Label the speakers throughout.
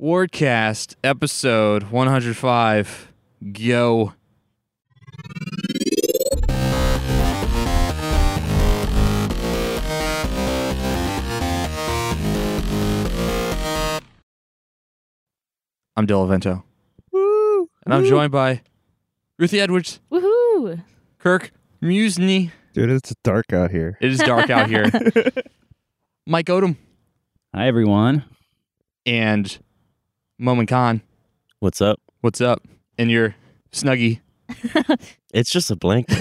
Speaker 1: Wardcast episode 105. Go. I'm Del Avento.
Speaker 2: Woo!
Speaker 1: And I'm joined by Ruthie Edwards,
Speaker 2: Woohoo!
Speaker 1: Kirk Musney.
Speaker 3: Dude, it's dark out here.
Speaker 1: It is dark out here. Mike Odom
Speaker 4: Hi, everyone.
Speaker 1: and Momin Khan.
Speaker 4: What's up?
Speaker 1: What's up? And your snuggie.
Speaker 4: It's just a blanket.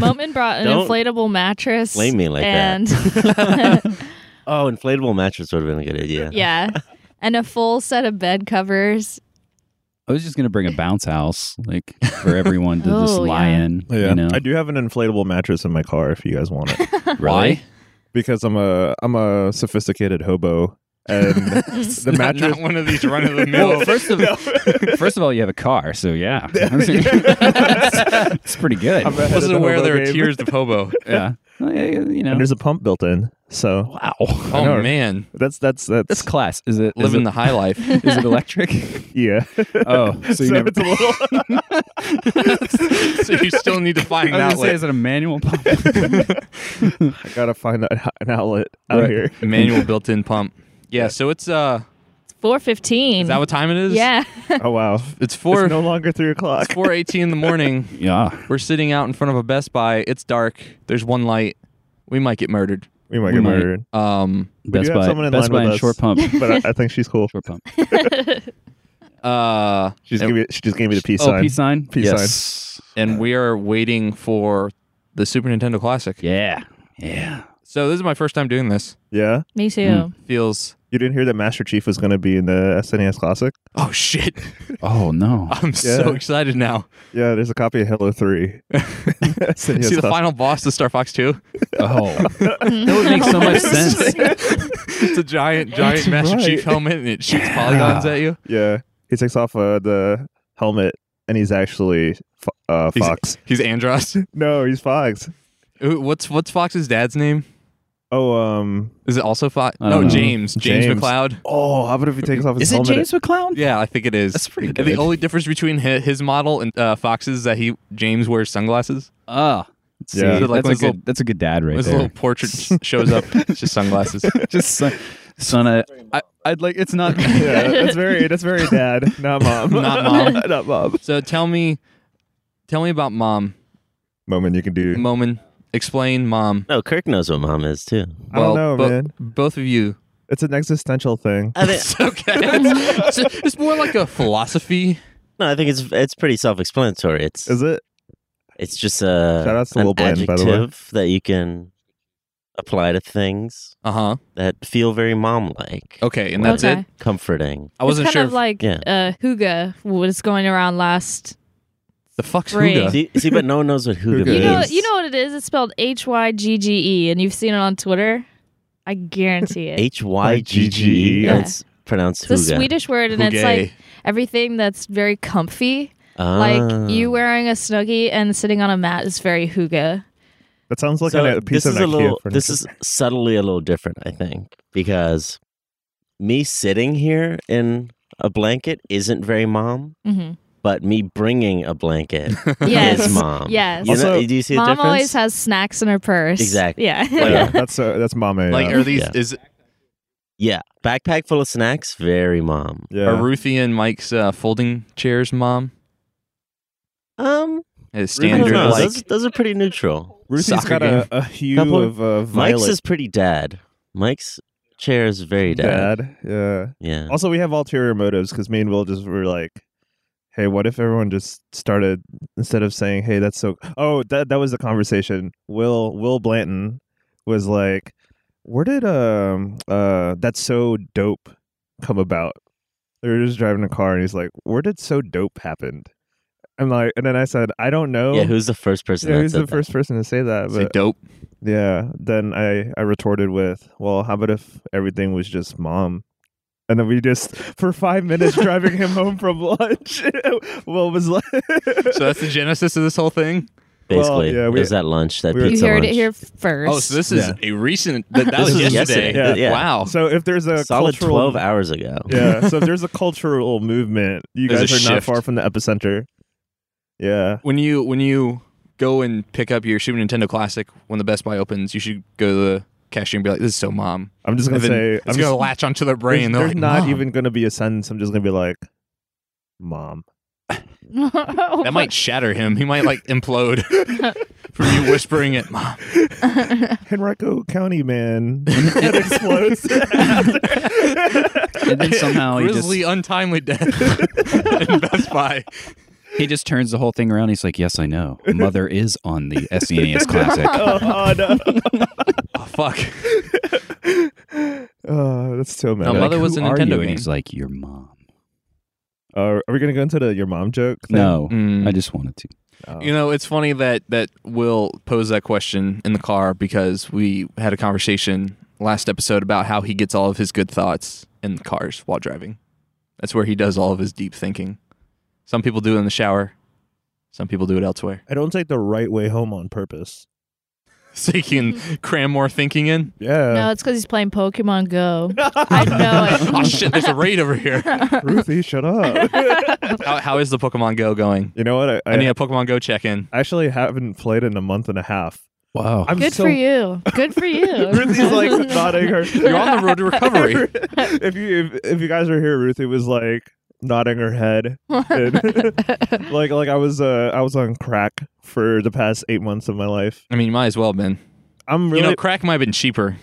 Speaker 2: Moman brought an
Speaker 4: Don't
Speaker 2: inflatable mattress.
Speaker 4: blame me like
Speaker 2: and,
Speaker 4: that. oh, inflatable mattress would have been a good idea.
Speaker 2: yeah, and a full set of bed covers.
Speaker 5: I was just gonna bring a bounce house, like for everyone to just
Speaker 2: Oh,
Speaker 5: lie
Speaker 2: yeah.
Speaker 5: in.
Speaker 3: Yeah,
Speaker 5: You know,
Speaker 3: I do have an inflatable mattress in my car if you guys want it.
Speaker 1: Why?
Speaker 3: because I'm a I'm a sophisticated hobo and the
Speaker 1: Not-
Speaker 3: mattress
Speaker 1: Not one of these run of the mill.
Speaker 5: Well, first of first of all, you have a car, so yeah, it's pretty good.
Speaker 3: I'm ahead of
Speaker 1: Wasn't
Speaker 3: the
Speaker 1: aware
Speaker 3: hobo
Speaker 1: there are
Speaker 3: game.
Speaker 1: tiers of hobo.
Speaker 5: yeah, Well, yeah, you know.
Speaker 3: And there's a pump built in. So
Speaker 5: Wow,
Speaker 1: Oh
Speaker 3: know.
Speaker 1: man,
Speaker 3: that's that's that's,
Speaker 5: that's class. Is it is
Speaker 1: living
Speaker 5: it-
Speaker 1: the high life.
Speaker 5: is it electric?
Speaker 3: yeah.
Speaker 5: Oh, so you never.
Speaker 3: it's a little
Speaker 1: so you still need to find
Speaker 5: I
Speaker 1: an
Speaker 5: was gonna
Speaker 1: outlet.
Speaker 5: say, is it a manual pump?
Speaker 3: I gotta find an an outlet out
Speaker 5: Right.
Speaker 3: here.
Speaker 1: Manual built-in pump. Yeah. So it's uh,
Speaker 2: It's four fifteen.
Speaker 1: is that what time it is?
Speaker 2: Yeah.
Speaker 3: Oh wow.
Speaker 1: It's four.
Speaker 3: it's no longer three o'clock.
Speaker 1: It's four eighteen in the morning.
Speaker 5: yeah,
Speaker 1: We're sitting out in front of a Best Buy. It's dark. There's one light. We might get murdered.
Speaker 3: we might
Speaker 5: We
Speaker 3: get
Speaker 5: might. Uh,
Speaker 3: murdered.
Speaker 1: Um.
Speaker 3: do
Speaker 5: Best
Speaker 3: have
Speaker 5: Buy,
Speaker 3: someone in
Speaker 5: Best
Speaker 3: line
Speaker 5: Buy,
Speaker 3: with
Speaker 5: and
Speaker 3: us.
Speaker 5: short pump,
Speaker 3: But I, I think she's cool.
Speaker 5: short pump.
Speaker 1: Uh.
Speaker 3: She just,
Speaker 1: and,
Speaker 3: gave me, she just gave me the peace
Speaker 5: oh,
Speaker 3: sign.
Speaker 5: peace sign.
Speaker 3: Peace
Speaker 5: yes.
Speaker 1: and we are waiting for the Super Nintendo Classic.
Speaker 5: Yeah. Yeah.
Speaker 1: So this is my first time doing this.
Speaker 3: Yeah.
Speaker 2: me
Speaker 4: Hmm.
Speaker 2: too.
Speaker 5: Mm.
Speaker 1: Feels.
Speaker 3: You didn't hear that Master Chief was gonna be in the SNES Classic?
Speaker 1: Oh shit!
Speaker 5: Oh no.
Speaker 1: I'm so
Speaker 3: Yeah.
Speaker 1: excited now.
Speaker 3: Yeah, there's a copy of Halo 3. SNES
Speaker 1: See the
Speaker 3: Classic.
Speaker 1: final boss of Star Fox Two.
Speaker 5: Oh, that would make so much sense.
Speaker 1: it's a giant, giant
Speaker 3: That's
Speaker 1: Master
Speaker 3: right.
Speaker 1: Chief helmet, and it shoots polygons at you.
Speaker 3: Yeah, he takes off uh, the helmet, and he's actually fo- uh,
Speaker 1: He's-
Speaker 3: Fox.
Speaker 1: He's Andros.
Speaker 3: No, he's Fox.
Speaker 1: Who- What's what's Fox's dad's name?
Speaker 3: Oh, um,
Speaker 1: Is it also Fox?
Speaker 5: I
Speaker 1: No,
Speaker 5: don't know.
Speaker 1: James. James.
Speaker 3: James.
Speaker 1: McLeod.
Speaker 3: oh, how about if he takes off his
Speaker 5: Is it
Speaker 3: helmet?
Speaker 5: James McClown?
Speaker 1: Yeah, I think it is.
Speaker 5: That's pretty
Speaker 1: And the
Speaker 5: good.
Speaker 1: only difference between his, his model and uh, Fox's is that he James wears sunglasses.
Speaker 5: Ah,
Speaker 3: Yeah.
Speaker 5: yeah.
Speaker 1: So, like,
Speaker 5: that's a
Speaker 1: when his
Speaker 5: good.
Speaker 1: little-
Speaker 5: that's a good dad right
Speaker 1: His
Speaker 5: there.
Speaker 1: little portrait s- shows up. It's just sunglasses.
Speaker 5: Just son, son of, I, I'd like. It's not.
Speaker 3: yeah, that's very that's very dad, not mom,
Speaker 1: Not mom.
Speaker 3: not mom.
Speaker 1: So tell me, tell me about mom.
Speaker 3: Moment you can do.
Speaker 1: Moment. Explain mom.
Speaker 4: No, Kirk knows what mom is too.
Speaker 3: I don't know, man.
Speaker 1: Both of you.
Speaker 3: It's an existential thing.
Speaker 4: I think,
Speaker 1: It's okay. it's, it's more like a philosophy.
Speaker 4: no, I think it's it's pretty self-explanatory. It's
Speaker 3: Is it?
Speaker 4: it's just a
Speaker 3: Shout out to
Speaker 4: an
Speaker 3: Lil Bland, by the way.
Speaker 4: adjective that you can apply to things
Speaker 1: Uh huh.
Speaker 4: that feel very mom-like,
Speaker 1: Okay, and that's
Speaker 2: Okay.
Speaker 1: it.
Speaker 4: comforting.
Speaker 1: I wasn't
Speaker 2: it's kind
Speaker 1: sure.
Speaker 2: of like
Speaker 4: Yeah.
Speaker 2: uh, Huga was going around last.
Speaker 1: if- the fuck's
Speaker 2: Free.
Speaker 1: Huga?
Speaker 3: Uh,
Speaker 4: See, see, but no one knows what huga
Speaker 3: Huga
Speaker 2: You
Speaker 4: is.
Speaker 2: know, you know what it is. It's spelled H Y G G E, and you've seen it on Twitter. I guarantee it.
Speaker 4: H Y G G E.
Speaker 3: Yeah.
Speaker 4: It's pronounced
Speaker 2: it's a
Speaker 4: huga.
Speaker 2: Swedish word, and it's
Speaker 1: Hugay.
Speaker 2: like everything that's very comfy.
Speaker 4: Ah.
Speaker 2: Like you wearing a snuggie and sitting on a mat is very Huga.
Speaker 3: That sounds like
Speaker 4: So
Speaker 3: a piece
Speaker 4: this
Speaker 3: of
Speaker 4: is a
Speaker 3: Ikea
Speaker 4: little this
Speaker 3: furniture.
Speaker 4: is subtly a little different i think because me sitting here in a blanket isn't very mom
Speaker 2: hmm
Speaker 4: but me bringing a blanket
Speaker 2: Yes.
Speaker 4: is mom
Speaker 2: Yes.
Speaker 4: You know-
Speaker 3: Also-
Speaker 4: do you see the
Speaker 2: Mom
Speaker 4: difference
Speaker 2: always has snacks in her purse.
Speaker 4: Exactly.
Speaker 2: Yeah.
Speaker 3: yeah,
Speaker 4: Yeah.
Speaker 3: that's uh, that's mom.
Speaker 1: like
Speaker 3: yeah.
Speaker 1: are these
Speaker 4: Yeah.
Speaker 1: is
Speaker 4: yeah backpack full of snacks very mom
Speaker 1: are
Speaker 3: yeah.
Speaker 1: Ruthie and Mike's uh, folding chairs mom
Speaker 4: um
Speaker 1: is
Speaker 4: I don't
Speaker 1: standard
Speaker 4: know.
Speaker 1: like
Speaker 4: those, those are pretty neutral
Speaker 3: Ruthie's
Speaker 1: soccer
Speaker 3: got
Speaker 1: game.
Speaker 3: a, a hue
Speaker 4: Couple-
Speaker 3: of uh,
Speaker 4: mike's
Speaker 3: violet
Speaker 4: is pretty dad mike's chair is very dad,
Speaker 3: dad. Yeah.
Speaker 4: yeah
Speaker 3: Also, we have ulterior motives because me and Will just were like, "Hey, what if everyone just started instead of saying, "Hey, that's so Oh, that that was the conversation. Will Will Blanton was like, "Where did um uh that's so dope come about?" They were just driving a car and he's like, "Where did so dope happened?" I'm like, and then I said, "I don't know."
Speaker 4: yeah who's the first person
Speaker 3: Oh. Yeah,
Speaker 4: that
Speaker 3: who's
Speaker 4: said
Speaker 3: the first person to say that?
Speaker 1: say
Speaker 3: But
Speaker 1: dope
Speaker 3: yeah, then I I retorted with, "Well, how about if everything was just mom?" And then we just for five minutes driving him home from lunch. Will was like,
Speaker 1: so that's the genesis of this whole thing
Speaker 4: basically.
Speaker 3: yeah, we-
Speaker 4: it was at lunch, that
Speaker 3: we were-
Speaker 2: You
Speaker 4: pizza
Speaker 2: heard
Speaker 4: lunch.
Speaker 2: it here first.
Speaker 1: Oh, so this is
Speaker 3: Yeah.
Speaker 1: a recent. That, that
Speaker 4: This
Speaker 1: was
Speaker 4: was
Speaker 1: yesterday.
Speaker 4: yesterday. Yeah.
Speaker 1: Wow.
Speaker 3: So if there's a
Speaker 4: Solid
Speaker 3: Uh, cultural,
Speaker 4: 12 hours ago.
Speaker 3: yeah. So if there's a cultural movement, you
Speaker 1: There's
Speaker 3: guys
Speaker 1: a
Speaker 3: are not
Speaker 1: shift.
Speaker 3: far from the epicenter. Yeah.
Speaker 1: when you when you go and pick up your Super Nintendo Classic when the Best Buy opens, you should go to the cashier and be like, "This is so mom."
Speaker 3: I'm just gonna
Speaker 1: And then
Speaker 3: say
Speaker 1: it's
Speaker 3: I'm
Speaker 1: gonna
Speaker 3: just-
Speaker 1: latch onto their brain.
Speaker 3: There's,
Speaker 1: They're
Speaker 3: there's
Speaker 1: like,
Speaker 3: not
Speaker 1: "Mom."
Speaker 3: even gonna be a sentence. I'm just gonna be like, "Mom."
Speaker 1: That might shatter him. He might like implode from you whispering it, "Mom."
Speaker 3: Henrico County man. it explodes.
Speaker 5: And then somehow he just,
Speaker 1: Grizzly untimely death in Best Buy.
Speaker 5: he just turns the whole thing around. He's like, "Yes, I know. Mother is on the SNES Classic."
Speaker 3: oh, oh, no.
Speaker 1: Oh fuck!
Speaker 3: Oh, that's so mad.
Speaker 1: No,
Speaker 5: They're
Speaker 1: mother was
Speaker 5: "Who
Speaker 1: a
Speaker 5: are
Speaker 1: Nintendo
Speaker 5: you?"
Speaker 1: game.
Speaker 5: And he's like, "Your mom."
Speaker 3: Uh, are we gonna go into the your mom joke? Thing?
Speaker 5: No,
Speaker 1: Mm.
Speaker 5: I just wanted to.
Speaker 3: Oh.
Speaker 1: You know, it's funny that that Will posed that question in the car because we had a conversation last episode about how he gets all of his good thoughts in the cars while driving. That's where he does all of his deep thinking. Some people do it in the shower. Some people do it elsewhere.
Speaker 3: I don't take the right way home on purpose.
Speaker 1: So you can cram more thinking in.
Speaker 3: Yeah.
Speaker 2: No, it's because he's playing Pokemon Go. I know
Speaker 1: Oh
Speaker 2: it.
Speaker 1: shit, there's a raid over here.
Speaker 3: Ruthie, shut up.
Speaker 1: How, how is the Pokemon Go going?
Speaker 3: you know what? I,
Speaker 1: I need
Speaker 3: I
Speaker 1: a Pokemon Go check in.
Speaker 3: actually haven't played in a month and a half.
Speaker 5: Wow.
Speaker 3: I'm
Speaker 2: Good
Speaker 3: so
Speaker 2: for you. Good for you.
Speaker 3: Ruthie's like nodding her.
Speaker 1: You're on the road to recovery.
Speaker 3: if you if, if you guys are here, Ruthie was like nodding her head. And like like I was uh I was on crack for the past eight months of my life.
Speaker 1: I mean, you might as well, Ben.
Speaker 3: I'm really
Speaker 1: You know, crack might have been cheaper.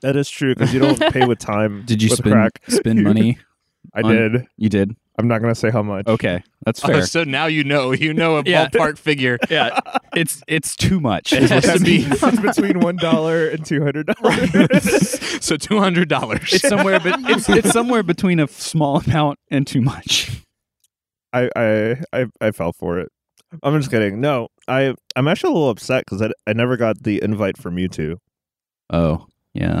Speaker 3: that is true because you don't pay with time.
Speaker 5: Did you
Speaker 3: with
Speaker 5: spend
Speaker 3: crack?
Speaker 5: spend money?
Speaker 3: I
Speaker 5: on-
Speaker 3: did.
Speaker 5: You did.
Speaker 3: I'm not gonna say how much.
Speaker 5: Okay, that's
Speaker 1: Oh,
Speaker 5: fair.
Speaker 1: so now you know. You know a
Speaker 5: Yeah.
Speaker 1: ballpark figure.
Speaker 5: yeah, it's it's too much.
Speaker 1: It has
Speaker 3: That
Speaker 1: to be.
Speaker 3: means it's between one dollar and two hundred dollars.
Speaker 1: so two hundred dollars.
Speaker 5: It's somewhere, but it's it's somewhere between a f- small amount and too much.
Speaker 3: I, I I I fell for it. I'm just kidding. No, I I'm actually a little upset because I, I never got the invite for Mewtwo.
Speaker 5: Oh, yeah.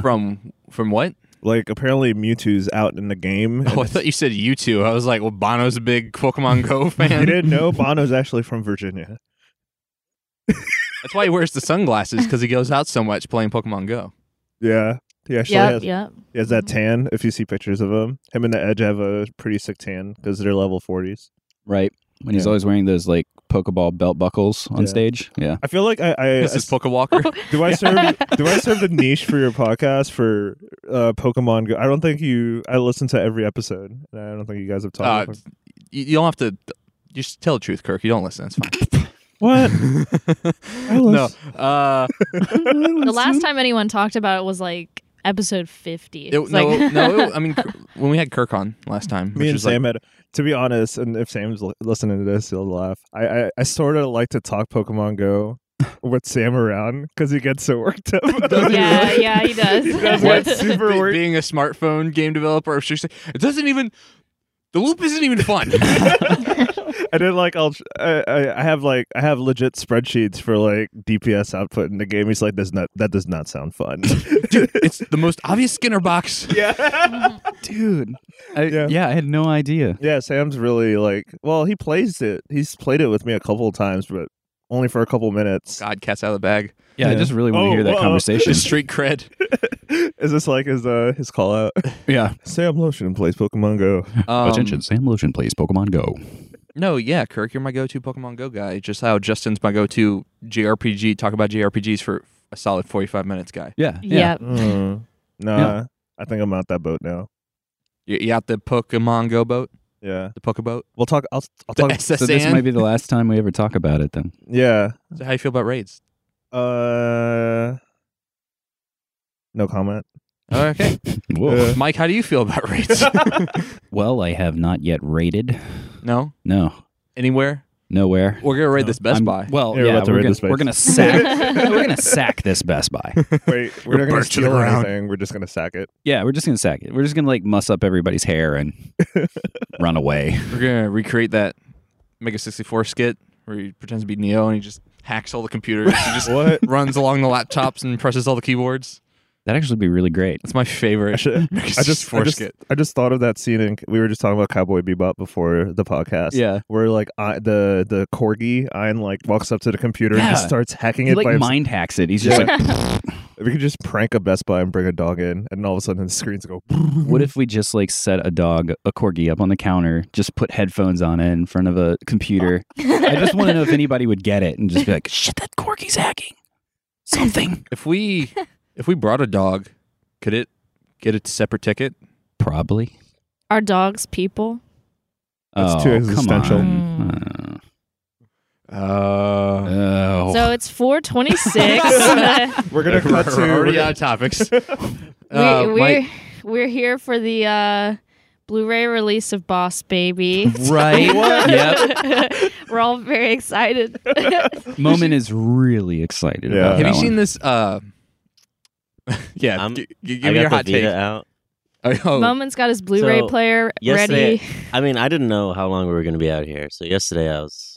Speaker 1: From from what?
Speaker 3: Like apparently Mewtwo's out in the game. and
Speaker 1: Oh, I thought you said you two. I was like, well, Bono's a big Pokemon Go
Speaker 3: You
Speaker 1: fan.
Speaker 3: didn't know Bono's actually from Virginia.
Speaker 1: That's why he wears the sunglasses because he goes out so much playing Pokemon Go.
Speaker 3: Yeah. He actually
Speaker 2: yep,
Speaker 3: has,
Speaker 2: yep.
Speaker 3: he has that tan. If you see pictures of him, him and the Edge have a pretty sick tan because they're level 40s.
Speaker 5: Right. When he's
Speaker 3: Yeah.
Speaker 5: always wearing those like Pokeball belt buckles on
Speaker 3: Yeah.
Speaker 5: stage. Yeah.
Speaker 3: I feel like I, I,
Speaker 1: This is Pokewalker.
Speaker 3: do I serve do I serve the niche for your podcast for uh, Pokemon Go? I don't think you. I listen to every episode, and I don't think you guys have talked.
Speaker 1: Uh, you, you don't have to. You just tell the truth, Kirk. You don't listen. That's fine.
Speaker 3: what? I
Speaker 1: Uh, no.
Speaker 3: listen-
Speaker 1: Uh,
Speaker 2: The last time anyone talked about it was like episode 50.
Speaker 1: it,
Speaker 2: It's like-
Speaker 1: no, no. It, I mean, when we had Kirk on last time,
Speaker 3: Me
Speaker 1: which
Speaker 3: and
Speaker 1: was like-
Speaker 3: Sam had, to be honest, and if Sam's li- listening to this, he'll laugh. I, I, I sort of like to talk Pokemon Go with Sam around because he gets so worked up.
Speaker 2: yeah, yeah, he does.
Speaker 3: He does
Speaker 1: What?
Speaker 3: get super
Speaker 1: Be-
Speaker 3: worked.
Speaker 1: being a smartphone game developer, it's just- it doesn't even. The loop isn't even fun.
Speaker 3: And then like I'll I, I I have like I have legit spreadsheets for like DPS output in the game. He's like, "That's not that does not sound fun."
Speaker 1: it's the most obvious Skinner box.
Speaker 3: yeah,
Speaker 5: Dude. I,
Speaker 3: Yeah.
Speaker 5: yeah. I had no idea.
Speaker 3: yeah. Sam's really like, well, he plays it. He's played it with me a couple of times, but only for a couple minutes.
Speaker 1: Oh, God, cat's out of the bag.
Speaker 5: Yeah, I
Speaker 3: Yeah.
Speaker 5: just really want to
Speaker 3: Oh,
Speaker 5: hear that
Speaker 3: whoa.
Speaker 5: conversation.
Speaker 1: His street cred.
Speaker 3: Is this like his uh his call out?
Speaker 5: yeah.
Speaker 3: Sam Lotion plays Pokemon Go.
Speaker 1: Um,
Speaker 5: Attention, Sam Lotion plays Pokemon Go.
Speaker 1: No, yeah, Kirk, you're my go-to Pokemon Go guy. Just how Justin's my go-to JRPG. Talk about JRPGs for a solid 45 minutes, guy.
Speaker 5: Yeah.
Speaker 2: Yep.
Speaker 3: Mm, nah,
Speaker 5: Yeah.
Speaker 3: I think I'm out that boat now.
Speaker 1: You, you out the Pokemon Go boat?
Speaker 3: Yeah,
Speaker 1: The Pokeboat?
Speaker 3: we'll talk. I'll, I'll
Speaker 1: The
Speaker 3: talk.
Speaker 1: SSN?
Speaker 5: So this might be the last time we ever talk about it then.
Speaker 3: yeah.
Speaker 1: So how you feel about raids?
Speaker 3: Uh, no comment.
Speaker 1: Okay.
Speaker 5: Whoa.
Speaker 3: Uh.
Speaker 1: Mike, how do you feel about raids?
Speaker 5: well, I have not yet rated.
Speaker 1: no?
Speaker 5: No.
Speaker 1: Anywhere?
Speaker 5: Nowhere.
Speaker 1: We're going to raid this Best
Speaker 5: I'm-
Speaker 1: Buy.
Speaker 5: Well,
Speaker 3: Yeah, we're
Speaker 5: yeah,
Speaker 3: about to
Speaker 5: we're,
Speaker 3: raid
Speaker 5: gonna,
Speaker 3: this place.
Speaker 5: we're gonna sack. we're gonna sack this Best Buy.
Speaker 3: Wait, we're not gonna
Speaker 1: burnt to the
Speaker 3: steal
Speaker 1: ground.
Speaker 3: anything. We're just gonna sack it.
Speaker 5: Yeah, we're just gonna sack it. We're just gonna like muss up everybody's hair and run away.
Speaker 1: We're going to recreate that Mega 64 skit where he pretends to be Neo and he just hacks all the computers. he just
Speaker 3: What?
Speaker 1: runs along the laptops and presses all the keyboards.
Speaker 5: That'd actually be really great.
Speaker 1: That's my favorite.
Speaker 3: I should- I just, I just,
Speaker 1: foreskin.
Speaker 3: I just thought of that scene, and we were just talking about Cowboy Bebop before the podcast.
Speaker 1: Yeah.
Speaker 3: where like I, the the corgi Ein like walks up to the computer and just
Speaker 5: Yeah.
Speaker 3: starts hacking
Speaker 5: He
Speaker 3: it. by
Speaker 5: like
Speaker 3: himself.
Speaker 5: mind hacks it. He's just
Speaker 3: Yeah.
Speaker 5: like,
Speaker 3: If we could just prank a Best Buy and bring a dog in, and all of a sudden the screens go.
Speaker 5: what if we just like set a dog, a corgi, up on the counter, just put headphones on it in front of a computer? I just want to know if anybody would get it and just be like, shit, that corgi's hacking something.
Speaker 1: If we if we brought a dog, could it get a separate ticket?
Speaker 5: Probably.
Speaker 2: Are dogs people?
Speaker 3: That's too existential.
Speaker 5: on.
Speaker 1: Uh,
Speaker 5: Oh.
Speaker 2: Hmm. So it's 426.
Speaker 3: We're gonna cut to.
Speaker 1: we're already
Speaker 3: we're
Speaker 1: out of topics.
Speaker 2: we,
Speaker 1: Uh,
Speaker 2: we're, we're here for the uh, Blu-ray release of Boss Baby.
Speaker 5: right. yep.
Speaker 2: we're all very excited.
Speaker 5: Moment is really excited.
Speaker 3: Yeah.
Speaker 1: Have
Speaker 5: About that
Speaker 1: you
Speaker 5: one.
Speaker 1: seen this? Uh, yeah,
Speaker 4: I'm-
Speaker 1: g- g-
Speaker 4: I
Speaker 1: give me
Speaker 4: got
Speaker 1: your
Speaker 4: the
Speaker 1: hot
Speaker 4: Vita
Speaker 1: take.
Speaker 4: out.
Speaker 1: Oh,
Speaker 2: Moment's got his Blu-ray
Speaker 4: So,
Speaker 2: player
Speaker 4: yesterday-
Speaker 2: ready.
Speaker 4: I mean, I didn't know how long we were going to be out here. So yesterday I was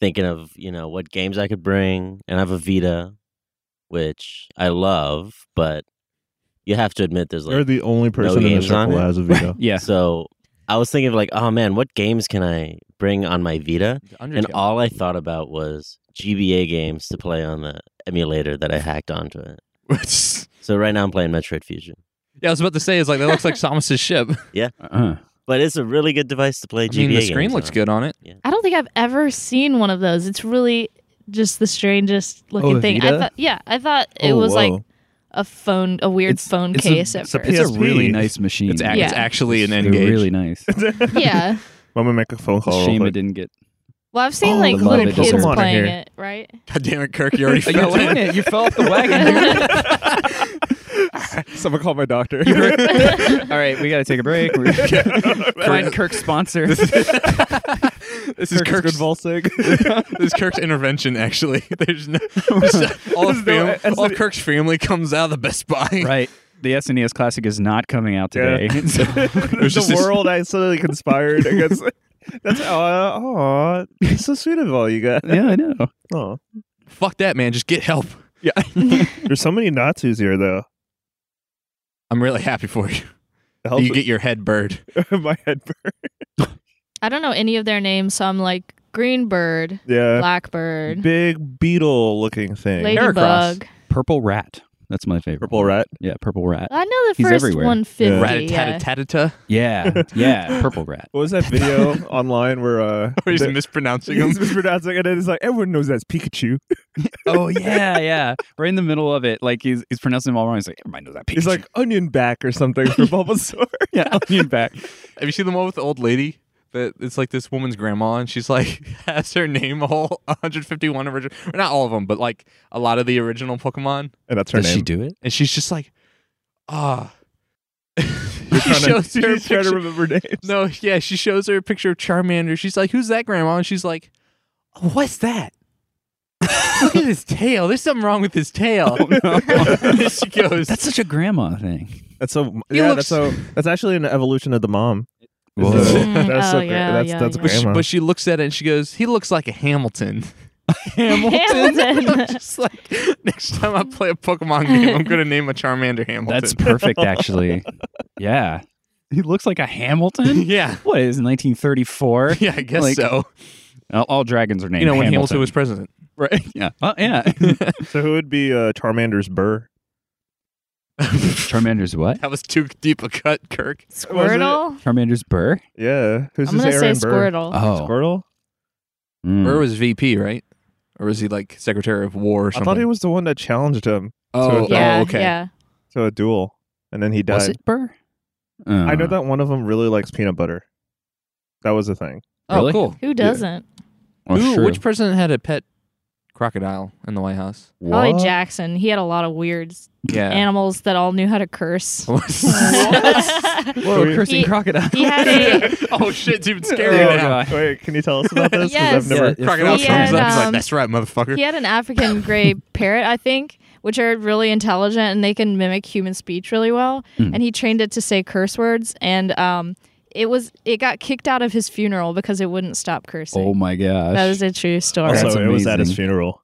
Speaker 4: thinking of, you know, what games I could bring. And I have a Vita, which I love, but you have to admit there's
Speaker 3: You're
Speaker 4: like.
Speaker 3: the only person in the
Speaker 4: games on
Speaker 3: circle
Speaker 4: it?
Speaker 3: that has a Vita.
Speaker 5: Yeah.
Speaker 4: So I was thinking of like, oh man, what games can I bring on my Vita?
Speaker 1: Undertale.
Speaker 4: And all I thought about was GBA games to play on the emulator that I hacked onto it. So right now I'm playing Metroid Fusion.
Speaker 1: yeah, I was about to say, it's like that looks like Samus's ship.
Speaker 5: Uh-huh.
Speaker 4: But it's a really good device to play
Speaker 1: I
Speaker 4: GBA
Speaker 1: mean, the screen
Speaker 4: games
Speaker 1: looks
Speaker 4: on.
Speaker 1: good on it.
Speaker 2: I don't think I've ever seen one of those. It's really just the strangest looking
Speaker 5: a
Speaker 2: thing. I
Speaker 5: Vita?
Speaker 2: thought, yeah, I thought it was like a phone, a weird
Speaker 5: Oh, It's-
Speaker 2: phone
Speaker 5: it's a-
Speaker 2: case at
Speaker 3: it's a
Speaker 2: first.
Speaker 5: It's a
Speaker 3: PSP.
Speaker 5: really nice machine.
Speaker 1: It's, ac-
Speaker 2: Yeah.
Speaker 1: it's actually an
Speaker 5: They're
Speaker 1: engage.
Speaker 5: Really nice.
Speaker 2: yeah.
Speaker 3: I'm gonna make a phone call. real
Speaker 5: Shame
Speaker 3: quick.
Speaker 5: it didn't get.
Speaker 2: Well, I've seen
Speaker 3: Oh,
Speaker 2: like
Speaker 5: the little
Speaker 2: little kids
Speaker 5: Pokemon are
Speaker 2: playing
Speaker 3: here.
Speaker 2: it, right?
Speaker 1: God damn it, Kirk! You already fell in.
Speaker 5: it. You fell off the
Speaker 3: Someone call my doctor.
Speaker 5: All right, we got to take a break. We're find Kirk's sponsor.
Speaker 1: This is Kirk's this is Kirk's intervention. Actually, there's no all, of
Speaker 3: There's no-
Speaker 1: fam- all of Kirk's family comes out of the Best Buy.
Speaker 5: right. The SNES Classic is not coming out
Speaker 3: Yeah.
Speaker 5: today. So-
Speaker 1: There's just
Speaker 3: the
Speaker 1: this-
Speaker 3: world I suddenly conspired against. That's aw, aw, it's so sweet of all you guys.
Speaker 5: yeah, I know.
Speaker 3: Aw.
Speaker 1: Fuck that, man. Just get help.
Speaker 3: Yeah. There's so many Natsus here, though.
Speaker 1: I'm really happy for you.
Speaker 3: It helps
Speaker 1: You get your head bird.
Speaker 3: my head burn.
Speaker 2: I don't know any of their names, so I'm like green bird,
Speaker 3: Yeah.
Speaker 2: blackbird,
Speaker 3: Uh, Big beetle looking thing.
Speaker 1: Heracross.
Speaker 2: ladybug.
Speaker 5: Purple Rat. That's my favorite.
Speaker 3: Purple rat.
Speaker 5: Yeah, Purple Rat.
Speaker 2: I know the
Speaker 5: He's
Speaker 2: first
Speaker 5: everywhere.
Speaker 2: one
Speaker 3: Yeah.
Speaker 2: fifty. Yeah.
Speaker 1: Rat-a-tat-a-ta.
Speaker 5: Yeah, yeah, Purple Rat.
Speaker 3: What was that video online where uh
Speaker 1: Or he's
Speaker 3: the-
Speaker 1: mispronouncing
Speaker 3: he's
Speaker 1: him.
Speaker 3: mispronouncing it and it's like everyone knows that's Pikachu.
Speaker 5: Oh yeah, yeah. Right in the middle of it, like he's he's pronouncing them all wrong. He's like, everybody knows that. Pikachu.
Speaker 3: He's like onion back or something for Bulbasaur.
Speaker 5: yeah, onion back.
Speaker 1: Have you seen the one with the old lady? That it's like this woman's grandma, and she's like has her name all 151 original, or not all of them, but like a lot of the original Pokemon,
Speaker 3: and that's her
Speaker 5: Does
Speaker 3: name.
Speaker 5: she do it?
Speaker 1: and she's just like, ah.
Speaker 3: She's
Speaker 1: she
Speaker 3: trying
Speaker 1: shows
Speaker 3: to,
Speaker 1: her
Speaker 3: she's trying to
Speaker 1: picture-
Speaker 3: remember names.
Speaker 1: No, yeah, she shows her a picture of Charmander. She's like, "Who's that, Grandma?" And she's like, "What's that? Look at his tail. There's something wrong with his tail." And she goes,
Speaker 5: Oh, That's such a grandma thing.
Speaker 3: That's so
Speaker 1: He
Speaker 3: yeah,
Speaker 1: looks-
Speaker 3: that's so that's actually an evolution of the mom.
Speaker 5: Whoa.
Speaker 3: That's,
Speaker 2: Mm,
Speaker 3: that's,
Speaker 2: oh,
Speaker 3: so, gra-
Speaker 2: yeah,
Speaker 3: that's,
Speaker 2: yeah,
Speaker 3: that's
Speaker 2: yeah.
Speaker 1: but she,
Speaker 3: grandma.
Speaker 1: but she looks at it and she goes, "He looks like a Hamilton."
Speaker 2: Hamilton.
Speaker 1: Just like next time I play a Pokemon game, I'm gonna name a Charmander Hamilton.
Speaker 5: That's perfect, actually. Yeah, he looks like a Hamilton.
Speaker 1: yeah,
Speaker 5: What is 1934?
Speaker 1: yeah, I guess
Speaker 5: Like,
Speaker 1: so.
Speaker 5: All, all dragons are named.
Speaker 1: You know, when Hamilton,
Speaker 5: Hamilton
Speaker 1: was president,
Speaker 5: right. Yeah, oh, yeah.
Speaker 3: so who would be uh, Charmander's burr?
Speaker 1: that
Speaker 5: Charmander's what?
Speaker 1: was too deep a cut, Kirk.
Speaker 2: Squirtle.
Speaker 5: Charmander's Burr.
Speaker 3: Yeah, who's
Speaker 2: I'm
Speaker 3: this
Speaker 2: gonna say
Speaker 3: Aaron Burr?
Speaker 2: Squirtle.
Speaker 5: Oh,
Speaker 3: Squirtle?
Speaker 5: mm.
Speaker 1: Burr was VP, right? Or was he like Secretary of War or
Speaker 3: I
Speaker 1: something?
Speaker 3: thought he was the one that challenged him
Speaker 1: Oh,
Speaker 3: So-
Speaker 2: yeah,
Speaker 1: oh, okay.
Speaker 2: yeah.
Speaker 3: to a duel, and then he died.
Speaker 5: Was it Burr? Uh,
Speaker 3: I know that one of them really likes peanut butter. That was the thing.
Speaker 5: Really?
Speaker 1: Oh, cool.
Speaker 2: Who doesn't?
Speaker 5: Well,
Speaker 1: Ooh,
Speaker 5: sure.
Speaker 1: which president had a pet crocodile in the White House?
Speaker 2: Probably
Speaker 5: What?
Speaker 2: Jackson. He had a lot of weird
Speaker 1: Yeah.
Speaker 2: animals that all knew how to curse.
Speaker 5: Whoa,
Speaker 3: He-
Speaker 5: cursing crocodile.
Speaker 2: he had a
Speaker 1: oh shit, dude, it's
Speaker 5: Oh,
Speaker 1: scary
Speaker 5: Yeah.
Speaker 1: now.
Speaker 5: God.
Speaker 3: Wait, can you tell us about this? 'Cause I've
Speaker 2: Yes.
Speaker 3: never.
Speaker 5: Yeah.
Speaker 1: Crocodile
Speaker 2: He
Speaker 1: comes
Speaker 2: had,
Speaker 1: up, he's like,
Speaker 2: um,
Speaker 1: "That's right, motherfucker."
Speaker 2: He had an African gray parrot, I think, which are really intelligent and they can mimic human speech really well.
Speaker 5: Mm.
Speaker 2: And he trained it to say curse words, and um, it was it got kicked out of his funeral because it wouldn't stop cursing.
Speaker 5: Oh my gosh.
Speaker 2: that was a true story.
Speaker 5: That's
Speaker 3: Also, it was at his
Speaker 5: amazing.
Speaker 3: funeral.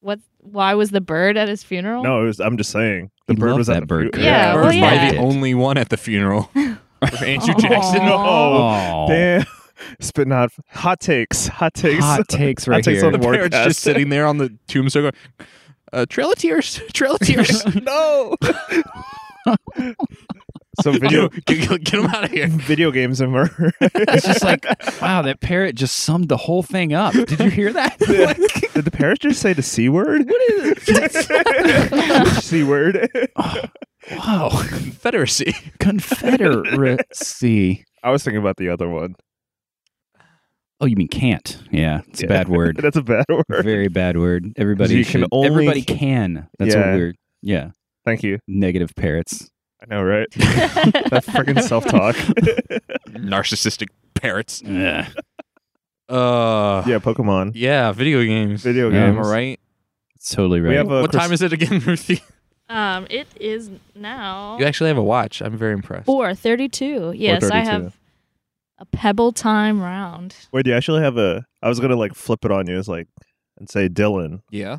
Speaker 2: What? Why was the bird at his funeral?
Speaker 3: No, it was. I'm just saying The
Speaker 5: He
Speaker 3: bird
Speaker 5: loved
Speaker 3: was at
Speaker 5: that
Speaker 3: the
Speaker 5: bird
Speaker 3: fu-
Speaker 2: crap. Yeah,
Speaker 1: Bird
Speaker 2: well,
Speaker 1: was probably
Speaker 2: yeah.
Speaker 1: the only one at the funeral for Andrew Jackson.
Speaker 2: Aw.
Speaker 5: Oh,
Speaker 3: Damn. Spitting out hot takes. Hot takes.
Speaker 5: hot takes right
Speaker 3: Hot takes
Speaker 5: here.
Speaker 3: on
Speaker 1: The
Speaker 3: the
Speaker 1: parents
Speaker 3: Warcast.
Speaker 1: just sitting there on the tombstone going, uh, Trail of Tears, Trail of Tears.
Speaker 3: no. so video
Speaker 1: Get, get, get him out of here.
Speaker 3: video games and murder.
Speaker 5: it's just like, wow, that parrot just summed the whole thing up. Did you hear that?
Speaker 3: Did the parents just say the c word? What is c word?
Speaker 5: wow,
Speaker 1: Confederacy.
Speaker 5: Confederacy.
Speaker 3: I was thinking about the other one.
Speaker 5: Oh, you mean can't? Yeah, it's
Speaker 3: Yeah.
Speaker 5: a bad word.
Speaker 3: That's a bad word.
Speaker 5: Very bad word. Everybody
Speaker 3: You can
Speaker 5: should-
Speaker 3: only-
Speaker 5: everybody can. That's
Speaker 3: Yeah.
Speaker 5: what we're. Yeah,
Speaker 3: Thank you.
Speaker 5: negative parrots.
Speaker 3: I know, right? that freaking self talk.
Speaker 1: Narcissistic parrots.
Speaker 5: Ugh.
Speaker 1: Uh,
Speaker 3: yeah, Pokemon.
Speaker 1: yeah, video games.
Speaker 3: Video
Speaker 5: Yeah.
Speaker 1: Am
Speaker 3: games.
Speaker 1: I right?
Speaker 5: It's totally right.
Speaker 3: We have a
Speaker 1: what time is it again, Ruthie?
Speaker 2: Um, it is now
Speaker 1: You actually have a watch. I'm very impressed.
Speaker 2: four thirty-two. Yes, I
Speaker 3: 4:32.
Speaker 2: have a pebble time round.
Speaker 3: Wait, do you actually have a? I was gonna like flip it on you. It's like and say, Dylan,
Speaker 1: Yeah.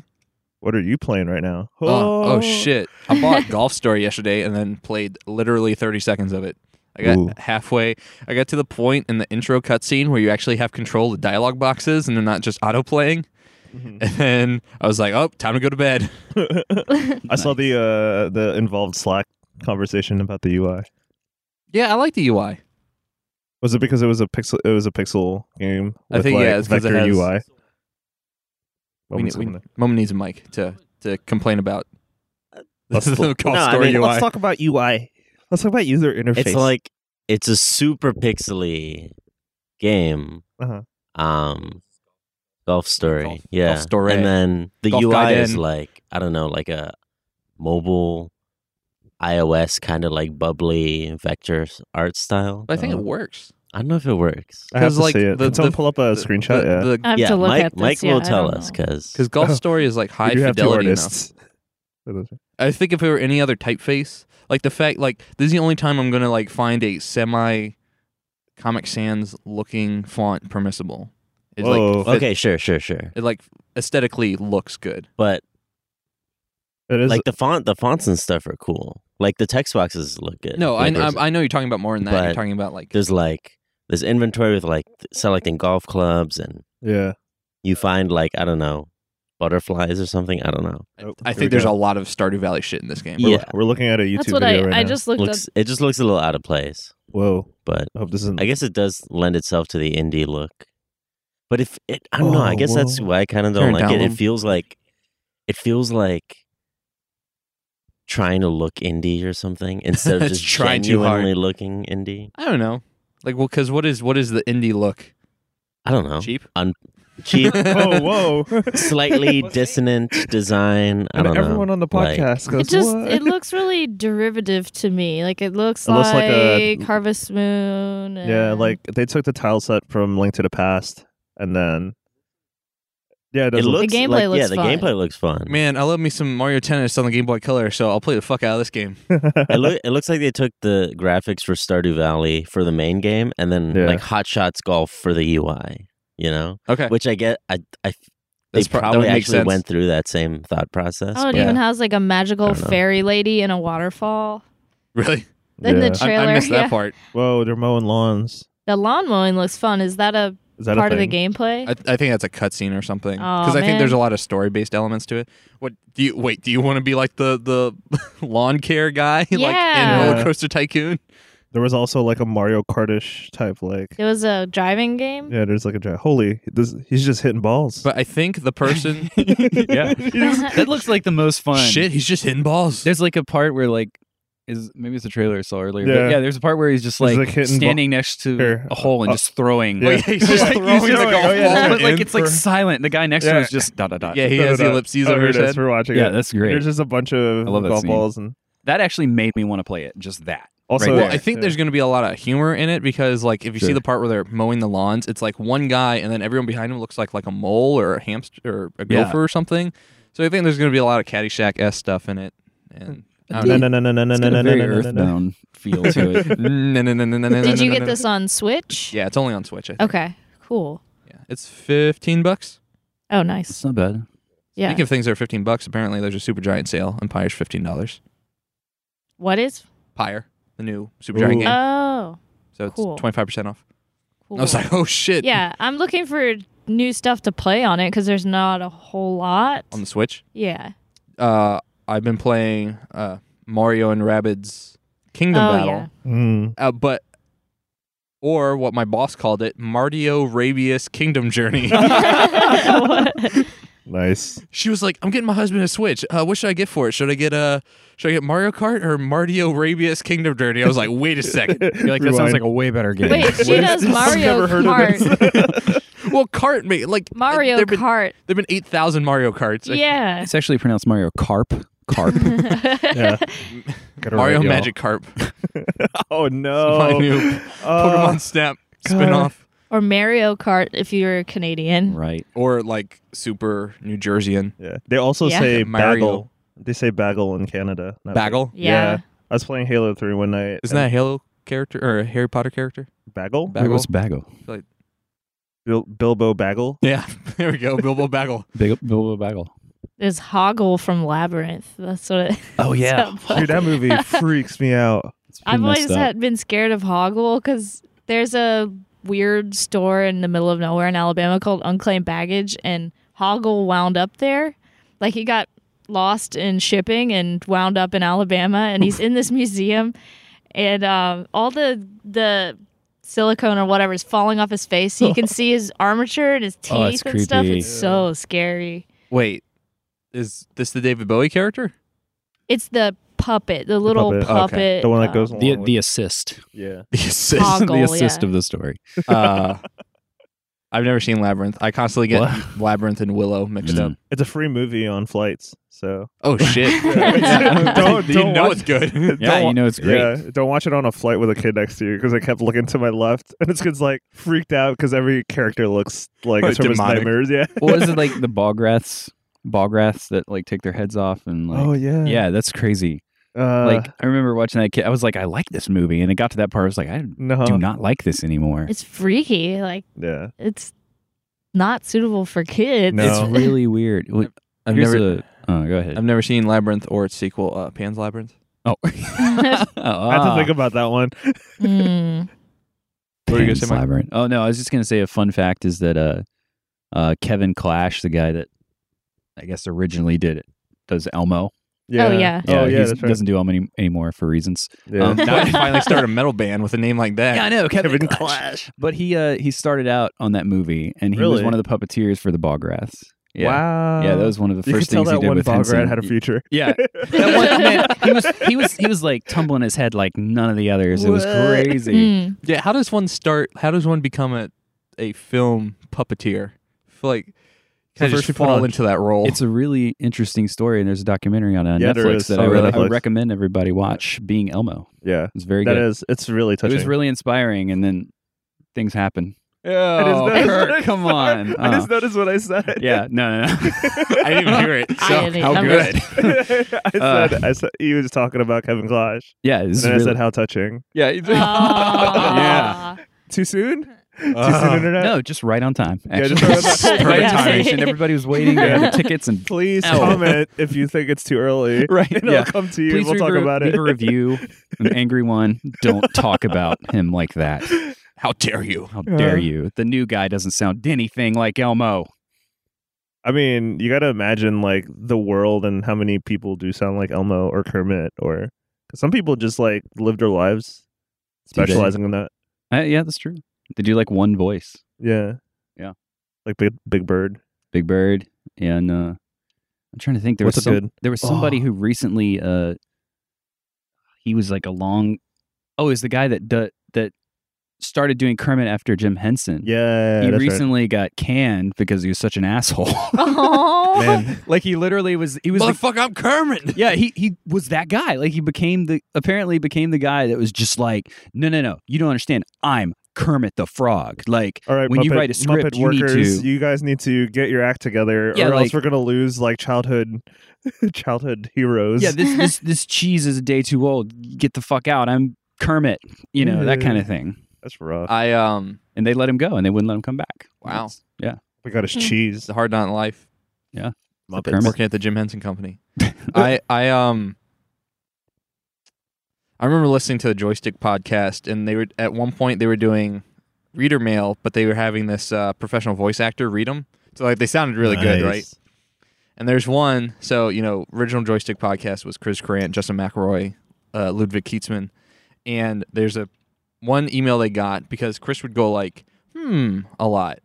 Speaker 3: what are you playing right now?
Speaker 1: Oh, oh shit! I bought Golf Story yesterday and then played literally 30 seconds of it. I got
Speaker 3: Ooh.
Speaker 1: halfway. I got to the point in the intro cutscene where you actually have control of the dialogue boxes and they're not just auto playing.
Speaker 3: Mhm.
Speaker 1: And then I was like, "Oh, time to go to bed."
Speaker 3: I saw the uh the involved Slack conversation about the UI.
Speaker 1: Yeah, I like the UI.
Speaker 3: Was it because it was a pixel? It was a pixel game.
Speaker 1: I
Speaker 3: With
Speaker 1: think,
Speaker 3: like,
Speaker 1: yeah, it's 'cause it
Speaker 3: vector
Speaker 1: has-
Speaker 3: UI.
Speaker 1: We need, we,
Speaker 3: Moment.
Speaker 1: Mom needs a mic to to complain about.
Speaker 3: Let's
Speaker 1: This is the
Speaker 3: look-
Speaker 1: Golf
Speaker 4: No, I
Speaker 1: Story
Speaker 4: mean,
Speaker 1: UI.
Speaker 3: Let's talk about UI. Let's talk about user interface.
Speaker 4: It's like it's a super pixely game.
Speaker 3: Uh-huh.
Speaker 4: Um, golf story,
Speaker 1: Golf-
Speaker 4: yeah.
Speaker 1: Golf Story.
Speaker 4: and then the
Speaker 1: Golf
Speaker 4: UI is
Speaker 1: Guiden.
Speaker 4: like I don't know, like a mobile iOS kind of like bubbly vector s- art style.
Speaker 1: But I think
Speaker 3: Uh-huh.
Speaker 4: Uh,
Speaker 1: it works.
Speaker 4: I don't know if it works.
Speaker 3: I have
Speaker 1: 'cause,
Speaker 3: to
Speaker 1: like,
Speaker 3: see it.
Speaker 1: the-
Speaker 3: Can someone
Speaker 1: the-
Speaker 3: pull up a screenshot? yeah.
Speaker 1: The,
Speaker 2: I have
Speaker 4: yeah,
Speaker 2: to look
Speaker 4: Mike,
Speaker 2: at this.
Speaker 4: Mike
Speaker 2: Yeah,
Speaker 4: will
Speaker 2: I
Speaker 4: tell
Speaker 2: don't
Speaker 4: us
Speaker 2: know.
Speaker 4: because
Speaker 1: because Golf Story is like high
Speaker 3: We do have two
Speaker 1: fidelity enough.
Speaker 3: artists.
Speaker 1: I think if it were any other typeface, like the fact, like this is the only time I'm gonna like find a semi Comic Sans looking font permissible. It's
Speaker 3: Whoa.
Speaker 1: like fit-
Speaker 4: okay, sure, sure, sure,
Speaker 1: It like aesthetically looks good.
Speaker 4: but
Speaker 3: It is
Speaker 4: like the font, the fonts and stuff are cool. Like the text boxes look good.
Speaker 1: No, I,
Speaker 4: Like,
Speaker 1: I
Speaker 4: there's-
Speaker 1: I know you're talking about more than that. you're
Speaker 4: But
Speaker 1: talking about like
Speaker 4: there's like there's inventory with like selecting golf clubs and
Speaker 3: yeah.
Speaker 4: you find like I don't know butterflies or something. I don't know.
Speaker 3: Oh,
Speaker 1: I
Speaker 3: here we
Speaker 1: think there's
Speaker 3: go.
Speaker 1: a lot of Stardew Valley shit in this game.
Speaker 3: We're,
Speaker 4: Yeah.
Speaker 3: we're looking at a YouTube
Speaker 2: That's what I,
Speaker 3: video right
Speaker 2: I
Speaker 3: now.
Speaker 2: just looked
Speaker 4: Looks it just looks a little out of place,
Speaker 3: Whoa!
Speaker 4: but
Speaker 3: I hope this isn't.
Speaker 4: I guess it does lend itself to the indie look. But if it, I don't know. I
Speaker 3: Oh,
Speaker 4: guess that's
Speaker 3: whoa.
Speaker 4: why I kind of
Speaker 1: Turn
Speaker 4: don't
Speaker 1: it
Speaker 4: like
Speaker 1: down
Speaker 4: it.
Speaker 1: a
Speaker 4: It
Speaker 1: little.
Speaker 4: feels like it feels like trying to look indie or something instead of
Speaker 1: It's
Speaker 4: just
Speaker 1: trying too hard.
Speaker 4: genuinely looking indie.
Speaker 1: I don't know. Like well, because what is what is the indie look?
Speaker 4: I don't know.
Speaker 1: Cheap.
Speaker 4: Cheap,
Speaker 3: oh, whoa!
Speaker 4: slightly dissonant design. I
Speaker 3: And
Speaker 4: don't
Speaker 3: everyone
Speaker 4: know.
Speaker 3: on the
Speaker 4: Like,
Speaker 3: podcast
Speaker 2: up.
Speaker 3: goes.
Speaker 2: It just
Speaker 3: what?
Speaker 2: it looks really derivative to me. Like it looks,
Speaker 3: It looks like a-
Speaker 2: like Harvest Moon.
Speaker 3: yeah,
Speaker 2: and-
Speaker 3: like they took the tile set from Link to the Past, and then yeah, it,
Speaker 4: it
Speaker 3: does look-
Speaker 4: looks
Speaker 2: gameplay
Speaker 4: like, yeah,
Speaker 2: looks
Speaker 4: the
Speaker 2: fun.
Speaker 4: gameplay looks fun.
Speaker 1: Man, I love me some Mario Tennis on the Game Boy Color, so I'll play the fuck out of this game.
Speaker 4: it, look, it looks like they took the graphics for Stardew Valley for the main game, and then
Speaker 3: Yeah.
Speaker 4: like Hot Shots Golf for the UI. You know,
Speaker 1: Okay,
Speaker 4: which I get. I, I they
Speaker 1: That's pro- that would
Speaker 4: probably
Speaker 1: make
Speaker 4: actually
Speaker 1: sense.
Speaker 4: went through that same thought process.
Speaker 2: Oh, it
Speaker 4: but-
Speaker 2: even has like a magical
Speaker 4: don't know.
Speaker 2: fairy lady in a waterfall.
Speaker 1: really?
Speaker 2: Then the
Speaker 3: Yeah.
Speaker 1: I-
Speaker 2: trailer,
Speaker 1: I, missed that
Speaker 2: yeah.
Speaker 1: part.
Speaker 3: whoa, they're mowing lawns.
Speaker 2: The lawn mowing looks fun. Is that a
Speaker 3: Is that a
Speaker 2: part of the
Speaker 3: thing?
Speaker 2: gameplay?
Speaker 1: I, I think that's a cutscene or something
Speaker 2: Aw,
Speaker 1: because I think
Speaker 2: man.
Speaker 1: there's a lot of story based elements to it. What do you wait? Do you want to be like the the lawn care guy, like in
Speaker 2: Yeah.
Speaker 1: Roller Coaster Tycoon?
Speaker 3: There was also like a Mario Kartish type, like
Speaker 2: it was a driving game.
Speaker 3: yeah, there's like a giant. Holy, this, he's just hitting balls.
Speaker 1: But I think the person
Speaker 5: yeah, that looks like the most fun.
Speaker 1: shit, he's just hitting balls.
Speaker 5: There's like a part where like is maybe it's a trailer I saw earlier.
Speaker 3: Yeah.
Speaker 5: But yeah, there's a part where he's just
Speaker 3: He's,
Speaker 5: like,
Speaker 3: like, hitting
Speaker 5: standing next to
Speaker 3: Here.
Speaker 5: a hole and
Speaker 3: Oh.
Speaker 5: just throwing.
Speaker 3: Yeah.
Speaker 1: Wait, he's just
Speaker 3: He's
Speaker 1: throwing the
Speaker 3: throwing-
Speaker 1: golf
Speaker 3: oh, yeah,
Speaker 1: ball.
Speaker 5: but like
Speaker 3: in
Speaker 5: it's like
Speaker 3: for-
Speaker 5: silent. The guy next to
Speaker 3: Yeah.
Speaker 5: him is just dot dot dot.
Speaker 1: Yeah, he has
Speaker 3: Da-da-da.
Speaker 1: ellipses
Speaker 3: Oh,
Speaker 1: over
Speaker 3: here
Speaker 1: his
Speaker 3: it is.
Speaker 1: head.
Speaker 3: We're watching
Speaker 5: yeah,
Speaker 3: it.
Speaker 5: that's great.
Speaker 3: There's just a bunch of
Speaker 5: I love that
Speaker 3: golf
Speaker 5: scene.
Speaker 3: balls and
Speaker 5: That actually made me want to play it. Just that.
Speaker 3: also.
Speaker 5: Right
Speaker 1: Well,
Speaker 5: there.
Speaker 1: I think there's going to be a lot of humor in it because, like, if you see
Speaker 5: Sure.
Speaker 1: the part where they're mowing the lawns, it's like one guy and then everyone behind him looks like like a mole or a hamster or a
Speaker 5: Yeah.
Speaker 1: gopher or something. So I think there's going to be a lot of Caddyshack s stuff in it. And I don't
Speaker 5: Did-
Speaker 1: know.
Speaker 3: no no no no no no no
Speaker 5: It's got
Speaker 3: no
Speaker 5: a very
Speaker 3: no no no.
Speaker 5: earthbound feel to it.
Speaker 1: Did
Speaker 2: Did you get this on Switch?
Speaker 1: Yeah, it's only on Switch. I think.
Speaker 2: Okay. Cool.
Speaker 1: Yeah. It's 15 bucks.
Speaker 2: Oh, nice.
Speaker 5: It's not bad.
Speaker 2: Yeah.
Speaker 1: Speaking of things that are 15 bucks, apparently there's a super giant sale and Pyre's $15.
Speaker 2: What is?
Speaker 1: Pyre, the new Super Dragon
Speaker 3: Ooh.
Speaker 1: game.
Speaker 2: Oh,
Speaker 1: so it's
Speaker 2: cool.
Speaker 1: 25% off.
Speaker 2: cool.
Speaker 1: I was like, oh shit.
Speaker 2: yeah, I'm looking for new stuff to play on it because there's not a whole lot.
Speaker 1: On the Switch.
Speaker 2: Yeah.
Speaker 1: Uh, I've been playing uh, Mario and Rabbids Kingdom
Speaker 2: oh
Speaker 1: Battle.
Speaker 2: yeah.
Speaker 3: Mm.
Speaker 1: Uh, but or what my boss called it, Mario Rabius Kingdom Journey.
Speaker 3: Nice.
Speaker 1: she was like, "I'm getting my husband a Switch. Uh, what should I get for it? Should I get a should I get Mario Kart or Mario Rabius Kingdom Journey?" I was like, "Wait a second.
Speaker 5: You're like, that sounds
Speaker 3: Rewind.
Speaker 5: like a way better game.
Speaker 2: Wait, she does Mario
Speaker 3: never heard of
Speaker 2: Kart.
Speaker 1: well, cart me like
Speaker 2: Mario
Speaker 1: There've been,
Speaker 2: Kart.
Speaker 1: there've been eight thousand Mario Karts.
Speaker 2: Yeah.
Speaker 5: It's actually pronounced Mario Carp. Carp.
Speaker 3: Yeah. Get it
Speaker 1: Mario
Speaker 3: right, y'all.
Speaker 1: Magic Carp,
Speaker 3: Oh no.
Speaker 1: my new
Speaker 3: Oh,
Speaker 2: Uh,
Speaker 1: Pokemon Snap spinoff,
Speaker 2: or Mario Kart if you're Canadian.
Speaker 5: right.
Speaker 1: or like Super New Jerseyan
Speaker 3: Yeah. They also
Speaker 2: Yeah.
Speaker 3: say
Speaker 1: Mario.
Speaker 3: bagel. They say bagel in Canada. not
Speaker 1: Bagel.
Speaker 2: Yeah.
Speaker 3: I was playing Halo 3 one night.
Speaker 1: Isn't that a Halo character or a Harry Potter character?
Speaker 3: and- Bagel?
Speaker 5: Wait,
Speaker 1: Bagel.
Speaker 5: what's Bagel?
Speaker 3: Bil- Bilbo Bagel?
Speaker 1: Yeah, there we go. Bilbo Bagel.
Speaker 5: Big, Bilbo Bagel.
Speaker 2: There's Hoggle from Labyrinth. That's what it
Speaker 5: Oh, yeah.
Speaker 2: It's
Speaker 3: Dude, that movie freaks me out.
Speaker 5: It's pretty
Speaker 2: I've always
Speaker 5: messed up.
Speaker 2: had been scared of Hoggle because there's a weird store in the middle of nowhere in Alabama called Unclaimed Baggage, and Hoggle wound up there. Like he got lost in shipping and wound up in Alabama, and he's in this museum, and um, all the the silicone or whatever is falling off his face. So you can see his armature and his teeth
Speaker 5: Oh,
Speaker 2: and
Speaker 5: that's
Speaker 2: stuff.
Speaker 5: creepy.
Speaker 2: It's so scary.
Speaker 1: Wait, is this the David Bowie character?
Speaker 2: It's the puppet, the little
Speaker 3: puppet.
Speaker 2: puppet.
Speaker 1: Okay.
Speaker 3: The one that goes
Speaker 2: um,
Speaker 3: along
Speaker 5: the,
Speaker 3: with-
Speaker 5: the assist.
Speaker 3: yeah.
Speaker 1: The assist.
Speaker 2: Hoggle,
Speaker 5: the assist
Speaker 2: yeah.
Speaker 5: of the story.
Speaker 1: Uh, I've never seen Labyrinth. I constantly get
Speaker 5: What?
Speaker 1: Labyrinth and Willow mixed up.
Speaker 5: Mm.
Speaker 3: It's a free movie on flights, so
Speaker 1: Oh shit!
Speaker 2: Yeah.
Speaker 3: Don't-
Speaker 1: you
Speaker 3: don't
Speaker 1: know
Speaker 3: watch-
Speaker 1: it's good.
Speaker 5: Yeah,
Speaker 3: Don't-
Speaker 5: you know it's great.
Speaker 3: yeah. Don't watch it on a flight with a kid next to you because I kept looking to my left, and this kid's like freaked out because every character looks like it's from his
Speaker 1: Demonic.
Speaker 3: nightmares. Yeah.
Speaker 5: What was it like the Bograts? Bograts that like take their heads off and like
Speaker 3: oh yeah.
Speaker 5: yeah, that's crazy.
Speaker 3: Uh,
Speaker 5: like I remember watching that kid. I was like, I like this movie, and it got to that part. I was like, I
Speaker 3: no.
Speaker 5: do not like this anymore.
Speaker 2: It's freaky. Like
Speaker 3: Yeah.
Speaker 2: it's not suitable for kids.
Speaker 3: No.
Speaker 5: It's really weird. Wait,
Speaker 1: I've
Speaker 5: here's
Speaker 1: never,
Speaker 5: a- oh, go ahead.
Speaker 1: I've never seen Labyrinth or its sequel, uh, Pan's Labyrinth.
Speaker 5: oh, ah,
Speaker 3: I had to think about that one.
Speaker 2: Mm.
Speaker 1: What were you gonna
Speaker 5: Pan's
Speaker 1: say, Mike?
Speaker 5: Labyrinth. Oh no, I was just gonna say a fun fact is that uh, uh, Kevin Clash, the guy that I guess originally did it, does Elmo. Uh,
Speaker 3: Yeah.
Speaker 2: yeah.
Speaker 3: Oh yeah.
Speaker 5: he's-
Speaker 3: That's right.
Speaker 5: doesn't do Elmo any, anymore for reasons.
Speaker 3: yeah.
Speaker 5: um,
Speaker 1: Now I can finally start a metal band with a name like that.
Speaker 5: Yeah, I know Kevin,
Speaker 3: Kevin
Speaker 5: Clash. But he uh, he started out on that movie, and he was
Speaker 3: Really?
Speaker 5: one of the puppeteers for the Bograts. Yeah.
Speaker 3: Wow.
Speaker 5: Yeah, that was one of the
Speaker 3: You could
Speaker 5: first
Speaker 3: tell
Speaker 5: things he
Speaker 3: that
Speaker 5: did
Speaker 3: one
Speaker 5: with Henson.
Speaker 3: Bograt had a future.
Speaker 5: Yeah, that one, man, he was he was he was like tumbling his head like none of the others. It was
Speaker 3: What? Hmm.
Speaker 5: crazy.
Speaker 2: Mm.
Speaker 1: Yeah, how does one start? How does one become a a film puppeteer? I feel like
Speaker 3: So
Speaker 1: kind of
Speaker 3: first you
Speaker 1: just
Speaker 3: put
Speaker 1: fall
Speaker 3: on-
Speaker 1: into that role.
Speaker 5: It's a really interesting story, and there's a documentary on uh,
Speaker 3: Yeah, there
Speaker 5: Netflix
Speaker 3: is.
Speaker 5: that
Speaker 1: Oh,
Speaker 5: I, would,
Speaker 1: really?
Speaker 5: I would recommend everybody watch. Being Elmo,
Speaker 3: Yeah.
Speaker 5: it's very
Speaker 3: That
Speaker 5: good.
Speaker 3: is. It's really
Speaker 5: it
Speaker 3: touching.
Speaker 5: was really inspiring, and then things happen.
Speaker 3: I just
Speaker 5: Oh,
Speaker 3: noticed
Speaker 5: Kirk,
Speaker 3: what I
Speaker 5: come
Speaker 3: said.
Speaker 5: on!
Speaker 3: I just
Speaker 5: Uh,
Speaker 3: noticed what I said.
Speaker 5: yeah, no, no, no.
Speaker 1: I didn't even hear it.
Speaker 2: I
Speaker 1: So
Speaker 2: didn't
Speaker 1: how
Speaker 2: either.
Speaker 1: good?
Speaker 3: I said, I said, he was talking about Kevin Clash.
Speaker 5: yeah, Uh, this
Speaker 3: And
Speaker 5: is
Speaker 3: then I
Speaker 5: really-
Speaker 3: said, how touching.
Speaker 1: Yeah. you did.
Speaker 2: Aw.
Speaker 3: Too soon? Too soon,
Speaker 1: Uh,
Speaker 3: internet?
Speaker 5: no, just right on time.
Speaker 3: Yeah, just
Speaker 5: actually.
Speaker 3: right on time.
Speaker 5: Perfect
Speaker 2: Yeah.
Speaker 5: timing. Everybody was waiting. They had the tickets and
Speaker 3: Please
Speaker 5: Ow.
Speaker 3: comment if you think it's too early.
Speaker 5: right.
Speaker 3: And
Speaker 5: yeah.
Speaker 3: I'll come to you.
Speaker 5: Please
Speaker 3: we'll
Speaker 5: leave
Speaker 3: talk
Speaker 5: a,
Speaker 3: about
Speaker 5: leave
Speaker 3: it.
Speaker 5: a review. An angry one. Don't talk about him like that.
Speaker 1: How dare you?
Speaker 5: How
Speaker 3: Yeah.
Speaker 5: dare you? The new guy doesn't sound anything like Elmo.
Speaker 3: I mean, you got to imagine like the world and how many people do sound like Elmo or Kermit or 'cause some people just like live their lives
Speaker 5: they?
Speaker 3: specializing in that.
Speaker 5: Uh, yeah, that's true. They do like one voice.
Speaker 3: Yeah.
Speaker 5: Yeah.
Speaker 3: Like Big, Big Bird.
Speaker 5: Big Bird and uh, I'm trying to think. There was
Speaker 3: What's a
Speaker 5: some,
Speaker 3: good-
Speaker 5: there was somebody
Speaker 3: Oh.
Speaker 5: who recently uh, he was like a long. Oh, is the guy that do, that started doing Kermit after Jim Henson.
Speaker 3: Yeah.
Speaker 5: he
Speaker 3: that's right.
Speaker 5: recently got canned because he was such an asshole.
Speaker 2: Aw.
Speaker 5: like he literally was he was the-
Speaker 1: Motherfucker, I'm Kermit.
Speaker 5: yeah, he he was that guy. Like he became the apparently became the guy that was just like, no, no, no, you don't understand. I'm Kermit the Frog. Like
Speaker 3: All right,
Speaker 5: when
Speaker 3: Muppet,
Speaker 5: you write a script,
Speaker 3: Muppet
Speaker 5: you need
Speaker 3: workers,
Speaker 5: to-
Speaker 3: you guys need to get your act together,
Speaker 5: Yeah,
Speaker 3: or
Speaker 5: like-
Speaker 3: else we're gonna lose like childhood, childhood heroes.
Speaker 5: yeah, this this this cheese is a day too old. Get the fuck out. I'm Kermit. You know that kind of thing.
Speaker 3: that's rough.
Speaker 1: I um,
Speaker 5: And they let him go, and they wouldn't let him come back.
Speaker 1: Wow.
Speaker 5: yeah.
Speaker 3: we got
Speaker 2: Hmm.
Speaker 3: his cheese.
Speaker 1: it's a hard not in life.
Speaker 5: Kermit.
Speaker 1: Working at the Jim Henson Company. I I um, I remember listening to the Joystick podcast, and they were at one point they were doing reader mail, but they were having this uh, professional voice actor read them. So like they sounded really good, right?
Speaker 3: Nice.
Speaker 1: And there's one. So you know, original joystick podcast was Chris Grant, Justin McElroy, uh, Ludwig Kietzmann, and there's a one email they got because Chris would go like, "Hmm," a lot,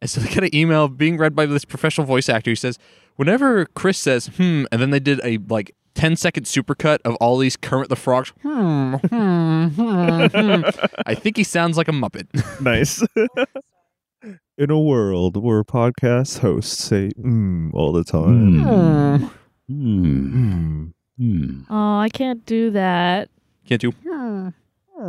Speaker 1: and so they got an email being read by this professional voice actor who says, "Whenever Chris says hmm," and then they did a like 10 second supercut of all these Kermit the Frogs. Hmm, hmm, hmm, hmm. I think he sounds like a Muppet.
Speaker 3: Nice. In a world where podcast hosts say "mm" all the time,
Speaker 2: Hmm.
Speaker 5: Mm.
Speaker 3: Mm.
Speaker 5: Mm. Mm.
Speaker 2: Oh, I can't do that.
Speaker 1: Can't do.
Speaker 3: Hmm.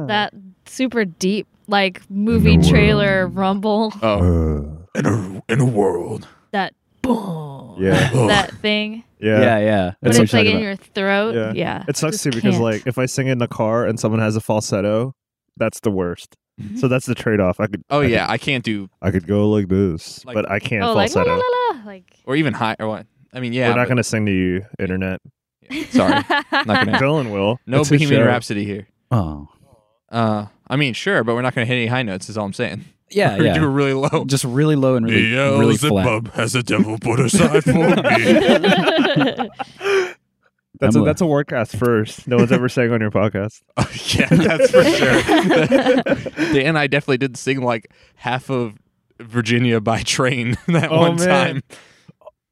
Speaker 2: That super deep, like movie
Speaker 3: No.
Speaker 2: trailer rumble.
Speaker 1: Oh,
Speaker 3: Uh,
Speaker 1: in a in a world.
Speaker 2: That boom.
Speaker 3: yeah,
Speaker 2: that thing.
Speaker 3: yeah.
Speaker 5: Yeah, yeah.
Speaker 2: But
Speaker 5: That's what
Speaker 2: it's
Speaker 5: I'm
Speaker 2: like
Speaker 5: talking
Speaker 2: in
Speaker 5: about.
Speaker 2: your throat.
Speaker 3: Yeah.
Speaker 2: Yeah.
Speaker 3: It sucks
Speaker 2: Just
Speaker 3: too because
Speaker 2: can't.
Speaker 3: like if I sing in the car and someone has a falsetto, that's the worst.
Speaker 5: Mm-hmm.
Speaker 3: So that's the trade off. I could
Speaker 1: Oh
Speaker 3: I could-
Speaker 1: yeah, I can't do
Speaker 3: I could go like this,
Speaker 1: Like-
Speaker 3: but I can't
Speaker 2: oh, like la
Speaker 3: falsetto.
Speaker 2: la la la. Like
Speaker 1: or even high or what? I mean, yeah.
Speaker 3: We're not
Speaker 1: but-
Speaker 3: going to sing to you, internet.
Speaker 1: Sorry, not gonna-
Speaker 3: Dylan will.
Speaker 1: no
Speaker 3: That's his
Speaker 1: Bohemian
Speaker 3: show.
Speaker 1: Rhapsody here.
Speaker 5: Oh.
Speaker 1: Uh, I mean, sure, but we're not going to hit any high notes. Is all I'm saying.
Speaker 5: Yeah,
Speaker 1: we're
Speaker 5: yeah.
Speaker 1: doing really low. uh,
Speaker 5: Just really low and really, really flat.
Speaker 1: has a devil put aside for
Speaker 3: That's a,
Speaker 5: I'm a-
Speaker 3: that's a wordcast first. No one's ever sang on your podcast.
Speaker 1: yeah, that's for sure. Dan and I definitely did sing like half of Virginia by train that
Speaker 3: Oh,
Speaker 1: one
Speaker 3: man.
Speaker 1: time.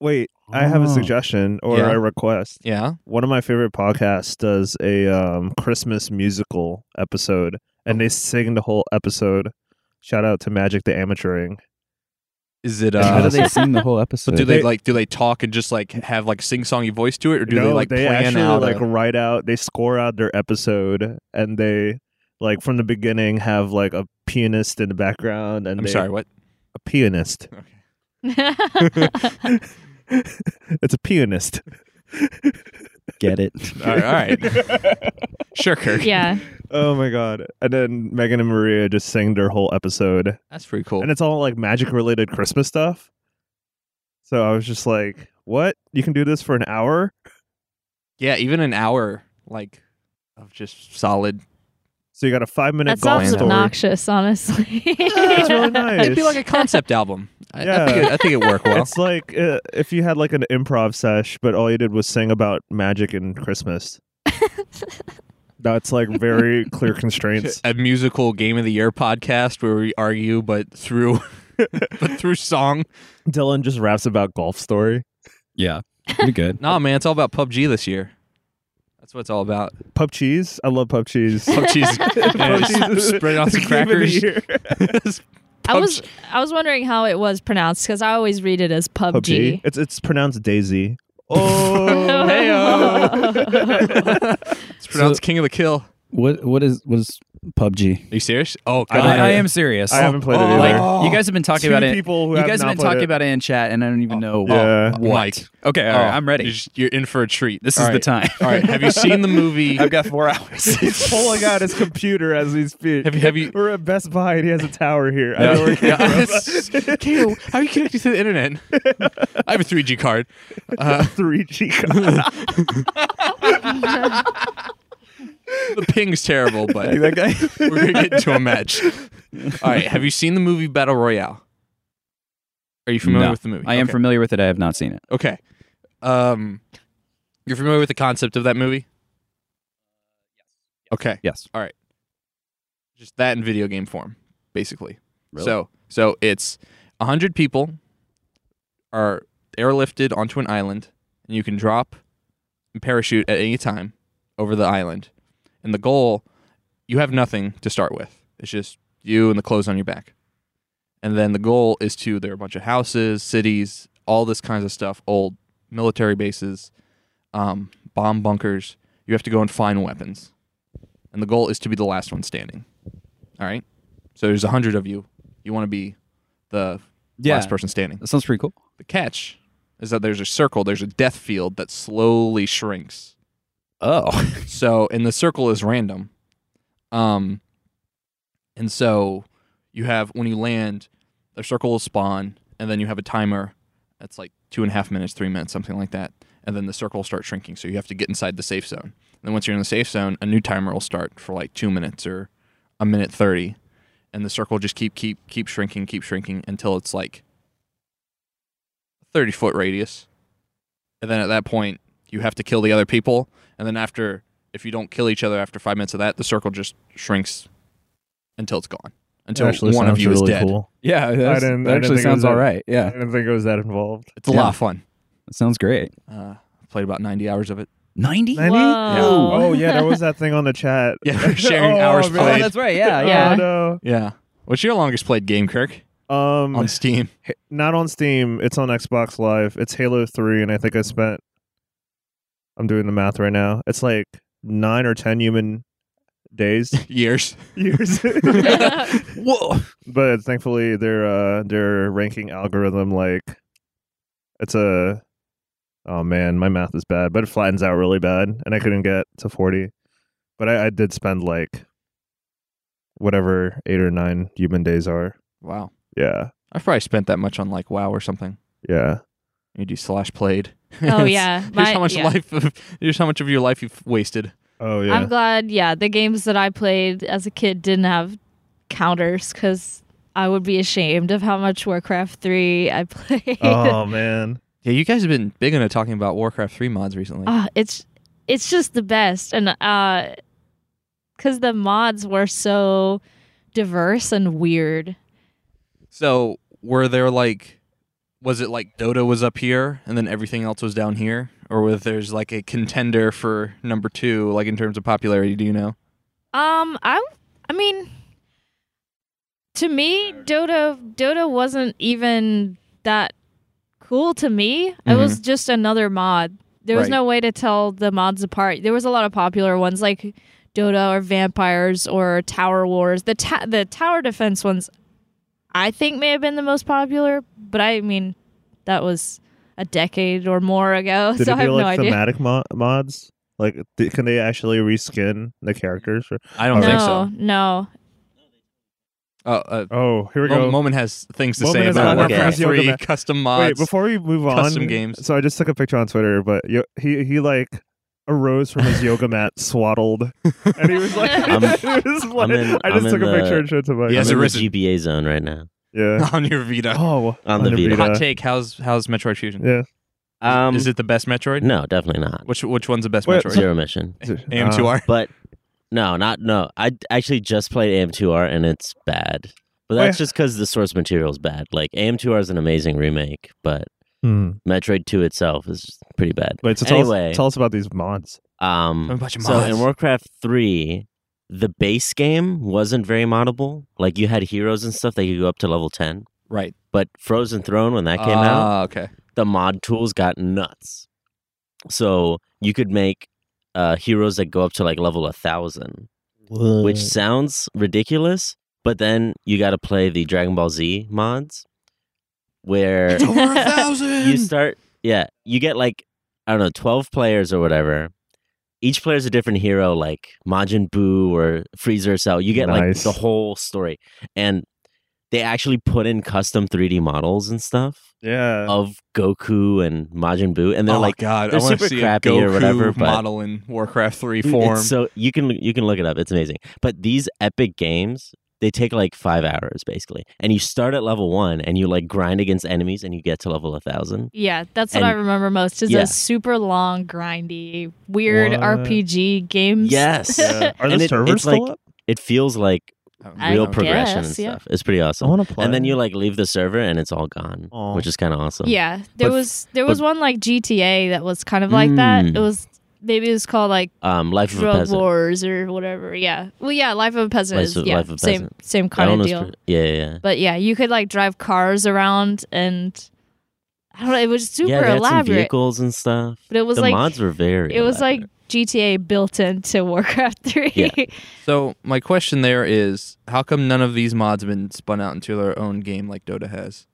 Speaker 3: Wait, I have a
Speaker 5: Oh.
Speaker 3: suggestion or
Speaker 1: Yeah.
Speaker 3: a request.
Speaker 1: Yeah.
Speaker 3: One of my favorite podcasts does a um, Christmas musical episode, and they sing the whole episode. Shout out to Magic the Amateuring.
Speaker 1: Is it?
Speaker 5: How do
Speaker 1: Uh,
Speaker 5: they sing the whole episode?
Speaker 1: do
Speaker 3: they-
Speaker 1: they like? Do they talk and just like have like sing songy voice to it, or do they like plan
Speaker 3: actually,
Speaker 1: out?
Speaker 3: like
Speaker 1: a-
Speaker 3: write out they score out their episode and they like from the beginning have like a pianist in the background and
Speaker 1: I'm
Speaker 3: they-
Speaker 1: sorry. What?
Speaker 3: a pianist
Speaker 1: Okay.
Speaker 3: it's a pianist
Speaker 5: get it?
Speaker 1: All right. All right. sure, Kirk.
Speaker 2: yeah.
Speaker 3: oh my god and then megan and maria just sang their whole episode
Speaker 1: That's pretty cool.
Speaker 3: and it's all like magic related christmas stuff so i was just like what you can do this for an hour
Speaker 1: Yeah, even an hour like of just solid.
Speaker 3: so you got a five minute
Speaker 2: That
Speaker 3: golf
Speaker 2: sounds
Speaker 1: Gone.
Speaker 3: story
Speaker 2: obnoxious, honestly.
Speaker 3: it's really nice
Speaker 1: It'd be like a concept album. I, I think
Speaker 3: Yeah.
Speaker 1: it, I think it worked well.
Speaker 3: It's like uh, if you had like an improv sesh, but all you did was sing about magic and Christmas. That's like very clear constraints.
Speaker 1: a musical game of the year podcast where we argue, but through but through song.
Speaker 3: Dylan just raps about golf story.
Speaker 5: Yeah. Pretty good.
Speaker 1: Nah, man, it's all about PUBG this year. That's what it's all about.
Speaker 3: Pub cheese. I love pub cheese.
Speaker 1: PUBG's man, just spread on some crackers.
Speaker 2: I was I was wondering how it was pronounced because I always read it as PUBG.
Speaker 3: It's it's pronounced Daisy. Oh,
Speaker 2: heyo.
Speaker 1: It's pronounced King of the Kill. Are
Speaker 5: What what is what is PUBG?
Speaker 1: you serious? Oh,
Speaker 3: I don't
Speaker 5: I,
Speaker 1: God.
Speaker 3: know.
Speaker 5: I am serious.
Speaker 3: I haven't played it
Speaker 1: Oh,
Speaker 3: either.
Speaker 5: Like,
Speaker 1: Oh.
Speaker 5: you guys have been
Speaker 3: Two
Speaker 5: talking about it.
Speaker 3: people who
Speaker 5: You
Speaker 3: have
Speaker 5: guys
Speaker 3: not
Speaker 5: have been
Speaker 3: played
Speaker 5: talking
Speaker 3: it.
Speaker 5: about it in chat, and I don't even know.
Speaker 3: Yeah.
Speaker 5: what.
Speaker 1: Mike.
Speaker 5: Okay, all
Speaker 1: Oh,
Speaker 5: right, I'm
Speaker 1: You're,
Speaker 5: ready.
Speaker 1: just- you're in for a treat.
Speaker 5: This is
Speaker 1: All
Speaker 5: the
Speaker 1: right.
Speaker 5: time.
Speaker 1: All right. Have you seen the movie?
Speaker 5: I've got four hours.
Speaker 3: He's pulling out his computer as we speak.
Speaker 1: Have you- have you-
Speaker 3: We're at Best Buy and he has a tower here. I
Speaker 1: Yeah.
Speaker 3: know where he
Speaker 1: Yeah.
Speaker 3: came
Speaker 1: It's- Kale, how are you connected to the internet? I have a 3G card. Uh,
Speaker 3: from. 3G.
Speaker 1: the ping's terrible, but
Speaker 5: that guy.
Speaker 1: we're going to get into a match. All right. Have you seen the movie Battle Royale? Are you familiar
Speaker 5: No.
Speaker 1: with the movie?
Speaker 5: I am
Speaker 1: Okay.
Speaker 5: familiar with it. I have not seen it.
Speaker 1: Okay. Um, you're familiar with the concept of that movie? Okay.
Speaker 5: Yes.
Speaker 1: Just that in video game form, basically.
Speaker 5: Really?
Speaker 1: So so it's a hundred people are airlifted onto an island, and you can drop and parachute at any time over the island. And the goal, you have nothing to start with. It's just you and the clothes on your back. And then the goal is to there are a bunch of houses, cities, all this kinds of stuff, old military bases, um, bomb bunkers. You have to go and find weapons. And the goal is to be the last one standing. All right. So there's a hundred of you. You want to be the
Speaker 5: yeah,
Speaker 1: last person standing.
Speaker 5: that sounds pretty cool.
Speaker 1: The catch is that there's a circle, there's a death field that slowly shrinks.
Speaker 5: Oh,
Speaker 1: So, and the circle is random. Um, and so you have, when you land, the circle will spawn, and then you have a timer that's like two and a half minutes, three minutes, something like that. and then the circle will start shrinking. So you have to get inside the safe zone. And then once you're in the safe zone, a new timer will start for like two minutes or a minute thirty, and the circle will just keep keep keep shrinking, keep shrinking until it's like thirty foot radius, and then at that point you have to kill the other people. And then after, if you don't kill each other after five minutes of that, the circle just shrinks until it's gone. Until
Speaker 3: Actually
Speaker 1: one of
Speaker 3: sounds
Speaker 1: you is
Speaker 3: really
Speaker 1: dead.
Speaker 3: cool.
Speaker 5: Yeah, that's-
Speaker 3: didn't- I
Speaker 5: that
Speaker 3: didn't
Speaker 5: actually
Speaker 3: think it was
Speaker 5: sounds all
Speaker 3: that-
Speaker 5: right.
Speaker 3: I
Speaker 5: Yeah,
Speaker 3: didn't think it was that involved.
Speaker 1: It's a
Speaker 5: Yeah.
Speaker 1: lot of fun.
Speaker 5: that sounds great.
Speaker 1: Uh, played about 90 hours of it.
Speaker 5: Ninety.
Speaker 3: Ninety?
Speaker 2: Whoa.
Speaker 3: Oh yeah, there was that thing on the chat. Oh,
Speaker 1: Yeah, we're sharing hours
Speaker 3: man.
Speaker 1: played.
Speaker 5: oh, that's right. Yeah,
Speaker 2: Yeah.
Speaker 3: Oh, no.
Speaker 1: Yeah. What's your longest played game, Kirk?
Speaker 3: Um,
Speaker 1: On Steam.
Speaker 3: not on Steam. It's on Xbox Live. It's Halo Three, and I think I spent. I'm doing the math right now. It's like nine or ten human days,
Speaker 1: Years.
Speaker 3: years.
Speaker 5: Whoa.
Speaker 3: but thankfully, their uh, their ranking algorithm like it's a. Oh man, my math is bad, but it flattens out really bad, and I couldn't get to forty. But I, I did spend like whatever eight or nine human days are.
Speaker 1: Wow.
Speaker 3: Yeah,
Speaker 1: I've probably spent that much on like WoW or something.
Speaker 3: yeah.
Speaker 1: You do slash played.
Speaker 2: Oh
Speaker 1: It's-
Speaker 2: yeah.
Speaker 1: Here's
Speaker 2: My-
Speaker 1: how much
Speaker 2: yeah.
Speaker 1: life. Of, here's how much of your life you've wasted.
Speaker 3: Oh
Speaker 2: I'm glad. Yeah, the games that I played as a kid didn't have counters because I would be ashamed of how much Warcraft three I played.
Speaker 3: oh man.
Speaker 1: Yeah, you guys have been big into talking about Warcraft three mods recently.
Speaker 2: Ah, it's it's just the best, and uh, because the mods were so diverse and weird.
Speaker 1: so were there like, was it like Dota was up here and then everything else was down here, or was there's like a contender for number two, like in terms of popularity? Do you know?
Speaker 2: Um, I I mean, to me, Dota Dota wasn't even that cool to me. It was just another mod. There was
Speaker 1: Mm-hmm. Right.
Speaker 2: no way to tell the mods apart. There was a lot of popular ones like Dota or Vampires or Tower Wars. The ta- the tower defense ones, I think, may have been the most popular. But I mean, that was a decade or more ago,
Speaker 3: Did
Speaker 2: so
Speaker 3: it
Speaker 2: I
Speaker 3: do
Speaker 2: have no
Speaker 3: like
Speaker 2: idea.
Speaker 3: thematic mo- mods? Like, th- can they actually reskin the characters? Or-
Speaker 1: I don't
Speaker 2: no,
Speaker 1: think so.
Speaker 2: no,
Speaker 1: Oh, uh,
Speaker 3: oh, here we
Speaker 1: Mo-
Speaker 3: go.
Speaker 1: Moment has things to
Speaker 3: Moment
Speaker 1: say
Speaker 3: has
Speaker 1: about
Speaker 4: content.
Speaker 1: Warcraft
Speaker 3: Okay.
Speaker 1: 3
Speaker 3: Okay.
Speaker 1: custom mods.
Speaker 3: Wait, before we move on,
Speaker 1: custom games.
Speaker 3: So I just took a picture on Twitter, but yo- he he like arose from his yoga mat, swaddled, and he was like,
Speaker 4: I'm-
Speaker 3: he was like-
Speaker 4: in-
Speaker 3: I just
Speaker 4: I'm
Speaker 3: took
Speaker 4: in
Speaker 3: a picture
Speaker 4: the-
Speaker 3: and showed it to Mike.
Speaker 1: He has
Speaker 4: I'm in
Speaker 1: arisen.
Speaker 4: the GBA zone right now.
Speaker 3: yeah.
Speaker 1: on your Vita.
Speaker 3: Oh,
Speaker 4: On the Vita.
Speaker 1: Hot take: How's how's Metroid Fusion?
Speaker 3: Yeah.
Speaker 4: Um,
Speaker 1: Is it the best Metroid?
Speaker 4: No, definitely not.
Speaker 1: Which which one's the best
Speaker 3: Wait,
Speaker 1: Metroid?
Speaker 4: Zero mission.
Speaker 3: Uh,
Speaker 1: AM2R.
Speaker 4: But no, not no. I d- actually just played AM2R and it's bad. But
Speaker 3: Oh,
Speaker 4: that's just because the source material is bad. Like AM2R is an amazing remake, but
Speaker 3: Hmm.
Speaker 4: Metroid 2 itself is just pretty bad.
Speaker 3: Wait, so tell,
Speaker 4: anyway,
Speaker 3: us, tell us about these mods.
Speaker 4: um,
Speaker 1: A bunch of
Speaker 4: so
Speaker 1: mods.
Speaker 4: in Warcraft 3, the base game wasn't very moddable. Like you had heroes and stuff that you go up to level 10.
Speaker 1: right.
Speaker 4: But Frozen Throne, when that came out,
Speaker 1: Ah, okay.
Speaker 4: the mod tools got nuts. So you could make uh, heroes that go up to like level a thousand, which
Speaker 3: Mm.
Speaker 4: sounds ridiculous, but then you got to play the Dragon Ball Z mods, where
Speaker 2: over a
Speaker 4: you
Speaker 1: thousand.
Speaker 4: start, yeah, you get like I don't know, twelve players or whatever. Each player's a different hero, like Majin Buu or Freezer or Cell. You get
Speaker 3: Nice.
Speaker 4: like the whole story, and they actually put in custom 3D models and stuff
Speaker 3: Yeah.
Speaker 4: of Goku and Majin Buu, and they're
Speaker 1: oh
Speaker 4: like
Speaker 1: God,
Speaker 4: they're
Speaker 1: I want to
Speaker 4: super
Speaker 1: see
Speaker 4: crappy
Speaker 1: a Goku
Speaker 4: or whatever, but-
Speaker 1: model in Warcraft three
Speaker 4: it's
Speaker 1: form.
Speaker 4: So you can you can look it up. It's amazing. But these epic games, they take like five hours basically, and you start at level one and you like grind against enemies and you get to level a thousand.
Speaker 2: Yeah, that's what I
Speaker 4: And-
Speaker 2: remember most. Is
Speaker 4: yeah.
Speaker 2: those super long, grindy, weird
Speaker 3: What?
Speaker 2: RPG games.
Speaker 4: Yes,
Speaker 3: Yeah. Are
Speaker 4: And
Speaker 3: the
Speaker 4: it-
Speaker 3: servers
Speaker 4: it's
Speaker 3: still
Speaker 4: like-
Speaker 3: up?
Speaker 4: it feels like
Speaker 1: I don't
Speaker 2: I
Speaker 4: real
Speaker 1: know.
Speaker 4: progression
Speaker 2: guess,
Speaker 4: and
Speaker 2: yeah.
Speaker 4: stuff. It's pretty
Speaker 3: I
Speaker 4: awesome.
Speaker 3: want to play.
Speaker 4: And then you like leave the server and it's all gone,
Speaker 3: Aw.
Speaker 4: which is kind of awesome.
Speaker 2: Yeah, there
Speaker 4: But-
Speaker 2: was there was
Speaker 4: but-
Speaker 2: one like GTA that was kind of like that.
Speaker 4: Mm.
Speaker 2: It was maybe it was called like
Speaker 4: Um, life of a
Speaker 2: Drug
Speaker 4: peasant.
Speaker 2: Wars or whatever. Yeah. Well, yeah, Life of a Peasant
Speaker 4: Life
Speaker 2: is
Speaker 4: of-
Speaker 2: yeah,
Speaker 4: Life of a
Speaker 2: same
Speaker 4: Peasant.
Speaker 2: same
Speaker 4: That
Speaker 2: kind
Speaker 4: one
Speaker 2: of
Speaker 4: was
Speaker 2: deal.
Speaker 4: pre- yeah, yeah, yeah.
Speaker 2: But yeah, you could like drive cars around and I don't know. It was super
Speaker 4: yeah, they had some
Speaker 2: elaborate,
Speaker 4: vehicles and stuff.
Speaker 2: but it was
Speaker 4: the
Speaker 2: like
Speaker 4: mods were very.
Speaker 2: it was
Speaker 4: elaborate.
Speaker 2: like GTA built into Warcraft Three.
Speaker 4: Yeah.
Speaker 1: So my question there is, how come none of these mods have been spun out into their own game like Dota has?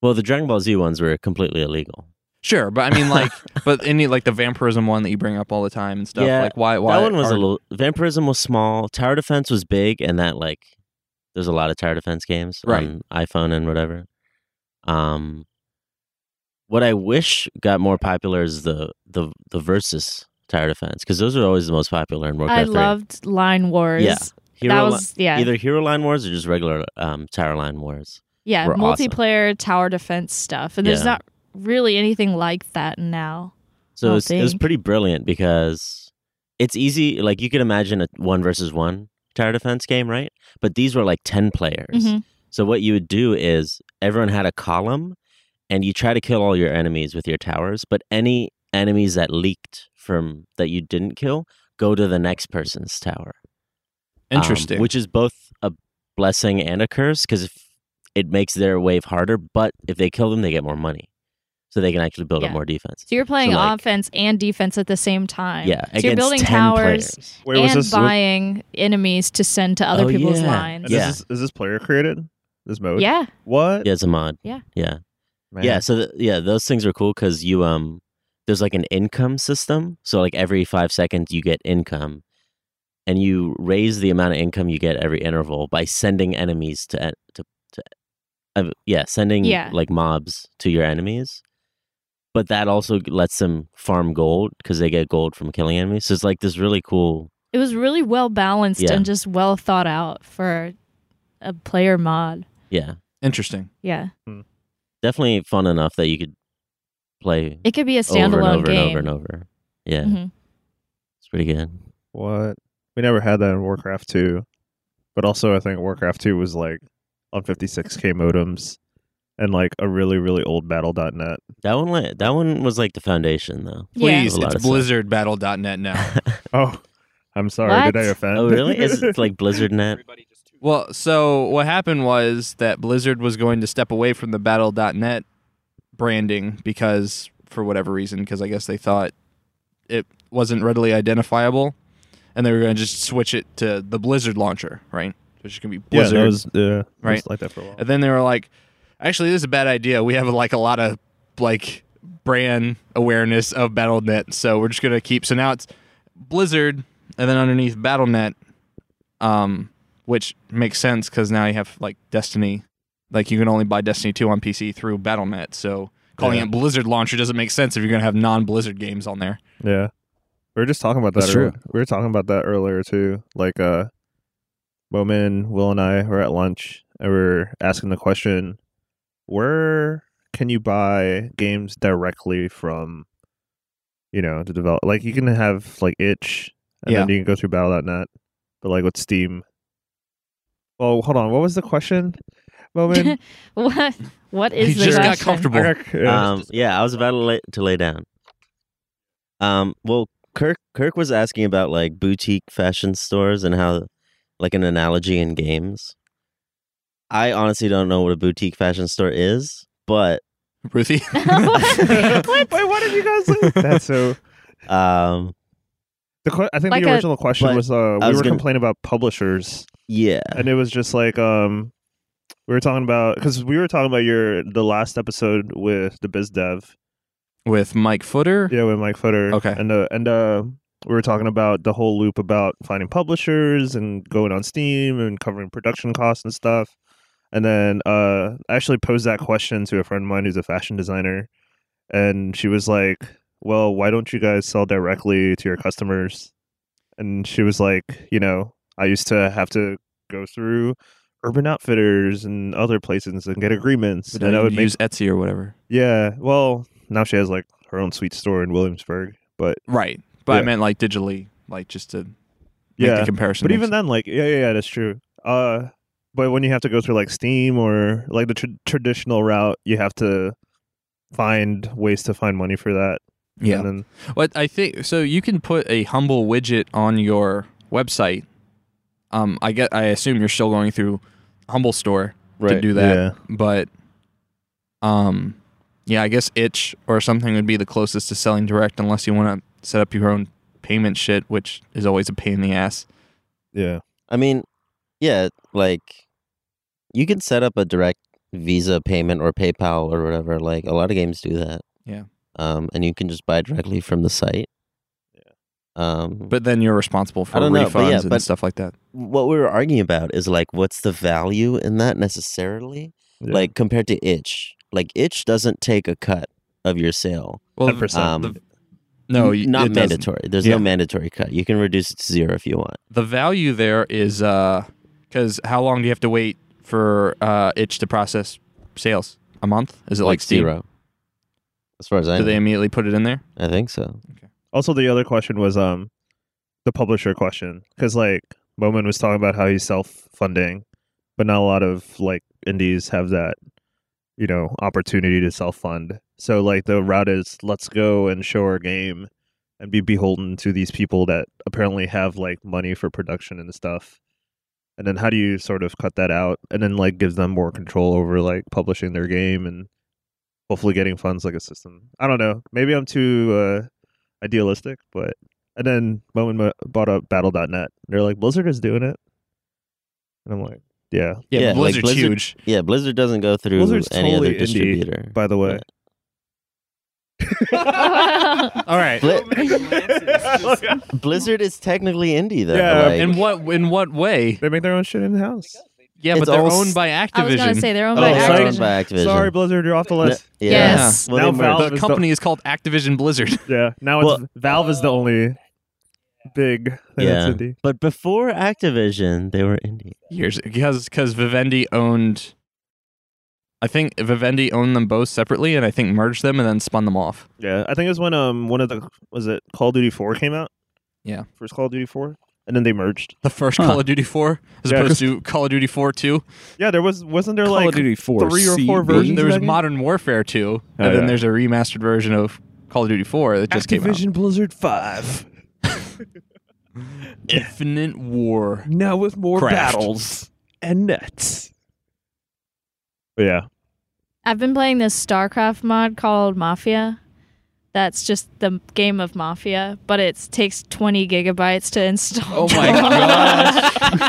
Speaker 4: well, the Dragon Ball Z ones were completely illegal.
Speaker 1: Sure, but I mean, like, but any like the vampirism one that you bring up all the time and stuff.
Speaker 4: Yeah,
Speaker 1: like, why? Why?
Speaker 4: that one was
Speaker 1: are-
Speaker 4: a little vampirism was small tower defense was big and that like there's a lot of tower defense games
Speaker 1: Right.
Speaker 4: on iphone and whatever um what I wish got more popular is the the the versus tower defense because those are always the most popular in Warcraft.
Speaker 2: I
Speaker 4: 3.
Speaker 2: loved Line Wars.
Speaker 4: Yeah. Hero
Speaker 2: that
Speaker 4: li-
Speaker 2: was yeah.
Speaker 4: either hero line wars or just regular um, tower line wars.
Speaker 2: yeah,
Speaker 4: were awesome.
Speaker 2: multiplayer tower defense stuff. And there's
Speaker 4: Yeah.
Speaker 2: not really anything like that now.
Speaker 4: So
Speaker 2: Oh,
Speaker 4: it was, it was
Speaker 2: dang.
Speaker 4: pretty brilliant because it's easy. Like you could imagine a one versus one tower defense game, right? But these were like ten players.
Speaker 2: Mhm.
Speaker 4: So what you would do is everyone had a column, and you try to kill all your enemies with your towers. But any enemies that leaked from that you didn't kill go to the next person's tower. um,
Speaker 1: Interesting.
Speaker 4: which is both a blessing and a curse because if it makes their wave harder, but if they kill them, they get more money, so they can actually build up
Speaker 2: Yeah.
Speaker 4: more defense.
Speaker 2: So you're playing
Speaker 4: So, like-
Speaker 2: offense and defense at the same time.
Speaker 4: Yeah,
Speaker 2: So you're
Speaker 4: against
Speaker 2: building
Speaker 4: 10
Speaker 2: towers
Speaker 4: players.
Speaker 3: Wait, was
Speaker 2: and
Speaker 3: this
Speaker 2: buying enemies to send to other
Speaker 4: Oh,
Speaker 2: people's
Speaker 4: yeah.
Speaker 2: lines.
Speaker 3: and
Speaker 4: Yeah.
Speaker 3: Is, this, is this player created? This mode?
Speaker 2: Yeah.
Speaker 3: What?
Speaker 4: Yeah, it's a mod.
Speaker 2: Yeah.
Speaker 4: yeah,
Speaker 3: Man.
Speaker 4: yeah. So th- yeah, those things are cool because you um, there's like an income system. So like every five seconds you get income, and you raise the amount of income you get every interval by sending enemies to en- to to, uh, yeah, sending
Speaker 2: Yeah.
Speaker 4: like mobs to your enemies. But that also lets them farm gold because they get gold from killing enemies. So it's like this really cool.
Speaker 2: It was really well balanced
Speaker 4: Yeah.
Speaker 2: and just well thought out for a player mod.
Speaker 4: Yeah,
Speaker 1: Interesting.
Speaker 2: Yeah.
Speaker 4: definitely fun enough that you could play
Speaker 2: It could be a
Speaker 4: over and
Speaker 2: standalone
Speaker 4: over
Speaker 2: game.
Speaker 4: and over and over. Yeah,
Speaker 2: Mhm.
Speaker 4: it's pretty good.
Speaker 3: What? We never had that in Warcraft 2. But also, I think Warcraft 2 was like on 56k modems and like a really, really old battle.net.
Speaker 4: That one, li- that one was like the foundation, though.
Speaker 2: Yeah.
Speaker 1: Please,
Speaker 4: There's a lot
Speaker 1: it's
Speaker 4: of stuff.
Speaker 1: blizzardbattle.net now.
Speaker 3: Oh, I'm sorry. Did
Speaker 2: What?
Speaker 3: I offend?
Speaker 4: Oh, really? Is it like Blizzard Net?
Speaker 1: well, so what happened was that Blizzard was going to step away from the battle.net branding because for whatever reason because I guess they thought it wasn't readily identifiable and they were going to just switch it to the Blizzard launcher, right? Which is going to be
Speaker 3: yeah,
Speaker 1: Blizzard.
Speaker 3: that was, yeah, it
Speaker 1: Right.
Speaker 3: was like that for a while.
Speaker 1: And then they were like, actually, this is a bad idea. We have like a lot of like brand awareness of BattleNet, so we're just gonna keep. So now it's Blizzard, and then underneath BattleNet, um, which makes sense because now you have like Destiny, like you can only buy Destiny two on PC through BattleNet. So calling
Speaker 3: Yeah.
Speaker 1: it Blizzard launcher doesn't make sense if you're gonna have non-Blizzard games on there.
Speaker 3: Yeah. We were just talking about that.
Speaker 5: That's
Speaker 3: earlier.
Speaker 5: true.
Speaker 3: We were talking about that earlier too. Like uh Bowman, Will and I were at lunch and we were asking the question, where can you buy games directly from you know, the develop like you can have like itch and then you can go through battle.net, but like with Steam. Well, hold on, what was the question? Bowman?
Speaker 2: what what is
Speaker 1: He
Speaker 2: the
Speaker 1: just got
Speaker 2: question?
Speaker 1: comfortable.
Speaker 3: I got- yeah.
Speaker 4: Um, yeah, I was about to lay, to lay down. Um, well, Kirk Kirk was asking about like boutique fashion stores and how, like, an analogy in games. I honestly don't know what a boutique fashion store is, but
Speaker 1: Ruthie,
Speaker 2: What? What?
Speaker 3: Wait, what did you guys look That's so
Speaker 4: um,
Speaker 3: The que- I think
Speaker 2: Like
Speaker 3: the
Speaker 2: a-
Speaker 3: original question
Speaker 4: But
Speaker 3: was uh, we
Speaker 4: was
Speaker 3: were
Speaker 4: gonna-
Speaker 3: complaining about publishers,
Speaker 4: yeah,
Speaker 3: and it was just like um, we were talking about because we were talking about your the last episode with the biz dev,
Speaker 1: with Mike Footer.
Speaker 3: yeah, with Mike Footer,
Speaker 1: Okay.
Speaker 3: and uh, and uh, we were talking about the whole loop about finding publishers and going on Steam and covering production costs and stuff, and then uh, I actually posed that question to a friend of mine who's a fashion designer, and she was like, "Well, why don't you guys sell directly to your customers?" and she was like, you know, I used to have to go through Urban Outfitters and other places and get agreements,
Speaker 1: But
Speaker 3: and
Speaker 1: I
Speaker 3: I would make,
Speaker 1: use Etsy or whatever.
Speaker 3: yeah. Well, now she has like her own sweet store in Williamsburg, but
Speaker 1: Right, but I
Speaker 3: Yeah.
Speaker 1: meant like digitally, like just to make the
Speaker 3: yeah,
Speaker 1: comparison.
Speaker 3: but even
Speaker 1: that,
Speaker 3: then, like, yeah, yeah, yeah, that's true. Uh, but when you have to go through like Steam or like the tr- traditional route, you have to find ways to find money for that.
Speaker 1: yeah.
Speaker 3: and then,
Speaker 1: What I think so you can put a humble widget on your website. Um, I get I assume you're still going through Humble Store to do that,
Speaker 3: yeah.
Speaker 1: but um, yeah, I guess itch or something would be the closest to selling direct, unless you want to set up your own payment shit, which is always a pain in the ass.
Speaker 3: Yeah,
Speaker 4: I mean, yeah, like you can set up a direct Visa payment or PayPal or whatever. Like a lot of games do that.
Speaker 1: Yeah.
Speaker 4: Um, and you can just buy directly from the site. Yeah. Um, but
Speaker 1: But then you're responsible for
Speaker 4: I don't know,
Speaker 1: refunds
Speaker 4: but yeah,
Speaker 1: and
Speaker 4: but-
Speaker 1: stuff like that.
Speaker 4: what we were arguing about is like, what's the value in that necessarily?
Speaker 3: Yeah.
Speaker 4: Like compared to itch, like itch doesn't take a cut of your sale.
Speaker 1: Well,
Speaker 3: 10%.
Speaker 4: Um,
Speaker 1: the- no, y-
Speaker 4: not
Speaker 1: it doesn't.
Speaker 4: mandatory. There's
Speaker 1: Yeah.
Speaker 4: no mandatory cut. You can reduce it to zero if you want.
Speaker 1: The value there is because how long do you have to wait for uh, itch to process sales? A month? Is it like, Steam?
Speaker 4: zero. As far as I
Speaker 1: Do
Speaker 4: know,
Speaker 1: they immediately put it in there?
Speaker 4: I think so.
Speaker 3: Also, the other question was um, the publisher question because like Bowman was talking about how he's self funding, but not a lot of like indies have that you know opportunity to self fund. So like the route is let's go and show our game and be beholden to these people that apparently have like money for production and stuff. And then how do you sort of cut that out and then like give them more control over like publishing their game and hopefully getting funds like a system. I don't know. Maybe I'm too uh idealistic, but and then Bowman mo- bought up Battle.net. They're like Blizzard is doing it, and I'm like, yeah.
Speaker 4: Yeah, like
Speaker 1: Blizzard's
Speaker 4: Blizzard-
Speaker 1: huge.
Speaker 4: Yeah, Blizzard doesn't go through
Speaker 3: Blizzard's
Speaker 4: any
Speaker 3: totally
Speaker 4: other
Speaker 3: indie,
Speaker 4: distributor.
Speaker 3: By the way,
Speaker 1: All right.
Speaker 4: Bli- Blizzard is technically indie though.
Speaker 3: Yeah,
Speaker 4: like-
Speaker 1: In what in what way?
Speaker 3: they make their own shit in house.
Speaker 1: Yeah,
Speaker 4: It's
Speaker 1: but they're
Speaker 4: all
Speaker 1: owned
Speaker 4: s-
Speaker 1: by
Speaker 2: I was
Speaker 1: Activision.
Speaker 2: gonna say they're owned
Speaker 3: Oh,
Speaker 2: by
Speaker 3: sorry.
Speaker 2: Activision.
Speaker 4: by Activision.
Speaker 3: Sorry, Blizzard, you're off the
Speaker 4: No-
Speaker 3: list.
Speaker 4: yeah.
Speaker 2: Yes.
Speaker 3: Now
Speaker 4: they
Speaker 3: Valve-
Speaker 4: merged.
Speaker 1: the company is called Activision Blizzard.
Speaker 3: Yeah, now it's Valve is the only big thing
Speaker 4: Yeah.
Speaker 3: that's indie.
Speaker 4: But before Activision, they were indie.
Speaker 1: Years because because Vivendi owned. I think Vivendi owned them both separately, and I think merged them and then spun them off.
Speaker 3: Yeah, I think it was when um one of the was it Call of Duty Four came out.
Speaker 1: Yeah.
Speaker 3: first Call of Duty Four, and then they merged.
Speaker 1: The first
Speaker 5: Huh.
Speaker 1: Call of Duty Four, as
Speaker 3: Yeah,
Speaker 1: opposed to Call of Duty Four Two.
Speaker 3: Yeah, there was wasn't there
Speaker 5: Call
Speaker 3: like
Speaker 5: of Duty 4,
Speaker 3: three or
Speaker 5: CB?
Speaker 3: four versions
Speaker 1: There
Speaker 3: of
Speaker 1: was
Speaker 3: that game?
Speaker 1: Modern Warfare Two, and
Speaker 3: yeah.
Speaker 1: then there's a remastered version of Call of Duty Four that just came out.
Speaker 3: Activision Blizzard Five.
Speaker 1: Infinite War.
Speaker 3: Now with more
Speaker 1: Crashed.
Speaker 3: battles and nets. yeah.
Speaker 2: I've been playing this StarCraft mod called Mafia. That's just the game of Mafia, but it takes 20 gigabytes to install.
Speaker 1: Oh my
Speaker 2: gosh.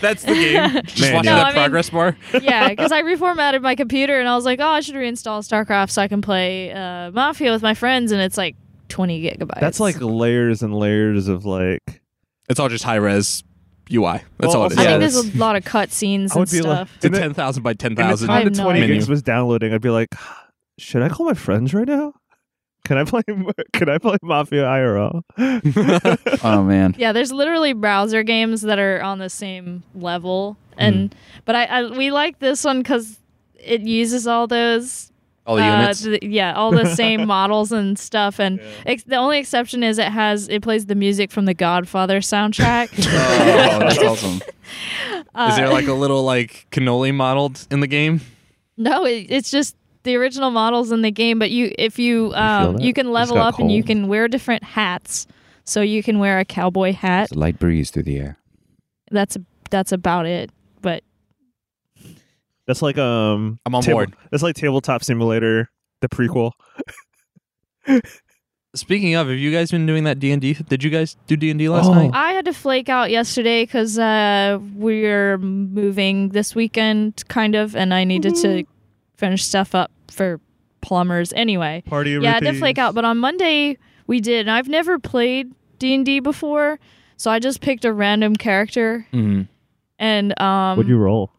Speaker 1: That's the game. Just
Speaker 3: Man,
Speaker 1: watch
Speaker 3: yeah.
Speaker 2: No,
Speaker 1: that
Speaker 2: I mean-
Speaker 1: progress bar.
Speaker 2: yeah, because I reformatted my computer and I was like, oh, I should reinstall StarCraft so I can play uh, Mafia with my friends, and it's like 20 gigabytes.
Speaker 3: That's like layers and layers of like.
Speaker 1: It's all just high res UI. That's
Speaker 3: Well,
Speaker 1: all it is.
Speaker 2: I
Speaker 3: yeah,
Speaker 2: think there's
Speaker 3: that's-
Speaker 2: a lot of cutscenes and
Speaker 3: I would be
Speaker 2: stuff.
Speaker 1: It's a
Speaker 3: In the-
Speaker 1: ten thousand by ten
Speaker 3: In the
Speaker 1: thousand.
Speaker 3: time that
Speaker 2: I know.
Speaker 3: 20
Speaker 1: Menu.
Speaker 3: gigs was downloading, I'd be like, should I call my friends right now? Can I play? Can I play Mafia IRL?
Speaker 5: Oh man.
Speaker 2: yeah, there's literally browser games that are on the same level,
Speaker 3: Mm.
Speaker 2: and but I, I we like this one because it uses all those
Speaker 1: All the
Speaker 2: uh,
Speaker 1: units.
Speaker 2: th- yeah, all the same models and stuff. And ex- the only exception is it has it plays the music from the Godfather soundtrack.
Speaker 1: Oh, that's
Speaker 5: awesome.
Speaker 2: Uh,
Speaker 1: Is there like a little like cannoli modeled in the game?
Speaker 2: no? It, it's just the original models in the game, but you if you um,
Speaker 4: that?
Speaker 2: you can level
Speaker 4: got
Speaker 2: up and you
Speaker 4: cold.
Speaker 2: can wear different hats. So you can wear a cowboy hat.
Speaker 5: It's a light breeze through the air.
Speaker 2: That's that's about it. But
Speaker 3: That's like um.
Speaker 1: I'm on
Speaker 3: table-
Speaker 1: board.
Speaker 3: That's like Tabletop Simulator, the prequel.
Speaker 1: Speaking of, have you guys been doing that D and D? Did you guys do D and D last
Speaker 3: Oh.
Speaker 1: night?
Speaker 2: I had to flake out yesterday because uh, we're moving this weekend, kind of, and I needed to finish stuff up for plumbers anyway.
Speaker 3: Party. of
Speaker 2: yeah, I did
Speaker 3: Thieves.
Speaker 2: flake out, but on Monday we did, and I've never played D and D before, so I just picked a random character,
Speaker 1: Mm-hmm.
Speaker 3: Mm.
Speaker 2: and um,
Speaker 3: What'd you roll?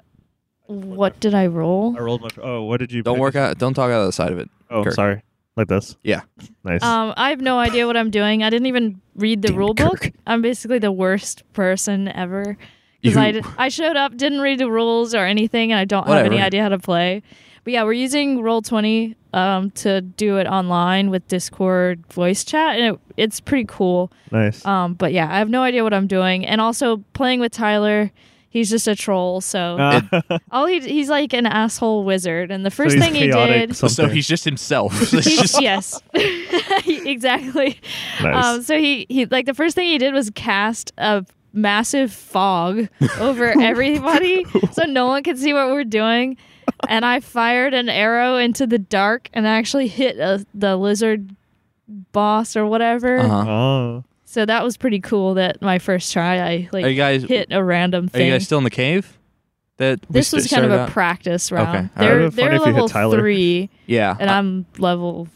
Speaker 2: what did I roll?
Speaker 3: I rolled my. Oh, what did you?
Speaker 1: Don't
Speaker 3: pick?
Speaker 1: work out. Don't talk out of the side of it.
Speaker 3: Oh,
Speaker 1: Kirk.
Speaker 3: sorry. Like this.
Speaker 1: Yeah.
Speaker 3: Nice.
Speaker 2: Um, I have no idea what I'm doing. I didn't even read the
Speaker 5: Damn it,
Speaker 2: rule book.
Speaker 5: Kirk.
Speaker 2: I'm basically the worst person ever. Because I,
Speaker 1: You-
Speaker 2: d- I showed up, didn't read the rules or anything, and I don't have any
Speaker 1: Whatever.
Speaker 2: idea how to play. But yeah, we're using Roll20 um, to do it online with Discord voice chat, and it, it's pretty cool.
Speaker 3: nice.
Speaker 2: Um, but yeah, I have no idea what I'm doing. And also playing with Tyler, he's just a troll. So
Speaker 3: Ah,
Speaker 2: all he, he's like an asshole wizard. And the first
Speaker 3: he's
Speaker 2: thing he
Speaker 3: chaotic
Speaker 2: did,
Speaker 1: So
Speaker 3: something.
Speaker 1: he's just himself. It's
Speaker 2: he's,
Speaker 1: just-
Speaker 2: yes, exactly.
Speaker 3: nice.
Speaker 2: Um, so he, he like the first thing he did was cast a massive fog over everybody so no one could see what we're doing. And I fired an arrow into the dark and I actually hit a, the lizard boss or whatever.
Speaker 1: Uh-huh.
Speaker 3: oh.
Speaker 2: So that was pretty cool that my first try I like
Speaker 1: Are you guys?
Speaker 2: hit a random
Speaker 1: Are you
Speaker 2: thing.
Speaker 1: guys still in the cave? That we
Speaker 2: this
Speaker 1: st-
Speaker 2: was kind of a
Speaker 1: started out-
Speaker 2: practice round.
Speaker 1: Okay.
Speaker 3: Alright.
Speaker 2: They're,
Speaker 3: Would've been funny
Speaker 2: they're
Speaker 3: if you hit
Speaker 2: level
Speaker 3: Tyler.
Speaker 2: three
Speaker 1: yeah.
Speaker 2: and
Speaker 1: I-
Speaker 2: I'm level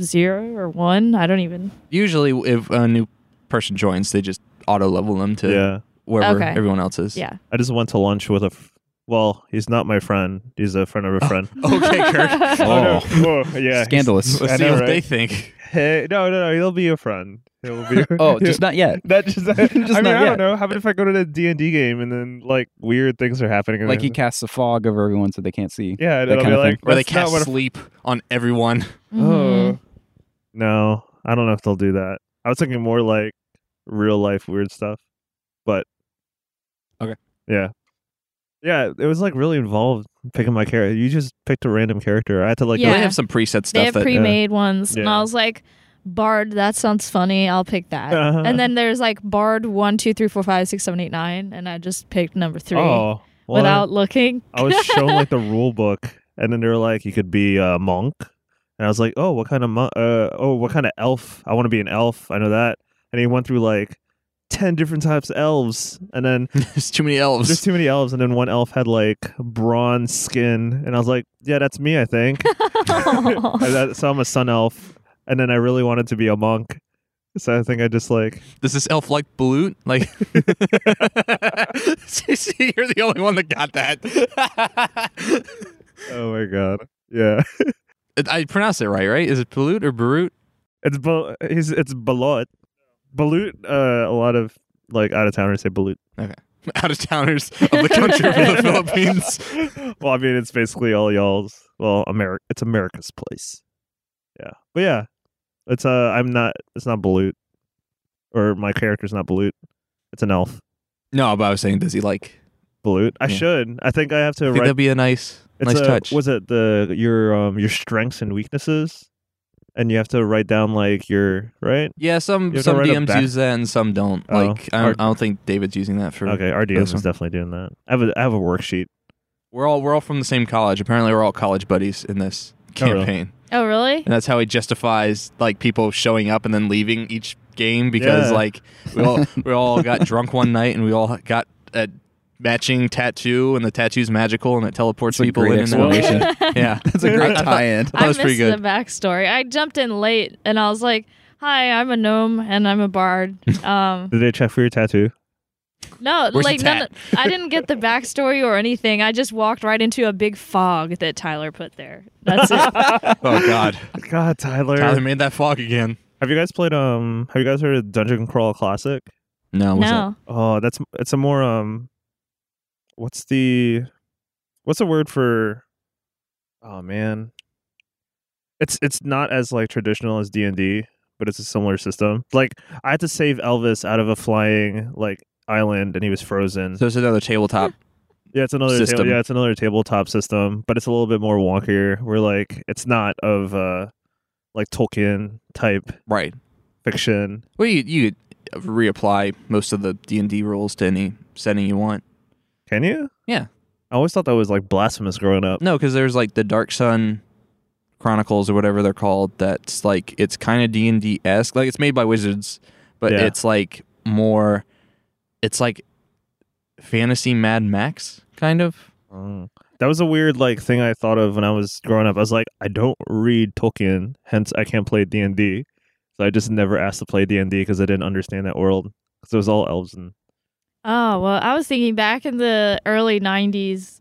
Speaker 2: zero or one. I don't even.
Speaker 1: usually, if a new person joins, they just auto level them to
Speaker 3: Yeah.
Speaker 1: wherever
Speaker 2: Okay.
Speaker 1: everyone else is.
Speaker 2: Yeah.
Speaker 3: I just went to lunch with a f- Well, he's not my friend. He's a friend
Speaker 1: Oh.
Speaker 3: of a friend.
Speaker 1: Okay, Kirk.
Speaker 5: Oh.
Speaker 3: no. Whoa, yeah.
Speaker 5: Scandalous.
Speaker 1: Let's
Speaker 3: I
Speaker 1: see
Speaker 3: know,
Speaker 1: what they
Speaker 3: right?
Speaker 1: think.
Speaker 3: Hey, no, no, no. He'll be a friend. He'll be.
Speaker 5: Oh, just not yet.
Speaker 3: That just, I mean,
Speaker 5: not
Speaker 3: I
Speaker 5: yet.
Speaker 3: don't know. How about if I go to the D and D game and then like weird things are happening? and
Speaker 5: Like
Speaker 3: then-
Speaker 5: he casts a fog over everyone so they can't see.
Speaker 3: yeah, and
Speaker 5: that
Speaker 3: I'll
Speaker 5: kind
Speaker 3: be
Speaker 5: of thing.
Speaker 3: like,
Speaker 1: Where they
Speaker 3: "That's not
Speaker 1: cast
Speaker 3: what a-
Speaker 1: sleep on everyone.
Speaker 2: Mhm.
Speaker 3: Oh. No, I don't know if they'll do that. I was thinking more like real life weird stuff, but
Speaker 1: Okay.
Speaker 3: yeah, yeah. It was like really involved picking my character. You just picked a random character. I had to like,
Speaker 1: They
Speaker 2: Yeah.
Speaker 1: have some preset
Speaker 2: They
Speaker 1: stuff
Speaker 2: have
Speaker 1: that
Speaker 2: pre-made ones, and
Speaker 3: Yeah.
Speaker 2: I was like, "Bard, that sounds funny. I'll pick that."
Speaker 3: Uh-huh.
Speaker 2: And then there's like Bard one, two, three, four, five, six, seven, eight, nine, and I just picked number three
Speaker 3: oh, well,
Speaker 2: without looking.
Speaker 3: I was shown like the rule book, and then they were like, you could be a monk, and I was like, oh, what kind of monk? Uh, oh, what kind of elf? I want to be an elf. I know that. And he went through like ten different types of elves, and then
Speaker 1: there's too many elves.
Speaker 3: There's too many elves, and then one elf had like bronze skin, and I was like, "Yeah, that's me, I think." And that- so I'm a sun elf, and then I really wanted to be a monk, so I think I just like,
Speaker 1: Does this elf like balut? Like, CC, you're the only one that got that.
Speaker 3: oh my god, yeah,
Speaker 1: I pronounced it right, right? Is it balut or barut?
Speaker 3: it's bal- he's it's Balut, Balut. Uh, a lot of like out of towners say Balut.
Speaker 1: Out of towners of the country from the Philippines.
Speaker 3: well, I mean, it's basically all y'all's. Well, America, it's America's place. Yeah, but yeah, it's uh, I'm not. It's not Balut, or my character's not Balut. It's an elf.
Speaker 1: No, but I was saying, does he like?
Speaker 3: Balut. I
Speaker 1: Yeah.
Speaker 3: should. I think I have to
Speaker 1: I think
Speaker 3: write.
Speaker 1: that'd be a nice,
Speaker 3: it's
Speaker 1: nice
Speaker 3: a-
Speaker 1: touch.
Speaker 3: Was it the your um your strengths and weaknesses, and you have to write down like your right?
Speaker 1: yeah,
Speaker 3: You have
Speaker 1: some
Speaker 3: to
Speaker 1: some
Speaker 3: write a
Speaker 1: DMs
Speaker 3: back-
Speaker 1: use that and some don't.
Speaker 3: Oh,
Speaker 1: like, I don't,
Speaker 3: or-
Speaker 1: I don't think David's using that for.
Speaker 3: Okay, our DM is
Speaker 1: This one.
Speaker 3: definitely doing that. I have a I have a worksheet.
Speaker 1: We're all we're all from the same college. Apparently, we're all college buddies in this
Speaker 3: Oh, really?
Speaker 1: campaign,
Speaker 2: oh, really?
Speaker 1: and that's how he justifies like people showing up and then leaving each game because
Speaker 3: Yeah.
Speaker 1: like we all we all got drunk one night and we all got a matching tattoo and the tattoo's magical and it teleports
Speaker 5: It's a
Speaker 1: people
Speaker 5: great
Speaker 1: in and out.
Speaker 5: explanation.
Speaker 1: Yeah,
Speaker 5: That's a
Speaker 1: I
Speaker 5: great
Speaker 1: thought-
Speaker 5: tie-in.
Speaker 1: I thought it was
Speaker 2: I
Speaker 1: pretty
Speaker 2: missed
Speaker 1: good.
Speaker 2: the backstory. I jumped in late, and I was like, "Hi, I'm a gnome, and I'm a bard." Um,
Speaker 3: Did they check for your tattoo?
Speaker 2: no,
Speaker 1: Where's the
Speaker 2: like none. Of, I didn't get the backstory or anything. I just walked right into a big fog that Tyler put there. That's it.
Speaker 1: oh God,
Speaker 3: God, Tyler.
Speaker 1: Tyler made that fog again.
Speaker 3: have you guys played um? Have you guys heard of Dungeon Crawl Classic?
Speaker 1: No, what's
Speaker 2: no,
Speaker 3: Oh, that's it's a more um, what's the, what's the word for? Oh man, it's it's not as like traditional as D and D, but it's a similar system. Like I had to save Elvis out of a flying like island, and he was frozen.
Speaker 1: that? So it's another tabletop.
Speaker 3: yeah, it's another
Speaker 1: system.
Speaker 3: table, yeah, it's another tabletop system, but it's a little bit more wonkier. Where like it's not of uh, like Tolkien type
Speaker 1: right.
Speaker 3: fiction.
Speaker 1: Well, you you could reapply most of the D and D rules to any setting you want.
Speaker 3: Can you?
Speaker 1: Yeah.
Speaker 3: I always thought that was like blasphemous growing up.
Speaker 1: No, because there's like the Dark Sun Chronicles or whatever they're called. That's like it's kind of D and D esque. Like it's made by wizards, but
Speaker 3: Yeah.
Speaker 1: it's like more. It's like fantasy Mad Max kind of.
Speaker 3: Mm. That was a weird like thing I thought of when I was growing up. I was like, I don't read Tolkien, hence I can't play D and D. So I just never asked to play D and D because I didn't understand that world because it was all elves and
Speaker 2: Oh well, I was thinking back in the early '90s,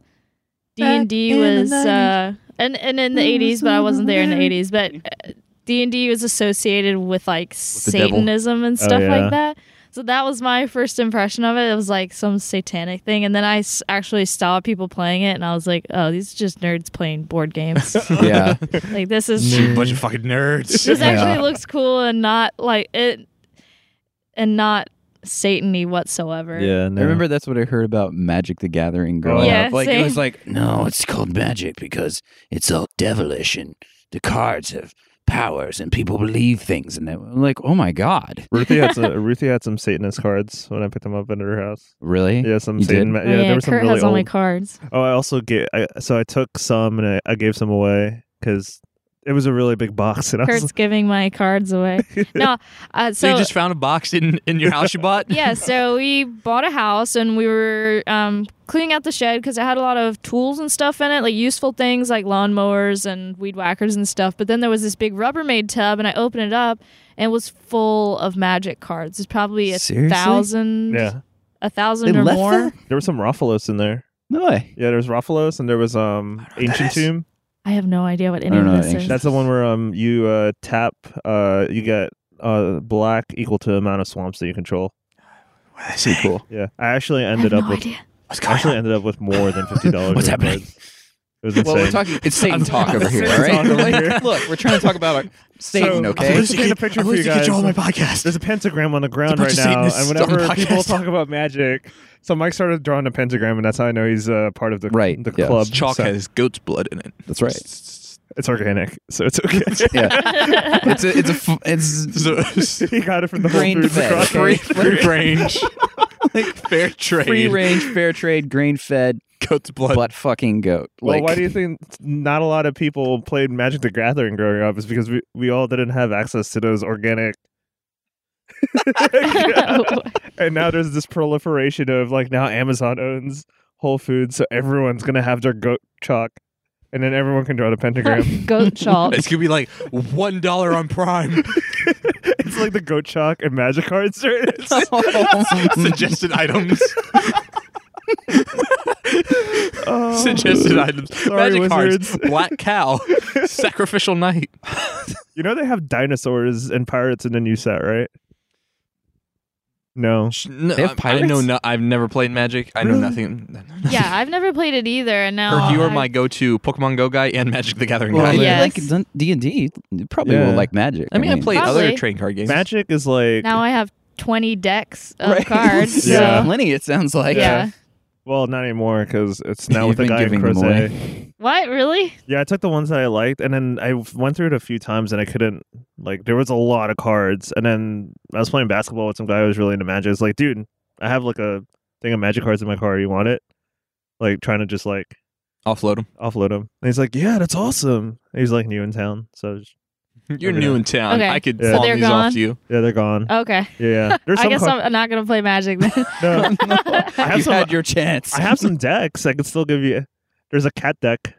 Speaker 2: D and D was, uh, and and in the '80s, but I wasn't there in the '80s. But uh, D and D was associated with like
Speaker 1: the devil.
Speaker 2: Satanism and
Speaker 3: Oh,
Speaker 2: stuff
Speaker 3: yeah.
Speaker 2: like that. So that was my first impression of it. It was like some satanic thing, and then I s- actually saw people playing it, and I was like, "Oh, these are just nerds playing board games.
Speaker 5: Yeah.
Speaker 2: like this is
Speaker 1: bunch of fucking nerds.
Speaker 2: this actually
Speaker 5: Yeah.
Speaker 2: looks cool and not like it, and not satany whatsoever."
Speaker 3: yeah. No.
Speaker 5: I remember that's what I heard about Magic the Gathering growing
Speaker 3: Yeah,
Speaker 5: up. Like it
Speaker 2: same.
Speaker 3: uh,
Speaker 5: was like
Speaker 6: No, it's called magic because it's all devilish and the cards have powers and people believe things and that.
Speaker 5: I'm like, oh my god.
Speaker 3: Ruthie had some Ruthie had some Satanist cards when I picked them up at her house.
Speaker 5: Really?
Speaker 3: Yeah, some
Speaker 5: You
Speaker 3: Satan.
Speaker 5: did?
Speaker 3: Ma-
Speaker 2: Oh,
Speaker 3: yeah, there were some
Speaker 2: Kurt
Speaker 3: really
Speaker 2: has
Speaker 3: old.
Speaker 2: all my cards.
Speaker 3: oh, I also get. I, so I took some and I, I gave some away because it was a really big box and I was
Speaker 2: Kurt's giving my cards away. No, uh,
Speaker 1: So,
Speaker 2: so,
Speaker 1: you just found a box in in your house you bought.
Speaker 2: yeah, so we bought a house and we were um, cleaning out the shed because it had a lot of tools and stuff in it, like useful things like lawnmowers and weed whackers and stuff. But then there was this big Rubbermaid tub, and I opened it up and it was full of magic cards. It's probably a
Speaker 5: Seriously?
Speaker 2: thousand,
Speaker 3: yeah,
Speaker 2: a thousand
Speaker 5: They
Speaker 2: or
Speaker 5: left
Speaker 2: more.
Speaker 5: that?
Speaker 3: there were some Ruffalo's in there.
Speaker 5: No way.
Speaker 3: Yeah, there's Raphalos and there was
Speaker 1: I don't
Speaker 3: um
Speaker 1: know what that
Speaker 3: Ancient
Speaker 1: is.
Speaker 3: Tomb.
Speaker 2: I have no idea what any
Speaker 5: I
Speaker 2: of
Speaker 5: don't know,
Speaker 2: this
Speaker 5: anxious.
Speaker 2: is.
Speaker 3: That's the one where um you uh tap uh you get uh black equal to amount of swamps that you control.
Speaker 1: So cool.
Speaker 3: Yeah, I actually
Speaker 2: I
Speaker 3: ended
Speaker 2: have
Speaker 3: up
Speaker 2: no
Speaker 3: with
Speaker 2: idea.
Speaker 1: What's
Speaker 3: I actually ended up with more than fifty dollars.
Speaker 6: What's happening?
Speaker 3: It was insane.
Speaker 1: Well, we're talking. It's Satan talk over here, all
Speaker 3: Satan
Speaker 1: right?
Speaker 3: talk over
Speaker 1: Like,
Speaker 3: here.
Speaker 1: Look, we're trying to talk about our Satan,
Speaker 3: So-
Speaker 1: okay?
Speaker 3: I'm just getting a picture for you guys.
Speaker 1: podcast.
Speaker 3: There's a pentagram on the ground
Speaker 1: bunch of
Speaker 3: right now, and
Speaker 1: Satanists on the
Speaker 3: whenever people
Speaker 1: podcast.
Speaker 3: talk about magic, so Mike started drawing a pentagram, and that's how I know he's uh, part of the
Speaker 5: Right,
Speaker 3: the
Speaker 5: yeah.
Speaker 3: club.
Speaker 1: Chalk
Speaker 3: So
Speaker 1: has goat's blood in it.
Speaker 5: That's right.
Speaker 3: it's organic, so it's okay.
Speaker 5: Yeah. it's a, it's a, f- it's
Speaker 3: he got it from the
Speaker 5: Grain
Speaker 3: Whole Foods
Speaker 5: fed.
Speaker 3: across
Speaker 5: Grain-
Speaker 1: Free range, like fair trade.
Speaker 5: free range, fair trade, grain fed,
Speaker 1: goat's blood.
Speaker 5: butt fucking goat.
Speaker 3: Well,
Speaker 5: Like,
Speaker 3: why do you think not a lot of people played Magic the Gathering growing up? Is because we, we all didn't have access to those organic. and now there's this proliferation of like now Amazon owns Whole Foods, so everyone's gonna have their goat chalk, and then everyone can draw the pentagram.
Speaker 2: Goat chalk.
Speaker 1: It's gonna be like one dollar on Prime.
Speaker 3: it's like the goat chalk and Magic cards. It's,
Speaker 1: Suggested items.
Speaker 3: oh.
Speaker 1: Suggested items.
Speaker 3: Sorry,
Speaker 1: Magic cards.
Speaker 3: wizards.
Speaker 1: Black cow. Sacrificial knight.
Speaker 3: You know they have dinosaurs and pirates in the new set, right? No.
Speaker 1: Sh- No,
Speaker 5: They have
Speaker 1: I- I
Speaker 5: pirates?
Speaker 1: know. No, I've never played Magic. I know
Speaker 3: Really?
Speaker 1: nothing.
Speaker 2: yeah, I've never played it either, and now
Speaker 1: Kirk, you are
Speaker 2: I-
Speaker 1: my go-to Pokemon Go guy and Magic the Gathering
Speaker 5: Well,
Speaker 1: guy.
Speaker 5: if you
Speaker 2: Yes.
Speaker 5: like D and D, you probably
Speaker 3: Yeah.
Speaker 5: will like magic.
Speaker 1: I mean, I played other
Speaker 2: Probably.
Speaker 1: trading card games.
Speaker 3: Magic is like
Speaker 2: now I have twenty decks of
Speaker 5: Right.
Speaker 2: cards. So.
Speaker 3: Yeah.
Speaker 2: Yeah.
Speaker 5: plenty. It sounds like
Speaker 3: Yeah. Well, not anymore because it's now with
Speaker 5: You've
Speaker 3: the
Speaker 5: been
Speaker 3: guy in
Speaker 5: giving them
Speaker 3: Crozet.
Speaker 2: What really?
Speaker 3: Yeah, I took the ones that I liked, and then I went through it a few times, and I couldn't like. There was a lot of cards, and then I was playing basketball with some guy who was really into magic. I was like, dude, I have like a thing of magic cards in my car. You want it? Like trying to just like
Speaker 1: Offload them.
Speaker 3: offload them, and he's like, yeah, that's awesome. And he's like new in town, so I was-
Speaker 1: You're
Speaker 3: Okay.
Speaker 1: new in town.
Speaker 2: Okay.
Speaker 1: I could
Speaker 3: Yeah. So
Speaker 1: palm
Speaker 2: they're
Speaker 1: these
Speaker 2: gone?
Speaker 1: off to you.
Speaker 3: yeah, they're gone.
Speaker 2: Okay.
Speaker 3: yeah, yeah. There's
Speaker 2: Uh, I
Speaker 3: some.
Speaker 2: guess
Speaker 3: car-
Speaker 2: I'm not gonna play Magic then.
Speaker 3: no, I have
Speaker 5: you
Speaker 3: some.
Speaker 5: had your chance.
Speaker 3: I have some decks. I could still give you. There's a cat deck.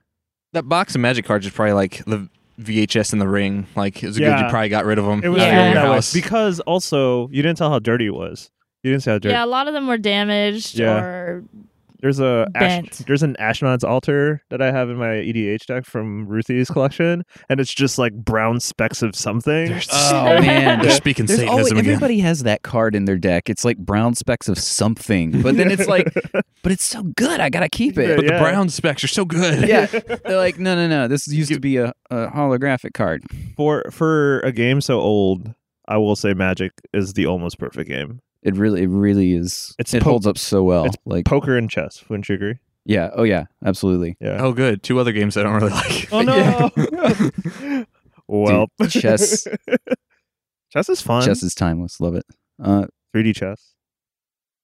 Speaker 1: That box of Magic cards is probably like the VHS in the ring. Like it was a good.
Speaker 3: Yeah.
Speaker 1: You probably got rid of them.
Speaker 3: It was
Speaker 2: Yeah.
Speaker 1: out of
Speaker 3: feeling
Speaker 1: your
Speaker 3: that way.
Speaker 1: house.
Speaker 3: because also you didn't tell how dirty it was. You didn't see how dirty.
Speaker 2: yeah, a lot of them were damaged
Speaker 3: Yeah.
Speaker 2: or
Speaker 3: There's a
Speaker 2: Bent.
Speaker 3: ast- there's an Astronaut's altar that I have in my EDH deck from Ruthie's collection, and it's just like brown specks of something.
Speaker 1: There's-
Speaker 5: Oh man,
Speaker 1: They're speaking
Speaker 5: There's always,
Speaker 1: Satanism again.
Speaker 5: everybody has that card in their deck. It's like brown specks of something, but then it's like, but it's so good. I gotta keep
Speaker 3: Yeah,
Speaker 5: it.
Speaker 1: But the
Speaker 3: yeah.
Speaker 1: brown specs are so good.
Speaker 5: Yeah, they're like, no, no, no. This used to be a, a holographic card.
Speaker 3: for for a game so old, I will say Magic is the almost perfect game.
Speaker 5: It really, it really is.
Speaker 3: It's
Speaker 5: it
Speaker 3: po-
Speaker 5: holds up so well.
Speaker 3: it's
Speaker 5: Like,
Speaker 3: Poker and chess, wouldn't you agree?
Speaker 5: yeah, oh yeah, absolutely.
Speaker 3: Yeah.
Speaker 1: Oh, good. Two other games I don't really like.
Speaker 3: Oh, no. well,
Speaker 5: Dude, chess-
Speaker 3: chess is fun.
Speaker 5: Chess is timeless. Love it. Uh,
Speaker 3: 3D chess.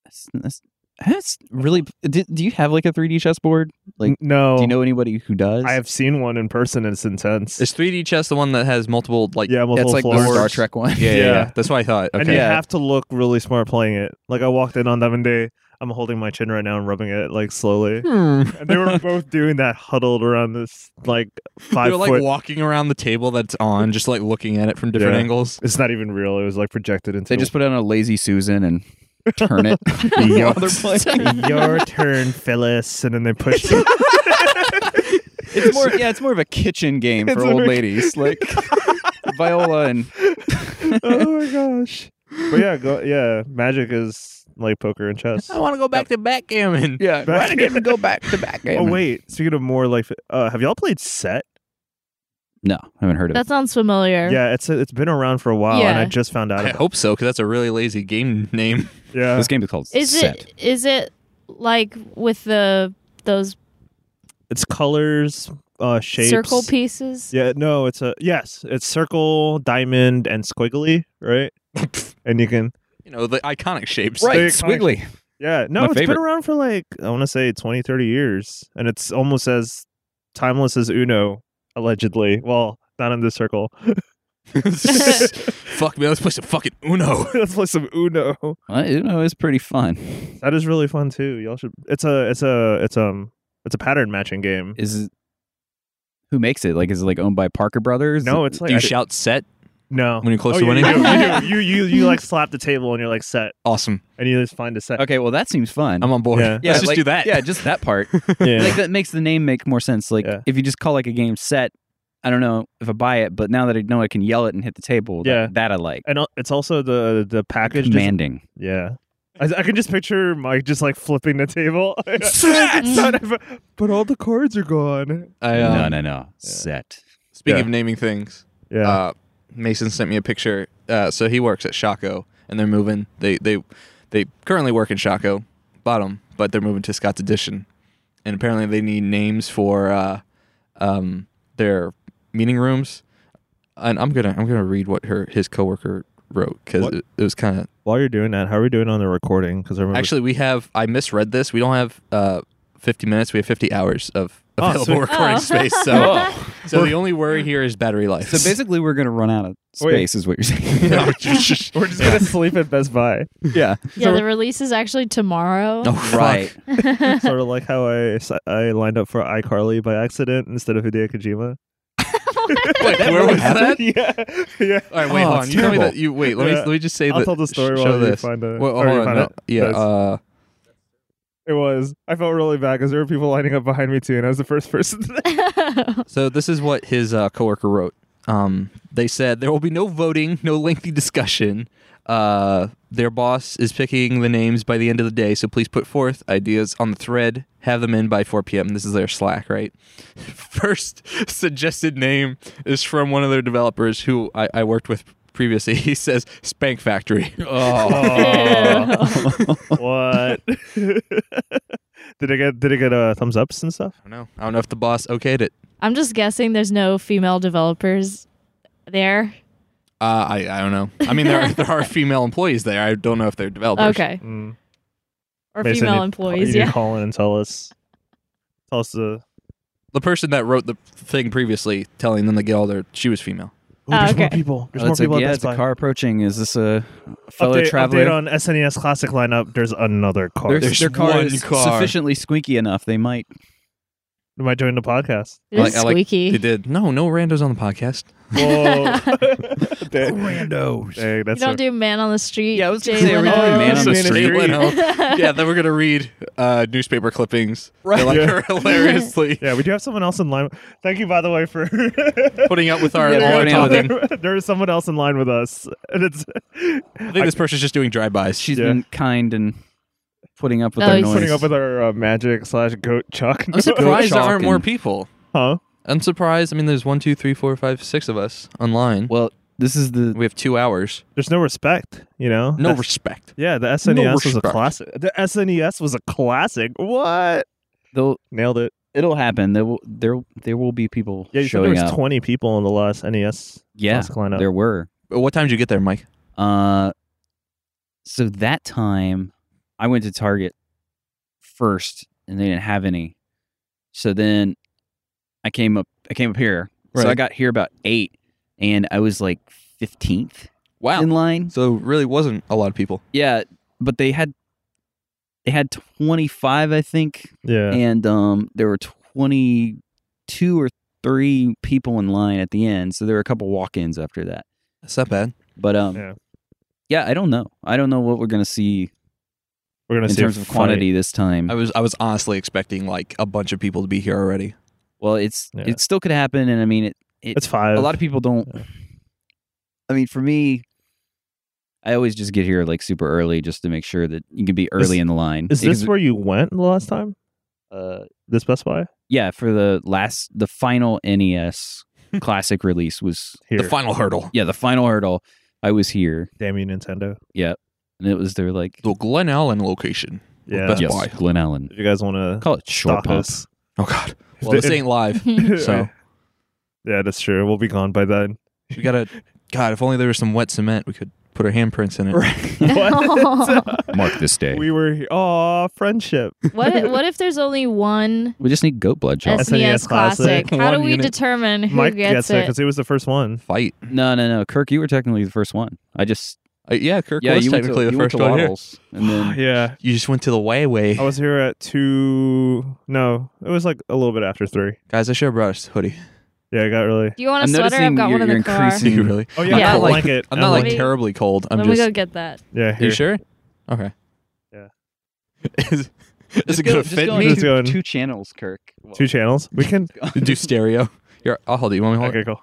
Speaker 5: that's, that's, that's really. Do, do you have like a 3D chess board? Like,
Speaker 3: no,
Speaker 5: do you know anybody who does?
Speaker 3: Oh. I have seen one in person. and It's intense.
Speaker 1: Is 3D chess the one that has multiple like?
Speaker 3: yeah, multiple
Speaker 5: That's like
Speaker 3: floors.
Speaker 5: the Star Trek one.
Speaker 1: yeah, yeah,
Speaker 3: Yeah.
Speaker 1: yeah. That's what I thought.
Speaker 3: And
Speaker 1: Okay.
Speaker 3: you
Speaker 5: Yeah.
Speaker 3: have to look really smart playing it. Like I walked in on them and they, I'm holding my chin right now and rubbing it like slowly.
Speaker 1: Hmm.
Speaker 3: And they were both doing that huddled around this like five
Speaker 1: They're like
Speaker 3: foot.
Speaker 1: walking around the table that's on, just like looking at it from different
Speaker 3: Yeah.
Speaker 1: angles.
Speaker 3: it's not even real. It was like projected into.
Speaker 5: They just put on a lazy Susan and turn it.
Speaker 3: Your-
Speaker 5: while they're playing.
Speaker 3: your turn, Phyllis, and then they pushed. it.
Speaker 5: It's more, yeah, it's more of a kitchen game
Speaker 3: It's
Speaker 5: for
Speaker 3: more-
Speaker 5: old ladies, like viola and
Speaker 3: oh my gosh! But yeah, go, yeah, magic is like poker and chess.
Speaker 5: Oh,
Speaker 1: I want to go back to backgammon.
Speaker 5: yeah.
Speaker 3: Back-
Speaker 5: Why did it go back to back?
Speaker 3: Oh wait, speaking of more like, uh, have y'all played Set?
Speaker 5: no, I haven't heard of
Speaker 2: that sounds familiar.
Speaker 3: Yeah, it's it's been around for a while, and I
Speaker 2: Yeah.
Speaker 3: just found out.
Speaker 1: I
Speaker 3: about
Speaker 1: hope so, because that's a really lazy game name.
Speaker 3: it. Yeah,
Speaker 5: it. This game is called
Speaker 2: Is
Speaker 5: Set.
Speaker 2: it is it like with the those
Speaker 3: it's colors, uh, shapes,
Speaker 2: circle pieces?
Speaker 3: Yeah, no, it's a yes, it's circle, diamond, and squiggly, right? and you can
Speaker 1: You know, the iconic shapes.
Speaker 5: Right,
Speaker 3: Big
Speaker 5: Squiggly.
Speaker 3: yeah, no,
Speaker 5: My
Speaker 3: it's
Speaker 5: favorite.
Speaker 3: been around for like I want to say 20, 30 years, and it's almost as timeless as Uno, allegedly. Well, not in this circle.
Speaker 1: Fuck man, let's play some fucking Uno.
Speaker 3: Let's play some Uno.
Speaker 5: Well, you know, it's pretty fun.
Speaker 3: That is really fun too. Y'all should. It's a, it's a, it's um, it's a pattern matching game.
Speaker 5: Is it, who makes it? Like, is it like owned by Parker Brothers?
Speaker 3: no, it's like
Speaker 1: Do you
Speaker 3: I-
Speaker 1: shout set?
Speaker 3: No.
Speaker 1: When you're close
Speaker 3: Oh,
Speaker 1: to
Speaker 3: yeah,
Speaker 1: winning?
Speaker 3: You, do. you, do. you, you, you like slap the table and you're like set.
Speaker 1: Awesome.
Speaker 3: And you just find a set.
Speaker 5: Okay, well that seems fun.
Speaker 1: I'm on board.
Speaker 3: Yeah.
Speaker 1: Let's just
Speaker 5: like-
Speaker 1: do that.
Speaker 5: Yeah, just that part. Like that makes the name make more sense. Like
Speaker 3: Yeah.
Speaker 5: if you just call like a game set, I don't know if I buy it, but now that I know I can yell it and hit the table, that-
Speaker 3: Yeah.
Speaker 5: that, I like.
Speaker 3: And al- it's also the the package. just-
Speaker 5: Commanding.
Speaker 3: yeah. I, I can just picture Mike just like flipping the table. um, but all the cards are gone.
Speaker 1: I, um,
Speaker 5: no, no, no. Set.
Speaker 1: Speaking
Speaker 3: Yeah.
Speaker 1: of naming things,
Speaker 3: Yeah.
Speaker 1: uh, Mason sent me a picture. Uh, so he works at Shaco, and they're moving. They they they currently work in Shaco, bottom, but they're moving to Scott's Edition, and apparently they need names for uh, um, their meeting rooms. And I'm gonna I'm gonna read what her his coworker wrote because
Speaker 3: What?
Speaker 1: it, it was kind of
Speaker 3: While you're doing that, how are we doing on the recording? Because I remember.
Speaker 1: actually we have I misread this. We don't have uh, 50 minutes. We have 50 hours of
Speaker 3: Oh,
Speaker 1: available
Speaker 3: sweet.
Speaker 1: recording
Speaker 2: Oh.
Speaker 1: space. So so the only worry here is battery life.
Speaker 5: So basically, we're gonna run out of
Speaker 3: Wait.
Speaker 5: space, is what you're saying.
Speaker 3: we're just gonna sleep at Best Buy,
Speaker 5: yeah.
Speaker 2: yeah, the release is actually tomorrow.
Speaker 1: Oh, fuck.
Speaker 5: Right.
Speaker 3: sort of like how I I lined up for iCarly by accident instead of Hideo Kojima.
Speaker 1: Wait, where was that?
Speaker 3: yeah, yeah.
Speaker 1: All right, wait,
Speaker 5: Oh,
Speaker 1: hold on.
Speaker 5: it's
Speaker 1: You tell me
Speaker 5: terrible.
Speaker 1: that you wait. Let me
Speaker 3: Yeah.
Speaker 1: let me just say
Speaker 3: I'll
Speaker 1: that.
Speaker 3: tell the story
Speaker 1: sh-
Speaker 3: while
Speaker 1: show
Speaker 3: you
Speaker 1: this.
Speaker 3: find the-
Speaker 1: Well,
Speaker 3: or
Speaker 1: hold
Speaker 3: you
Speaker 1: on.
Speaker 3: find
Speaker 1: no,
Speaker 3: it.
Speaker 1: yeah.
Speaker 3: That's-
Speaker 1: Uh,
Speaker 3: It was. I felt really bad because there were people lining up behind me too, and I was the first person. To
Speaker 1: so this is what his uh, coworker wrote. Um, they said there will be no voting, no lengthy discussion. Uh, their boss is picking the names by the end of the day, so please put forth ideas on the thread. Have them in by 4 p.m. This is their Slack, right? First suggested name is from one of their developers who I, I worked with previously. He says Spank Factory.
Speaker 3: what? did I get? Did I get uh, thumbs ups and stuff?
Speaker 1: I don't know. I don't know if the boss okayed it.
Speaker 2: I'm just guessing there's no female developers there.
Speaker 1: Uh, I I don't know. I mean, there are, there are female employees there. I don't know if they're developers.
Speaker 2: Okay.
Speaker 3: Mm.
Speaker 2: Or
Speaker 3: Mason, you-
Speaker 2: female employees,
Speaker 3: You
Speaker 2: yeah.
Speaker 3: call in and tell us. Tell us the.
Speaker 1: The person that wrote the thing previously, telling them to get all their, she was female.
Speaker 3: Ooh,
Speaker 2: Oh,
Speaker 3: there's more
Speaker 2: okay.
Speaker 3: people. There's
Speaker 5: Oh,
Speaker 3: more
Speaker 5: it's a-
Speaker 3: people at
Speaker 5: yeah,
Speaker 3: Best
Speaker 5: it's a
Speaker 3: Buy.
Speaker 5: car approaching. Is this a fellow
Speaker 3: update,
Speaker 5: traveler?
Speaker 3: update on SNES Classic lineup. There's another car.
Speaker 5: their,
Speaker 1: There's
Speaker 5: their car
Speaker 1: one
Speaker 5: is
Speaker 1: car.
Speaker 5: sufficiently squeaky enough. They might.
Speaker 3: Am I joining the podcast?
Speaker 2: It is
Speaker 1: I like-
Speaker 2: squeaky.
Speaker 1: They did. No, no randos on the podcast.
Speaker 3: Whoa!
Speaker 5: Oh, Randos.
Speaker 3: Dang,
Speaker 2: you
Speaker 3: that's
Speaker 2: don't do man on the street.
Speaker 5: Yeah, I was gonna
Speaker 2: Jay
Speaker 5: say, are we
Speaker 2: Leno.
Speaker 5: doing man
Speaker 3: Oh,
Speaker 5: on the
Speaker 3: man in the
Speaker 5: street?
Speaker 3: street.
Speaker 1: yeah, then we're gonna read uh, newspaper clippings. They're like
Speaker 3: Yeah.
Speaker 1: hilariously
Speaker 3: yeah, we do have someone else in line. Thank you, by the way, for
Speaker 1: putting up with our.
Speaker 5: Yeah,
Speaker 1: long
Speaker 5: putting up with
Speaker 1: talking.
Speaker 3: there, there is someone else in line with us, and it's
Speaker 1: I think this person's just doing drive-bys.
Speaker 5: She's
Speaker 3: Yeah.
Speaker 5: been kind and putting up
Speaker 2: No,
Speaker 5: with our
Speaker 2: he's-
Speaker 5: noise.
Speaker 3: putting up with our uh, magic slash goat chuck.
Speaker 1: I'm surprised there aren't
Speaker 5: Shocking.
Speaker 1: more people.
Speaker 3: huh?
Speaker 1: I'm surprised. I mean, there's one, two, three, four, five, six of us online.
Speaker 5: well, this is the
Speaker 1: We have two hours.
Speaker 3: There's no respect, you know.
Speaker 1: No
Speaker 3: That's-
Speaker 1: respect.
Speaker 3: yeah, the SNES was a
Speaker 1: respect.
Speaker 3: classic. The SNES was a classic. What?
Speaker 5: they'll,
Speaker 3: Nailed it.
Speaker 5: it'll happen. There will there there will be people
Speaker 3: Yeah, you said there
Speaker 5: showing
Speaker 3: was
Speaker 5: up.
Speaker 3: 20 people on the last NES
Speaker 5: yeah,
Speaker 3: classic lineup.
Speaker 5: there were.
Speaker 1: But What time did you get there, Mike?
Speaker 5: Uh, so that time I went to Target first, and they didn't have any. So then I came up. I came up here.
Speaker 1: Right.
Speaker 5: So I got here about eight, and I was like fifteenth
Speaker 1: Wow.
Speaker 5: in line.
Speaker 1: So really wasn't a lot of people.
Speaker 5: Yeah, but they had they had twenty five, I think,
Speaker 3: yeah.
Speaker 5: and um, there were 22 or three people in line at the end so there were a couple walk-ins after that
Speaker 1: That's not bad.
Speaker 5: but um
Speaker 3: Yeah.
Speaker 5: yeah, i don't know i don't know what we're gonna see
Speaker 3: We're gonna
Speaker 5: in
Speaker 3: see a
Speaker 5: terms of
Speaker 3: fight.
Speaker 5: quantity this time
Speaker 1: I was I was honestly expecting like a bunch of people to be here already.
Speaker 5: well it's
Speaker 3: Yeah.
Speaker 5: it still could happen and i mean it, it
Speaker 3: It's five.
Speaker 5: a lot of people don't i mean for me i always just get here like super early just to make sure that you can be early in the line
Speaker 3: Is
Speaker 5: Because,
Speaker 3: this where you went the last time?
Speaker 5: uh,
Speaker 3: This Best Buy?
Speaker 5: yeah for the last the final nes classic release was
Speaker 3: Here.
Speaker 1: The final hurdle.
Speaker 5: yeah, the final hurdle. I was here,
Speaker 3: Damn you, Nintendo.
Speaker 5: and it was their like
Speaker 1: The Glen Allen location.
Speaker 3: Yeah.
Speaker 1: Best-
Speaker 5: yes,
Speaker 1: Why?
Speaker 5: Glen Allen.
Speaker 3: If you guys want to
Speaker 5: Call it short
Speaker 3: stop
Speaker 5: pop.
Speaker 3: us.
Speaker 1: Oh God. Well,
Speaker 3: If
Speaker 1: this
Speaker 3: they-
Speaker 1: ain't live, so
Speaker 3: Yeah, that's true. We'll be gone by then.
Speaker 1: we gotta. God, if only there was some wet cement, we could put our handprints in it.
Speaker 3: What?
Speaker 5: Mark this day.
Speaker 3: we were here. Aw, friendship.
Speaker 2: what, if, what if there's only one
Speaker 5: We just need goat blood, Charles.
Speaker 3: Yes. SNES
Speaker 2: SNES classic?
Speaker 1: E classic.
Speaker 2: How do
Speaker 1: One
Speaker 2: we
Speaker 1: unit.
Speaker 2: determine who
Speaker 3: Mike
Speaker 2: gets,
Speaker 3: it
Speaker 2: it?
Speaker 3: because he was the first one.
Speaker 1: Fight.
Speaker 5: No, no, no. Kirk, you were technically the first one. I just
Speaker 1: Uh, yeah, Kirk
Speaker 5: yeah,
Speaker 1: was
Speaker 5: you went to-
Speaker 1: technically
Speaker 5: you
Speaker 1: the
Speaker 5: went
Speaker 1: first
Speaker 5: to
Speaker 1: one Oh. here.
Speaker 5: Waddles, and then
Speaker 3: yeah.
Speaker 1: You just went to the way way.
Speaker 3: I was here at two. No, it was like a little bit after three.
Speaker 1: Guys, I should have brought us hoodie.
Speaker 3: Yeah, I got really.
Speaker 2: Do you want a
Speaker 5: I'm
Speaker 2: sweater? I've
Speaker 5: noticing
Speaker 2: got one in
Speaker 5: you're
Speaker 2: the car.
Speaker 5: increasing-
Speaker 1: Do you really?
Speaker 3: Oh yeah,
Speaker 2: Yeah.
Speaker 3: I
Speaker 2: I'm
Speaker 1: not
Speaker 3: like,
Speaker 1: like-
Speaker 3: it.
Speaker 1: I'm not like
Speaker 2: Let me-
Speaker 1: terribly cold. I'm
Speaker 2: Let me
Speaker 1: just.
Speaker 2: go get that.
Speaker 3: yeah.
Speaker 1: Are you
Speaker 3: Here.
Speaker 1: sure? Okay.
Speaker 3: Yeah.
Speaker 1: is is
Speaker 5: Just
Speaker 1: it gonna
Speaker 5: go- just
Speaker 1: fit
Speaker 5: go
Speaker 1: me?
Speaker 5: into
Speaker 3: Just going-
Speaker 5: Two channels, Kirk.
Speaker 3: Two channels. We can.
Speaker 1: Do stereo. You're, I'll hold it. You want me to hold
Speaker 3: Okay, cool.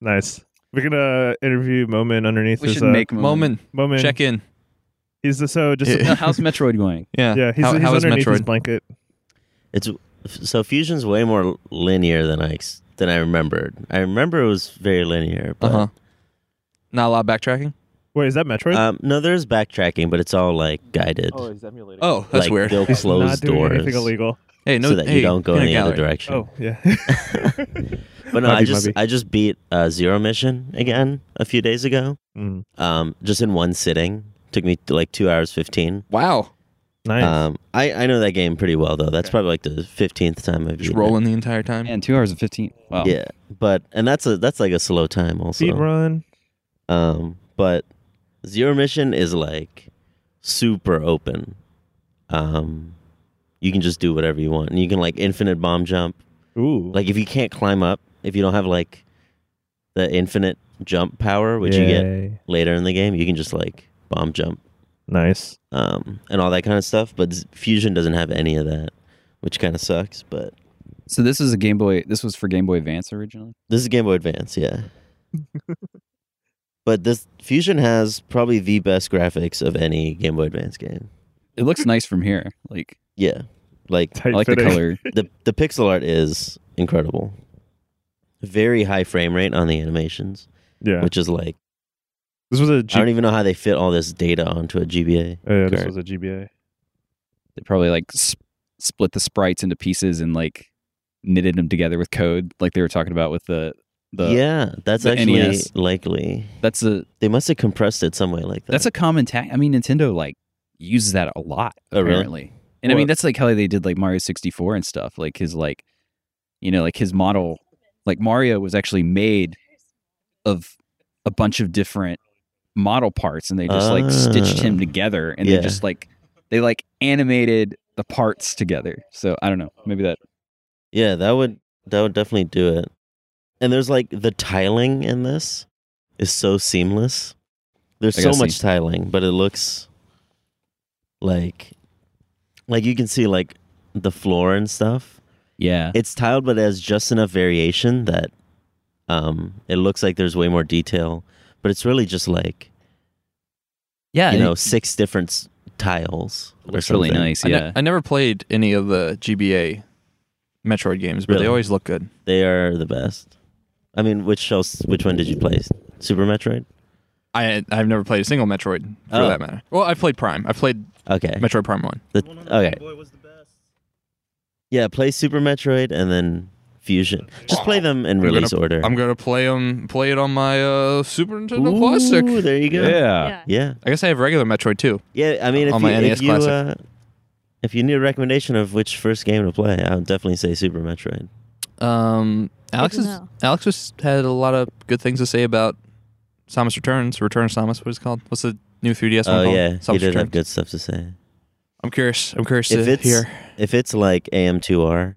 Speaker 3: Nice. We can uh, interview Moment underneath
Speaker 5: We
Speaker 3: his
Speaker 5: should
Speaker 3: uh,
Speaker 5: make
Speaker 1: it?
Speaker 5: Moment.
Speaker 1: Moment.
Speaker 3: Moment.
Speaker 1: Check in.
Speaker 3: He's the so just
Speaker 5: Now, how's Metroid going?
Speaker 1: Yeah.
Speaker 3: yeah. He's,
Speaker 1: how,
Speaker 3: he's
Speaker 1: how is
Speaker 3: underneath his
Speaker 1: Metroid?
Speaker 3: blanket.
Speaker 4: It's so fusion's way more linear than I ex- than I remembered. I remember it was very linear,
Speaker 1: Uh
Speaker 4: but
Speaker 1: huh. Not a lot of backtracking.
Speaker 3: Wait, is that Metroid?
Speaker 4: um, no, there's backtracking, but it's all like guided.
Speaker 1: Oh, that's
Speaker 4: like,
Speaker 1: weird.
Speaker 4: They'll
Speaker 3: He's
Speaker 4: close
Speaker 3: not doing
Speaker 4: doors
Speaker 3: anything illegal.
Speaker 1: hey, no,
Speaker 4: so that
Speaker 1: hey,
Speaker 4: you don't go
Speaker 1: in
Speaker 4: in
Speaker 1: a
Speaker 4: the other
Speaker 1: gallery.
Speaker 4: direction.
Speaker 3: Oh yeah.
Speaker 4: But no,
Speaker 3: Might
Speaker 4: I
Speaker 3: be,
Speaker 4: just
Speaker 3: might be.
Speaker 4: I just beat uh, Zero Mission again a few days ago.
Speaker 3: Mm.
Speaker 4: Um, just in one sitting. Took me like two hours fifteen.
Speaker 1: Wow.
Speaker 3: Nice.
Speaker 4: Um, I, I know that game pretty well though. That's probably like the fifteenth time I've
Speaker 1: Just
Speaker 4: beaten
Speaker 1: rolling the entire time.
Speaker 5: Man, two hours and fifteen. Wow.
Speaker 4: It. Yeah, but and that's a that's like a slow time
Speaker 3: Speed
Speaker 4: also.
Speaker 3: run.
Speaker 4: Um, but Zero Mission is like super open. Um, you can just do whatever you want, and you can like infinite bomb jump.
Speaker 3: Ooh.
Speaker 4: Like if you can't climb up, if you don't have like the infinite jump power, which you get
Speaker 3: Yay.
Speaker 4: later in the game, you can just like bomb jump
Speaker 3: Nice.
Speaker 4: um, and all that kind of stuff. But Z- Fusion doesn't have any of that, which kind of sucks. But
Speaker 5: So this is a Game Boy. This was for Game Boy Advance originally.
Speaker 4: This is Game Boy Advance, yeah. but this Fusion has probably the best graphics of any Game Boy Advance game.
Speaker 5: It looks nice from here. Like
Speaker 4: Yeah. Like
Speaker 5: I
Speaker 3: Tight
Speaker 5: like the
Speaker 3: fitting.
Speaker 5: color.
Speaker 4: the the pixel art is incredible. Very high frame rate on the animations,
Speaker 3: Yeah.
Speaker 4: which is like
Speaker 3: this was a
Speaker 4: I
Speaker 3: G-
Speaker 4: don't even know how they fit all this data onto a GBA.
Speaker 3: Oh, yeah, this
Speaker 4: card.
Speaker 3: was a GBA.
Speaker 5: They probably like sp- split the sprites into pieces and like knitted them together with code, like they were talking about with the the.
Speaker 4: yeah, that's
Speaker 5: the
Speaker 4: actually
Speaker 5: NES.
Speaker 4: likely.
Speaker 5: That's a
Speaker 4: They must have compressed it some way like that.
Speaker 5: that's a common tag. I mean, Nintendo like uses that a lot
Speaker 4: Oh, really?
Speaker 5: apparently, and I mean
Speaker 3: What?
Speaker 5: that's like how they did like Mario sixty four and stuff. Like his like, you know, like his model, like Mario was actually made of a bunch of different model parts, and they just like stitched him
Speaker 4: Ah.
Speaker 5: together, and
Speaker 4: Yeah.
Speaker 5: they just like they like animated the parts together. So I don't know, maybe that
Speaker 4: Yeah, that would that would definitely do it. And there's like the tiling in this is so seamless. There's
Speaker 5: I
Speaker 4: so
Speaker 5: gotta
Speaker 4: much
Speaker 5: see.
Speaker 4: tiling, but it looks like like you can see like the floor and stuff.
Speaker 5: yeah.
Speaker 4: It's tiled but it has just enough variation that um it looks like there's way more detail, but it's really just like
Speaker 5: Yeah,
Speaker 4: you
Speaker 5: and
Speaker 4: know,
Speaker 5: it
Speaker 4: six different s- tiles. or
Speaker 5: looks really
Speaker 4: something.
Speaker 5: nice.
Speaker 1: I, ne-
Speaker 5: Yeah,
Speaker 1: I never played any of the GBA Metroid games, but
Speaker 4: Really?
Speaker 1: they always look good.
Speaker 4: They are the best. I mean, which else, which one did you play? Super Metroid?
Speaker 1: I I've never played a single Metroid for
Speaker 4: Oh.
Speaker 1: that matter. Well, I played Prime. I played
Speaker 4: Okay.
Speaker 1: Metroid Prime One.
Speaker 4: The, okay. Yeah, play Super Metroid and then Fusion. Just play them in
Speaker 1: gonna-
Speaker 4: release order.
Speaker 1: I'm gonna play 'em- Play it on my uh, Super Nintendo
Speaker 4: Ooh,
Speaker 1: Classic.
Speaker 4: There you go.
Speaker 5: Uh,
Speaker 2: Yeah.
Speaker 4: Yeah.
Speaker 1: I guess I have regular Metroid too.
Speaker 4: Yeah, I mean, if
Speaker 1: On
Speaker 4: you,
Speaker 1: my NES
Speaker 4: if, you
Speaker 1: Classic.
Speaker 4: uh, if you need a recommendation of which first game to play, I would definitely say Super Metroid.
Speaker 1: Um, Alex
Speaker 2: Good
Speaker 1: is,
Speaker 2: to know.
Speaker 1: Alex has had a lot of good things to say about Samus Returns. Return of Samus. What is it called? What's the new 3DS one
Speaker 4: oh
Speaker 1: called?
Speaker 4: yeah,
Speaker 1: Samus
Speaker 4: you did
Speaker 1: Returns.
Speaker 4: have good stuff to say.
Speaker 1: I'm curious. I'm curious
Speaker 4: If
Speaker 1: to
Speaker 4: it's
Speaker 1: hear.
Speaker 4: if it's like AM2R,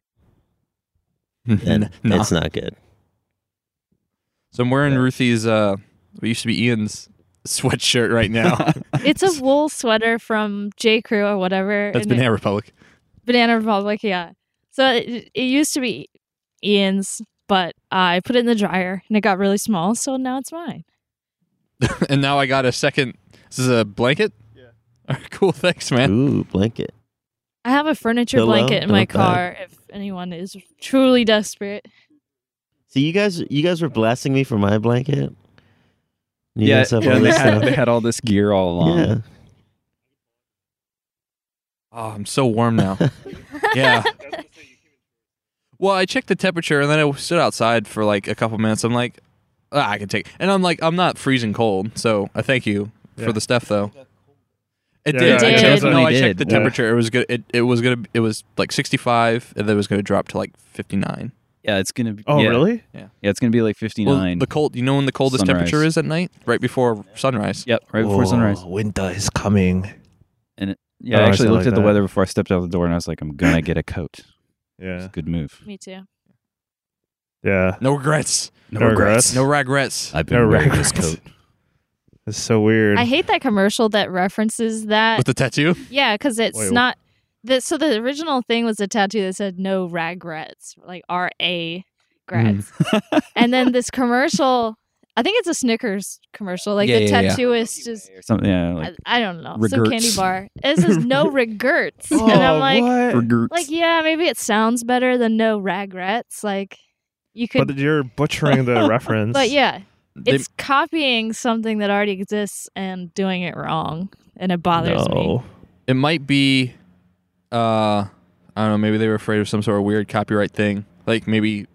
Speaker 4: then
Speaker 1: Nah.
Speaker 4: it's not good.
Speaker 1: So I'm wearing
Speaker 4: Yeah.
Speaker 1: Ruthie's uh what used to be Ian's sweatshirt right now.
Speaker 2: It's a wool sweater from J. Crew or whatever.
Speaker 1: That's
Speaker 2: and it-
Speaker 1: Banana Republic.
Speaker 2: Banana Republic, yeah. So it, it used to be Ian's, but I put it in the dryer and it got really small, so now it's mine.
Speaker 1: And now I got a second this is a blanket? Yeah. cool, thanks, man.
Speaker 4: Oow, blanket.
Speaker 2: I have a furniture
Speaker 4: Pillow?
Speaker 2: blanket in
Speaker 4: Not
Speaker 2: my
Speaker 4: bad.
Speaker 2: car if anyone is truly desperate.
Speaker 4: See, you guys, you guys were blasting me for my blanket. You
Speaker 5: yeah.
Speaker 4: guys have
Speaker 5: yeah,
Speaker 4: all
Speaker 5: they,
Speaker 4: this
Speaker 5: had,
Speaker 4: stuff.
Speaker 5: they had all this gear all along.
Speaker 4: yeah.
Speaker 1: Oh, I'm so warm now. yeah. Well, I checked the temperature and then I stood outside for like a couple minutes. I'm like, ah, I can take and I'm like, I'm not freezing cold, so I thank you
Speaker 3: Yeah.
Speaker 1: for the stuff though. It did.
Speaker 3: Yeah,
Speaker 2: yeah,
Speaker 1: I
Speaker 2: It
Speaker 1: checked,
Speaker 2: did.
Speaker 1: no, I
Speaker 5: Definitely
Speaker 1: checked the
Speaker 5: did.
Speaker 3: Yeah.
Speaker 1: temperature. It was good. It, it was gonna. It was like 65, and then it was gonna drop to like 59.
Speaker 5: Yeah, it's gonna be.
Speaker 3: Oh
Speaker 5: yeah.
Speaker 3: really?
Speaker 5: Yeah, it's gonna be like fifty
Speaker 1: Well,
Speaker 5: nine.
Speaker 1: the cold. You know when the coldest
Speaker 5: Sunrise.
Speaker 1: temperature is at night, right before sunrise.
Speaker 5: yep, right before sunrise.
Speaker 3: Winter is coming.
Speaker 5: Yeah,
Speaker 3: Oh,
Speaker 5: I
Speaker 3: I
Speaker 5: actually
Speaker 3: see it
Speaker 5: looked
Speaker 3: like
Speaker 5: at the
Speaker 3: that.
Speaker 5: weather before I stepped out the door, and I was like, I'm gonna get a coat. It's
Speaker 3: Yeah.
Speaker 5: a good move.
Speaker 2: Me too.
Speaker 3: Yeah.
Speaker 1: No regrets.
Speaker 5: No
Speaker 3: No
Speaker 5: regrets.
Speaker 3: regrets.
Speaker 1: No regrets.
Speaker 6: I've
Speaker 3: No
Speaker 6: been wearing this
Speaker 3: regrets.
Speaker 6: coat.
Speaker 3: It's so weird.
Speaker 2: I hate that commercial that references that.
Speaker 1: With the tattoo?
Speaker 2: yeah, because it's
Speaker 3: Wait, wh-
Speaker 2: not. The, so the original thing was a tattoo that said "No regrets," like R A grets, and then this commercial. I think it's a Snickers commercial. Like
Speaker 5: Yeah,
Speaker 2: the
Speaker 5: yeah, yeah.
Speaker 2: tattooist is.
Speaker 5: Or something. Yeah, like
Speaker 2: I, I don't know. Some candy
Speaker 5: Regrets.
Speaker 2: bar. It says no regrets, and I'm like,
Speaker 3: Oh, what?
Speaker 5: regrets.
Speaker 2: like yeah, maybe it sounds better than no regrets. Like you could,
Speaker 3: But you're butchering the reference.
Speaker 2: but yeah,
Speaker 1: They-
Speaker 2: it's copying something that already exists and doing it wrong, and it bothers me.
Speaker 3: no.
Speaker 1: it might be uh I don't know, maybe they were afraid of some sort of weird copyright thing. Like maybe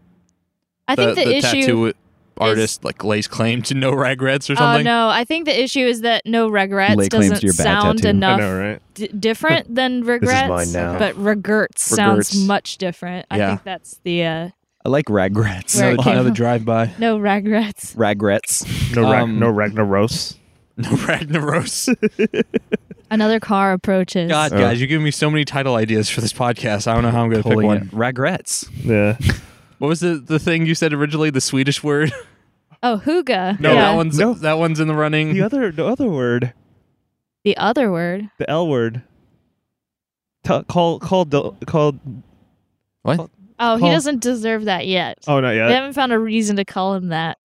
Speaker 2: I
Speaker 1: the,
Speaker 2: think the,
Speaker 1: the
Speaker 2: issue.
Speaker 1: tattoo artist like lays claim to no regrets or
Speaker 2: Oh
Speaker 1: something.
Speaker 2: no! I think the issue is that no regrets
Speaker 5: Lay claim to
Speaker 2: doesn't
Speaker 5: your bad
Speaker 2: sound
Speaker 5: tattoo. I
Speaker 3: I
Speaker 2: enough
Speaker 3: know, right?
Speaker 2: d- different than regrets.
Speaker 3: mine now.
Speaker 2: But regrets,
Speaker 1: Regrets.
Speaker 2: sounds much different. I
Speaker 1: Yeah.
Speaker 2: think that's the uh,
Speaker 5: I like regrets.
Speaker 2: Where it came
Speaker 1: another
Speaker 2: from.
Speaker 1: drive by.
Speaker 2: no regrets.
Speaker 5: Regrets.
Speaker 3: No, rag,
Speaker 1: Um,
Speaker 3: no Ragnaros.
Speaker 1: No Ragnaros.
Speaker 2: Another car approaches.
Speaker 1: God,
Speaker 3: Oh.
Speaker 1: guys, you're giving me so many title ideas for this podcast. I don't know how I'm going to pick
Speaker 5: Pulling
Speaker 1: one.
Speaker 5: Regrets.
Speaker 3: Yeah.
Speaker 1: What was the, the thing you said originally? The Swedish word?
Speaker 2: Oh, Huga.
Speaker 1: No,
Speaker 2: yeah.
Speaker 1: that one's
Speaker 3: No.
Speaker 1: that one's in the running.
Speaker 3: The other, the other word,
Speaker 2: The other word.
Speaker 3: the L word. T- call, call, del- call.
Speaker 2: Oh,
Speaker 3: Call-
Speaker 2: he doesn't deserve that yet.
Speaker 3: Oh, not
Speaker 2: They
Speaker 3: yet.
Speaker 2: haven't found a reason to call him that.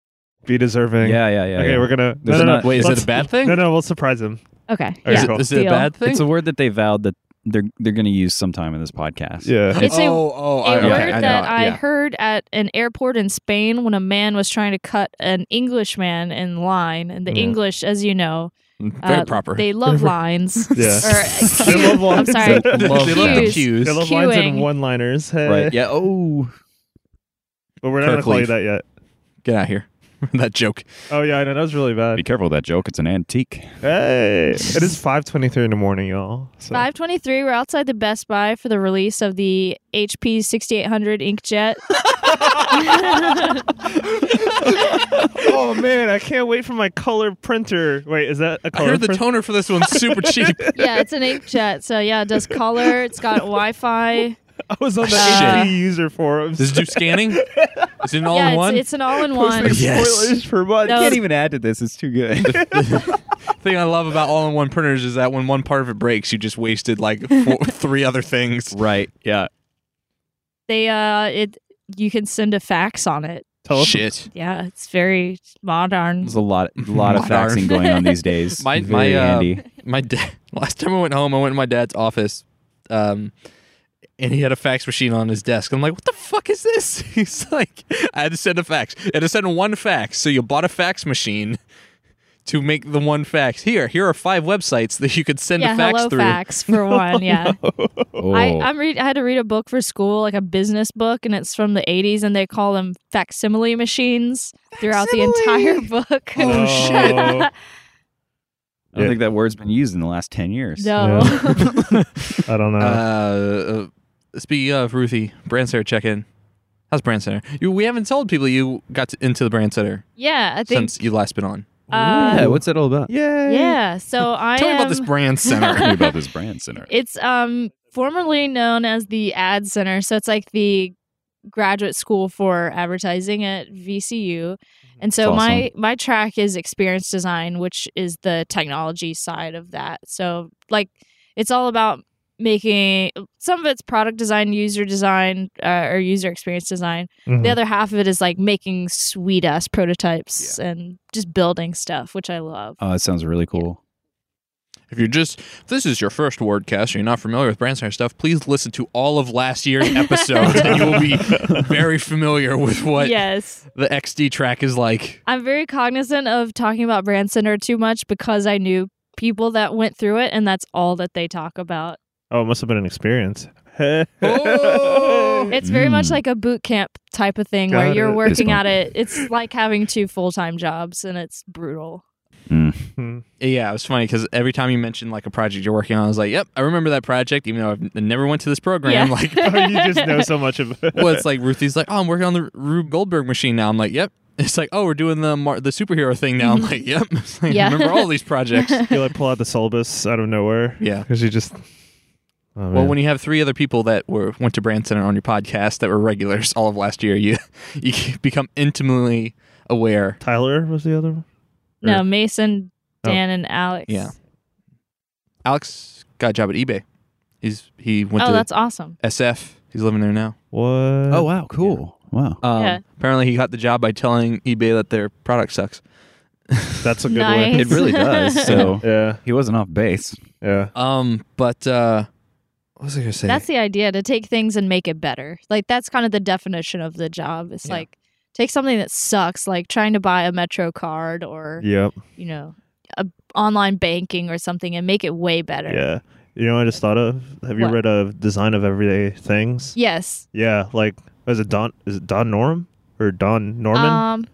Speaker 3: Be deserving.
Speaker 5: Yeah, yeah, yeah.
Speaker 3: Okay,
Speaker 5: yeah.
Speaker 3: we're gonna. No,
Speaker 5: There's
Speaker 3: no, no.
Speaker 5: not-
Speaker 1: Wait, is it
Speaker 3: Let's-
Speaker 1: a bad thing?
Speaker 3: No, no, we'll surprise him.
Speaker 2: Okay.
Speaker 3: All
Speaker 1: Is
Speaker 2: Yeah.
Speaker 3: right.
Speaker 1: it-
Speaker 3: cool.
Speaker 1: is it a
Speaker 2: Deal.
Speaker 1: bad thing?
Speaker 5: It's a word that they vowed that they're they're going to use sometime in this podcast.
Speaker 3: Yeah.
Speaker 2: It's a-
Speaker 1: oh, oh,
Speaker 2: a
Speaker 1: I, okay,
Speaker 2: word
Speaker 1: I know,
Speaker 2: that I
Speaker 1: yeah.
Speaker 2: heard at an airport in Spain when a man was trying to cut an Englishman in line. And the
Speaker 1: Mm.
Speaker 3: Yeah.
Speaker 2: English, as you know,
Speaker 1: Very
Speaker 2: uh,
Speaker 1: proper.
Speaker 2: They love lines.
Speaker 3: Yeah.
Speaker 2: Or, uh,
Speaker 3: They love
Speaker 2: I'm
Speaker 3: lines.
Speaker 2: sorry.
Speaker 1: They love
Speaker 2: Cues.
Speaker 1: the cues.
Speaker 3: They love lines and
Speaker 2: Queuing.
Speaker 3: one-liners. Hey.
Speaker 5: Right. Yeah. Oh.
Speaker 3: But we're not
Speaker 1: Kirk
Speaker 3: gonna call you
Speaker 1: Leaf.
Speaker 3: that yet.
Speaker 1: Get out of here. that joke.
Speaker 3: Oh yeah, I know that was really bad.
Speaker 5: Be careful of that joke. It's an antique.
Speaker 3: Hey, it is five twenty-three in the morning, y'all. So.
Speaker 2: 523, we're outside the Best Buy for the release of the HP 6800 inkjet.
Speaker 3: oh man, I can't wait for my color printer. Wait, is that a
Speaker 1: I
Speaker 3: color
Speaker 1: heard the
Speaker 3: printer?
Speaker 1: toner for this one's super cheap.
Speaker 2: yeah, it's an inkjet. So, yeah, it does color. It's got Wi Fi.
Speaker 3: I was on the
Speaker 2: Uh,
Speaker 3: HP user forums.
Speaker 1: Does it do scanning? Is it an all
Speaker 2: yeah,
Speaker 1: in one?
Speaker 2: It's, it's an all in
Speaker 3: posting
Speaker 2: one.
Speaker 1: Yes.
Speaker 3: spoilers for months.
Speaker 1: Oh.
Speaker 2: No.
Speaker 5: Can't even add to this. It's too good.
Speaker 1: thing I love about all in one printers is that when one part of it breaks, you just wasted like four, three other things.
Speaker 5: right. Yeah.
Speaker 2: They, uh, it, you can send a fax on it.
Speaker 1: Oh.
Speaker 3: Tele-
Speaker 1: Shit.
Speaker 2: Yeah, it's very modern.
Speaker 5: There's a lot, a lot of
Speaker 1: Modern.
Speaker 5: faxing going on these days.
Speaker 1: My- my,
Speaker 5: Very
Speaker 1: uh,
Speaker 5: handy.
Speaker 1: My dad, last time I went home, I went in my dad's office, um, and he had a fax machine on his desk. I'm like, what the fuck is this? He's like, I had to send a fax. I had to send one fax. So you bought a fax machine to make the one fax. Here, here are five websites that you could send
Speaker 2: yeah,
Speaker 1: a fax
Speaker 2: hello
Speaker 1: through.
Speaker 2: fax for one. Yeah,
Speaker 5: Oh.
Speaker 2: I I'm read. I had to read a book for school, like a business book, and it's from the 80s, and they call them facsimile machines throughout the entire book.
Speaker 3: Oh, shit.
Speaker 5: I don't think that word's been used in the last ten years.
Speaker 2: no,
Speaker 3: Oh, I don't
Speaker 5: Uh-huh.
Speaker 3: know.
Speaker 1: Uh, uh, speaking of Ruthie, Brand Center check in. How's Brand Center? You, we haven't told people you got to, into the Brand Center
Speaker 2: yeah, I think.
Speaker 1: since you last been on.
Speaker 5: Um, Yeah.
Speaker 2: Uh,
Speaker 5: What's that all about?
Speaker 3: Yay.
Speaker 2: yeah, so I
Speaker 1: Tell me about
Speaker 2: am-
Speaker 1: this Brand Center.
Speaker 5: Tell me about this brand center.
Speaker 2: It's um formerly known as the Ad Center, so it's like the graduate school for advertising at VCU. And so
Speaker 5: That's
Speaker 2: my my track is experience design, which is the technology side of that. So like it's all about making some of it's product design, user design, uh, or user experience design.
Speaker 3: Mhm.
Speaker 2: The other half of it is like making sweet ass prototypes and just building stuff, which I love.
Speaker 5: Oh, that sounds really cool.
Speaker 1: If you're just if this is your first wordcast and you're not familiar with brand center stuff, please listen to all of last year's episode and you will be very familiar with what
Speaker 2: Yes.
Speaker 1: the XD track is like.
Speaker 2: I'm very cognizant of talking about Brand Center too much because I knew people that went through it and that's all that they talk about.
Speaker 3: Oh, it must have been an experience.
Speaker 1: Oh.
Speaker 2: It's very much
Speaker 5: Mm.
Speaker 2: like a boot camp type of thing where
Speaker 3: Got
Speaker 2: you're
Speaker 3: it.
Speaker 2: working
Speaker 5: Fist
Speaker 2: at it. It's like having two full time jobs and it's brutal.
Speaker 3: Hmm.
Speaker 1: Yeah, it was funny because every time you mentioned like a project you're working on, I was like, "Yep, I remember that project," even though I've never went to this program.
Speaker 2: Yeah.
Speaker 1: Like,
Speaker 3: oh, you just know so much of it.
Speaker 1: well, it's like Ruthie's like, "Oh, I'm working on the Rube Goldberg machine now." I'm like, "Yep." It's like, "Oh, we're doing the Mar- the superhero thing now." I'm like, "Yep." It's like,
Speaker 2: Yeah.
Speaker 1: Remember all these projects?
Speaker 3: you like pull out the syllabus out of nowhere
Speaker 1: yeah.
Speaker 3: because you just Oh,
Speaker 1: Well,
Speaker 3: man.
Speaker 1: when you have three other people that were went to Brand Center on your podcast that were regulars all of last year, you you become intimately aware.
Speaker 3: Tyler was the other one.
Speaker 2: No, Mason,
Speaker 3: Oh.
Speaker 2: Dan, and Alex.
Speaker 1: Yeah. Alex got a job at eBay. He's he went
Speaker 2: Oh,
Speaker 1: to
Speaker 2: that's awesome.
Speaker 1: SF. He's living there now.
Speaker 3: What?
Speaker 5: Oh wow, cool. Wow.
Speaker 1: Um,
Speaker 2: Yeah.
Speaker 1: Apparently, he got the job by telling eBay that their product sucks.
Speaker 3: that's a good
Speaker 2: Nice.
Speaker 3: one.
Speaker 5: It really does. So
Speaker 3: Yeah,
Speaker 5: he wasn't off base.
Speaker 3: yeah.
Speaker 1: Um, but uh, what was I gonna say?
Speaker 2: That's the idea to take things and make it better. Like that's kind of the definition of the job. It's
Speaker 1: Yeah.
Speaker 2: like take something that sucks, like trying to buy a Metro card or
Speaker 3: Yep.
Speaker 2: you know, a, online banking or something, and make it way better.
Speaker 3: Yeah. You know what I just thought of? Have you
Speaker 2: What?
Speaker 3: read a Design of Everyday Things?
Speaker 2: Yes.
Speaker 3: Yeah, like is it Don is it Don Norm or Don Norman?
Speaker 2: Um,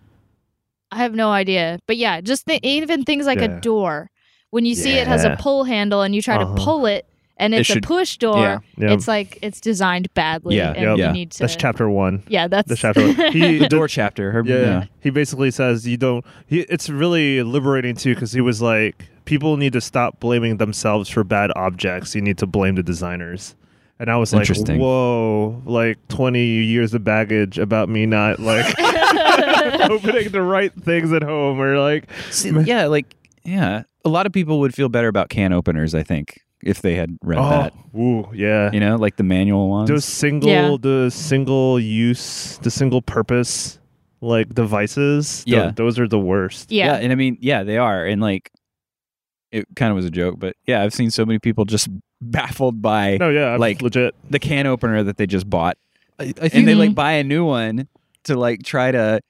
Speaker 2: I have no idea, but yeah, just th- even things like
Speaker 3: Yeah.
Speaker 2: a door. When you see it has a
Speaker 3: Yeah.
Speaker 2: pull handle and you try
Speaker 3: Uh-huh.
Speaker 2: to pull it, and
Speaker 1: It
Speaker 2: it's
Speaker 1: should-
Speaker 2: a push door,
Speaker 1: yeah.
Speaker 3: yeah.
Speaker 2: it's uh, like it's designed badly,
Speaker 5: Yeah.
Speaker 2: and
Speaker 3: Yep.
Speaker 2: you
Speaker 5: Yeah.
Speaker 2: need to.
Speaker 3: That's chapter 1.
Speaker 2: yeah, that's
Speaker 3: The chapter. One. He
Speaker 5: The door chapter. Her,
Speaker 3: yeah,
Speaker 5: yeah.
Speaker 3: He basically says you don't he, it's really liberating too cuz he was like people need to stop blaming themselves for bad objects. You need to blame the designers. And I was like,
Speaker 5: Interesting.
Speaker 3: "Whoa, like 20 years of baggage about me not like opening the right things at home or like
Speaker 5: See, yeah, like yeah. A lot of people would feel better about can openers, I think, if they had read
Speaker 3: oh,
Speaker 5: that.
Speaker 3: ooh, yeah.
Speaker 5: You know, like the manual ones.
Speaker 3: those single
Speaker 2: Yeah.
Speaker 3: the single use the single purpose like devices tho-
Speaker 5: Yeah.
Speaker 3: those are the worst
Speaker 2: yeah.
Speaker 5: and I mean, yeah, they are, and like, it kind of was a joke, but yeah, I've seen so many people just baffled by
Speaker 3: no yeah I'm
Speaker 5: Like-
Speaker 3: legit
Speaker 5: the can opener that they just bought,
Speaker 1: I, I
Speaker 5: and
Speaker 1: think
Speaker 5: they
Speaker 2: Mhm.
Speaker 5: like buy a new one to like try to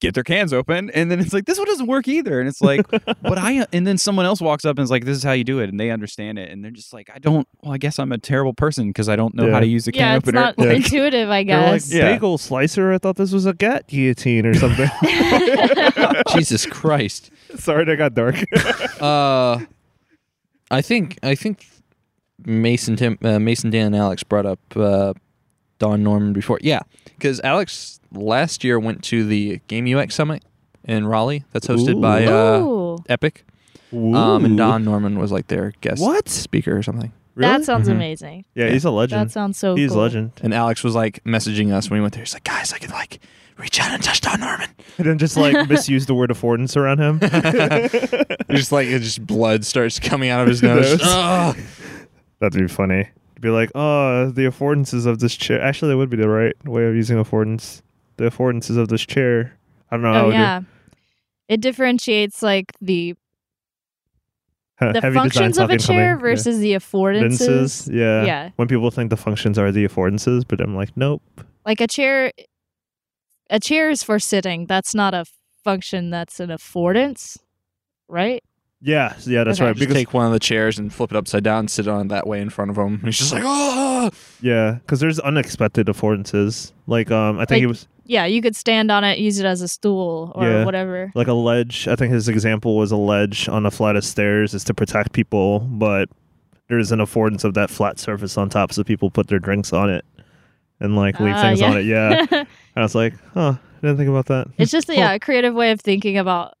Speaker 5: get their cans open, and then it's like this one doesn't work either, and it's like, but I, uh," and then someone else walks up and is like, this is how you do it, and they understand it, and they're just like, I don't, well, I guess I'm a terrible person because I don't know
Speaker 3: Yeah.
Speaker 5: how to use a can
Speaker 2: Yeah, it's
Speaker 5: opener.
Speaker 2: not
Speaker 3: Yeah.
Speaker 2: intuitive, I
Speaker 3: they're like
Speaker 2: guess.
Speaker 5: Yeah.
Speaker 3: bagel slicer i thought this was a gat guillotine or something
Speaker 1: Jesus Christ.
Speaker 3: sorry that got dark
Speaker 1: Uh, I think I think Mason Tim uh, Mason Dan and Alex brought up uh, Don Norman before. Yeah, because Alex last year went to the Game UX Summit in Raleigh. That's hosted
Speaker 3: Ooh.
Speaker 1: by uh,
Speaker 2: Ooh,
Speaker 1: Epic. Um, and Don Norman was like their guest
Speaker 3: What?
Speaker 1: speaker or something.
Speaker 3: Really?
Speaker 2: that sounds
Speaker 1: Mhm.
Speaker 2: amazing.
Speaker 3: yeah he's
Speaker 2: That
Speaker 3: a Mm-hmm. legend
Speaker 2: sounds so.
Speaker 3: he's a
Speaker 2: cool.
Speaker 3: legend
Speaker 1: And Alex was like messaging us when we went there. He's like, guys, I can like reach out and touch Don Norman.
Speaker 3: and then just like misuse the word affordance around him
Speaker 1: just like it just blood starts coming out of his nose.
Speaker 3: Nose.
Speaker 1: Ugh.
Speaker 3: that'd be funny be like oh the affordances of this chair actually that would be the right way of using affordance the affordances of this chair i don't know how
Speaker 2: Oh
Speaker 3: it would-
Speaker 2: yeah, it differentiates like the
Speaker 3: Huh,
Speaker 2: the
Speaker 3: heavy design
Speaker 2: functions of a
Speaker 3: talk
Speaker 2: chair
Speaker 3: incoming. Yeah.
Speaker 2: versus the affordances.
Speaker 3: affordances. Yeah.
Speaker 2: Yeah.
Speaker 3: When people think the functions are the affordances, but I'm like, nope.
Speaker 2: like a chair a chair is for sitting that's not a function that's an affordance right
Speaker 3: Yeah, yeah, that's
Speaker 2: Okay.
Speaker 3: right.
Speaker 1: Just
Speaker 3: Because
Speaker 1: take one of the chairs and flip it upside down, sit on it that way in front of him. And he's just like, oh,
Speaker 3: yeah, because there's unexpected affordances. Like um, I think
Speaker 2: Like-
Speaker 3: he was
Speaker 2: yeah you could stand on it use it as a stool or
Speaker 3: Yeah.
Speaker 2: whatever
Speaker 3: like a ledge. I think his example was a ledge on a flight of stairs is to protect people, but there's an affordance of that flat surface on top, so people put their drinks on it and like leave
Speaker 2: Ah,
Speaker 3: things
Speaker 2: yeah.
Speaker 3: on it. Yeah, and I was like, huh, didn't think about that.
Speaker 2: it's just yeah a creative way of thinking about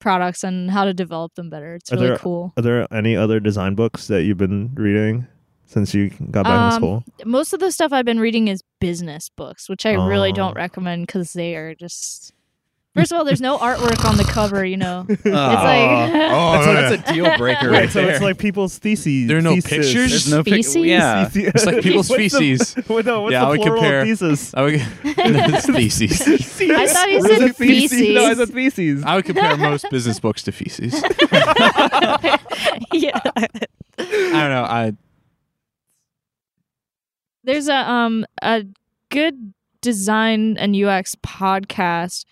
Speaker 2: products and how to develop them better it's
Speaker 3: Are
Speaker 2: really
Speaker 3: there-
Speaker 2: cool
Speaker 3: Are there any other design books that you've been reading since you got back
Speaker 2: Um,
Speaker 3: in school?
Speaker 2: most of the stuff i've been reading is business books which i really
Speaker 3: Oh.
Speaker 2: don't recommend because they are just first of all there's no artwork on the cover you know it's
Speaker 5: Aw.
Speaker 2: like
Speaker 3: Ah.
Speaker 1: oh
Speaker 5: Oh. that's, a deal breaker
Speaker 3: Wait,
Speaker 5: right
Speaker 3: so it's
Speaker 5: there.
Speaker 3: like people's theses.
Speaker 1: There are no
Speaker 3: thesis.
Speaker 1: pictures?
Speaker 5: There's no pic-
Speaker 2: Species?
Speaker 5: yeah.
Speaker 1: It's like people's
Speaker 3: What's the-
Speaker 1: feces.
Speaker 3: Well, no, what's
Speaker 1: Yeah, I
Speaker 3: the
Speaker 1: would
Speaker 3: plural
Speaker 1: compare-
Speaker 3: of thesis?
Speaker 1: I would, it's theses.
Speaker 2: I thought you
Speaker 3: What is
Speaker 2: said
Speaker 3: it, feces?
Speaker 2: feces.
Speaker 3: No, I said feces.
Speaker 1: I would compare most business books to feces. I
Speaker 2: yeah
Speaker 1: don't know. I
Speaker 2: there's a um a good design and UX podcast.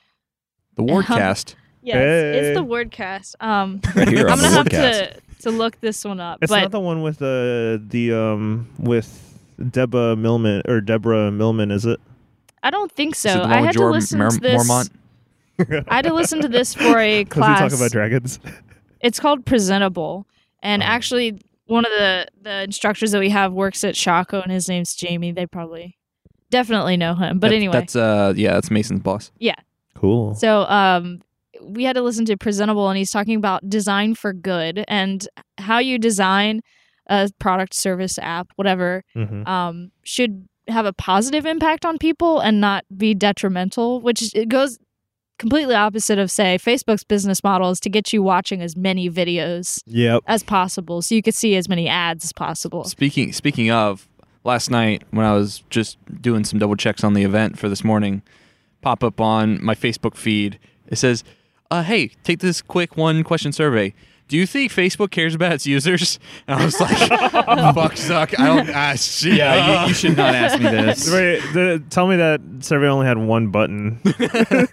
Speaker 1: the
Speaker 2: Uh-huh.
Speaker 1: Wardcast.
Speaker 2: Yes, it's,
Speaker 3: Hey.
Speaker 2: the Wordcast. Um,
Speaker 5: Right here
Speaker 2: I'm
Speaker 5: on
Speaker 2: gonna
Speaker 5: the
Speaker 2: have
Speaker 5: podcast.
Speaker 2: to to look this one up.
Speaker 3: It's
Speaker 2: but
Speaker 3: not the one with uh, the um with Deborah Millman or Deborah Millman, is it?
Speaker 2: I don't think so.
Speaker 1: Is it the one
Speaker 2: I
Speaker 1: with
Speaker 2: had to
Speaker 1: Jor-
Speaker 2: listen
Speaker 1: Mer-
Speaker 2: to this.
Speaker 1: Mormont?
Speaker 2: I had to listen to this for a
Speaker 3: Because we
Speaker 2: class.
Speaker 3: talk about dragons.
Speaker 2: it's called Presentable, and
Speaker 3: Oh.
Speaker 2: actually one of the the instructors that we have works at Shaco, and his name's Jamie. They probably definitely know him. But
Speaker 1: That-
Speaker 2: anyway,
Speaker 1: That's, uh, yeah, that's Mason's boss.
Speaker 3: Cool.
Speaker 2: So um we had to listen to Presentable and he's talking about design for good and how you design a product, service, app, whatever,
Speaker 3: Mm-hmm.
Speaker 2: um, should have a positive impact on people and not be detrimental, which is- it goes completely opposite of say Facebook's business model is to get you watching as many videos
Speaker 3: Yep.
Speaker 2: as possible so you could see as many ads as possible.
Speaker 1: Speaking speaking of, last night when I was just doing some double checks on the event for this morning, pop up on my Facebook feed. It says, uh, "Hey, take this quick one question survey. Do you think Facebook cares about its users?" And I was like, "Fuck, suck. I don't. Ah, shit.
Speaker 5: Yeah, you, you should not ask me this.
Speaker 3: Wait, the, tell me that survey only had one button.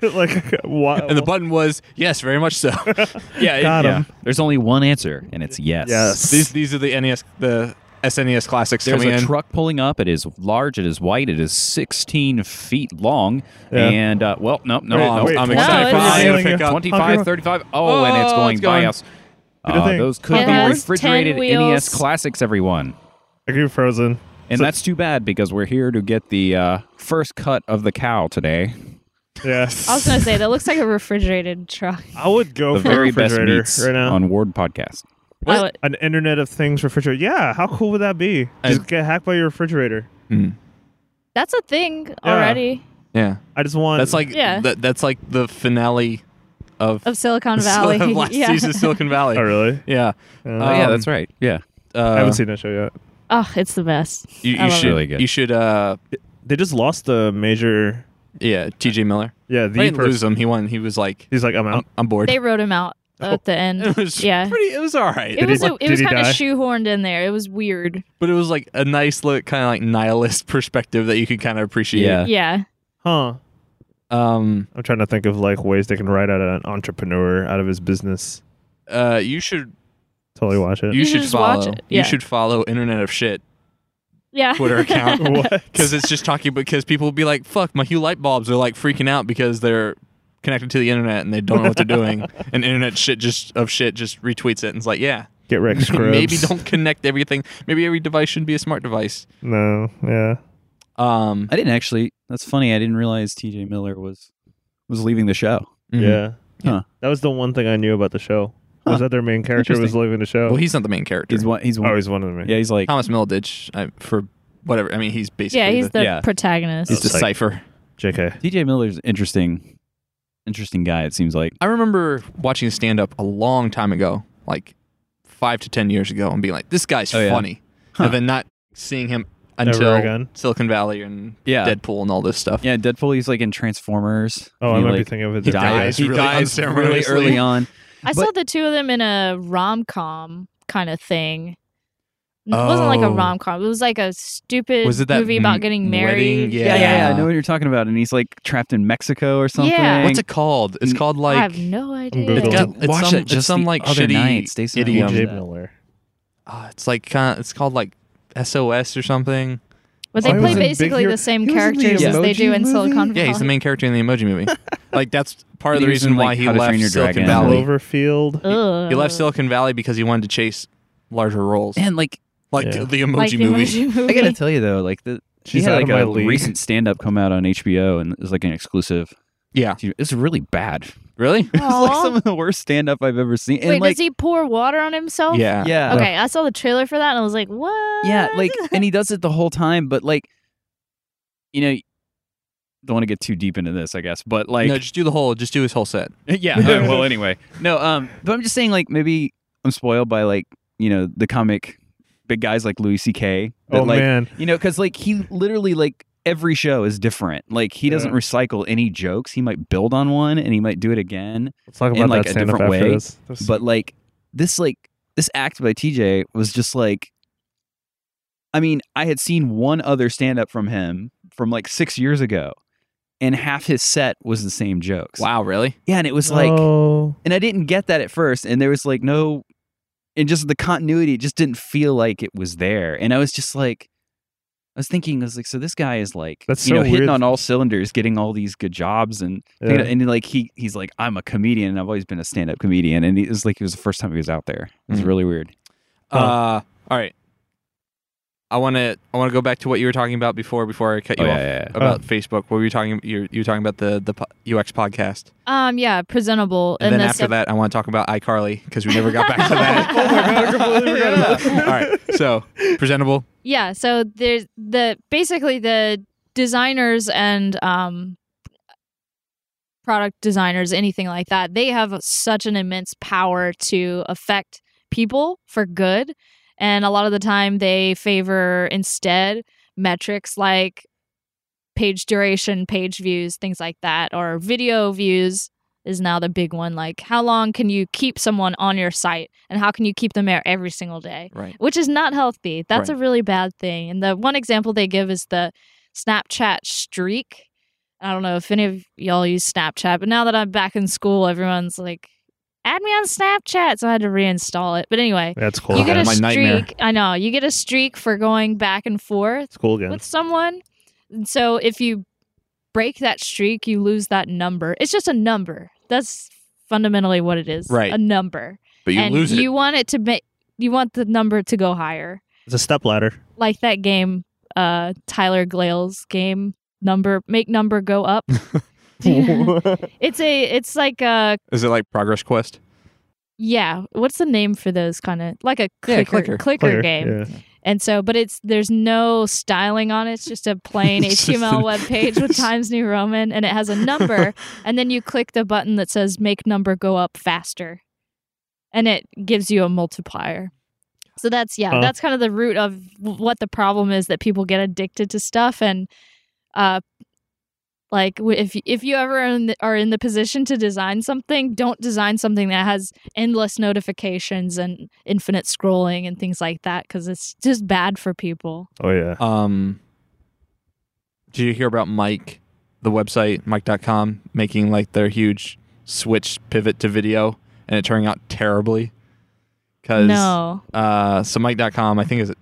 Speaker 3: like what?
Speaker 1: And the button was yes, very much so.
Speaker 5: Yeah,
Speaker 3: Oh.
Speaker 5: it-
Speaker 3: Got
Speaker 5: yeah.
Speaker 3: 'em.
Speaker 5: There's only one answer, and it's yes.
Speaker 3: Yes.
Speaker 1: these these are the NES the SNES classics
Speaker 5: There's
Speaker 1: coming
Speaker 5: a
Speaker 1: in.
Speaker 5: truck pulling up. It is large. It is white. It is 16 feet long.
Speaker 3: Yeah.
Speaker 5: And, uh, well, no, no,
Speaker 1: Wait,
Speaker 5: no.
Speaker 1: wait,
Speaker 5: I'm
Speaker 1: no,
Speaker 5: excited.
Speaker 2: it's-
Speaker 5: Five,
Speaker 2: it's
Speaker 1: ceiling up.
Speaker 5: 25, 35. Oh, and it's
Speaker 1: Oh,
Speaker 5: going
Speaker 1: it's
Speaker 5: by
Speaker 1: going.
Speaker 5: us.
Speaker 3: Good
Speaker 5: Uh,
Speaker 3: thing.
Speaker 5: those could
Speaker 2: It
Speaker 5: be
Speaker 2: has
Speaker 5: refrigerated
Speaker 2: 10 wheels.
Speaker 5: NES classics, everyone.
Speaker 3: I grew frozen.
Speaker 5: And
Speaker 3: So-
Speaker 5: that's too bad because we're here to get the uh, first cut of the cow today.
Speaker 3: Yeah.
Speaker 2: I was gonna say that looks like a refrigerated truck.
Speaker 3: I would go
Speaker 5: The
Speaker 3: for
Speaker 5: very
Speaker 3: a
Speaker 5: best
Speaker 3: refrigerator
Speaker 5: meats
Speaker 3: right now.
Speaker 5: on Ward Podcast.
Speaker 2: I would-
Speaker 3: An Internet of Things refrigerator. Yeah, how cool would that be? Just
Speaker 1: I-
Speaker 3: get hacked by your refrigerator.
Speaker 2: that's a thing already
Speaker 1: Yeah,
Speaker 3: I just want.
Speaker 1: that's like
Speaker 2: Yeah.
Speaker 1: that, that's like the finale of,
Speaker 2: of Silicon Valley.
Speaker 1: of last
Speaker 2: yeah.
Speaker 1: season of Silicon Valley.
Speaker 3: Oh really?
Speaker 1: Yeah.
Speaker 3: Uh,
Speaker 5: Oh, yeah,
Speaker 1: Um,
Speaker 5: that's right. Yeah.
Speaker 1: Uh,
Speaker 3: I haven't seen that show yet.
Speaker 2: Oh, it's the best.
Speaker 1: You,
Speaker 2: I
Speaker 1: you
Speaker 2: love
Speaker 1: should.
Speaker 2: it.
Speaker 5: Really good.
Speaker 1: You should. Uh,
Speaker 3: They just lost the major.
Speaker 1: yeah, T.J. Miller.
Speaker 3: Yeah,
Speaker 1: I
Speaker 3: the
Speaker 1: didn't lose
Speaker 3: person.
Speaker 1: him. He won. He was like,
Speaker 3: He's like, I'm
Speaker 1: I'm,
Speaker 3: out.
Speaker 1: I'm bored.
Speaker 2: They wrote him out at the
Speaker 1: Oh. it
Speaker 2: end.
Speaker 1: was
Speaker 2: yeah.
Speaker 1: pretty. It was all right,
Speaker 2: It
Speaker 3: he-
Speaker 2: was a,
Speaker 3: did
Speaker 2: it was
Speaker 3: he
Speaker 2: kind of
Speaker 3: die?
Speaker 2: shoehorned in there. It was weird.
Speaker 1: but it was like a nice look, kind of like nihilist perspective that you could kind of appreciate.
Speaker 5: Yeah.
Speaker 2: Yeah.
Speaker 3: Huh.
Speaker 1: Um.
Speaker 3: I'm trying to think of like ways they can write out an entrepreneur out of his business.
Speaker 1: Uh. You should.
Speaker 3: Totally watch it.
Speaker 1: You,
Speaker 2: You should
Speaker 1: should,
Speaker 2: just
Speaker 1: follow.
Speaker 2: watch it. Yeah.
Speaker 1: You should follow Internet of Shit
Speaker 2: Yeah.
Speaker 1: Twitter account
Speaker 3: what?
Speaker 1: because it's just talking. Because people will be like, "Fuck, my Hue light bulbs are like freaking out because they're." Connected to the internet and they don't know what they're doing, and internet shit just of shit just retweets it and it's like, yeah,
Speaker 3: get Rick Scrubs.
Speaker 1: maybe don't connect everything. Maybe every device shouldn't be a smart device.
Speaker 3: No. Yeah.
Speaker 1: Um,
Speaker 5: I didn't actually. That's funny. I didn't realize TJ Miller was was leaving the show.
Speaker 1: Mm-hmm. mhm.
Speaker 3: Yeah.
Speaker 5: Huh.
Speaker 3: That was the one thing I knew about the show. Was that their main character was
Speaker 5: Interesting.
Speaker 3: leaving the show?
Speaker 1: Well, he's not the main character.
Speaker 5: He's one. He's one.
Speaker 3: oh, he's one of them.
Speaker 5: yeah, he's like
Speaker 1: Thomas Middleditch I, for whatever. I mean, he's basically
Speaker 2: Yeah, he's
Speaker 1: the,
Speaker 2: the
Speaker 5: Yeah.
Speaker 2: protagonist.
Speaker 1: he's the
Speaker 3: Psych.
Speaker 1: cipher.
Speaker 3: JK.
Speaker 5: TJ Miller's interesting, interesting guy. It seems like
Speaker 1: I remember watching his stand up a long time ago, like five to ten years ago, and being like, "This guy's
Speaker 5: Oh, yeah.
Speaker 1: funny,"
Speaker 5: Huh.
Speaker 1: and then not seeing him
Speaker 3: Never
Speaker 1: until
Speaker 3: again.
Speaker 1: Silicon Valley and
Speaker 5: Yeah.
Speaker 1: Deadpool and all this stuff.
Speaker 5: yeah. Deadpool. He's like in Transformers.
Speaker 3: Oh, I
Speaker 5: He,
Speaker 3: might
Speaker 5: like,
Speaker 3: be thinking of it.
Speaker 5: He
Speaker 3: the-
Speaker 5: dies.
Speaker 1: dies
Speaker 5: He
Speaker 1: really
Speaker 5: dies really
Speaker 1: unceremoniously.
Speaker 5: early on.
Speaker 2: I
Speaker 5: But-
Speaker 2: saw the two of them in a rom com kind of thing. It wasn't like a
Speaker 1: Oh.
Speaker 2: rom com. It was like a stupid
Speaker 1: Was it that
Speaker 2: movie about
Speaker 1: m-
Speaker 2: getting
Speaker 1: wedding?
Speaker 2: married.
Speaker 1: Yeah.
Speaker 5: Yeah, yeah, yeah. I know what you're talking about. And he's like trapped in Mexico or something.
Speaker 2: Yeah.
Speaker 1: What's it called? It's
Speaker 5: Mm.
Speaker 1: called like
Speaker 2: I have no idea.
Speaker 3: Googling.
Speaker 1: it's got
Speaker 5: Dude,
Speaker 1: it's
Speaker 5: watch
Speaker 1: some,
Speaker 5: it just
Speaker 1: it's some
Speaker 5: the
Speaker 1: like
Speaker 5: other
Speaker 1: shitty
Speaker 5: night. Stacey and I
Speaker 1: idiom.
Speaker 5: watched
Speaker 3: J.
Speaker 5: that.
Speaker 3: Miller.
Speaker 1: Ah, it's like kind of, it's called like SOS or something.
Speaker 2: But
Speaker 3: Oh,
Speaker 2: they
Speaker 3: he was
Speaker 2: play
Speaker 3: in Big
Speaker 2: basically
Speaker 3: Hero-
Speaker 2: the same
Speaker 3: he was in the
Speaker 2: characters as they
Speaker 3: Emoji
Speaker 2: do in
Speaker 3: movie?
Speaker 2: Silicon Valley.
Speaker 1: Yeah, he's the main character in the Emoji Movie. like that's part of
Speaker 5: He
Speaker 1: the
Speaker 5: was
Speaker 1: reason
Speaker 5: in,
Speaker 1: why
Speaker 5: like,
Speaker 1: he
Speaker 5: How to Train
Speaker 1: left
Speaker 5: Your
Speaker 1: Silicon
Speaker 5: Dragon.
Speaker 1: Valley.
Speaker 3: Cloverfield.
Speaker 2: Ugh.
Speaker 1: He left Silicon Valley because he wanted to chase larger roles,
Speaker 5: And like,
Speaker 1: like
Speaker 3: Yeah.
Speaker 1: the Emoji
Speaker 2: like the
Speaker 1: Movie.
Speaker 2: Emoji movie.
Speaker 5: I gotta tell you though, like the she
Speaker 3: She's
Speaker 5: had
Speaker 3: out of
Speaker 5: like
Speaker 3: my
Speaker 5: a
Speaker 3: league.
Speaker 5: recent stand-up come out on HBO, and it was like an exclusive.
Speaker 1: Yeah,
Speaker 5: It's really bad.
Speaker 1: really?
Speaker 5: It's like
Speaker 2: Aw.
Speaker 5: some of the worst stand-up I've ever seen. And
Speaker 2: Wait,
Speaker 5: like,
Speaker 2: does he pour water on himself?
Speaker 1: Yeah,
Speaker 5: yeah,
Speaker 2: Okay, I saw the trailer for that and I was like, what?
Speaker 5: yeah, like, and he does it the whole time. But like, you know, don't want to get too deep into this, I guess. But like,
Speaker 1: no, just do the whole, just do his whole set.
Speaker 5: yeah. all right, well, anyway, no. Um, but I'm just saying, like, maybe I'm spoiled by like, you know, the comic big guys like Louis C.K. that,
Speaker 3: Oh
Speaker 5: like,
Speaker 3: man.
Speaker 5: You know, because like he literally like every show is different. Like he doesn't
Speaker 3: Yeah.
Speaker 5: recycle any jokes. He might build on one and he might do it again.
Speaker 3: Let's talk
Speaker 5: in,
Speaker 3: about
Speaker 5: like,
Speaker 3: that
Speaker 5: a
Speaker 3: stand up
Speaker 5: different
Speaker 3: after
Speaker 5: way,
Speaker 3: this. That's-
Speaker 5: But like this like this act by TJ was just like I mean, I had seen one other stand up from him from like 6 years ago and half his set was the same jokes.
Speaker 1: Wow, really?
Speaker 5: Yeah, and it was like
Speaker 3: No.
Speaker 5: and I didn't get that at first and there was like no and just the continuity it just didn't feel like it was there. And I was just like I was thinking, I was like, so this guy is like,
Speaker 3: That's
Speaker 5: you
Speaker 3: so
Speaker 5: know, hitting
Speaker 3: weird.
Speaker 5: on all cylinders, getting all these good jobs, and
Speaker 3: Yeah.
Speaker 5: and then, like he he's like, I'm a comedian, and I've always been a stand up comedian, and it Mm. was like it was the first time he was out there. It was
Speaker 1: Mhm.
Speaker 5: really weird.
Speaker 1: Uh, all right. I want to I want to go back to what you were talking about before before I cut you
Speaker 5: Oh, yeah,
Speaker 1: off
Speaker 5: yeah, yeah.
Speaker 1: about Facebook. What were you talking? You you were talking about the the po- UX podcast,
Speaker 2: Um, yeah, presentable.
Speaker 1: and, then
Speaker 2: the
Speaker 1: after
Speaker 2: step-
Speaker 1: that, I want to talk about iCarly because we never got back to that.
Speaker 3: Oh my God, I completely forgot
Speaker 1: All right, so presentable.
Speaker 2: yeah, so there's the basically the designers and um product designers, anything like that. They have such an immense power to affect people for good, and a lot of the time they favor instead metrics like page duration, page views, things like that, or video views is now the big one like how long can you keep someone on your site and how can you keep them there every single day
Speaker 1: Right.
Speaker 2: which is not healthy. That's
Speaker 1: Right.
Speaker 2: a really bad thing. And the one example they give is the Snapchat streak. I don't know if any of y'all use Snapchat, but now that I'm back in school, everyone's like, add me on Snapchat. So I had to reinstall it. But anyway,
Speaker 3: That's cool.
Speaker 2: you get a
Speaker 1: My
Speaker 2: streak.
Speaker 1: nightmare.
Speaker 2: I know. You get a streak for going back and forth
Speaker 3: it's cool again.
Speaker 2: with someone. And so if you break that streak, you lose that number. It's just a number. That's fundamentally what it is
Speaker 1: Right.
Speaker 2: a number
Speaker 1: But you
Speaker 2: and
Speaker 1: lose it.
Speaker 2: you want it to make you want the number to go higher
Speaker 3: It's a step ladder.
Speaker 2: like that game uh tyler glale's game number make number go up it's a it's like a
Speaker 1: Is it like Progress Quest?
Speaker 2: yeah what's the name for those kind of like a clicker
Speaker 1: Yeah, clicker.
Speaker 2: clicker,
Speaker 3: Player,
Speaker 2: game
Speaker 3: yeah.
Speaker 2: and so but it's there's no styling on it it's just a plain
Speaker 1: It's just
Speaker 2: html
Speaker 1: an-
Speaker 2: web page with times new roman and it has a number and then you click the button that says make number go up faster and it gives you a multiplier so that's yeah
Speaker 3: Huh.
Speaker 2: that's kind of the root of w- what the problem is that people get addicted to stuff and uh like w- if y- if you ever are in the, are in the position to design something don't design something that has endless notifications and infinite scrolling and things like that because it's just bad for people
Speaker 3: Oh yeah.
Speaker 1: Um, did you hear about Mike, the website Mike.com, making like their huge switch pivot to video and it turning out terribly? Because
Speaker 2: no
Speaker 1: uh, so Mike.com, I think is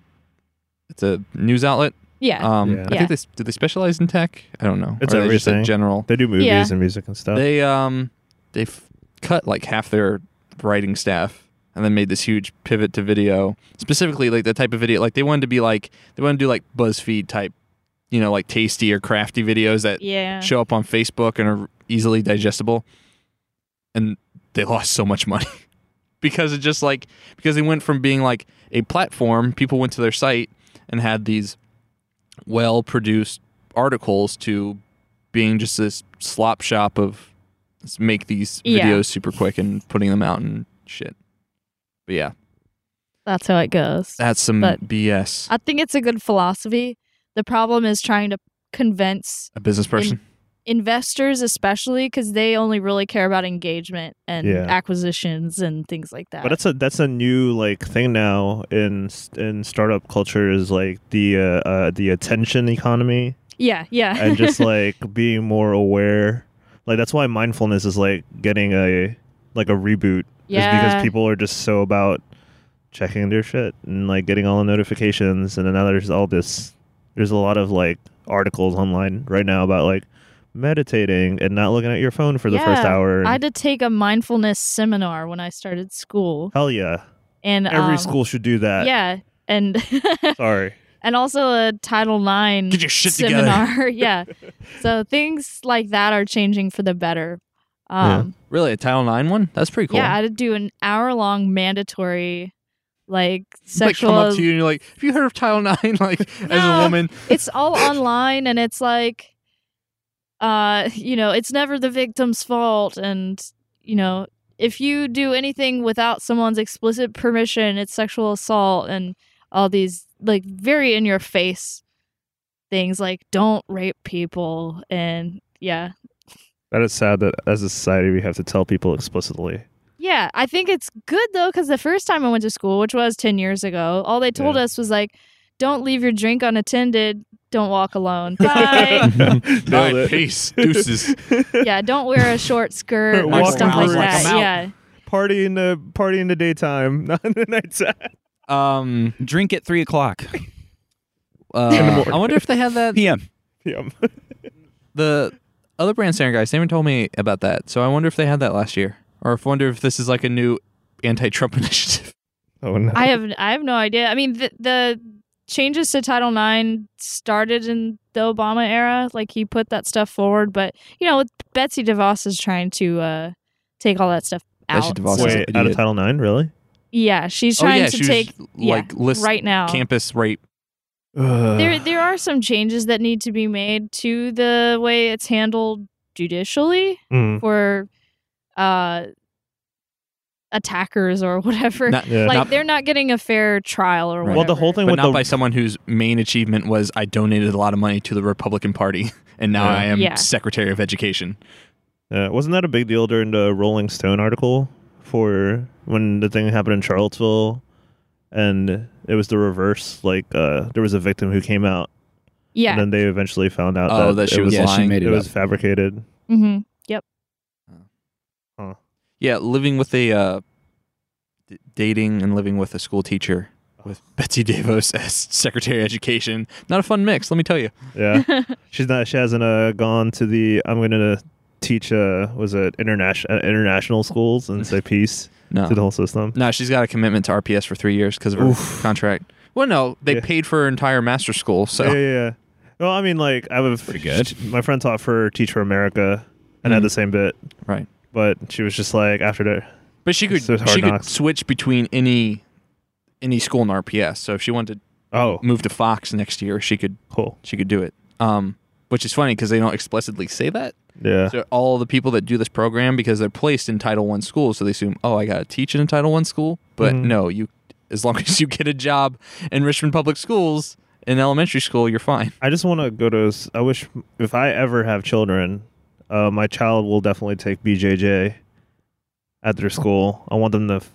Speaker 1: it's a news outlet.
Speaker 2: yeah
Speaker 1: Um,
Speaker 3: Yeah.
Speaker 1: I
Speaker 2: Yeah.
Speaker 1: think they do they specialize in tech. I don't know.
Speaker 3: It's
Speaker 1: Or are they just in
Speaker 3: everything.
Speaker 1: general.
Speaker 3: They do movies
Speaker 2: Yeah.
Speaker 3: and music and stuff.
Speaker 1: They um they've cut like half their writing staff and then made this huge pivot to video. Specifically like the type of video like they wanted to be like they wanted to do like BuzzFeed type, you know, like tasty or crafty videos that
Speaker 2: yeah
Speaker 1: show up on Facebook and are easily digestible. And they lost so much money because it just like because they went from being like a platform, people went to their site and had these well produced articles to being just this slop shop of let's make these
Speaker 2: Yeah.
Speaker 1: videos super quick and putting them out and shit. But yeah,
Speaker 2: that's how it goes
Speaker 1: that's some
Speaker 2: But-
Speaker 1: BS. A
Speaker 2: I think it's a good philosophy. The problem is trying to convince
Speaker 1: business person.
Speaker 2: investors, especially because they only really care about engagement and
Speaker 3: Yeah.
Speaker 2: acquisitions and things like that.
Speaker 3: But that's a that's a new like thing now in in startup culture is like the uh, uh the attention economy
Speaker 2: yeah, yeah,
Speaker 3: and just like being more aware. Like that's why mindfulness is like getting a like a reboot is
Speaker 2: yeah.
Speaker 3: because people are just so about checking their shit and like getting all the notifications and then now there's all this there's a lot of like articles online right now about like meditating and not looking at your phone for the first
Speaker 2: Yeah,
Speaker 3: hour. and-
Speaker 2: I had to take a mindfulness seminar when I started school,
Speaker 3: Hell yeah.
Speaker 2: and
Speaker 3: Every
Speaker 2: um,
Speaker 3: school should do that.
Speaker 2: yeah, and
Speaker 3: Sorry.
Speaker 2: and also a Title IX
Speaker 1: Get your shit together.
Speaker 2: seminar. yeah, so things like that are changing for the better.
Speaker 3: Yeah.
Speaker 2: Um,
Speaker 1: Really, a Title Nine one? That's pretty cool.
Speaker 2: Yeah, I did do an hour long mandatory like
Speaker 1: Like
Speaker 2: sexual.
Speaker 1: come up to you and you're like, "Have you heard of Title IX? Like, as a
Speaker 2: No.
Speaker 1: woman,
Speaker 2: it's all online and it's like uh you know, it's never the victim's fault and you know, if you do anything without someone's explicit permission, it's sexual assault and all these like very in your face things like don't rape people and yeah.
Speaker 3: That is sad that as a society we have to tell people explicitly.
Speaker 2: Yeah, I think it's good though because the first time I went to school, which was ten years ago, all they told
Speaker 3: Yeah.
Speaker 2: us was like, "Don't leave your drink unattended. Don't walk alone. Bye.
Speaker 1: All
Speaker 3: Nailed
Speaker 1: right,
Speaker 3: it.
Speaker 1: peace, deuces."
Speaker 2: yeah, don't wear a short skirt
Speaker 1: Walk
Speaker 2: or stuff
Speaker 1: around like
Speaker 2: like that.
Speaker 1: I'm out.
Speaker 2: yeah,
Speaker 3: Party in the party in the daytime, not in the nighttime.
Speaker 1: Um,
Speaker 5: Drink at three o'clock
Speaker 1: uh, I wonder if they had that.
Speaker 5: p.m.
Speaker 3: Yeah.
Speaker 1: The other brand standard guys, they haven't told me about that. So I wonder if they had that last year, or if wonder if this is like a new anti-Trump initiative.
Speaker 3: Oh no.
Speaker 2: I have I have no idea. I mean, the, the changes to Title IX started in the Obama era. Like he put that stuff forward, but you know, Betsy DeVos is trying to uh, take all that stuff out.
Speaker 1: Betsy DeVos is-
Speaker 2: so-
Speaker 1: an
Speaker 3: Wait, out of
Speaker 1: idiot.
Speaker 3: Title Nine, really?
Speaker 2: yeah, she's
Speaker 1: oh
Speaker 2: trying
Speaker 1: yeah,
Speaker 2: to
Speaker 1: she
Speaker 2: take
Speaker 1: was,
Speaker 2: yeah,
Speaker 1: like list
Speaker 2: right now.
Speaker 1: campus rape. Uh,
Speaker 2: there, there are some changes that need to be made to the way it's handled judicially
Speaker 3: Mm,
Speaker 2: for uh, attackers or whatever.
Speaker 1: Not-
Speaker 3: yeah.
Speaker 2: like
Speaker 1: not-
Speaker 2: they're not getting a fair trial or
Speaker 1: Right.
Speaker 2: whatever.
Speaker 3: well, the whole thing
Speaker 1: but
Speaker 3: with
Speaker 1: not
Speaker 3: the
Speaker 1: by someone whose main achievement was I donated a lot of money to the Republican Party, and now
Speaker 3: Yeah.
Speaker 1: I am
Speaker 2: Yeah.
Speaker 1: Secretary of Education.
Speaker 3: Yeah, wasn't that a big deal during the Rolling Stone article for when the thing happened in Charlottesville, and it was the reverse. Like uh, there was a victim who came out,
Speaker 2: yeah.
Speaker 3: and then they eventually found out
Speaker 1: Oh,
Speaker 3: that,
Speaker 1: that she
Speaker 3: it
Speaker 1: was
Speaker 3: was
Speaker 5: yeah, she
Speaker 1: lying.
Speaker 5: made
Speaker 3: it
Speaker 5: it,
Speaker 3: was
Speaker 5: up.
Speaker 3: fabricated.
Speaker 2: mm-hmm.
Speaker 1: Yeah, living with a uh, d- dating and living with a school teacher with Betsy DeVos as Secretary of Education. Not a fun mix, let me tell you.
Speaker 3: Yeah, she's not. She hasn't uh, gone to the. I'm gonna teach. Uh, was it international uh, international schools and say peace
Speaker 1: No,
Speaker 3: to the whole system?
Speaker 1: no, she's got a commitment to RPS for three years because of her contract. Well, no, they
Speaker 3: Yeah.
Speaker 1: paid for her entire master's school, so
Speaker 3: Yeah, yeah, yeah. Well, I mean, like I was
Speaker 5: Pretty good. Mm-hmm.
Speaker 3: My friend taught for Teach for America, and
Speaker 1: Mhm.
Speaker 3: had the same bit,
Speaker 1: right.
Speaker 3: but she was just like after that.
Speaker 1: But she could
Speaker 3: So it's hard
Speaker 1: she could
Speaker 3: knocks.
Speaker 1: switch between any any school in RPS. So if she wanted
Speaker 3: Oh,
Speaker 5: Mm.
Speaker 1: to move to Fox next year, she could
Speaker 3: cool.
Speaker 1: she could do it. Um, which is funny because they don't explicitly say that.
Speaker 3: Yeah.
Speaker 1: So all the people that do this program because they're placed in Title One schools, so they assume, oh, I got to teach in a Title One school. But
Speaker 3: Mhm.
Speaker 1: no, you as long as you get a job in Richmond Public Schools in elementary school, you're fine.
Speaker 3: I just want to go to. s- I wish if I ever have children, uh, my child will definitely take BJJ at their school. I want them to. f-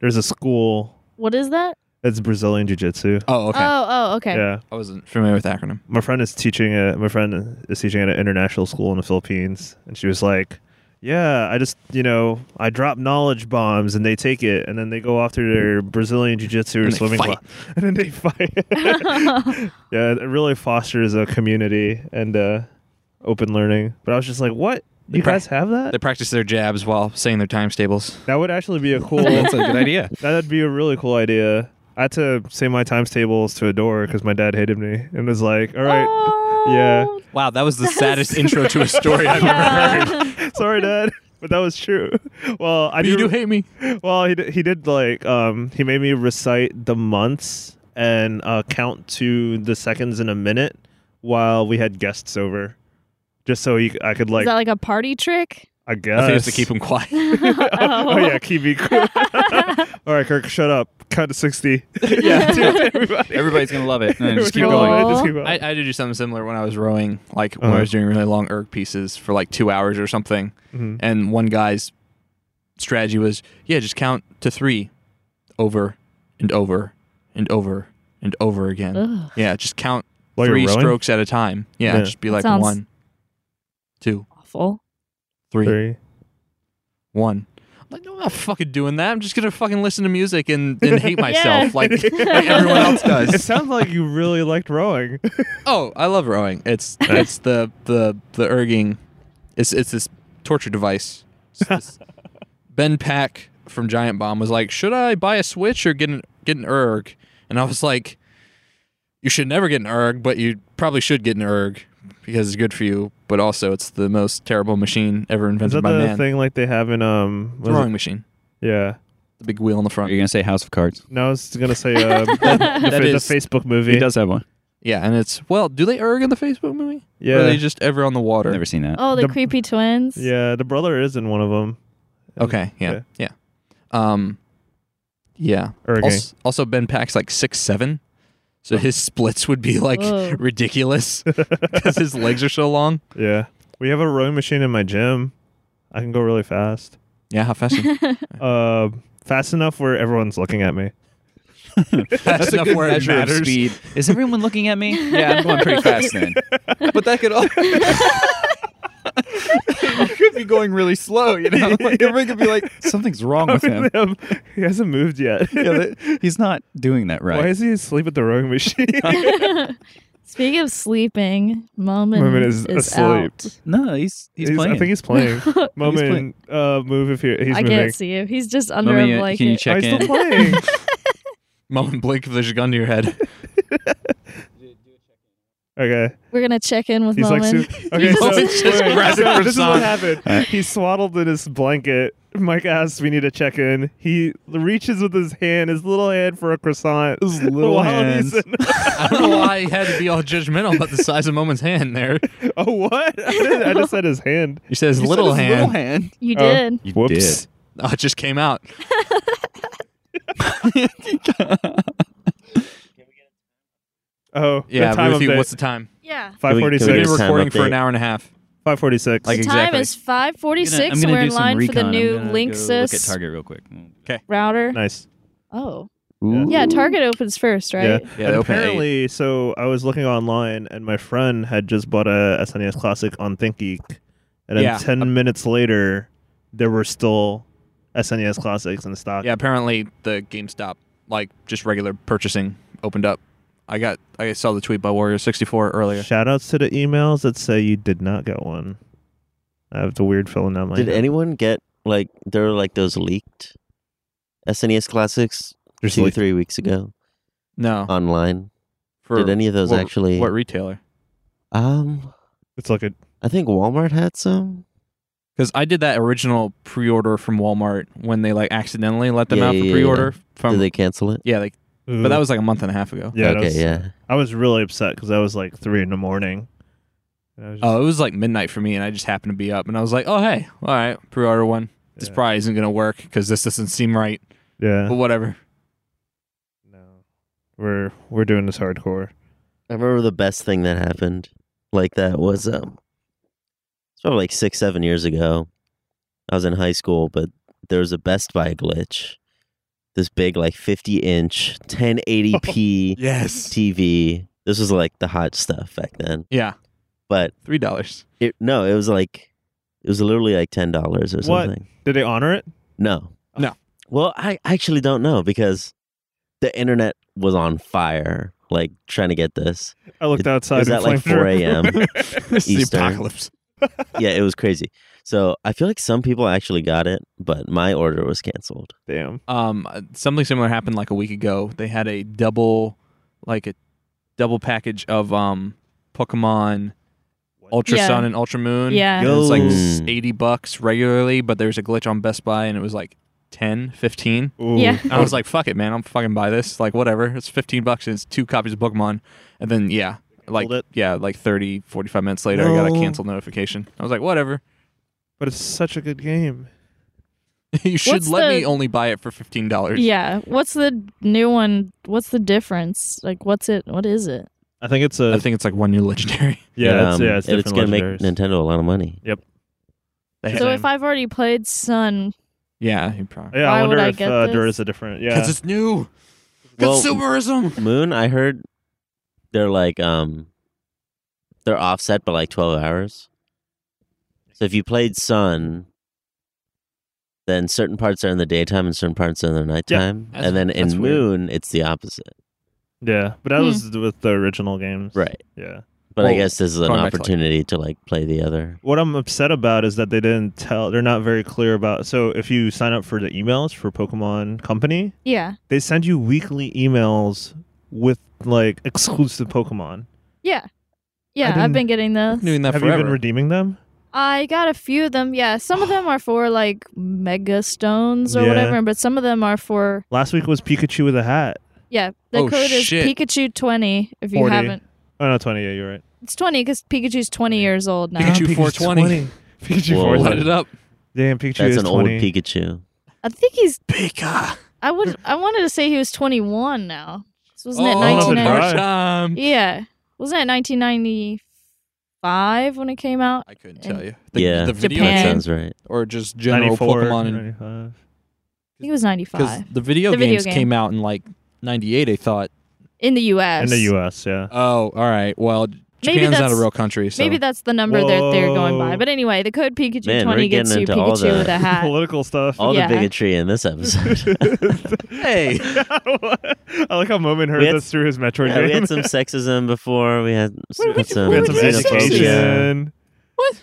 Speaker 3: There's a school.
Speaker 2: What is that?
Speaker 3: It's Brazilian Jiu Jitsu.
Speaker 1: Oh, okay.
Speaker 2: Oh, oh, okay.
Speaker 3: Yeah,
Speaker 1: I wasn't familiar with the acronym.
Speaker 3: my friend is teaching. A, my friend is teaching at an international school in the Philippines, and she was like, "Yeah, I just you know I drop knowledge bombs, and they take it, and then they go off to their Brazilian Jiu Jitsu or
Speaker 1: And they
Speaker 3: swimming
Speaker 1: fight.
Speaker 3: class, and then they fight." Yeah, it really fosters a community and uh, open learning. But I was just like, what? You
Speaker 1: pra-
Speaker 3: guys have that?
Speaker 1: They practice their jabs while saying their times tables.
Speaker 3: That would actually be a cool.
Speaker 5: Well, that's a good idea.
Speaker 3: that'd be a really cool idea. I had to say my times tables to a door because my dad hated me and was like, all right,
Speaker 2: Oh,
Speaker 1: Wow, that was the
Speaker 2: That's-
Speaker 1: saddest intro to a story I've ever heard.
Speaker 2: yeah.
Speaker 3: sorry, dad. But that was true. Well, I
Speaker 1: You do
Speaker 3: do.
Speaker 1: hate me.
Speaker 3: well, he did, he did like um he made me recite the months and uh, count to the seconds in a minute while we had guests over, just so he, I could
Speaker 2: is
Speaker 3: like
Speaker 2: that like a party trick?
Speaker 3: I guess
Speaker 1: I think it's to keep him quiet.
Speaker 3: oh yeah, keep me cool. All right, Kirk, shut up. Cut to sixty. yeah, do it to everybody.
Speaker 5: Everybody's gonna love it. No, just keep
Speaker 2: Everyone-
Speaker 5: going.
Speaker 3: Just keep going.
Speaker 1: I, I had to do something similar when I was rowing, like when I
Speaker 3: Uh-huh.
Speaker 1: was doing really long erg pieces for like two hours or something.
Speaker 3: Mhm.
Speaker 1: And one guy's strategy was, yeah, just count to three over and over and over and over again.
Speaker 2: Ugh.
Speaker 1: Yeah, just count
Speaker 3: While you're
Speaker 1: three
Speaker 3: rowing?
Speaker 1: strokes at a time. Yeah,
Speaker 3: Yeah.
Speaker 1: just be like
Speaker 2: sounds-
Speaker 1: one, two,
Speaker 2: Awful.
Speaker 1: three,
Speaker 3: Three.
Speaker 1: one. I'm like, no, I'm not fucking doing that. I'm just gonna fucking listen to music and, and hate myself like, like everyone else does.
Speaker 3: It sounds like you really liked rowing.
Speaker 1: Oh, I love rowing. It's it's the the the erging. It's it's this torture device. It's this- ben Pack from Giant Bomb was like, "Should I buy a Switch or get an get an erg?" And I was like, "You should never get an erg, but you probably should get an erg because it's good for you, but also it's the most terrible machine ever
Speaker 3: Is
Speaker 1: invented
Speaker 3: that
Speaker 1: by
Speaker 3: the
Speaker 1: man.
Speaker 3: thing like they have in um?
Speaker 1: It's
Speaker 3: was
Speaker 1: a
Speaker 3: it-
Speaker 1: rowing machine.
Speaker 3: Yeah.
Speaker 1: The big wheel in the
Speaker 5: Are
Speaker 1: front.
Speaker 5: you gonna say House of Cards?
Speaker 3: No, I was gonna say uh, the, the
Speaker 1: That
Speaker 3: fa- the
Speaker 1: is-
Speaker 3: Facebook movie.
Speaker 5: He does have one.
Speaker 1: Yeah, and it's well, do they erg in the Facebook movie? Or are
Speaker 3: Yeah.
Speaker 1: they just ever on the water?
Speaker 5: Never seen that.
Speaker 2: Oh, the,
Speaker 3: The-
Speaker 2: creepy twins.
Speaker 3: yeah, the brother is in one of them.
Speaker 1: Okay. Yeah. Yeah. Um. Yeah.
Speaker 3: Erging.
Speaker 1: Also, also, Ben Pack's like six seven, so his splits would be like
Speaker 2: Whoa.
Speaker 1: ridiculous because his legs are so long.
Speaker 3: Yeah. We have a rowing machine in my gym. I can go really fast.
Speaker 1: Yeah. How fast?
Speaker 3: Uh, fast enough where everyone's looking at me.
Speaker 1: fast enough where it matters.
Speaker 5: speed. Is everyone looking at me? Yeah, I'm going pretty fast then.
Speaker 1: But that could all. could be going really slow, you know. Like, everybody could be like,
Speaker 5: Something's wrong with him.
Speaker 3: he hasn't moved yet.
Speaker 5: Yeah, that- he's not doing that right.
Speaker 3: Why is he asleep at the rowing machine?
Speaker 2: Speaking of sleeping, Moment,
Speaker 3: Moment is asleep.
Speaker 2: out.
Speaker 5: no, he's he's, playing.
Speaker 3: I think he's playing. Moment, uh, move if you. He's
Speaker 2: I
Speaker 3: moving.
Speaker 2: can't see him. He's just under
Speaker 5: Mommy,
Speaker 2: a
Speaker 5: uh,
Speaker 2: blanket.
Speaker 5: can you
Speaker 3: Oh,
Speaker 5: check
Speaker 3: he's still
Speaker 5: in?
Speaker 3: playing.
Speaker 1: "Mom, blink if there's a gun to your head."
Speaker 3: okay.
Speaker 2: We're gonna check in with
Speaker 3: He's like,
Speaker 2: Moment.
Speaker 3: su- okay, so,
Speaker 1: Moment's just
Speaker 3: wait,
Speaker 1: rapid
Speaker 3: so this is what
Speaker 1: croissant.
Speaker 3: happened. He swaddled in his blanket. Mike asks, "We need to check in." He reaches with his hand, his little hand, for a croissant.
Speaker 5: His little
Speaker 3: While
Speaker 5: hands.
Speaker 3: he's in-
Speaker 1: I don't know why he had to be all judgmental about the size of Moment's hand there.
Speaker 3: oh, what? I, didn't- I just said his hand.
Speaker 1: He says
Speaker 5: You said
Speaker 1: little
Speaker 5: his
Speaker 1: hand.
Speaker 5: Little hand.
Speaker 2: you
Speaker 3: Oh.
Speaker 2: did.
Speaker 5: You
Speaker 3: Whoops.
Speaker 1: Oh, it just came out.
Speaker 3: Oh,
Speaker 1: Yeah,
Speaker 3: The time
Speaker 1: Ruthie,
Speaker 3: of
Speaker 1: what's the time?
Speaker 2: Yeah.
Speaker 3: Five
Speaker 1: We've been
Speaker 4: It's
Speaker 3: forty-six.
Speaker 4: time
Speaker 1: recording for
Speaker 4: update.
Speaker 1: an hour and a half.
Speaker 3: Five forty-six.
Speaker 1: Like-
Speaker 2: the
Speaker 1: exactly.
Speaker 2: time is five forty
Speaker 5: I'm
Speaker 2: six.
Speaker 5: gonna
Speaker 2: We're
Speaker 5: do
Speaker 2: in
Speaker 5: some
Speaker 2: line for
Speaker 5: recon.
Speaker 2: the
Speaker 5: I'm
Speaker 2: new
Speaker 5: gonna go Look at
Speaker 2: Linksys
Speaker 5: Target real quick.
Speaker 2: router.
Speaker 3: nice.
Speaker 2: Oh.
Speaker 3: Yeah.
Speaker 2: Yeah, Target opens first, right?
Speaker 1: Yeah,
Speaker 3: and
Speaker 1: they open at
Speaker 3: apparently, so I was looking online, and my friend had just bought a SNES Classic on ThinkGeek, and then
Speaker 1: Yeah.
Speaker 3: ten minutes later, there were still SNES Classics in
Speaker 4: Uh,
Speaker 3: stock.
Speaker 1: Yeah, apparently the GameStop, like just regular purchasing, opened up. I got I saw the tweet by Warrior sixty four earlier.
Speaker 3: Shout outs to the emails that say you did not get one. I have the weird feeling that my
Speaker 4: Did anyone get like there were like those leaked SNES classics
Speaker 3: There's Oh.
Speaker 4: two
Speaker 3: like-
Speaker 4: three weeks ago
Speaker 1: No,
Speaker 4: online?
Speaker 1: for
Speaker 4: Uh, Did any of those
Speaker 1: what-
Speaker 4: actually?
Speaker 1: what retailer?
Speaker 4: um,
Speaker 3: it's like a
Speaker 4: I think Walmart had some.
Speaker 1: Because I did that original pre order from Walmart when they like accidentally let them
Speaker 4: Yeah,
Speaker 1: out for
Speaker 4: yeah, yeah,
Speaker 1: pre order from
Speaker 4: Did they cancel it?
Speaker 1: yeah, like but that was like a month and a half ago.
Speaker 3: yeah. that
Speaker 4: okay,
Speaker 3: was-
Speaker 4: yeah.
Speaker 3: I was really upset because that was like three in the morning. And I was just-
Speaker 1: Oh, it was like midnight for me, and I just happened to be up, and I was like, "Oh, hey, all right, pre-order one. This
Speaker 3: Yeah.
Speaker 1: probably isn't gonna work because this doesn't seem right,
Speaker 3: yeah.
Speaker 1: but whatever."
Speaker 3: No, we're we're doing this hardcore.
Speaker 4: I remember the best thing that happened like that was um it's probably like six, seven years ago. I was in high school, but there was a Best Buy glitch. This big like fifty inch, ten eighty P
Speaker 3: Oh,
Speaker 1: Yes.
Speaker 4: TV. This was like the hot stuff back then.
Speaker 1: Yeah,
Speaker 4: But
Speaker 1: three dollars.
Speaker 4: it no, it was like it was literally like ten dollars or
Speaker 3: What?
Speaker 4: something.
Speaker 3: Did they honor it?
Speaker 4: No.
Speaker 1: No.
Speaker 4: Well, I actually don't know because the internet was on fire, like trying to get this.
Speaker 3: I looked
Speaker 4: It-
Speaker 3: outside.
Speaker 4: it was
Speaker 3: and
Speaker 4: at, like,
Speaker 3: flames were
Speaker 4: 4 a.m..
Speaker 3: everywhere.
Speaker 4: Eastern.
Speaker 1: apocalypse.
Speaker 4: yeah, it was crazy. So I feel like some people actually got it, but my order was canceled.
Speaker 3: Damn.
Speaker 1: Um, uh, something similar happened like a week ago. They had a double, like a double package of um Pokemon Ultra
Speaker 2: Yeah.
Speaker 1: Sun and Ultra Moon.
Speaker 2: Yeah.
Speaker 1: And it was like
Speaker 4: Yo.
Speaker 1: s- eighty bucks regularly, but there was a glitch on Best Buy, and it was like 10, 15.
Speaker 3: Ooh.
Speaker 2: Yeah.
Speaker 1: And I was like, fuck it, man. I'm fucking buy this. Like, whatever. It's 15 bucks and it's two copies of Pokemon. And then, yeah, like,
Speaker 3: Hold it.
Speaker 1: yeah, like 30, 45 minutes later, I got a
Speaker 4: No.
Speaker 1: cancel notification. I was like, whatever.
Speaker 3: But it's such a good game.
Speaker 1: you should
Speaker 2: What's
Speaker 1: let
Speaker 2: the-
Speaker 1: me only buy it for $15.
Speaker 2: Yeah. What's the new one? What's the difference? Like, what's it? What is it?
Speaker 3: I think it's a
Speaker 1: I think it's like one new legendary.
Speaker 3: yeah.
Speaker 4: And,
Speaker 3: it's,
Speaker 4: um,
Speaker 3: yeah. It's,
Speaker 4: and
Speaker 3: different
Speaker 4: it's gonna make
Speaker 3: legendaries.
Speaker 4: Nintendo a lot of money.
Speaker 1: They had-
Speaker 2: So
Speaker 3: Same.
Speaker 2: if I've already played Sun,
Speaker 1: yeah, you probably.
Speaker 3: Yeah,
Speaker 2: Why
Speaker 3: I
Speaker 2: would
Speaker 3: wonder
Speaker 2: I
Speaker 3: if
Speaker 2: get
Speaker 3: uh,
Speaker 2: this?
Speaker 3: there is a different. Yeah,
Speaker 1: Because it's new.
Speaker 4: Well-
Speaker 1: Consumerism.
Speaker 4: Moon, I heard they're like um they're offset by like twelve hours. So if you played Sun, then certain parts are in the daytime and certain parts are in the nighttime.
Speaker 1: That's-
Speaker 4: and then
Speaker 1: that's
Speaker 4: in
Speaker 1: weird.
Speaker 4: Moon, it's the opposite.
Speaker 3: yeah, but that
Speaker 2: Hmm.
Speaker 3: was with the original games,
Speaker 4: Right.
Speaker 3: Yeah.
Speaker 4: But I
Speaker 1: Well,
Speaker 4: guess this is an
Speaker 1: going back to, like-
Speaker 4: opportunity to like play the other.
Speaker 3: What I'm upset about is that they didn't tell. They're not very clear about. So if you sign up for the emails for Pokemon Company,
Speaker 2: yeah,
Speaker 3: they send you weekly emails with like exclusive Pokemon.
Speaker 2: yeah, yeah. I've
Speaker 3: didn't-
Speaker 2: been getting those.
Speaker 1: I've been doing that
Speaker 3: Have
Speaker 1: forever.
Speaker 3: you been redeeming them?
Speaker 2: I got a few of them. Yeah, some of them are for like mega stones or
Speaker 3: Yeah.
Speaker 2: whatever, but some of them are for
Speaker 3: Last week was Pikachu with a hat.
Speaker 2: yeah. The
Speaker 1: Oh,
Speaker 2: code
Speaker 1: shit.
Speaker 2: is Pikachu twenty. If you
Speaker 3: 40.
Speaker 2: haven't,
Speaker 3: Oh no, twenty. Yeah, you're right.
Speaker 2: it's twenty because Pikachu's twenty years old now.
Speaker 1: Pikachu
Speaker 3: Pikachu's
Speaker 1: 420.
Speaker 3: 20. Pikachu
Speaker 4: Whoa.
Speaker 1: Let it
Speaker 3: 420.
Speaker 1: up.
Speaker 3: Damn, Pikachu
Speaker 4: That's
Speaker 3: is
Speaker 4: an
Speaker 3: 20.
Speaker 4: old Pikachu.
Speaker 2: I think he's.
Speaker 1: Pika.
Speaker 2: I would. I wanted to say he was twenty one now. So wasn't it
Speaker 1: oh,
Speaker 3: that's a
Speaker 2: nineteen ninety?
Speaker 3: surprise.
Speaker 1: time.
Speaker 2: Yeah, wasn't it nineteen ninety five when it came out?
Speaker 1: I couldn't
Speaker 2: And-
Speaker 1: tell you. The,
Speaker 4: Yeah.
Speaker 1: The video
Speaker 2: Japan.
Speaker 4: That
Speaker 1: game
Speaker 4: sounds right.
Speaker 1: or just general
Speaker 3: 94,
Speaker 1: Pokemon and
Speaker 3: 95.
Speaker 2: I think it was ninety
Speaker 1: Because
Speaker 2: five
Speaker 1: the video
Speaker 2: The video
Speaker 1: games
Speaker 2: game.
Speaker 1: came out in like '98, I thought.
Speaker 2: in the U.S.
Speaker 3: In the U.S., yeah.
Speaker 1: Oh, all right. Well, Japan's not a
Speaker 2: that's-
Speaker 1: real country, so
Speaker 2: Maybe that's the number they're, they're going by.
Speaker 3: Whoa.
Speaker 2: But anyway, the code Pikachu
Speaker 4: Man, we're
Speaker 2: 20 gets
Speaker 4: getting
Speaker 2: you
Speaker 4: into all
Speaker 2: Pikachu with
Speaker 4: the-
Speaker 2: a hat.
Speaker 3: Political stuff.
Speaker 4: All
Speaker 2: Yeah.
Speaker 4: the bigotry in this episode.
Speaker 1: hey,
Speaker 3: I like how Moment heard
Speaker 4: We had-
Speaker 3: this through his Metroid
Speaker 4: Yeah,
Speaker 3: game.
Speaker 4: we had some sexism before. We had some,
Speaker 1: What did we-
Speaker 4: some,
Speaker 1: what
Speaker 3: We had
Speaker 1: did
Speaker 3: some
Speaker 1: we say?
Speaker 4: xenophobia.
Speaker 3: education.
Speaker 1: What?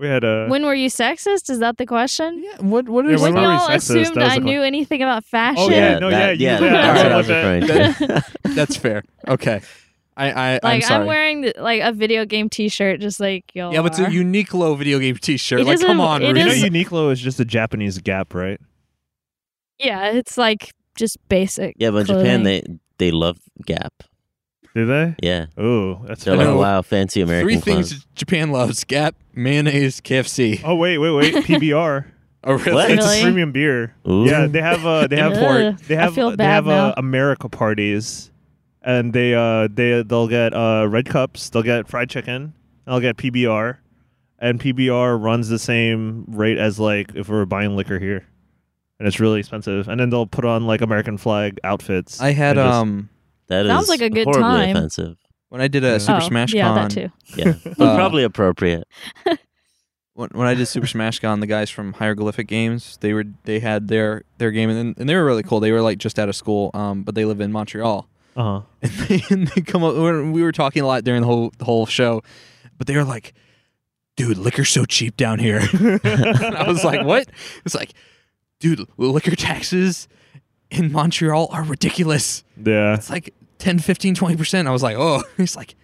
Speaker 3: We had a
Speaker 2: When were you sexist? Is that the question?
Speaker 1: Yeah, what what
Speaker 3: Yeah,
Speaker 1: is
Speaker 3: when were we
Speaker 2: Y'all
Speaker 3: sexist? That
Speaker 2: assumed
Speaker 3: was
Speaker 2: I
Speaker 3: the que-
Speaker 2: knew anything about fashion.
Speaker 3: Oh, yeah, no, yeah,
Speaker 4: that,
Speaker 3: you-
Speaker 4: yeah,
Speaker 3: yeah,
Speaker 4: that's what I
Speaker 1: alright.
Speaker 4: was referring to.
Speaker 1: that's fair. Okay. I, I I'm
Speaker 2: like I'm,
Speaker 1: sorry.
Speaker 2: wearing the, like a video game T-shirt, just like y'all.
Speaker 1: yeah, but it's
Speaker 2: are.
Speaker 1: a unique low video game T-shirt.
Speaker 2: It
Speaker 1: like,
Speaker 2: is a-
Speaker 1: come on,
Speaker 2: it
Speaker 3: You know,
Speaker 1: Rudy.
Speaker 2: is-
Speaker 3: Uniqlo is just a Japanese Gap, right?
Speaker 2: yeah, it's like just basic.
Speaker 4: yeah, but in Japan,
Speaker 2: clothing.
Speaker 4: they they love Gap.
Speaker 3: Do they?
Speaker 4: Yeah,
Speaker 3: Oh, that's
Speaker 4: they're
Speaker 1: I
Speaker 4: like,
Speaker 1: know.
Speaker 4: wow, fancy American
Speaker 1: Three
Speaker 4: clothes.
Speaker 1: things Japan loves: Gap, mayonnaise, KFC.
Speaker 3: Oh wait, wait, wait! PBR,
Speaker 1: Oh, really?
Speaker 4: What?
Speaker 3: it's
Speaker 2: Really?
Speaker 3: a premium beer.
Speaker 4: Ooh.
Speaker 3: Yeah, they have uh, they have
Speaker 1: Import.
Speaker 2: Ugh,
Speaker 3: they have
Speaker 2: I feel
Speaker 3: they
Speaker 2: bad
Speaker 3: have
Speaker 2: now.
Speaker 3: uh, America parties, and they uh they they'll get uh red cups, they'll get fried chicken, they'll get PBR, and PBR runs the same rate as like if we were buying liquor here, and it's really expensive. And then they'll put on like American flag outfits.
Speaker 1: I had
Speaker 3: and just-
Speaker 1: um
Speaker 4: That
Speaker 2: Sounds
Speaker 4: is
Speaker 2: like a good
Speaker 4: horribly
Speaker 2: time.
Speaker 4: offensive.
Speaker 1: when I did a
Speaker 3: Yeah.
Speaker 1: Super
Speaker 2: oh,
Speaker 1: Smash
Speaker 2: yeah,
Speaker 1: Con.
Speaker 2: that too.
Speaker 4: Yeah, but
Speaker 1: Uh,
Speaker 4: probably appropriate.
Speaker 1: when, when I did Super Smash Con, the guys from Hieroglyphic Games, they were they had their their game and and they were really cool. They were like just out of school, um, but they live in Montreal.
Speaker 3: uh-huh.
Speaker 1: And they, and they come up. we were- We were talking a lot during the whole the whole show, but they were like, "Dude, liquor's so cheap down here." and I was like, "What?" It's like, "Dude, liquor taxes in Montreal are ridiculous.
Speaker 3: Yeah.
Speaker 1: It's like 10, 15, 20 percent." I was like, "Oh," he's like,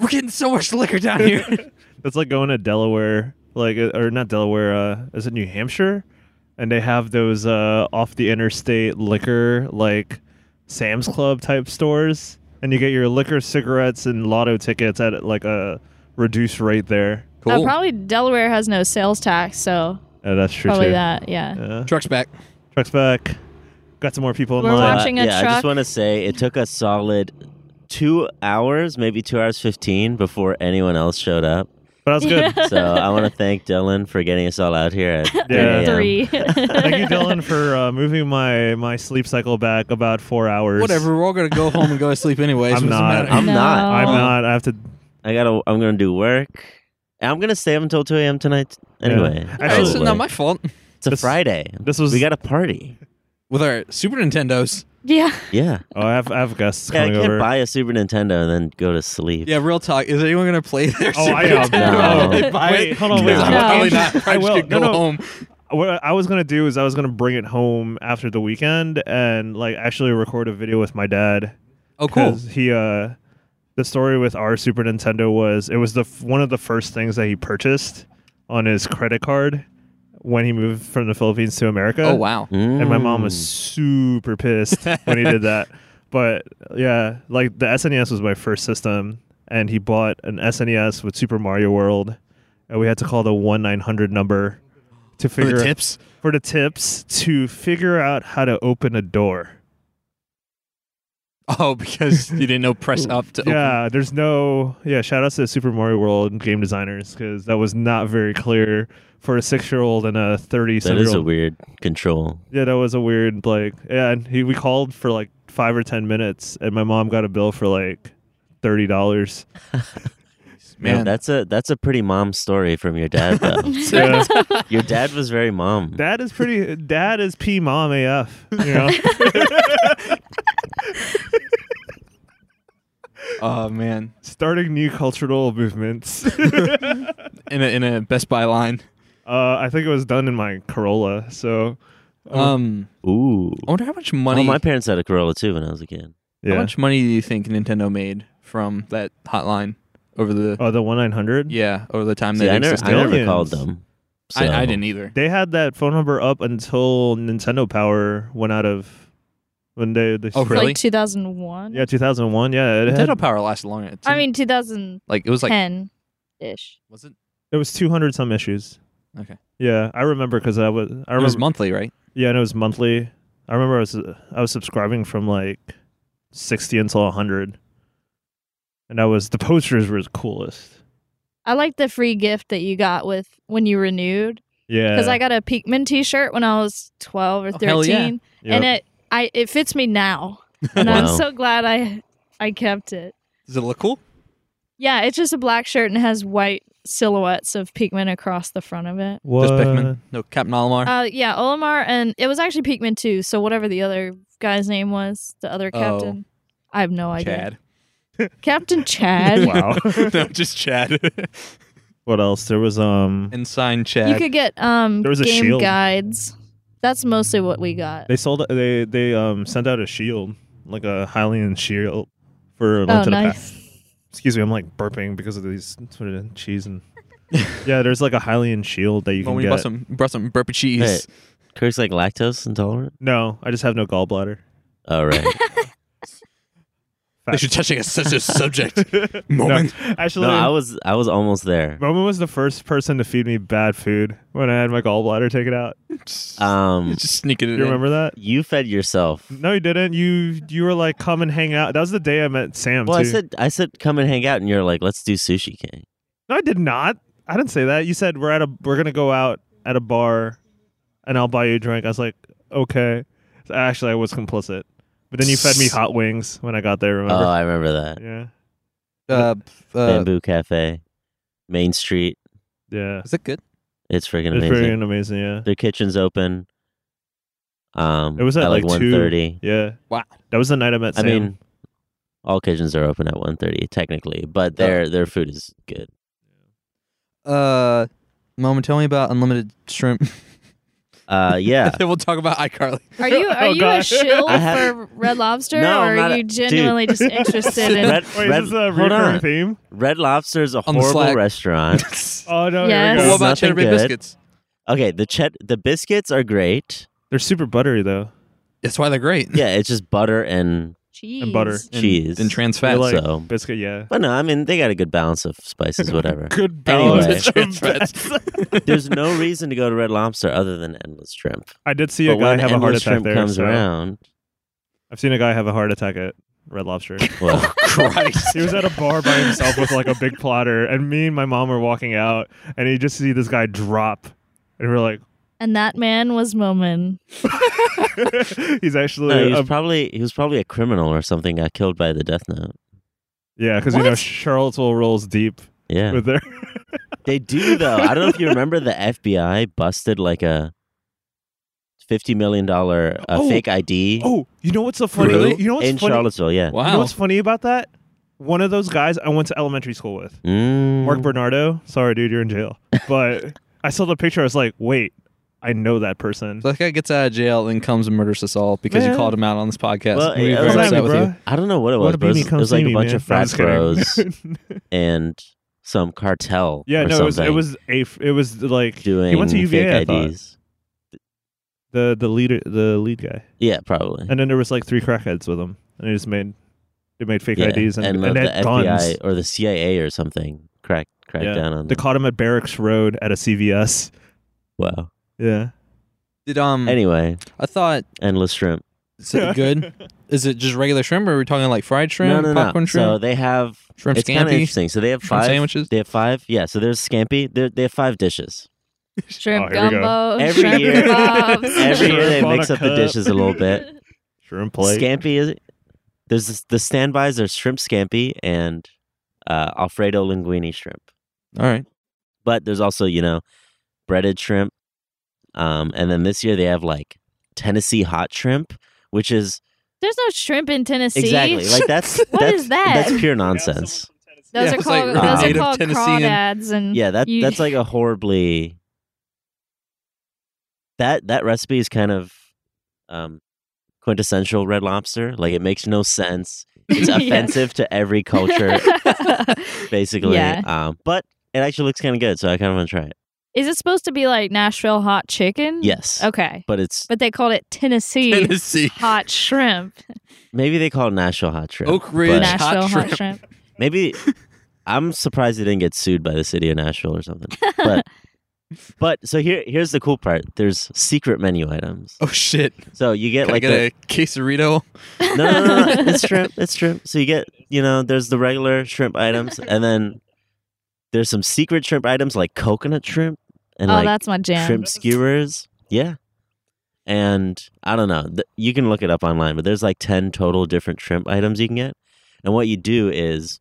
Speaker 1: "We're getting so much liquor down here."
Speaker 3: That's like going to Delaware, like uh, or not Delaware, uh, is it New Hampshire? And they have those uh, off the interstate liquor, like Sam's Club type stores, and you get your liquor, cigarettes, and lotto tickets at like a reduced rate there.
Speaker 2: Uh, probably Delaware has no sales tax, so
Speaker 3: Uh, that's true
Speaker 2: probably
Speaker 3: too.
Speaker 2: that. Yeah.
Speaker 3: Yeah.
Speaker 1: Truck's back.
Speaker 3: Trucks back. Got some more people in
Speaker 2: We're
Speaker 3: line.
Speaker 2: watching
Speaker 4: Uh,
Speaker 2: a
Speaker 4: yeah, I
Speaker 2: truck.
Speaker 4: just want to say it took a solid two hours, maybe two hours fifteen, before anyone else showed up.
Speaker 3: But that's good.
Speaker 4: So I want to thank Dylan for getting us all out here at 3
Speaker 3: Yeah.
Speaker 4: a.m.
Speaker 2: Three.
Speaker 3: Thank you, Dylan, for uh, moving my my sleep cycle back about four hours.
Speaker 1: Whatever, we're all gonna go home and go to sleep anyways.
Speaker 3: I'm
Speaker 1: What's the
Speaker 3: not.
Speaker 1: matter?
Speaker 4: I'm
Speaker 2: No.
Speaker 4: not.
Speaker 3: I'm not. I have to
Speaker 4: I gotta. I'm gonna do work. And I'm gonna stay up until 2 a.m. tonight. Anyway,
Speaker 3: Yeah.
Speaker 1: Hey,
Speaker 3: Actually,
Speaker 1: it's
Speaker 4: probably.
Speaker 1: not my fault.
Speaker 4: It's a
Speaker 3: this-
Speaker 4: Friday.
Speaker 3: this was-
Speaker 4: we got a party.
Speaker 1: With our Super Nintendos.
Speaker 2: yeah.
Speaker 4: Yeah.
Speaker 3: Oh, I have I have guests
Speaker 4: Yeah, I
Speaker 3: coming
Speaker 4: can't
Speaker 3: over.
Speaker 4: buy a Super Nintendo and then go to sleep.
Speaker 1: Yeah, real talk. Is anyone gonna play their
Speaker 3: Oh,
Speaker 1: Super
Speaker 3: I am.
Speaker 1: Nintendo?
Speaker 4: No.
Speaker 1: They buy
Speaker 3: Wait,
Speaker 1: it?
Speaker 3: hold on,
Speaker 2: wait.
Speaker 1: I'm
Speaker 2: No.
Speaker 1: probably not.
Speaker 3: I
Speaker 1: I
Speaker 3: will.
Speaker 1: will go
Speaker 3: No, no.
Speaker 1: home.
Speaker 3: what I was gonna do is I was gonna bring it home after the weekend and like actually record a video with my dad.
Speaker 1: Oh, cool.
Speaker 3: 'Cause He uh, the story with our Super Nintendo was it was the f- one of the first things that he purchased on his credit card when he moved from the Philippines to America.
Speaker 1: Oh, wow.
Speaker 3: And my mom was
Speaker 4: Mm.
Speaker 3: super pissed when he did that. But yeah, like the SNES was my first system, and he bought an SNES with Super Mario World, and we had to call the one nine hundred number to
Speaker 1: For
Speaker 3: figure
Speaker 1: the tips.
Speaker 3: for the tips to figure out how to open a door.
Speaker 1: Oh, because you didn't know press up to open.
Speaker 3: yeah, there's no yeah. Shout out to the Super Mario World game designers because that was not very clear for a six year old and a thirty
Speaker 4: Mm, That
Speaker 3: seven
Speaker 4: is
Speaker 3: year
Speaker 4: a
Speaker 3: old.
Speaker 4: weird control.
Speaker 3: Yeah, that was a weird like yeah. And he, we called for like five or ten minutes, and my mom got a bill for like thirty dollars.
Speaker 4: Man,
Speaker 1: Man,
Speaker 4: that's a that's a pretty mom story from your dad. though.
Speaker 3: Yeah.
Speaker 4: your dad was very mom.
Speaker 3: Dad is pretty. Dad is p mom af. You know.
Speaker 1: oh man,
Speaker 3: Starting new cultural movements.
Speaker 1: in a in a Best Buy line.
Speaker 3: Uh, I think it was done in my Corolla. So
Speaker 1: Um,
Speaker 4: Ooh.
Speaker 1: I wonder how much money.
Speaker 4: Well, my parents had a Corolla too when I was a kid.
Speaker 1: How
Speaker 3: yeah.
Speaker 1: much money do you think Nintendo made from that hotline over the
Speaker 3: Oh, the one nine hundred.
Speaker 1: yeah over the time
Speaker 4: See,
Speaker 1: that
Speaker 4: I
Speaker 1: it
Speaker 4: never, I
Speaker 1: existed?
Speaker 4: never called
Speaker 3: Millions.
Speaker 4: them. So.
Speaker 1: I, I didn't either.
Speaker 3: They had that phone number up until Nintendo Power went out of when they. they
Speaker 1: Oh, Really?
Speaker 2: Like 2001.
Speaker 3: Yeah, 2001. Yeah, it, had,
Speaker 1: Nintendo Power lasted longer. It
Speaker 2: I
Speaker 1: seemed
Speaker 2: mean 2010
Speaker 1: like it was like
Speaker 2: ish.
Speaker 1: was it
Speaker 3: it was 200 some issues.
Speaker 1: Okay.
Speaker 3: Yeah, I remember because I was. I
Speaker 1: It was
Speaker 3: remember.
Speaker 1: monthly, right?
Speaker 3: yeah, and it was monthly. I remember I was I was subscribing from like 60 until 100, and I was the posters were the coolest.
Speaker 2: I like the free gift that you got with when you renewed
Speaker 3: Yeah,
Speaker 2: because I got a Peekman T-shirt when I was 12 or
Speaker 1: Oh, hell
Speaker 2: 13,
Speaker 1: yeah.
Speaker 3: Yep.
Speaker 2: and it I it fits me now, and I'm
Speaker 4: Wow.
Speaker 2: so glad I I kept it.
Speaker 1: Does it look cool?
Speaker 2: Yeah, it's just a black shirt and has white silhouettes of Peekman across the front of it.
Speaker 3: what?
Speaker 1: Just Pikmin? No, Captain Olimar.
Speaker 2: Uh, yeah, Olimar, and it was actually Peekman too. So whatever the other guy's name was, the other
Speaker 1: Oh.
Speaker 2: captain, I have no idea.
Speaker 1: Chad.
Speaker 2: Captain Chad.
Speaker 3: Wow.
Speaker 1: no, just Chad.
Speaker 3: What else? There was um.
Speaker 1: and sign Chad.
Speaker 2: You could get um
Speaker 3: There was a
Speaker 2: game
Speaker 3: shield.
Speaker 2: guides. That's mostly what we got.
Speaker 3: They sold. They they um sent out a shield, like a Hylian shield, for
Speaker 2: oh,
Speaker 3: lunch at a pack.
Speaker 2: nice.
Speaker 3: Excuse me, I'm like burping because of these sort of cheese and. yeah, there's like a Hylian shield that you
Speaker 1: Well,
Speaker 3: can
Speaker 1: we
Speaker 3: get.
Speaker 1: brought some brought some burpee cheese.
Speaker 4: Hey. Kirk's like lactose intolerant.
Speaker 3: No, I just have no gallbladder.
Speaker 4: All right.
Speaker 1: That you're touching a sensitive subject.
Speaker 3: No,
Speaker 1: Moment.
Speaker 3: actually,
Speaker 4: no, I was I was almost there.
Speaker 3: Roman was the first person to feed me bad food when I had my gallbladder taken out.
Speaker 4: Um,
Speaker 1: Just sneaking it in.
Speaker 3: You remember that?
Speaker 4: you fed yourself.
Speaker 3: No, you didn't. You you were like, come and hang out. That was the day I met Sam.
Speaker 4: Well, I
Speaker 3: too.
Speaker 4: said I said come and hang out, and you're like, let's do sushi king.
Speaker 3: no, I did not. I didn't say that. You said we're at a we're gonna go out at a bar, and I'll buy you a drink. I was like, okay. So actually, I was complicit. But then you fed me hot wings when I got there.
Speaker 4: Oh,
Speaker 3: Remember?
Speaker 4: I remember that
Speaker 3: yeah,
Speaker 1: Uh, uh,
Speaker 4: bamboo cafe, Main Street.
Speaker 3: yeah.
Speaker 1: is that good?
Speaker 4: It's freaking
Speaker 3: It's
Speaker 4: amazing.
Speaker 3: pretty amazing. Yeah,
Speaker 4: Their kitchen's open. Um,
Speaker 3: It was at,
Speaker 4: at
Speaker 3: like, two.
Speaker 4: one thirty.
Speaker 3: yeah.
Speaker 1: Wow.
Speaker 3: That was the night I met
Speaker 4: I
Speaker 3: Sam.
Speaker 4: mean, all kitchens are open at one thirty technically, but their their food is good.
Speaker 1: Uh, Mom, tell me about unlimited shrimp.
Speaker 4: Uh, yeah.
Speaker 1: then we'll talk about iCarly.
Speaker 2: Are you are
Speaker 3: Oh,
Speaker 2: you a
Speaker 3: God.
Speaker 2: shill
Speaker 4: I have-
Speaker 2: for Red Lobster,
Speaker 4: No,
Speaker 2: or
Speaker 4: I'm not
Speaker 2: are
Speaker 4: a-
Speaker 2: you genuinely just interested in?
Speaker 4: Red,
Speaker 3: Wait,
Speaker 4: Red-
Speaker 3: is this a
Speaker 4: hold
Speaker 3: recurring
Speaker 4: on.
Speaker 3: theme?
Speaker 4: Red Lobster is a
Speaker 1: On the
Speaker 4: horrible
Speaker 1: Slack.
Speaker 4: restaurant.
Speaker 3: Oh no!
Speaker 1: what
Speaker 2: Yes.
Speaker 3: Here we
Speaker 4: It's
Speaker 3: go.
Speaker 1: about
Speaker 4: nothing
Speaker 1: cheddar bay
Speaker 4: good.
Speaker 1: biscuits?
Speaker 4: Okay, the chet the biscuits are great.
Speaker 3: They're super buttery though.
Speaker 1: That's why they're great.
Speaker 4: Yeah, it's just butter and
Speaker 2: Cheese.
Speaker 3: and butter.
Speaker 1: And-
Speaker 4: cheese.
Speaker 1: and trans
Speaker 3: They're
Speaker 1: fat.
Speaker 3: like
Speaker 4: so-
Speaker 3: biscuit, yeah.
Speaker 4: But no, I mean they got a good balance of spices, whatever.
Speaker 3: Good
Speaker 4: balance.
Speaker 1: Anyway. Trans fats.
Speaker 4: There's no reason to go to Red Lobster other than endless shrimp.
Speaker 3: I did see a
Speaker 4: But
Speaker 3: guy
Speaker 4: when
Speaker 3: have a heart
Speaker 4: endless
Speaker 3: attack
Speaker 4: shrimp
Speaker 3: there.
Speaker 4: comes
Speaker 3: so-
Speaker 4: around,
Speaker 3: I've seen a guy have a heart attack at Red Lobster.
Speaker 4: well,
Speaker 1: Christ.
Speaker 3: he was at a bar by himself with like a big platter, and me and my mom were walking out, and you just see this guy drop, and we're like,
Speaker 2: And that man was Momin.
Speaker 4: Oh,
Speaker 3: he's actually,
Speaker 4: no, he was
Speaker 3: a-
Speaker 4: probably he was probably a criminal or something. Got killed by the death note.
Speaker 3: yeah, because you know
Speaker 2: What?
Speaker 3: Charlottesville rolls deep
Speaker 4: Yeah,
Speaker 3: with their.
Speaker 4: They do though. I don't know if you remember the FBI busted like a fifty million dollar uh,
Speaker 3: Oh.
Speaker 4: fake ID
Speaker 3: oh, you know what's so
Speaker 4: crew
Speaker 3: funny? You know what's
Speaker 4: in
Speaker 3: funny?
Speaker 4: Charlottesville. Yeah.
Speaker 1: Wow.
Speaker 3: You know what's funny about that? One of those guys I went to elementary school with.
Speaker 4: Mm.
Speaker 3: Mark Bernardo. Sorry, dude, you're in jail. But I saw the picture. I was like, wait, I know that person.
Speaker 1: So that guy gets out of jail and comes and murders us all because
Speaker 3: Man.
Speaker 1: you called him out on this podcast.
Speaker 4: Well,
Speaker 1: We'd be
Speaker 4: yeah,
Speaker 1: very
Speaker 4: come at
Speaker 1: upset
Speaker 4: me,
Speaker 1: with you.
Speaker 4: I don't know what it
Speaker 3: What
Speaker 4: was,
Speaker 3: a
Speaker 4: but it was,
Speaker 3: baby, come
Speaker 4: it was
Speaker 3: see
Speaker 4: like
Speaker 3: me,
Speaker 4: a bunch
Speaker 3: man.
Speaker 4: of
Speaker 3: No, I'm
Speaker 4: frat
Speaker 3: just kidding.
Speaker 4: bros and some cartel.
Speaker 3: yeah,
Speaker 4: or
Speaker 3: no, it was it
Speaker 4: something
Speaker 3: was a it was like
Speaker 4: doing
Speaker 3: he went to UVA. I
Speaker 4: fake
Speaker 3: thought.
Speaker 4: IDs.
Speaker 3: The the leader the lead guy,
Speaker 4: Yeah, probably.
Speaker 3: and then there was like three crackheads with him, and he just made they made fake
Speaker 4: yeah.
Speaker 3: IDs and, and,
Speaker 4: the
Speaker 3: they had guns.
Speaker 4: FBI or the CIA or something cracked cracked
Speaker 3: Yeah.
Speaker 4: down on.
Speaker 3: They
Speaker 4: them.
Speaker 3: caught him at Barracks Road at a CVS.
Speaker 4: wow.
Speaker 3: Yeah,
Speaker 1: Did
Speaker 3: Hmm.
Speaker 1: um?
Speaker 4: Anyway,
Speaker 1: I thought
Speaker 4: endless shrimp.
Speaker 1: is it good? Is it just regular shrimp, or are we talking like fried shrimp,
Speaker 4: no, no,
Speaker 1: popcorn
Speaker 4: no.
Speaker 1: shrimp,
Speaker 4: So they have
Speaker 1: shrimp
Speaker 4: it's kind of
Speaker 1: scampi,
Speaker 4: interesting. So they have
Speaker 1: shrimp
Speaker 4: five
Speaker 1: sandwiches?
Speaker 4: They have five. Yeah. So there's scampi. They're, they have five dishes.
Speaker 2: Shrimp
Speaker 3: Oh, here we go.
Speaker 2: gumbo.
Speaker 4: Every
Speaker 2: shrimp
Speaker 4: year-
Speaker 2: kebabs.
Speaker 4: Every year they
Speaker 3: Shrimp on
Speaker 4: mix
Speaker 3: a
Speaker 4: up the
Speaker 3: cup.
Speaker 4: dishes a little bit.
Speaker 3: shrimp plate.
Speaker 4: Scampi is there's this, the standbys are shrimp scampi and uh, Alfredo linguine shrimp.
Speaker 1: All right.
Speaker 4: But there's also you know breaded shrimp. Um, and then this year they have like Tennessee hot shrimp, which is
Speaker 2: There's no shrimp in Tennessee.
Speaker 4: exactly like that's
Speaker 2: What
Speaker 4: that's
Speaker 2: is that?
Speaker 4: that's pure nonsense.
Speaker 1: Yeah,
Speaker 2: Those are
Speaker 1: it's like
Speaker 2: called
Speaker 4: raw
Speaker 2: those are
Speaker 4: native
Speaker 2: called
Speaker 1: Tennessean-
Speaker 2: crawdads and
Speaker 4: Yeah, that
Speaker 2: Mm-hmm. you-
Speaker 4: that's like a horribly that that recipe is kind of um quintessential red lobster. Like it makes no sense. It's
Speaker 2: Yeah.
Speaker 4: offensive to every culture, basically.
Speaker 2: Yeah.
Speaker 4: Um but it actually looks kinda good, so I kinda wanna try it.
Speaker 2: Is it supposed to be like Nashville hot chicken?
Speaker 4: Yes.
Speaker 2: Okay.
Speaker 4: But it's
Speaker 2: But they called it Tennessee
Speaker 1: Tennessee,
Speaker 2: hot shrimp.
Speaker 4: maybe they call it Nashville hot shrimp.
Speaker 1: Oak Ridge
Speaker 4: but
Speaker 1: hot
Speaker 2: Nashville hot
Speaker 1: shrimp.
Speaker 2: shrimp.
Speaker 4: Maybe I'm surprised they didn't get sued by the city of Nashville or something. But but so here here's the cool part. There's secret menu items.
Speaker 1: Oh shit!
Speaker 4: So you get
Speaker 1: Can I
Speaker 4: like
Speaker 1: get
Speaker 4: the,
Speaker 1: a quesarito?
Speaker 4: No, no, no, no. it's shrimp. It's shrimp. So you get, you know, there's the regular shrimp items, and then there's some secret shrimp items like coconut shrimp and
Speaker 2: oh,
Speaker 4: like
Speaker 2: that's my jam.
Speaker 4: shrimp skewers. Yeah, and I don't know. Th- you can look it up online, but there's like ten total different shrimp items you can get. And what you do is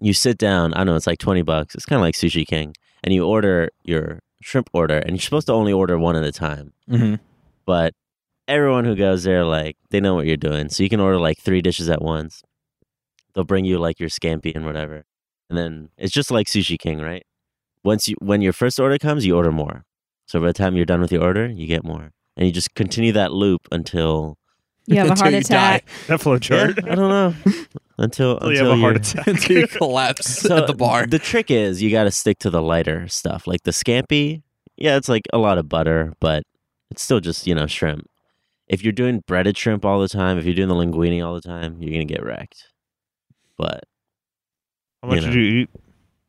Speaker 4: you sit down. I don't know it's like twenty bucks. It's kind of like Sushi King, and you order your shrimp order, and you're supposed to only order one at a time
Speaker 1: Mm-hmm.
Speaker 4: but everyone who goes there like they know what you're doing so you can order like three dishes at once they'll bring you like your scampi and whatever and then it's just like sushi king right once you when your first order comes, you order more. So by the time you're done with your order, you get more, and you just continue that loop until
Speaker 2: You have a
Speaker 5: Until
Speaker 2: heart
Speaker 5: you
Speaker 2: attack.
Speaker 3: That flow chart.
Speaker 4: Yeah, I don't know
Speaker 3: Until
Speaker 4: until until
Speaker 3: you have a heart
Speaker 4: you're-
Speaker 3: attack.
Speaker 1: until you collapse at the bar.
Speaker 4: The trick is you got to stick to the lighter stuff, like the scampi. Yeah, it's like a lot of butter, but it's still just you know shrimp. If you're doing breaded shrimp all the time, if you're doing the linguine all the time, you're gonna get wrecked. But
Speaker 3: How much
Speaker 4: You
Speaker 3: did
Speaker 4: know.
Speaker 3: you eat?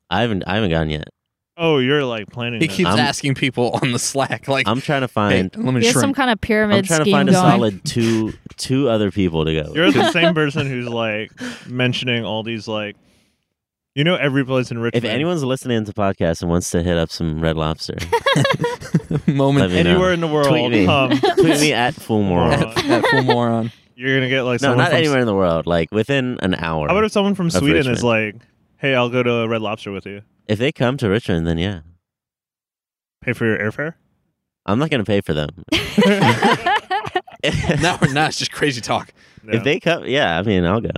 Speaker 4: I haven't I haven't gotten yet.
Speaker 3: Oh, you're like planning.
Speaker 1: he
Speaker 3: that.
Speaker 1: keeps
Speaker 4: I'm-
Speaker 1: asking people on the Slack, like,
Speaker 4: I'm trying to
Speaker 1: hey,
Speaker 4: find
Speaker 1: let me
Speaker 2: You have
Speaker 1: shrimp.
Speaker 2: some kind of
Speaker 4: I'm
Speaker 2: pyramid
Speaker 4: trying to
Speaker 2: scheme
Speaker 4: find a
Speaker 2: going.
Speaker 4: solid two two other people to go. with.
Speaker 3: You're the same person who's like mentioning all these like, you know, every place in
Speaker 4: If
Speaker 3: Richmond.
Speaker 4: anyone's listening to podcasts and wants to hit up some Red Lobster,
Speaker 1: moment
Speaker 4: Let me know.
Speaker 3: anywhere in the world,
Speaker 4: Tweet me.
Speaker 3: um,
Speaker 4: tweet me at Full Moron.
Speaker 3: Moron.
Speaker 1: at, at full moron.
Speaker 3: you're gonna get like
Speaker 4: No,
Speaker 3: someone
Speaker 4: not
Speaker 3: from,
Speaker 4: anywhere in the world. Like within an hour.
Speaker 3: How about if someone from
Speaker 4: Of
Speaker 3: Sweden is like, "Hey, I'll go to Red Lobster with you.
Speaker 4: If they come to Richmond, then yeah,
Speaker 3: Pay for your airfare."
Speaker 4: I'm not going to pay for them.
Speaker 1: now we're not. It's just crazy talk.
Speaker 3: Yeah.
Speaker 4: If they come, yeah, I mean, I'll go.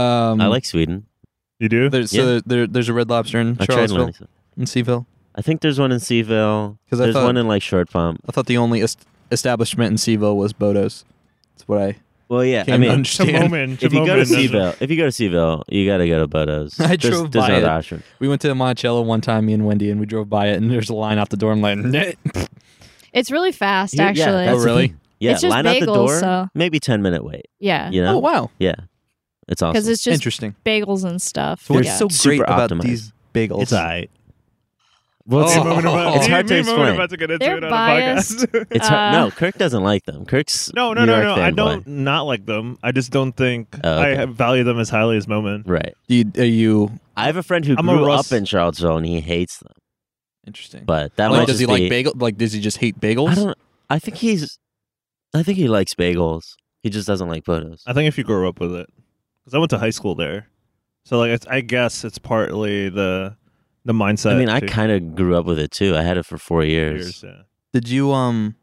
Speaker 1: Um,
Speaker 4: I like Sweden.
Speaker 3: you do,
Speaker 1: There's,
Speaker 4: Yeah.
Speaker 1: so there, there's a Red Lobster in
Speaker 4: I tried one.
Speaker 1: Charlottesville, in Seaville.
Speaker 4: I think there's one in Seaville.
Speaker 1: 'Cause I
Speaker 4: There's
Speaker 1: thought-
Speaker 4: one in like Short Pump.
Speaker 1: I thought the only est- establishment in Seaville was Bodo's. That's what I
Speaker 4: Well, yeah,
Speaker 1: came
Speaker 4: I
Speaker 1: to
Speaker 4: mean,
Speaker 3: it's a
Speaker 1: understand.
Speaker 3: moment.
Speaker 4: if you go to
Speaker 3: moment, doesn't it?
Speaker 4: Seaville, if you go to Seaville, you got to go to Boto's.
Speaker 1: I
Speaker 4: there's,
Speaker 1: drove
Speaker 4: there's
Speaker 1: by
Speaker 4: no other
Speaker 1: it.
Speaker 4: option.
Speaker 1: We went to Monticello one time, me and Wendy, and we drove by it, and there's a line out the door. I'm like, "Nah."
Speaker 2: it's really fast,
Speaker 4: Yeah,
Speaker 2: actually.
Speaker 4: that's
Speaker 1: oh
Speaker 4: the
Speaker 1: really?
Speaker 4: thing. Yeah,
Speaker 2: It's just
Speaker 4: line out the
Speaker 2: bagels,
Speaker 4: door.
Speaker 2: so-
Speaker 4: Maybe ten minute wait.
Speaker 2: yeah,
Speaker 4: You know?
Speaker 1: Oh wow,
Speaker 4: Yeah, it's awesome.
Speaker 2: because it's just
Speaker 1: interesting.
Speaker 2: bagels and stuff.
Speaker 1: So what's
Speaker 2: yeah.
Speaker 1: so
Speaker 4: Super
Speaker 1: great about
Speaker 4: optimized.
Speaker 1: these bagels?
Speaker 4: alright. Well,
Speaker 1: Oh.
Speaker 3: Me and Moomin are about-
Speaker 1: It's
Speaker 3: me-
Speaker 4: hard to
Speaker 3: me and Moomin are
Speaker 4: explain.
Speaker 3: About to get into
Speaker 2: They're
Speaker 3: it on a
Speaker 2: biased.
Speaker 3: podcast.
Speaker 4: it's hard.
Speaker 2: Uh,
Speaker 4: no. Kirk doesn't like them. Kirk's
Speaker 3: No, no,
Speaker 4: New
Speaker 3: no,
Speaker 4: York
Speaker 3: no. I
Speaker 4: fanboy.
Speaker 3: don't not like them. I just don't think
Speaker 4: Oh, okay.
Speaker 3: I have- value them as highly as Moment.
Speaker 4: Right.
Speaker 1: Do you, are you
Speaker 4: I have a friend who
Speaker 3: I'm a
Speaker 4: grew
Speaker 3: Russ-
Speaker 4: up in Charlottesville and he hates them.
Speaker 1: interesting?
Speaker 4: But that
Speaker 1: like,
Speaker 4: might
Speaker 1: does
Speaker 4: just
Speaker 1: he
Speaker 4: be-
Speaker 1: like bagel? Like, does he just hate bagels?
Speaker 4: I don't. I think he's. I think he likes bagels. He just doesn't like photos.
Speaker 3: I think if you grow up with it, because I went to high school there, so like it's, I guess it's partly the the mindset.
Speaker 4: I mean, I
Speaker 3: too.
Speaker 4: kind of grew up with it too. I had it for four years.
Speaker 3: Yeah.
Speaker 1: Did you um?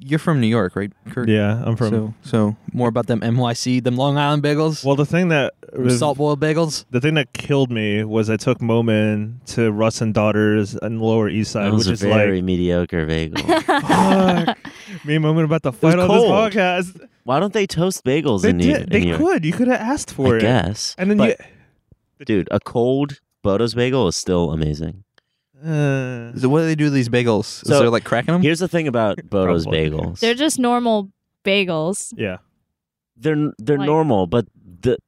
Speaker 1: You're from New York, right, Kurt?
Speaker 3: yeah, I'm from.
Speaker 1: So, so more about them NYC, them Long Island bagels,
Speaker 3: well, the thing that was,
Speaker 1: salt boiled bagels.
Speaker 3: the thing that killed me was I took Moment to Russ and Daughters and Lower East
Speaker 4: That
Speaker 3: Side,
Speaker 4: was
Speaker 3: which
Speaker 4: a
Speaker 3: is
Speaker 4: very
Speaker 3: like
Speaker 4: mediocre bagel.
Speaker 3: fuck. me and Moment about to fight on
Speaker 4: cold.
Speaker 3: this podcast.
Speaker 4: Why don't they toast bagels
Speaker 3: They
Speaker 4: in New,
Speaker 3: did.
Speaker 4: in
Speaker 3: They
Speaker 4: New York?
Speaker 3: could. You could have asked for
Speaker 4: I
Speaker 3: it.
Speaker 4: guess.
Speaker 3: And then
Speaker 4: But,
Speaker 3: you.
Speaker 4: dude, a cold Boto's bagel is still amazing.
Speaker 3: Uh,
Speaker 1: So what do they do to these bagels? Is
Speaker 4: So,
Speaker 1: there like cracking them?
Speaker 4: Here's the thing about Boto's
Speaker 3: Um, Probably.
Speaker 4: bagels.
Speaker 2: They're just normal bagels.
Speaker 3: yeah.
Speaker 4: they're they're
Speaker 2: Like-
Speaker 4: normal, but the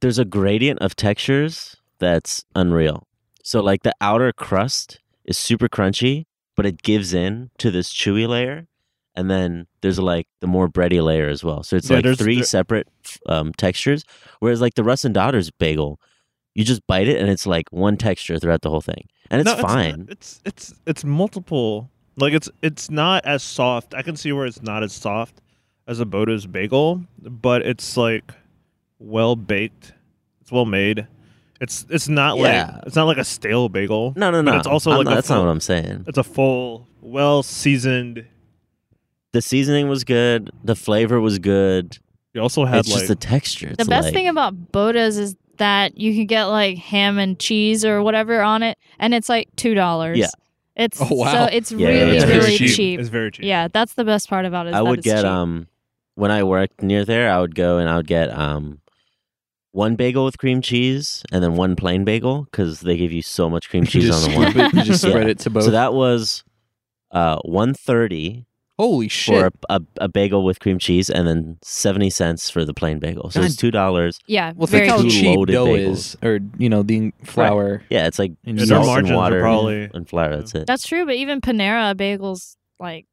Speaker 4: there's a gradient of textures that's unreal. So like the outer crust is super crunchy, but it gives in to this chewy layer, and then there's like the more bready layer as well. So it's
Speaker 3: Yeah,
Speaker 4: like
Speaker 3: there's-
Speaker 4: three
Speaker 3: there-
Speaker 4: separate um, textures. Whereas like the Russ and Daughters bagel, you just bite it and it's like one texture throughout the whole thing, and it's
Speaker 3: No,
Speaker 4: fine.
Speaker 3: not- It's, it's it's multiple. Like it's it's not as soft. I can see where it's not as soft as a Boda's bagel, but it's like well baked. It's well made. It's it's not
Speaker 4: Yeah.
Speaker 3: like it's not like a stale bagel.
Speaker 4: no, no,
Speaker 3: but
Speaker 4: no.
Speaker 3: it's also
Speaker 4: I'm
Speaker 3: like
Speaker 4: not-
Speaker 3: a
Speaker 4: that's not
Speaker 3: full-
Speaker 4: what I'm saying.
Speaker 3: It's a full, well seasoned.
Speaker 4: The seasoning was good. The flavor was good.
Speaker 3: You also had
Speaker 4: It's
Speaker 3: like
Speaker 4: just the texture.
Speaker 2: The
Speaker 4: It's
Speaker 2: best
Speaker 4: like-
Speaker 2: thing about Bodas is that you can get like ham and cheese or whatever on it, and it's like two dollars.
Speaker 4: Yeah.
Speaker 2: it's
Speaker 1: Oh, wow.
Speaker 2: so it's
Speaker 4: Yeah,
Speaker 2: really
Speaker 4: it's very
Speaker 2: really
Speaker 1: cheap.
Speaker 2: cheap.
Speaker 3: It's very cheap.
Speaker 2: Yeah, that's the best part about it. is
Speaker 4: I
Speaker 2: that
Speaker 4: would
Speaker 2: it's
Speaker 4: get
Speaker 2: cheap.
Speaker 4: um when I worked near there, I would go and I would get um one bagel with cream cheese and then one plain bagel because they give you so much cream
Speaker 1: you
Speaker 4: cheese
Speaker 1: just,
Speaker 4: on the one.
Speaker 1: spread it- you just spread
Speaker 4: Yeah.
Speaker 1: it to both.
Speaker 4: So that was uh one thirty
Speaker 1: Holy
Speaker 4: for
Speaker 1: shit!
Speaker 4: a, a, a bagel with cream cheese and then seventy cents for the plain bagel. So it's
Speaker 1: God.
Speaker 4: two dollars.
Speaker 2: yeah,
Speaker 1: Well,
Speaker 2: very
Speaker 1: think how
Speaker 4: two
Speaker 2: cheap.
Speaker 1: cheap
Speaker 4: loaded
Speaker 1: dough
Speaker 4: bagels.
Speaker 1: is, or you know, the flour.
Speaker 4: Yeah, it's like
Speaker 1: And
Speaker 3: Yeah,
Speaker 1: just
Speaker 3: their
Speaker 1: salt and
Speaker 3: margins
Speaker 4: water.
Speaker 3: are probably.
Speaker 4: and flour. That's it.
Speaker 2: That's true, but even Panera bagels like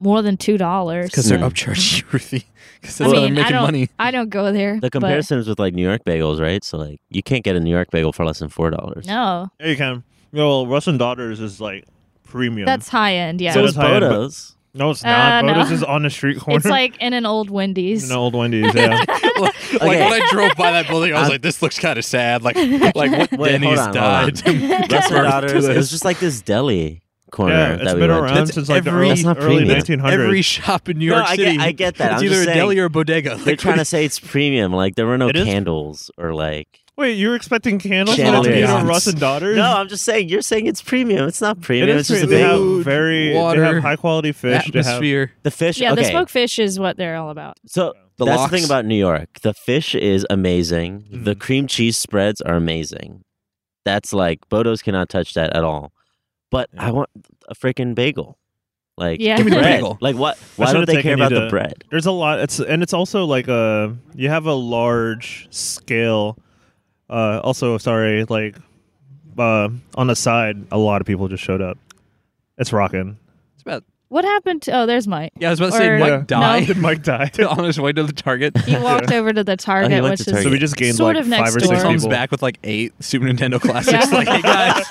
Speaker 2: more than two dollars.
Speaker 1: Because they're
Speaker 4: Mm.
Speaker 1: upcharging you, Ruthie. Because
Speaker 2: I
Speaker 1: that's how they're
Speaker 2: mean, I
Speaker 1: making
Speaker 2: don't-
Speaker 1: money.
Speaker 2: I don't go there.
Speaker 4: the
Speaker 2: but
Speaker 4: comparison is with like New York bagels, right? So like you can't get a New York bagel for less than four dollars.
Speaker 2: No,
Speaker 3: Yeah, you can. You know, well, Russ and Daughters is like premium.
Speaker 2: that's high end. Yeah,
Speaker 4: So
Speaker 3: Yeah,
Speaker 4: is
Speaker 3: that's high end, but-
Speaker 4: Bodos.
Speaker 3: no, it's not.
Speaker 2: Uh, no.
Speaker 3: Boda's is on the street corner.
Speaker 2: it's like in an old Wendy's.
Speaker 3: an old Wendy's. Yeah.
Speaker 1: like
Speaker 4: Okay.
Speaker 1: when I drove by that building, I was
Speaker 4: I'm-
Speaker 1: like, "This looks kind of sad." Like, like what
Speaker 4: Wait, hold
Speaker 1: Denny's
Speaker 4: on, hold
Speaker 1: died.
Speaker 4: on. That's
Speaker 1: Birth
Speaker 4: what
Speaker 1: to
Speaker 4: daughters. It
Speaker 1: this.
Speaker 4: was just like this deli corner
Speaker 3: yeah,
Speaker 4: that
Speaker 3: it's
Speaker 4: we
Speaker 3: been
Speaker 4: went to.
Speaker 3: around
Speaker 1: That's
Speaker 3: since like the
Speaker 1: every-
Speaker 3: early,
Speaker 4: That's not
Speaker 3: early
Speaker 4: premium.
Speaker 3: 1900s.
Speaker 1: Every shop in New
Speaker 4: No,
Speaker 1: York
Speaker 4: I get-
Speaker 1: City,
Speaker 4: I get that.
Speaker 1: It's
Speaker 4: I'm
Speaker 1: either
Speaker 4: just
Speaker 1: a
Speaker 4: saying-
Speaker 1: deli or a bodega.
Speaker 4: They're
Speaker 1: Like,
Speaker 4: trying to say it's premium. Like there were no
Speaker 3: It is-
Speaker 4: candles or like
Speaker 3: Wait, you were expecting candles
Speaker 4: Chandeliers.
Speaker 3: and it's Peter
Speaker 1: Chandeliers.
Speaker 3: Russ and daughters?
Speaker 4: No, I'm just saying. You're saying it's premium. It's not
Speaker 3: it
Speaker 4: premium.
Speaker 3: is
Speaker 4: it's just a
Speaker 3: pretty- they
Speaker 4: big.
Speaker 3: have
Speaker 1: Food,
Speaker 3: very they
Speaker 1: water,
Speaker 3: have high quality fish. They have
Speaker 1: Atmosphere.
Speaker 4: the fish.
Speaker 2: Yeah,
Speaker 4: okay.
Speaker 2: the smoked fish is what they're all about.
Speaker 4: So
Speaker 1: The
Speaker 4: that's
Speaker 1: lox.
Speaker 4: the thing about New York. The fish is amazing. The
Speaker 3: Mhm.
Speaker 4: cream cheese spreads are amazing. That's like Bodos cannot touch that at all. But I want a freaking bagel. Like
Speaker 2: Yeah. Give me the
Speaker 4: bread.
Speaker 1: bagel.
Speaker 4: Like what? Why
Speaker 3: should've
Speaker 4: don't they care
Speaker 3: taken you
Speaker 4: about the
Speaker 3: to-
Speaker 4: bread?
Speaker 3: There's a lot. It's and it's also like a you have a large scale. Uh, also, sorry, like uh, on the side, a lot of people just showed up. It's rocking.
Speaker 1: It's about.
Speaker 2: What happened to? Oh, there's Mike.
Speaker 1: Yeah, I was about to say
Speaker 2: Or-
Speaker 1: Mike
Speaker 3: Yeah.
Speaker 1: died
Speaker 3: Did Mike die?
Speaker 1: on his way to the Target.
Speaker 2: He walked over to the Target,
Speaker 4: Oh, went
Speaker 2: which
Speaker 4: to
Speaker 2: is
Speaker 4: Target.
Speaker 3: So we just gained
Speaker 2: Sort
Speaker 3: like
Speaker 2: of next
Speaker 3: five or
Speaker 2: door. Comes
Speaker 3: six
Speaker 1: Comes
Speaker 3: people.
Speaker 1: back with like eight Super Nintendo classics.
Speaker 2: Yeah.
Speaker 1: Like, hey guys,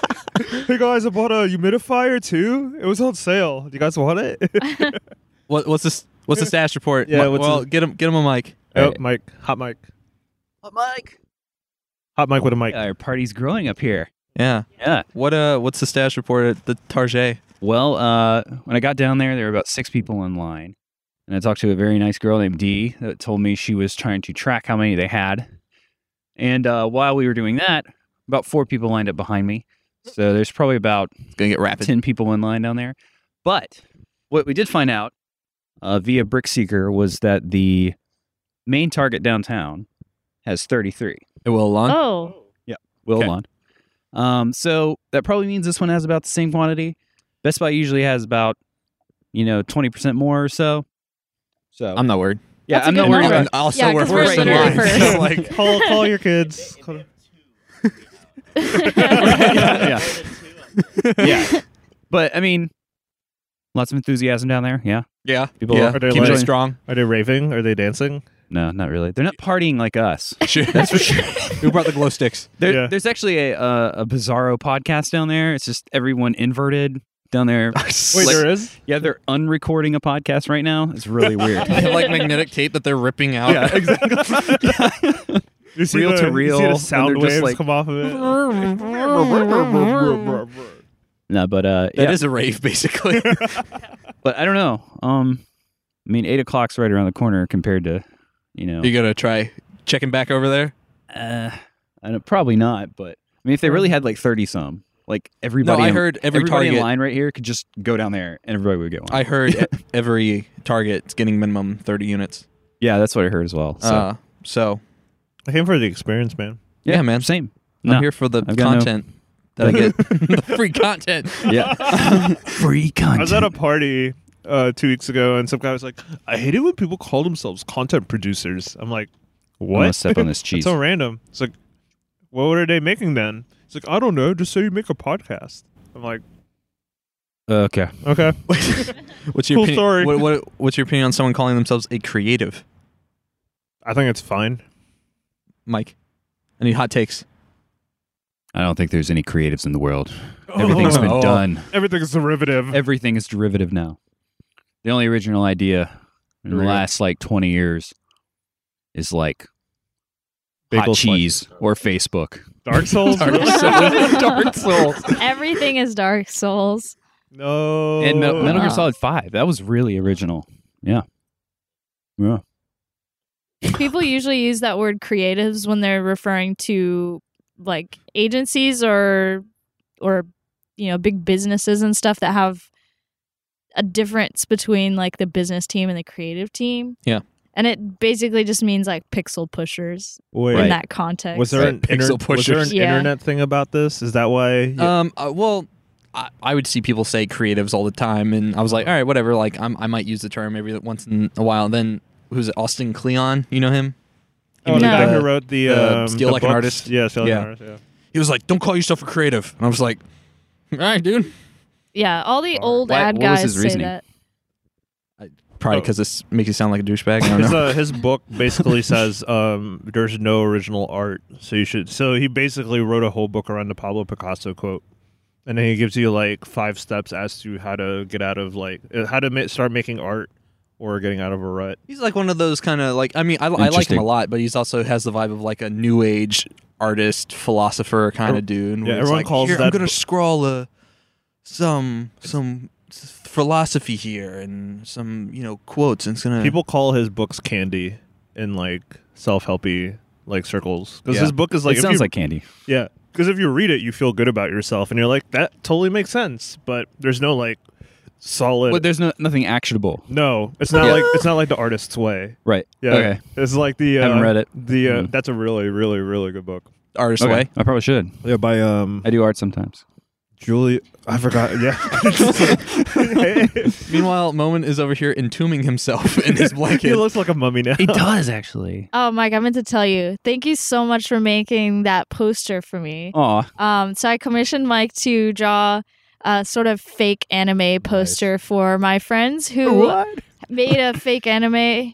Speaker 3: Hey guys, I bought a humidifier too. It was on sale. Do you guys want it?
Speaker 1: what, what's this? What's the stash report?
Speaker 3: Yeah,
Speaker 1: Mi-
Speaker 3: what's
Speaker 1: well,
Speaker 3: the-
Speaker 1: get him, get him a mic.
Speaker 3: oh,
Speaker 5: Right.
Speaker 3: Mike, hot Mike,
Speaker 4: Mike.
Speaker 3: hot Mike with a mic.
Speaker 5: Our party's growing up here.
Speaker 1: Yeah.
Speaker 5: Yeah.
Speaker 1: What uh? What's the stash report at the Target?
Speaker 5: Well, uh, when I got down there, there were about six people in line. And I talked to a very nice girl named Dee that told me she was trying to track how many they had. And uh, while we were doing that, about four people lined up behind me. So there's probably about
Speaker 1: It's gonna get rapid.
Speaker 5: 10 people in line down there. But what we did find out uh, via Brickseeker was that the main target downtown has 33.
Speaker 1: It will Alon.
Speaker 2: Oh,
Speaker 5: Will
Speaker 1: Okay.
Speaker 5: Lawn. Um, so that probably means this one has about the same quantity. Best Buy usually has about, you know, 20% more or so. So
Speaker 1: I'm not worried.
Speaker 5: yeah,
Speaker 2: That's a
Speaker 5: I'm not
Speaker 2: good
Speaker 5: worried
Speaker 2: number.
Speaker 5: about
Speaker 1: I'm also
Speaker 2: Yeah, 'cause
Speaker 1: worried
Speaker 5: we're
Speaker 1: first in
Speaker 5: literally
Speaker 1: line.
Speaker 2: first.
Speaker 1: So like,
Speaker 3: call call your kids. Call-
Speaker 5: yeah. yeah. But I mean, lots of enthusiasm down there. Yeah.
Speaker 1: yeah,
Speaker 5: People
Speaker 1: yeah.
Speaker 5: are-
Speaker 3: they're
Speaker 1: keep it
Speaker 3: like-
Speaker 1: strong.
Speaker 3: Are they raving? Are they dancing?
Speaker 5: No, not really. They're not partying like us.
Speaker 1: That's for sure. Who brought the glow sticks?
Speaker 5: There,
Speaker 3: Yeah.
Speaker 5: There's actually a, a a bizarro podcast down there. It's just everyone inverted down there.
Speaker 3: Wait,
Speaker 5: Like-
Speaker 3: there is.
Speaker 5: yeah, they're unrecording a podcast right now. It's really weird.
Speaker 1: They have like magnetic tape that they're ripping out.
Speaker 5: yeah, exactly.
Speaker 3: You see
Speaker 5: Reel
Speaker 3: the,
Speaker 5: to
Speaker 3: you
Speaker 5: reel,
Speaker 3: see the
Speaker 5: and they're
Speaker 3: sound
Speaker 5: just
Speaker 3: waves
Speaker 5: like-
Speaker 3: come off of it.
Speaker 2: oh.
Speaker 5: no, but uh,
Speaker 1: That is
Speaker 5: yeah,
Speaker 1: a rave, basically.
Speaker 5: but I don't know. Um, I mean, eight o'clock's right around the corner compared to, you know,
Speaker 1: you gonna try checking back over there?
Speaker 5: uh, I don't, probably not. But I mean, if they really had like thirty some, like
Speaker 1: No,
Speaker 5: everybody,
Speaker 1: I
Speaker 5: in-
Speaker 1: heard every
Speaker 5: everybody
Speaker 1: target.
Speaker 5: in line right here could just go down there, and everybody would get one.
Speaker 1: I heard e- every target's getting minimum thirty units.
Speaker 5: yeah, that's what I heard as well. So
Speaker 1: Uh, so
Speaker 3: I came for the experience, man.
Speaker 1: yeah, man.
Speaker 5: same.
Speaker 1: I'm
Speaker 5: No,
Speaker 1: here for the
Speaker 5: I've got no-
Speaker 1: content that I get. the free content.
Speaker 5: Yeah, free content.
Speaker 3: I was at a party uh, two weeks ago, and some guy was like, "I hate it when people call themselves content producers." I'm like,
Speaker 5: I'm gonna
Speaker 3: "What?
Speaker 5: step on this cheese.
Speaker 3: It's so random." It's like, "What are they making then?" It's like, "I don't know. Just say you make a podcast." I'm like,
Speaker 5: Okay.
Speaker 3: "Okay."
Speaker 1: what's your
Speaker 3: Cool
Speaker 1: opinion?
Speaker 3: story.
Speaker 1: What, what, what's your opinion on someone calling themselves a creative,
Speaker 3: I think it's fine.
Speaker 1: Mike? I need hot takes.
Speaker 5: I don't think there's any creatives in the world. Everything's been
Speaker 1: Oh.
Speaker 5: done.
Speaker 3: Everything's derivative.
Speaker 5: Everything is derivative now. The only original idea in the
Speaker 1: Right.
Speaker 5: last like 20 years is like
Speaker 3: Bagel
Speaker 5: hot cheese or Facebook.
Speaker 3: Dark Souls.
Speaker 1: Dark
Speaker 3: really?
Speaker 1: Souls. Dark Souls.
Speaker 2: Everything is Dark Souls.
Speaker 3: No.
Speaker 5: And Metal, Metal Gear
Speaker 2: Ah.
Speaker 5: Solid 5, that was really original. Yeah. Yeah.
Speaker 2: People usually use that word creatives when they're referring to like agencies or or you know big businesses and stuff that have a difference between like the business team and the creative team.
Speaker 1: Yeah.
Speaker 2: And it basically just means like pixel pushers
Speaker 3: Wait.
Speaker 5: Right.
Speaker 2: in that context.
Speaker 3: Was there,
Speaker 1: Right.
Speaker 3: an inter-
Speaker 1: Pixel
Speaker 3: was there an
Speaker 1: pushers.
Speaker 2: Yeah.
Speaker 3: internet thing about this? Is that why? you-
Speaker 1: Um. Uh, well, I, I would see people say creatives all the time, and I was like, all right, whatever. Like, I'm, I might use the term every once in a while. And then who's it? Austin Kleon. You know him?
Speaker 3: oh, the
Speaker 2: No.
Speaker 3: guy who wrote the,
Speaker 1: the
Speaker 3: um,
Speaker 1: Steal
Speaker 3: the
Speaker 1: Like an
Speaker 3: books?
Speaker 1: Artist?
Speaker 3: Yeah, Steal Like
Speaker 1: Yeah.
Speaker 3: an Artist. Yeah.
Speaker 1: He was like, don't call yourself a creative. And I was like, all right, dude.
Speaker 2: Yeah, all the
Speaker 3: Or-
Speaker 2: old
Speaker 5: Why-
Speaker 2: ad
Speaker 5: what was his
Speaker 2: guys say
Speaker 5: reasoning?
Speaker 2: that.
Speaker 1: Probably
Speaker 3: Oh.
Speaker 1: because this makes you sound like a douchebag. I don't
Speaker 3: his,
Speaker 1: know.
Speaker 3: uh, his book basically says um, there's no original art, so you should. So he basically wrote a whole book around the Pablo Picasso quote, and then he gives you like five steps as to how to get out of like uh, how to ma- start making art or getting out of a rut.
Speaker 1: He's like one of those kind of like. I mean, I, I like him
Speaker 5: Interesting.
Speaker 1: a lot, but he's also has the vibe of like a new age artist, philosopher kind of dude. where
Speaker 3: yeah,
Speaker 1: it's
Speaker 3: everyone
Speaker 1: like,
Speaker 3: calls
Speaker 1: "Here, I'm
Speaker 3: that
Speaker 1: gonna
Speaker 3: bu-
Speaker 1: scrawl a some some s- philosophy here and
Speaker 5: Hmm.
Speaker 1: some you know quotes, and it's gonna
Speaker 3: People call his books candy in like self helpy like circles because
Speaker 5: Yeah.
Speaker 3: his book is like
Speaker 5: it
Speaker 3: if
Speaker 5: sounds
Speaker 3: you-
Speaker 5: like candy.
Speaker 3: yeah because if you read it you feel good about yourself and you're like that totally makes sense but there's no like solid
Speaker 5: But there's no nothing actionable.
Speaker 3: no it's not
Speaker 5: Yeah.
Speaker 3: like it's not like the artist's way
Speaker 5: Right.
Speaker 3: yeah
Speaker 5: Okay.
Speaker 3: it's like the uh,
Speaker 5: Haven't read it.
Speaker 3: the uh,
Speaker 5: Mm.
Speaker 3: that's a really really really good book
Speaker 1: Artist
Speaker 5: Okay.
Speaker 1: way.
Speaker 5: I probably should.
Speaker 3: yeah by um
Speaker 5: I do art sometimes.
Speaker 3: Julie I forgot yeah
Speaker 1: Meanwhile, Moment is over here entombing himself in his
Speaker 3: he
Speaker 1: blanket.
Speaker 3: looks like a mummy now
Speaker 5: does actually.
Speaker 2: Oh, Mike, I meant to tell you. Thank you so much for making that poster for me.
Speaker 5: Aw,
Speaker 2: Um, so I commissioned Mike to draw a sort of fake anime poster for my friends who made a fake anime.
Speaker 3: Yeah.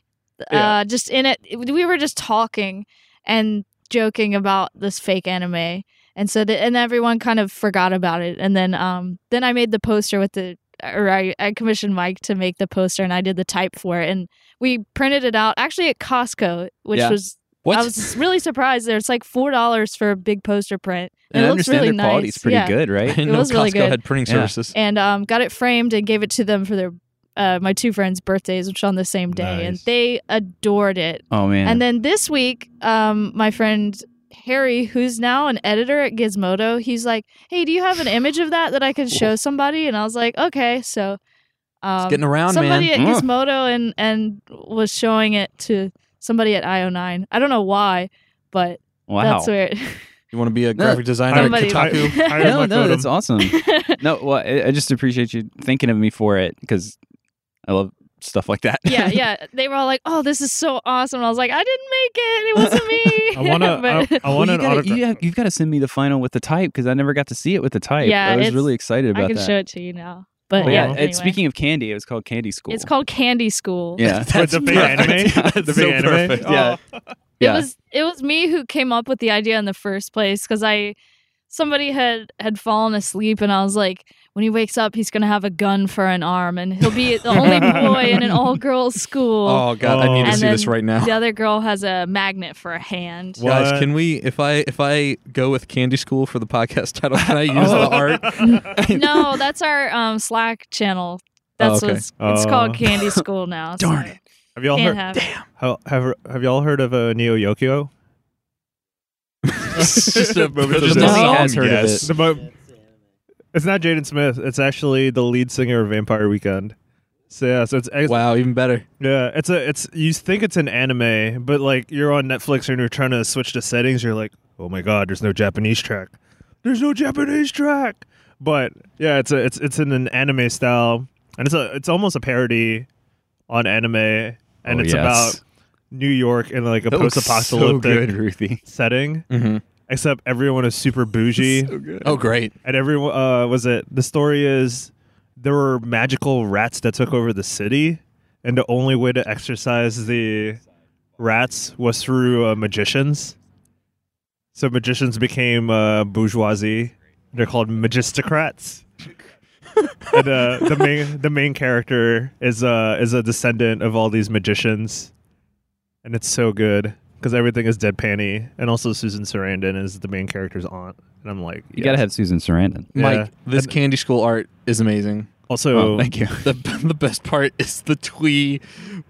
Speaker 2: Uh, just in it, we were just talking and joking about this fake anime, and so the, and everyone kind of forgot about it. And then, um, then I made the poster with the, or I, I commissioned Mike to make the poster, and I did the type for it, and we printed it out actually at Costco, which
Speaker 5: Yeah.
Speaker 2: was
Speaker 5: what?
Speaker 2: I was really surprised there. It's like four dollars for a big poster print.
Speaker 5: and
Speaker 2: And
Speaker 5: I
Speaker 2: it looks
Speaker 5: understand
Speaker 2: really
Speaker 5: their quality's
Speaker 2: nice.
Speaker 5: pretty
Speaker 2: yeah.
Speaker 5: good,
Speaker 1: I
Speaker 5: right?
Speaker 1: didn't
Speaker 2: It
Speaker 1: know
Speaker 2: was really
Speaker 1: Costco
Speaker 2: good.
Speaker 1: had printing
Speaker 5: Yeah.
Speaker 1: services.
Speaker 2: And um, got it framed and gave it to them for their uh, my two friends' birthdays, which on the same day, and
Speaker 3: Nice.
Speaker 2: they adored it.
Speaker 5: Oh man.
Speaker 2: And then this week, um, my friend Harry, who's now an editor at Gizmodo, he's like, "Hey, do you have an image of that that I can show somebody?" And I was like, "Okay." So, um,
Speaker 1: it's getting around,
Speaker 2: somebody
Speaker 1: man.
Speaker 5: Mm.
Speaker 2: at Gizmodo and and was showing it to somebody at IO9. I don't know why, but
Speaker 5: wow.
Speaker 2: that's where.
Speaker 1: You want to be a graphic designer at
Speaker 2: Somebody-
Speaker 1: Kotaku?
Speaker 3: I- I-
Speaker 5: no,
Speaker 3: Mike
Speaker 5: no,
Speaker 3: Odom.
Speaker 5: that's awesome. no, well, I, I just appreciate you thinking of me for it because I love stuff like that.
Speaker 2: yeah, yeah. They were all like, "Oh, this is so awesome!" And I was like, "I didn't make it. It wasn't me."
Speaker 3: I want to
Speaker 2: But-
Speaker 3: I, I want an
Speaker 5: Well, you gotta,
Speaker 3: autograph
Speaker 5: you have, you've got to send me the final with the type because I never got to see it with the type.
Speaker 2: Yeah,
Speaker 5: I was
Speaker 2: it's-
Speaker 5: really excited about
Speaker 2: I can
Speaker 5: that.
Speaker 2: show it to you now. But
Speaker 5: But
Speaker 2: yeah,
Speaker 5: yeah,
Speaker 3: Wow.
Speaker 5: it's-
Speaker 2: anyway.
Speaker 5: speaking of candy, it was called Candy School.
Speaker 2: It's called Candy School.
Speaker 5: yeah.
Speaker 3: With the big anime?
Speaker 1: That's
Speaker 3: The big
Speaker 1: so
Speaker 3: anime? Oh.
Speaker 1: perfect.
Speaker 5: Yeah.
Speaker 2: It
Speaker 5: Yeah.
Speaker 2: was it was me who came up with the idea in the first place because I somebody had had fallen asleep and I was like, when he wakes up, he's gonna have a gun for an arm and he'll be the only boy in an all girls school.
Speaker 1: Oh god, I need to
Speaker 2: And
Speaker 1: see this
Speaker 2: then
Speaker 1: right now.
Speaker 2: The other girl has a magnet for a hand.
Speaker 3: What?
Speaker 1: Guys, can we? If I if I go with Candy School for the podcast title, can I use the art?
Speaker 2: no, that's our um, Slack channel. That's
Speaker 1: okay.
Speaker 2: what's it's
Speaker 3: Oh.
Speaker 2: called Candy School now.
Speaker 1: Darn
Speaker 2: so
Speaker 1: it.
Speaker 3: Have y'all
Speaker 2: Can't
Speaker 3: heard?
Speaker 2: have it.
Speaker 3: Have, have have y'all heard of uh, Neo Yokio?
Speaker 1: It's just a-
Speaker 3: Maybe
Speaker 1: just
Speaker 5: a
Speaker 1: a
Speaker 5: song.
Speaker 1: song.
Speaker 5: Has heard of
Speaker 1: Yes.
Speaker 5: it.
Speaker 3: The mo- it's not Jaden Smith. It's actually the lead singer of Vampire Weekend. So yeah, so it's it's-
Speaker 1: Wow, even better.
Speaker 3: yeah, it's a it's you think it's an anime, but like you're on Netflix and you're trying to switch to settings, you're like, oh my god, there's no Japanese track. There's no Japanese track. But yeah, it's a it's it's in an anime style, and it's a it's almost a parody on anime, and
Speaker 5: Oh,
Speaker 3: it's
Speaker 5: yes.
Speaker 3: about New York in like a
Speaker 5: That looks so
Speaker 3: post-apocalyptic
Speaker 5: good, Mm-hmm. Ruthie.
Speaker 3: setting. Except everyone is super bougie.
Speaker 1: Oh, great.
Speaker 3: and everyone uh, was it the story is there were magical rats that took over the city and the only way to exorcise the rats was through uh, magicians so magicians became uh, bourgeoisie they're called magistocrats and uh, the main the main character is uh is a descendant of all these magicians and it's so good because everything is deadpanny and also susan sarandon is the main character's aunt and i'm like
Speaker 5: You gotta have Susan Sarandon.
Speaker 1: Mike, this Candy School art is amazing.
Speaker 3: Also,
Speaker 5: Oh, thank you.
Speaker 1: The the best part is the twee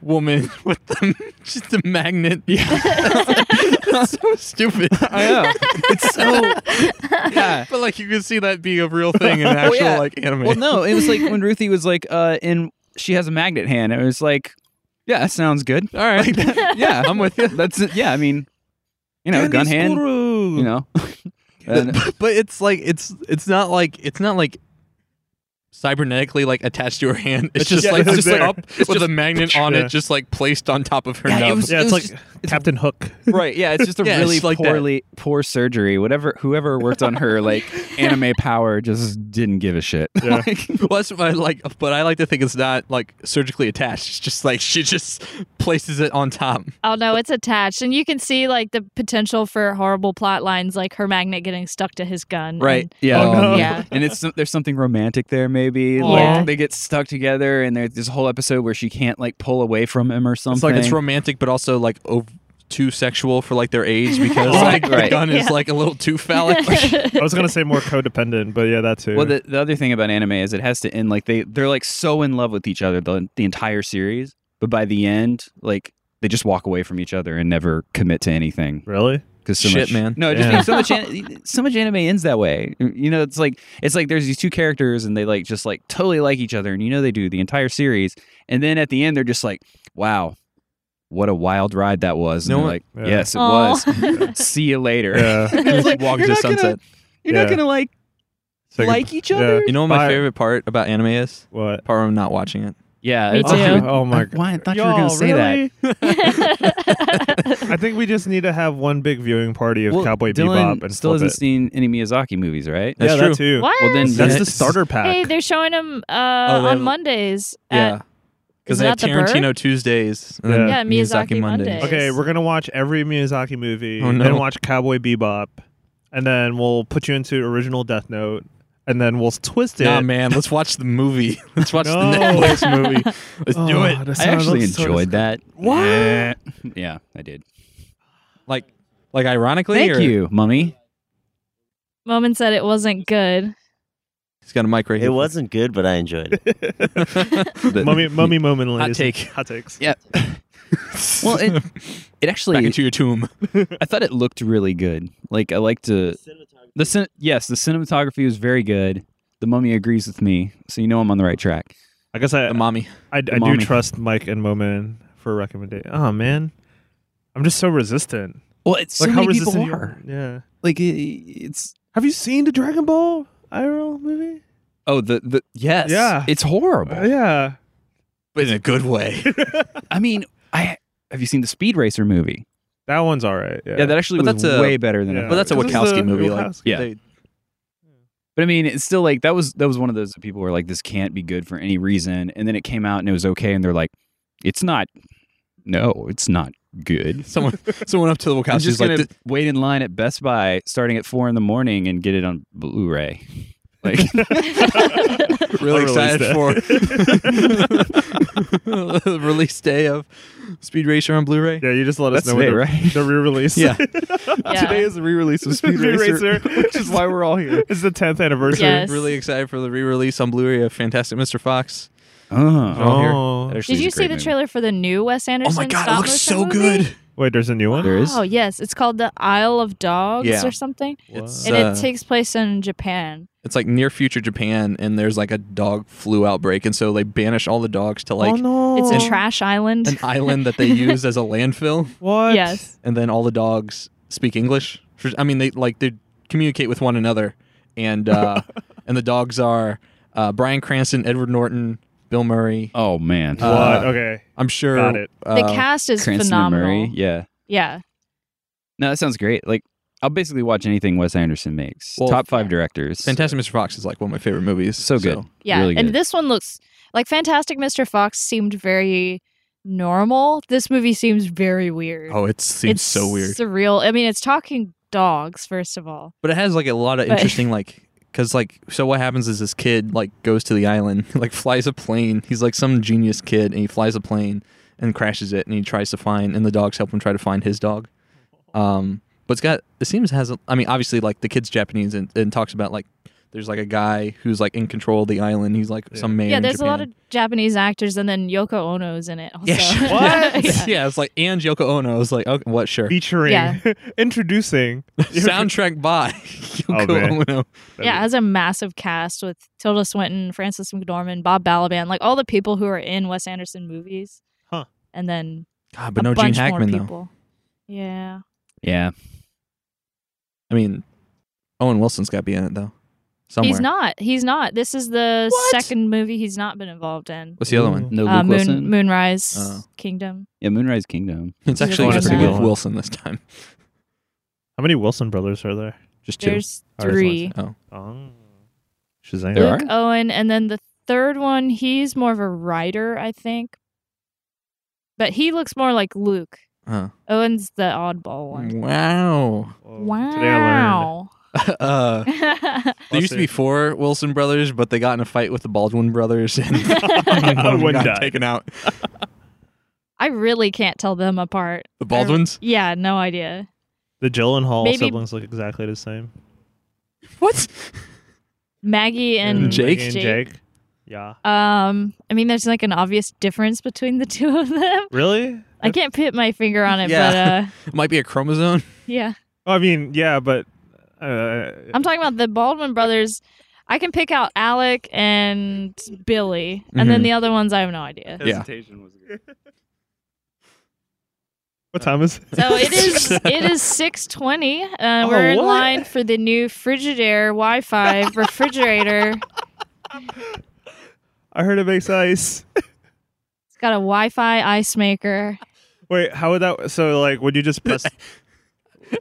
Speaker 1: woman with the just the magnet. Yeah, it's so stupid.
Speaker 5: I know.
Speaker 1: It's so.
Speaker 5: Yeah.
Speaker 1: But like you can see that being a real thing in actual
Speaker 5: yeah.
Speaker 1: like anime.
Speaker 5: Well, no, it was like when Ruthie was like, uh, in she has a magnet hand. It was like, yeah, that sounds good.
Speaker 1: All right.
Speaker 5: Yeah, I'm with you. That's it. Yeah, I mean, you know, gun hand. You know, And-
Speaker 1: but, but it's like it's it's not like it's not like cybernetically like attached to her hand. It's,
Speaker 3: It's
Speaker 1: just
Speaker 3: just-
Speaker 1: like
Speaker 3: yeah,
Speaker 1: just
Speaker 3: there.
Speaker 1: up with a magnet on
Speaker 3: Yeah.
Speaker 1: it, just like placed on top of her
Speaker 5: Yeah, it
Speaker 1: nub.
Speaker 5: was-
Speaker 3: yeah, it's like
Speaker 5: just-
Speaker 3: Captain Hook.
Speaker 5: right? Yeah, it's just a
Speaker 1: Yeah, it's
Speaker 5: really
Speaker 1: like that.
Speaker 5: poorly poor surgery. Whatever, whoever worked on her like anime power just didn't give a shit.
Speaker 3: Yeah.
Speaker 5: Like,
Speaker 1: Well, that's what I like, but I like to think it's not like surgically attached. It's just like she just places it on top.
Speaker 2: Oh no, it's attached, and you can see like the potential for horrible plot lines, like her magnet getting stuck to his gun.
Speaker 5: Right.
Speaker 2: and-
Speaker 5: Yeah.
Speaker 1: Oh,
Speaker 3: no.
Speaker 2: Yeah.
Speaker 5: Um, And it's some- there's something romantic there, maybe.
Speaker 2: Yeah.
Speaker 5: Like they get stuck together, and there- there's a whole episode where she can't like pull away from him or
Speaker 1: It's
Speaker 5: something.
Speaker 1: like it's romantic, but also like ov- too sexual for like their age because like the
Speaker 5: Right.
Speaker 1: gun is
Speaker 2: Yeah.
Speaker 1: like a little too phallic.
Speaker 3: I was gonna say more codependent, but yeah, that too.
Speaker 5: Well, the, the other thing about anime is it has to end like they they're like so in love with each other the the entire series, but by the end, like they just walk away from each other and never commit to anything
Speaker 3: Really?
Speaker 5: because so
Speaker 1: Shit,
Speaker 5: much,
Speaker 1: man.
Speaker 5: No, it just
Speaker 3: Yeah.
Speaker 5: means so much. An- so much anime ends that way. You know, it's like it's like there's these two characters and they like just like totally like each other, and you know they do the entire series, and then at the end they're just like, wow. What a wild ride that was! And
Speaker 1: No
Speaker 5: they're
Speaker 1: one-
Speaker 3: Yeah.
Speaker 5: like, yes, it
Speaker 2: Aw.
Speaker 5: was. See you later.
Speaker 3: Yeah.
Speaker 5: It's like,
Speaker 1: Walk
Speaker 5: you're
Speaker 1: to
Speaker 5: not gonna-
Speaker 1: sunset.
Speaker 5: You're not
Speaker 3: Yeah.
Speaker 5: gonna like
Speaker 3: So you-
Speaker 5: like each
Speaker 3: yeah.
Speaker 5: other.
Speaker 1: You know what my
Speaker 3: Bye.
Speaker 1: favorite part about anime is?
Speaker 3: What?
Speaker 1: Part where I'm not watching it.
Speaker 5: Yeah,
Speaker 2: Me
Speaker 5: it's-
Speaker 2: too.
Speaker 5: I-
Speaker 3: Oh my
Speaker 5: I-
Speaker 3: god.
Speaker 5: Why I thought you were gonna say that.
Speaker 3: I think we just need to have one big viewing party of
Speaker 5: Well,
Speaker 3: Cowboy
Speaker 5: Dylan
Speaker 3: Bebop and
Speaker 5: still
Speaker 3: flip
Speaker 5: hasn't
Speaker 3: it.
Speaker 5: seen any Miyazaki movies, right?
Speaker 1: That's
Speaker 3: yeah,
Speaker 1: true.
Speaker 3: that too.
Speaker 2: what?
Speaker 5: Well, then
Speaker 3: That's
Speaker 5: Yeah.
Speaker 3: the starter pack.
Speaker 2: hey, they're showing them uh,
Speaker 1: Oh, they
Speaker 2: on
Speaker 1: have-
Speaker 2: Mondays.
Speaker 1: Yeah.
Speaker 2: At,
Speaker 1: Because
Speaker 2: Is
Speaker 1: they
Speaker 2: it
Speaker 1: have
Speaker 2: at the
Speaker 1: Tarantino Tuesdays. And
Speaker 3: Yeah.
Speaker 1: yeah.
Speaker 2: Yeah,
Speaker 1: Then Miyazaki,
Speaker 2: Miyazaki
Speaker 1: Mondays.
Speaker 2: Mondays.
Speaker 3: Okay, we're gonna watch every Miyazaki movie,
Speaker 1: Oh, no.
Speaker 3: then watch Cowboy Bebop, and then we'll put you into original Death Note, and then we'll twist it.
Speaker 1: Nah, man, let's watch the movie. Let's watch
Speaker 3: No. Oh,
Speaker 1: the Netflix movie. Let's do it.
Speaker 5: I actually enjoyed that.
Speaker 1: What?
Speaker 5: Yeah. Yeah, I did.
Speaker 1: Like, like ironically,
Speaker 5: Thank
Speaker 1: or-
Speaker 5: you, mummy.
Speaker 2: Moment said it wasn't good.
Speaker 1: He's got a mic right here.
Speaker 4: It wasn't good, but I enjoyed it.
Speaker 5: The-
Speaker 3: mummy mummy moment.
Speaker 1: Hot
Speaker 3: ladies.
Speaker 1: take.
Speaker 3: Hot takes.
Speaker 5: Yeah. Well, it it
Speaker 1: Back
Speaker 5: actually
Speaker 1: into your tomb.
Speaker 5: I thought it looked really good. Like I like to the cin- yes, the cinematography was very good. The mummy agrees with me, so you know I'm on the right track.
Speaker 3: I guess I
Speaker 1: The mommy.
Speaker 3: I, I do
Speaker 5: mommy.
Speaker 3: trust Mike and Moman for recommendation. Oh man, I'm just so resistant.
Speaker 5: Well, it's
Speaker 3: like
Speaker 5: so
Speaker 3: how
Speaker 5: many people
Speaker 3: resistant you
Speaker 5: are.
Speaker 3: Yeah.
Speaker 5: Like it, it's
Speaker 3: Have you seen the Dragon Ball IRL movie?
Speaker 5: oh the the yes
Speaker 3: Yeah.
Speaker 5: it's horrible.
Speaker 3: Uh, yeah.
Speaker 1: But in a good way.
Speaker 5: I mean I have you seen the Speed Racer movie?
Speaker 3: That one's all right. Yeah.
Speaker 5: Yeah, that actually
Speaker 1: But
Speaker 5: was
Speaker 1: that's a-
Speaker 5: way better than I
Speaker 3: Yeah.
Speaker 1: But that's a
Speaker 5: thought.
Speaker 3: This is
Speaker 1: Wachowski
Speaker 3: the
Speaker 1: movie. Like,
Speaker 3: Wachowski.
Speaker 5: Yeah.
Speaker 1: they-
Speaker 5: But I mean, it's still like that was that was one of those people who were like, this can't be good for any reason, and then it came out and it was okay, and they're like, it's not. No, it's not good.
Speaker 1: someone, someone up to the
Speaker 5: I'm
Speaker 1: Wachowski's
Speaker 5: just
Speaker 1: like,
Speaker 5: gonna
Speaker 1: "Th-
Speaker 5: wait in line at Best Buy starting at four in the morning and get it on Blu-ray. Like,
Speaker 1: really
Speaker 3: I'll release
Speaker 1: excited for release day of Speed Racer on Blu-ray.
Speaker 3: Yeah, you just let us
Speaker 5: That's
Speaker 3: know when
Speaker 5: it,
Speaker 3: the,
Speaker 5: right?
Speaker 3: the re-release.
Speaker 1: Yeah.
Speaker 2: Yeah. Today
Speaker 5: is the re-release of
Speaker 3: Speed Racer,
Speaker 5: which is why we're all here.
Speaker 3: it's the 10th anniversary.
Speaker 2: Yes.
Speaker 1: Really excited for the re-release on Blu-ray of Fantastic Mr. Fox.
Speaker 5: Oh,
Speaker 1: here.
Speaker 3: Oh.
Speaker 5: That actually
Speaker 2: Did
Speaker 5: is a
Speaker 2: you see
Speaker 5: great
Speaker 2: the
Speaker 5: movie.
Speaker 2: trailer for the new Wes Anderson?
Speaker 1: oh my god, it
Speaker 2: stop
Speaker 1: looks
Speaker 2: motion
Speaker 1: so
Speaker 2: movie?
Speaker 1: good.
Speaker 3: Wait, there's a new one.
Speaker 5: There is.
Speaker 2: Oh yes, it's called the Isle of Dogs
Speaker 1: Yeah.
Speaker 2: or something,
Speaker 1: It's,
Speaker 2: and
Speaker 1: uh,
Speaker 2: it takes place in Japan.
Speaker 1: It's like near future Japan, and there's like a dog flu outbreak, and so they banish all the dogs to
Speaker 2: Oh,
Speaker 1: like
Speaker 3: Oh, no!
Speaker 2: It's
Speaker 1: Oh.
Speaker 2: a trash island.
Speaker 1: an island that they use as a landfill,
Speaker 3: What?
Speaker 2: Yes,
Speaker 1: and then all the dogs speak English. For- I mean, they like they communicate with one another, and uh, and the dogs are uh, Brian Cranston, Edward Norton, Bill Murray.
Speaker 5: Oh man,
Speaker 1: Uh,
Speaker 3: What? okay.
Speaker 1: I'm sure
Speaker 3: Got it.
Speaker 1: Uh,
Speaker 2: the cast is
Speaker 5: Cranston and
Speaker 2: phenomenal.
Speaker 5: Murray. Yeah,
Speaker 2: Yeah,
Speaker 5: no, that sounds great. Like, I'll basically watch anything Wes Anderson makes.
Speaker 1: Well,
Speaker 5: Top five directors.
Speaker 1: Fantastic Mr. Fox is like one of my favorite movies.
Speaker 5: So good.
Speaker 2: yeah.
Speaker 5: Really
Speaker 2: and
Speaker 5: good.
Speaker 2: this one looks like Fantastic Mr. Fox seemed very normal. This movie seems very weird.
Speaker 1: Oh, it seems
Speaker 2: it's
Speaker 1: so weird.
Speaker 2: Surreal. I mean, it's talking dogs first of all.
Speaker 1: But it has like a lot of
Speaker 2: But-
Speaker 1: interesting like because like so what happens is this kid like goes to the island like flies a plane he's like some genius kid and he flies a plane and crashes it and he tries to find and the dogs help him try to find his dog um but it's got it seems it has a, i mean obviously like the kid's japanese and, and talks about like there's like a guy who's like in control of the island he's like some man
Speaker 2: yeah,
Speaker 1: in
Speaker 2: there's a lot
Speaker 1: Japan.
Speaker 2: of Japanese actors, and then Yoko Ono's in it. Also.
Speaker 1: yeah, sure.
Speaker 3: What?
Speaker 1: yeah.
Speaker 2: Yeah.
Speaker 1: it's like and Yoko Ono. I was like, okay, what? Sure.
Speaker 3: Featuring,
Speaker 2: Yeah.
Speaker 3: introducing.
Speaker 1: Soundtrack by Yoko
Speaker 3: man.
Speaker 1: Ono.
Speaker 2: Yeah, it has a massive cast with Tilda Swinton, Francis McDormand, Bob Balaban, like all the people who are in Wes Anderson movies.
Speaker 3: Huh.
Speaker 2: And then
Speaker 1: God, but
Speaker 2: a
Speaker 1: no Gene
Speaker 2: bunch
Speaker 1: Hackman
Speaker 2: more
Speaker 1: though.
Speaker 2: people. Yeah.
Speaker 5: Yeah.
Speaker 1: I mean, Owen Wilson's got to be in it though. Somewhere.
Speaker 2: He's not. He's not. This is the
Speaker 1: What?
Speaker 2: second movie he's not been involved in.
Speaker 1: What's the other one?
Speaker 3: Ooh.
Speaker 5: No Luke
Speaker 2: Uh, Moon,
Speaker 5: Wilson.
Speaker 2: Moonrise
Speaker 1: Oh.
Speaker 2: Kingdom.
Speaker 5: Yeah, Moonrise Kingdom.
Speaker 1: It's
Speaker 2: He's
Speaker 1: actually
Speaker 2: a
Speaker 1: just
Speaker 2: good
Speaker 1: with
Speaker 3: one.
Speaker 1: Wilson this time.
Speaker 3: How many Wilson brothers are there?
Speaker 1: Just two.
Speaker 2: There's
Speaker 3: Ours
Speaker 2: three.
Speaker 1: Oh,
Speaker 3: Oh. Shazam.
Speaker 5: There
Speaker 2: Luke Owen, and then the third one, he's more of a writer, I think. But he looks more like Luke.
Speaker 1: Huh.
Speaker 2: Owen's the oddball one.
Speaker 1: wow.
Speaker 3: Whoa.
Speaker 1: Mm.
Speaker 3: Today I learned.
Speaker 2: Wow.
Speaker 1: uh, there used to be
Speaker 3: Lawsuit.
Speaker 1: four Wilson brothers, but they got in a fight with the Baldwin brothers, and one of them
Speaker 3: One
Speaker 1: got
Speaker 3: died.
Speaker 1: taken out.
Speaker 2: I really can't tell them apart.
Speaker 1: The Baldwins?
Speaker 2: Yeah, no idea.
Speaker 3: The Gyllenhaal
Speaker 2: Maybe-
Speaker 3: siblings look exactly the same.
Speaker 1: What?
Speaker 2: Maggie and
Speaker 1: Jake?
Speaker 3: Jake. Yeah.
Speaker 2: Um, I mean, there's like an obvious difference between the two of them.
Speaker 3: Really?
Speaker 2: I can't put my finger on it,
Speaker 1: Yeah.
Speaker 2: but uh,
Speaker 1: It might be a chromosome.
Speaker 2: yeah.
Speaker 3: I mean, yeah, but uh,
Speaker 2: I'm talking about the Baldwin brothers. I can pick out Alec and Billy, and then
Speaker 3: Mm-hmm.
Speaker 1: Mhm.
Speaker 2: the other ones I have no idea.
Speaker 1: Yeah.
Speaker 7: Hesitation was good.
Speaker 3: what time is it?
Speaker 2: So it is it is 6:20. Uh,
Speaker 3: Oh,
Speaker 2: we're in
Speaker 3: what?
Speaker 2: line for the new Frigidaire Wi-Fi refrigerator.
Speaker 3: I heard it makes ice.
Speaker 2: It's got a Wi-Fi ice maker.
Speaker 3: Wait, how would that? So, like, would you just press?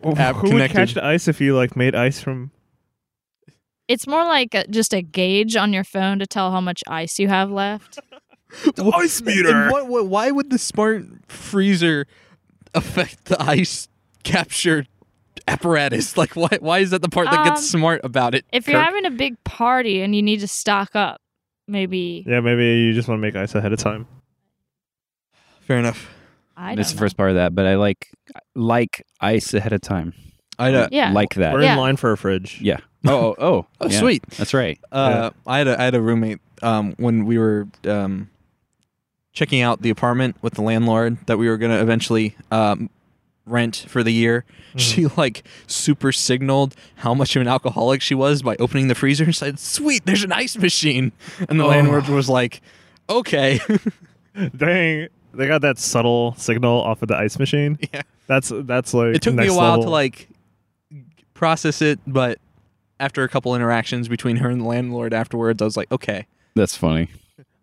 Speaker 3: Well,
Speaker 1: App
Speaker 3: who would
Speaker 1: connected.
Speaker 3: catch the ice if you like made ice from?
Speaker 2: It's more like a, just a gauge on your phone to tell how much ice you have left.
Speaker 1: ice meter. What, what, why would the smart freezer affect the ice capture apparatus? Like, why, why is that the part that
Speaker 2: Um,
Speaker 1: gets smart about it?
Speaker 2: If you're
Speaker 1: Kirk?
Speaker 2: having a big party and you need to stock up, maybe
Speaker 3: Yeah, maybe you just want to make ice ahead of time.
Speaker 1: fair enough.
Speaker 2: I don't
Speaker 5: That's the
Speaker 2: know.
Speaker 5: first part of that, but I like like ice ahead of time.
Speaker 1: I uh, know.
Speaker 2: Yeah.
Speaker 5: Like that.
Speaker 3: We're
Speaker 2: Yeah.
Speaker 3: in line for a fridge.
Speaker 5: Yeah. Oh, oh, oh,
Speaker 1: Oh,
Speaker 5: yeah.
Speaker 1: sweet.
Speaker 5: That's right.
Speaker 1: Uh, I had a I had a roommate um, when we were um, checking out the apartment with the landlord that we were gonna eventually um, rent for the year.
Speaker 3: Hmm.
Speaker 1: She like super signaled how much of an alcoholic she was by opening the freezer and said, "Sweet, there's an ice machine," and the
Speaker 3: Oh.
Speaker 1: landlord was like, "Okay."
Speaker 3: Dang, they got that subtle signal off of the ice machine.
Speaker 1: Yeah.
Speaker 3: That's that's like
Speaker 1: it took me a
Speaker 3: next
Speaker 1: while to
Speaker 3: level.
Speaker 1: like process it, but after a couple interactions between her and the landlord afterwards, I was like, "Okay."
Speaker 5: That's funny.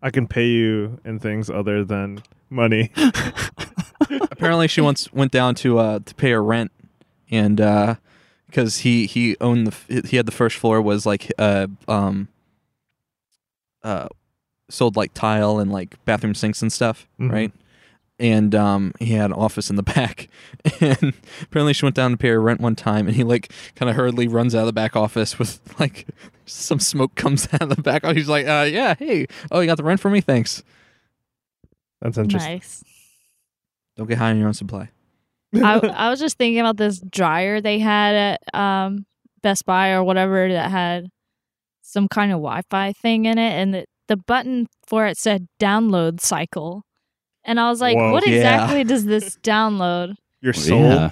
Speaker 3: I can pay you in things other than money.
Speaker 1: apparently she once went down to uh to pay her rent and uh because he he owned the f- he had the first floor was like uh um uh sold like tile and like bathroom sinks and stuff
Speaker 3: Mhm.
Speaker 1: right and um he had an office in the back and apparently she went down to pay her rent one time and he like kind of hurriedly runs out of the back office with like some smoke comes out of the back office he's like uh yeah hey oh you got the rent for me thanks
Speaker 3: That's interesting.
Speaker 2: nice.
Speaker 1: don't get high on your own supply
Speaker 2: I, I was just thinking about this dryer they had at um, Best Buy or whatever that had some kind of Wi-Fi thing in it, and the, the button for it said "download cycle," and I was like,
Speaker 3: Whoa.
Speaker 2: "What
Speaker 1: Yeah.
Speaker 2: exactly does this download?
Speaker 3: Your soul.
Speaker 5: Oh, Yeah.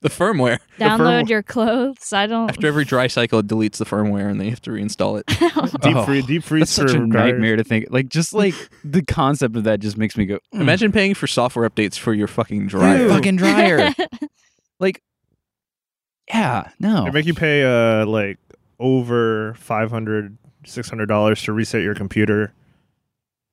Speaker 1: the firmware
Speaker 2: download
Speaker 3: firmware.
Speaker 2: your clothes? I don't."
Speaker 1: After every dry cycle, it deletes the firmware and then you have to reinstall it.
Speaker 3: Deep
Speaker 5: Oh,
Speaker 3: free deep freeze
Speaker 5: That's such
Speaker 3: for
Speaker 5: a
Speaker 3: dryers.
Speaker 5: nightmare to think. Like, just like the concept of that just makes me go. "Mm,
Speaker 1: Imagine paying for software updates for your fucking dryer.
Speaker 5: fucking dryer. yeah. No.
Speaker 3: They make you pay uh like over 500 600 dollars to reset your computer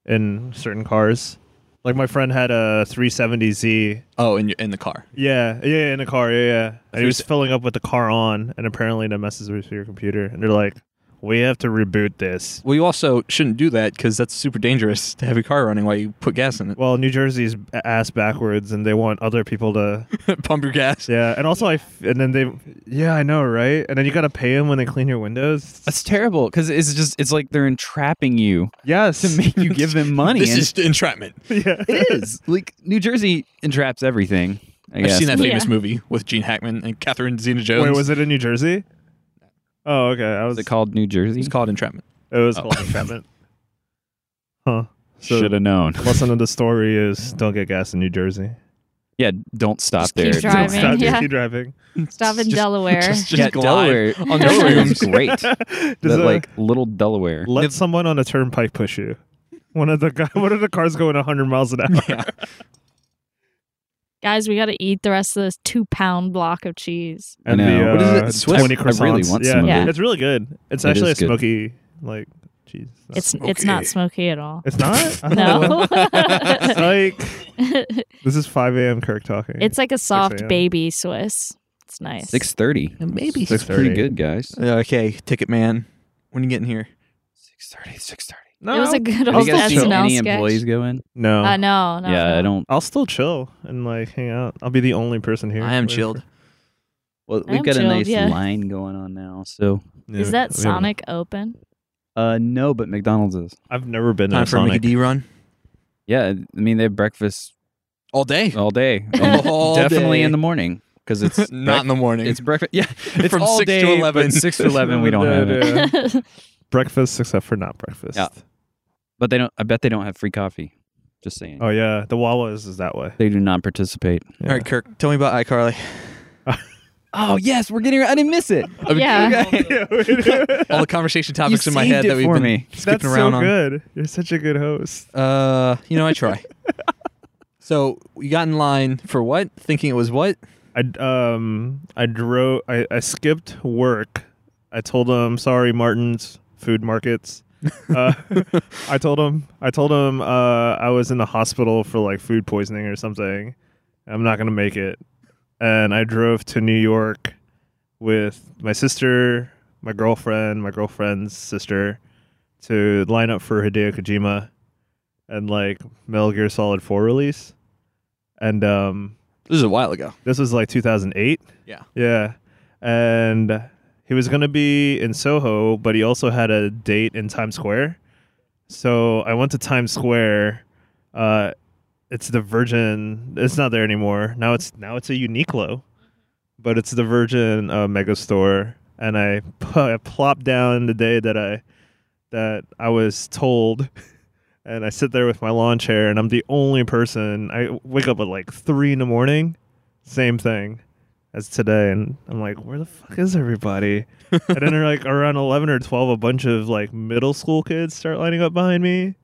Speaker 3: in certain cars. Like my friend had a 370Z.
Speaker 1: Oh, in your, in the car.
Speaker 3: Yeah, yeah, in a car. Yeah, yeah. And he was
Speaker 1: 370
Speaker 3: filling up with the car on, and apparently that messes with your computer. And they're like, "We have to reboot this."
Speaker 1: Well, you also shouldn't do that because that's super dangerous to have your car running while you put gas in
Speaker 3: Well, New Jersey's ass backwards, and they want other people to.
Speaker 1: it. Pump your gas.
Speaker 3: Yeah, and also I. f- And then they. Yeah, I know, right? And then you gotta pay them when they clean your windows.
Speaker 5: That's terrible because it's just it's like they're entrapping you
Speaker 3: yes.
Speaker 5: to make you give them money.
Speaker 1: This
Speaker 5: and
Speaker 1: is entrapment.
Speaker 3: yeah.
Speaker 5: it is like New Jersey entraps everything. I
Speaker 1: I've
Speaker 5: guess.
Speaker 1: seen that
Speaker 2: but-
Speaker 1: famous
Speaker 2: Yeah.
Speaker 1: movie with Gene Hackman and Catherine Zeta-Jones.
Speaker 3: Wait, was it in New Jersey? Oh, okay. I was.
Speaker 5: Is it called New Jersey?
Speaker 1: It's called Entrapment.
Speaker 3: It was
Speaker 5: Oh.
Speaker 3: called entrapment. Huh. So
Speaker 5: Should have known.
Speaker 3: lesson of the story is don't get gas in New Jersey.
Speaker 5: Yeah. Don't stop
Speaker 2: Just
Speaker 5: there.
Speaker 2: keep
Speaker 5: Don't
Speaker 2: driving.
Speaker 5: stop.
Speaker 3: Stop
Speaker 2: yeah.
Speaker 3: drinking driving.
Speaker 2: Stop in
Speaker 1: Just-
Speaker 2: Delaware.
Speaker 1: Just, just
Speaker 5: Yeah,
Speaker 1: glide
Speaker 5: Delaware.
Speaker 1: on the
Speaker 5: Delaware is
Speaker 1: shrooms.
Speaker 5: great. That,
Speaker 3: Does, uh,
Speaker 5: like little Delaware.
Speaker 3: let someone on a turnpike push you. One of the gu- one of the cars going 100 miles an hour.
Speaker 1: Yeah.
Speaker 2: Guys, we got to eat the rest of this two-pound block of cheese.
Speaker 3: And
Speaker 5: I know.
Speaker 3: the
Speaker 5: What is it?
Speaker 3: uh,
Speaker 5: It's Swiss?
Speaker 3: 20
Speaker 5: I really
Speaker 3: croissants.
Speaker 5: want
Speaker 3: yeah.
Speaker 5: some
Speaker 2: of it.
Speaker 3: It's really good. It's
Speaker 5: It
Speaker 3: actually a
Speaker 5: is good.
Speaker 3: smoky like cheese.
Speaker 2: It's it's not smoky at all.
Speaker 3: It's not? I
Speaker 2: No,
Speaker 3: thought it was. like this is 5 a.m. Kirk talking.
Speaker 2: it's like a soft
Speaker 3: a.m.
Speaker 2: baby Swiss. It's nice.
Speaker 5: Six thirty.
Speaker 1: Maybe.
Speaker 5: That's pretty
Speaker 3: 6:30.
Speaker 5: good, guys.
Speaker 1: Okay, Ticket Man. When you getting here?
Speaker 5: Six thirty. Six thirty.
Speaker 3: no.
Speaker 2: It was a good
Speaker 5: Have
Speaker 2: old
Speaker 5: you guys seen
Speaker 2: SNL
Speaker 5: any
Speaker 2: sketch.
Speaker 5: employees go in?
Speaker 3: no.
Speaker 2: Uh, no, no.
Speaker 5: yeah,
Speaker 2: no.
Speaker 5: I don't.
Speaker 3: I'll still chill and like hang out. I'll be the only person here.
Speaker 1: I am chilled.
Speaker 5: Well,
Speaker 2: I
Speaker 5: we've
Speaker 2: am
Speaker 5: got a
Speaker 2: chilled,
Speaker 5: nice
Speaker 2: yeah.
Speaker 5: line going on now. So,
Speaker 2: Is that Sonic open?
Speaker 5: uh, no, but McDonald's is.
Speaker 3: I've never been
Speaker 1: Time
Speaker 3: to
Speaker 1: for a Mickey
Speaker 3: Sonic.
Speaker 1: D run.
Speaker 5: Yeah, I mean they have breakfast
Speaker 1: All day.
Speaker 5: all day. Um,
Speaker 1: All
Speaker 5: Oh, Definitely
Speaker 1: day.
Speaker 5: in the morning because it's
Speaker 1: Not in the morning.
Speaker 5: It's breakfast. Yeah, it's
Speaker 1: From
Speaker 5: all
Speaker 1: 6 to
Speaker 5: day, but
Speaker 1: 11.
Speaker 5: Six to eleven, we don't have it.
Speaker 3: breakfast except for not breakfast.
Speaker 5: Yeah. But they don't. I bet they don't have free coffee. Just saying.
Speaker 3: Oh yeah, the Wawa's is that way.
Speaker 5: They do not participate.
Speaker 3: Yeah.
Speaker 1: All right, Kirk, tell me about iCarly.
Speaker 5: Oh yes, we're getting. I didn't miss it.
Speaker 2: Yeah.
Speaker 3: Yeah, we do.
Speaker 1: All the conversation topics in my
Speaker 5: saved
Speaker 1: head
Speaker 5: it
Speaker 1: that we've
Speaker 5: for
Speaker 1: been
Speaker 5: me.
Speaker 1: skipping
Speaker 3: That's
Speaker 1: around
Speaker 3: so
Speaker 1: on.
Speaker 3: good. You're such a good host.
Speaker 1: Uh, you know, I try. so you got in line for what? Thinking it was what?
Speaker 3: I um I drove. I, I skipped work. I told him sorry, Martin's food markets. uh, I told him I told him uh, I was in the hospital for like food poisoning or something. I'm not gonna make it. And I drove to New York with my sister, my girlfriend, my girlfriend's sister, to line up for Hideo Kojima and like Metal Gear Solid Four release. And um,
Speaker 1: This is a while ago.
Speaker 3: this was like 2008.
Speaker 1: Yeah.
Speaker 3: Yeah. And he was going to be in Soho, but he also had a date in Times Square. So I went to Times Square. Uh, it's the Virgin. It's not there anymore. Now it's now it's a Uniqlo, but it's the Virgin uh, mega store. And I, p- I plopped down the day that I that I was told, and I sit there with my lawn chair, and I'm the only person. I wake up at like three in the morning. Same thing as today and i'm like where the fuck is everybody and then they're like around 11 or 12 a bunch of like middle school kids start lining up behind me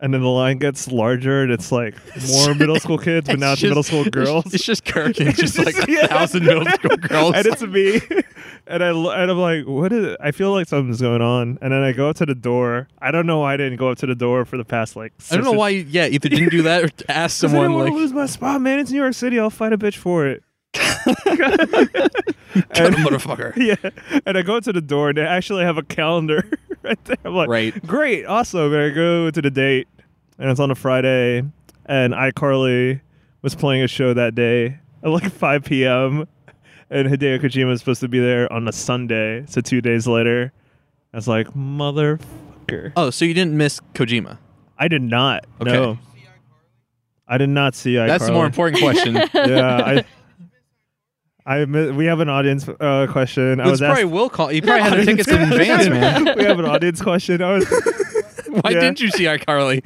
Speaker 3: and then the line gets larger and it's like more middle school kids but now it's
Speaker 1: just-
Speaker 3: middle school girls
Speaker 1: It's, just Kirk and just like a
Speaker 3: Yeah.
Speaker 1: thousand middle school girls.
Speaker 3: and it's me and i lo- and i'm like what is i feel like something's going on and then i go up to the door i don't know why i didn't go up to the door for the past like
Speaker 1: I don't know
Speaker 3: six or-
Speaker 1: why. You, yeah, either didn't do that or ask
Speaker 3: 'Cause I
Speaker 1: someone
Speaker 3: don't want to
Speaker 1: like
Speaker 3: lose my spot man it's new york city i'll fight a bitch for it
Speaker 1: "Cut a motherfucker.
Speaker 3: yeah. And I go to the door and they actually have a calendar right there. I'm like,
Speaker 1: Right.
Speaker 3: great, awesome. And I go to the date and it's on a Friday and iCarly was playing a show that day at like 5 p.m. And Hideo Kojima is supposed to be there on a Sunday. So two days later, I was like, motherfucker.
Speaker 1: Oh, so you didn't miss Kojima?
Speaker 3: I did not.
Speaker 1: Okay.
Speaker 3: No. I did not see iCarly.
Speaker 1: That's the more important question. it
Speaker 3: Yeah. I, I, mi- we have an audience uh, question. I
Speaker 1: was
Speaker 3: was asked,
Speaker 1: probably Will call. You probably had the tickets in
Speaker 3: Audience
Speaker 1: advance, man.
Speaker 3: question. we have an audience question. I was,
Speaker 1: Why
Speaker 3: Yeah.
Speaker 1: didn't you see iCarly?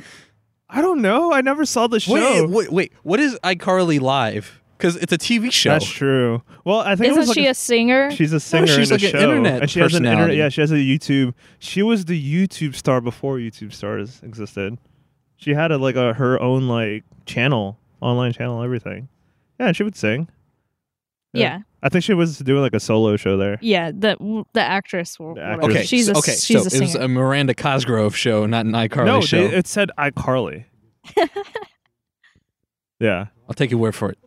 Speaker 3: I don't know. I never saw the show.
Speaker 1: Wait, wait, wait. What is iCarly live? Because it's a TV show. Oh,
Speaker 3: That's true. Well, I think it
Speaker 2: Isn't
Speaker 3: was like
Speaker 2: she a, singer?
Speaker 3: she's a singer.
Speaker 1: she's like
Speaker 3: in the
Speaker 1: an
Speaker 3: show.
Speaker 1: internet
Speaker 3: and she has an
Speaker 1: personality.
Speaker 3: Yeah, she has a YouTube. She was the YouTube star before YouTube stars existed. She had a, like a her own like channel, online channel, everything. Yeah, and she would sing.
Speaker 2: yeah.
Speaker 3: I think she was doing like a solo show there.
Speaker 2: Yeah, the the actress. Or
Speaker 3: The
Speaker 2: whatever.
Speaker 3: actress.
Speaker 1: Okay,
Speaker 2: she's
Speaker 1: so-
Speaker 2: a
Speaker 1: okay.
Speaker 2: she's
Speaker 1: so
Speaker 2: a
Speaker 1: it was
Speaker 2: singer.
Speaker 1: a Miranda Cosgrove show, not an iCarly
Speaker 3: no,
Speaker 1: show.
Speaker 3: They, it said iCarly. yeah,
Speaker 1: I'll take your word for it.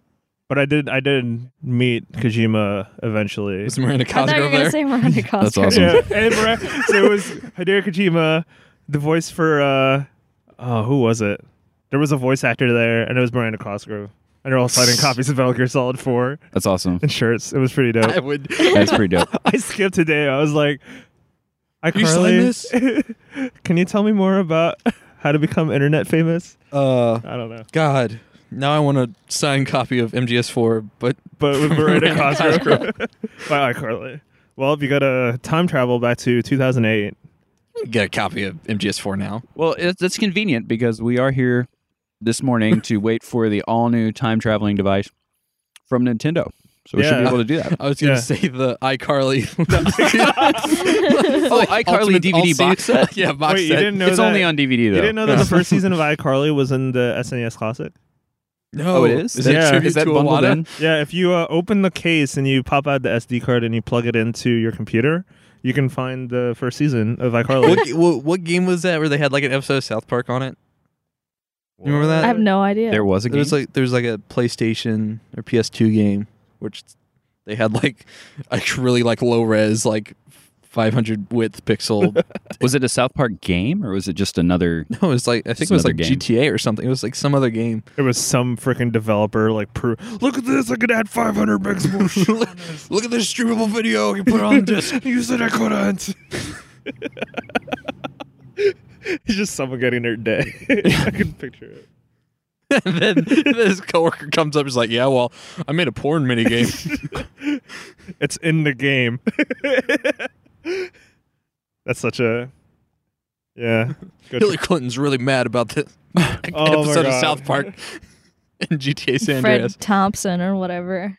Speaker 3: but I did. I did meet Kojima eventually.
Speaker 1: Is Miranda
Speaker 2: I thought you were
Speaker 1: Cosgrove
Speaker 2: gonna
Speaker 1: there?
Speaker 2: say Miranda Cosgrove.
Speaker 5: awesome.
Speaker 3: Yeah, and Mara- so it was Hideo Kojima, the voice for uh, oh, who was it? There was a voice actor there, and it was Miranda Cosgrove, and they're all signing copies of Metal Gear Solid Four
Speaker 5: That's awesome.
Speaker 3: and shirts. It was pretty dope.
Speaker 1: I
Speaker 3: I,
Speaker 1: would.
Speaker 5: That's pretty dope.
Speaker 3: skipped a day. I was like, I
Speaker 1: You signed this?
Speaker 3: can you tell me more about how to become internet famous?
Speaker 1: Uh,
Speaker 3: I don't know,
Speaker 1: God, now I want a signed copy of MGS4, but
Speaker 3: but with Miranda
Speaker 1: Miranda
Speaker 3: Cosgrove by iCarly. Well, if you got to time travel back to 2008,
Speaker 1: get a copy of MGS4 now.
Speaker 5: Well, it's, it's convenient because we are here this morning to wait for the all new time traveling device from Nintendo. So we should be
Speaker 3: Yeah.
Speaker 5: able to do that.
Speaker 1: I was gonna
Speaker 3: Yeah.
Speaker 1: say the iCarly, oh,
Speaker 5: iCarly DVD box set?
Speaker 1: yeah, box
Speaker 3: Wait, you
Speaker 1: set.
Speaker 3: didn't know
Speaker 5: it's
Speaker 3: that-
Speaker 5: only on DVD though.
Speaker 3: You didn't know that the first season of iCarly was in the SNES Classic?
Speaker 1: No,
Speaker 5: Oh, it is.
Speaker 1: Is that,
Speaker 3: Yeah.
Speaker 1: a tribute
Speaker 5: Is that
Speaker 1: to
Speaker 5: bundled
Speaker 1: Iwata?
Speaker 5: in?
Speaker 3: Yeah, if you uh, open the case and you pop out the SD card and you plug it into your computer, you can find the first season of iCarly.
Speaker 1: What, what, what game was that where they had like an episode of South Park on it? You remember that?
Speaker 2: I have no idea.
Speaker 5: There was a
Speaker 1: There
Speaker 5: game.
Speaker 1: was like there was like a PlayStation or PS2 game which they had like a really like low res like 500 width pixel.
Speaker 5: was it a South Park game or was it just another?
Speaker 1: no, it was like I think
Speaker 5: It's
Speaker 1: it was
Speaker 5: another
Speaker 1: like
Speaker 5: game.
Speaker 1: GTA or something. It was like some other game.
Speaker 3: There was some freaking developer like, pro- look at this, I could add 500 megs more. shit on this."
Speaker 1: Look at this streamable video I can put it on disc.
Speaker 3: you said I couldn't. it's just someone getting their day. I can picture it.
Speaker 1: and then this coworker comes up and is like, "Yeah, well, I made a porn mini game."
Speaker 3: It's in the game. That's such a Yeah. Good.
Speaker 1: Hillary Clinton's really mad about this
Speaker 3: Oh my
Speaker 1: episode of
Speaker 3: God.
Speaker 1: South Park and GTA San Andreas.
Speaker 2: Fred Thompson or whatever.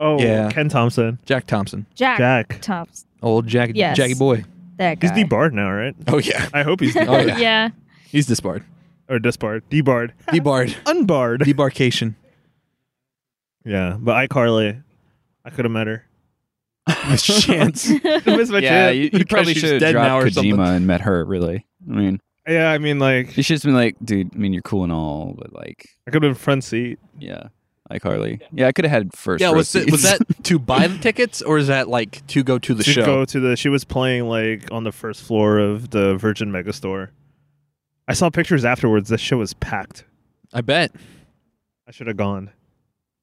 Speaker 3: Oh,
Speaker 1: Yeah.
Speaker 3: Ken Thompson.
Speaker 1: Jack Thompson,
Speaker 2: Jack,
Speaker 3: Jack.
Speaker 2: Thompson.
Speaker 1: old Jack,
Speaker 2: Yes.
Speaker 1: Jackie boy.
Speaker 2: That guy.
Speaker 3: He's debarred now, right?
Speaker 1: Oh yeah,
Speaker 3: I hope he's
Speaker 1: Oh,
Speaker 3: debarred.
Speaker 1: yeah.
Speaker 2: yeah.
Speaker 1: he's disbarred,
Speaker 3: or disbarred. Debarred.
Speaker 1: debarred,
Speaker 3: Unbarred.
Speaker 1: debarkation.
Speaker 3: yeah, but iCarly. I could have met her.
Speaker 1: Miss Chance.
Speaker 3: I missed my
Speaker 5: yeah,
Speaker 3: chance.
Speaker 5: you, you
Speaker 1: Because
Speaker 5: probably
Speaker 1: she's
Speaker 5: should
Speaker 1: dead
Speaker 5: have
Speaker 1: now or
Speaker 5: dropped
Speaker 1: something.
Speaker 5: Kojima and met her. Really, I mean,
Speaker 3: Yeah, I mean, like,
Speaker 5: you should have been like, dude. I mean, you're cool and all, but like,
Speaker 3: I could have been front seat.
Speaker 5: yeah, iCarly. Yeah, I could have had first.
Speaker 1: yeah,
Speaker 5: row
Speaker 1: was, it, was that
Speaker 5: seats.
Speaker 1: to buy the tickets or is that like to go to the
Speaker 3: to
Speaker 1: show?
Speaker 3: go to the. She was playing like on the first floor of the Virgin Megastore. I saw pictures afterwards. The show was packed.
Speaker 1: I bet.
Speaker 3: I should have gone.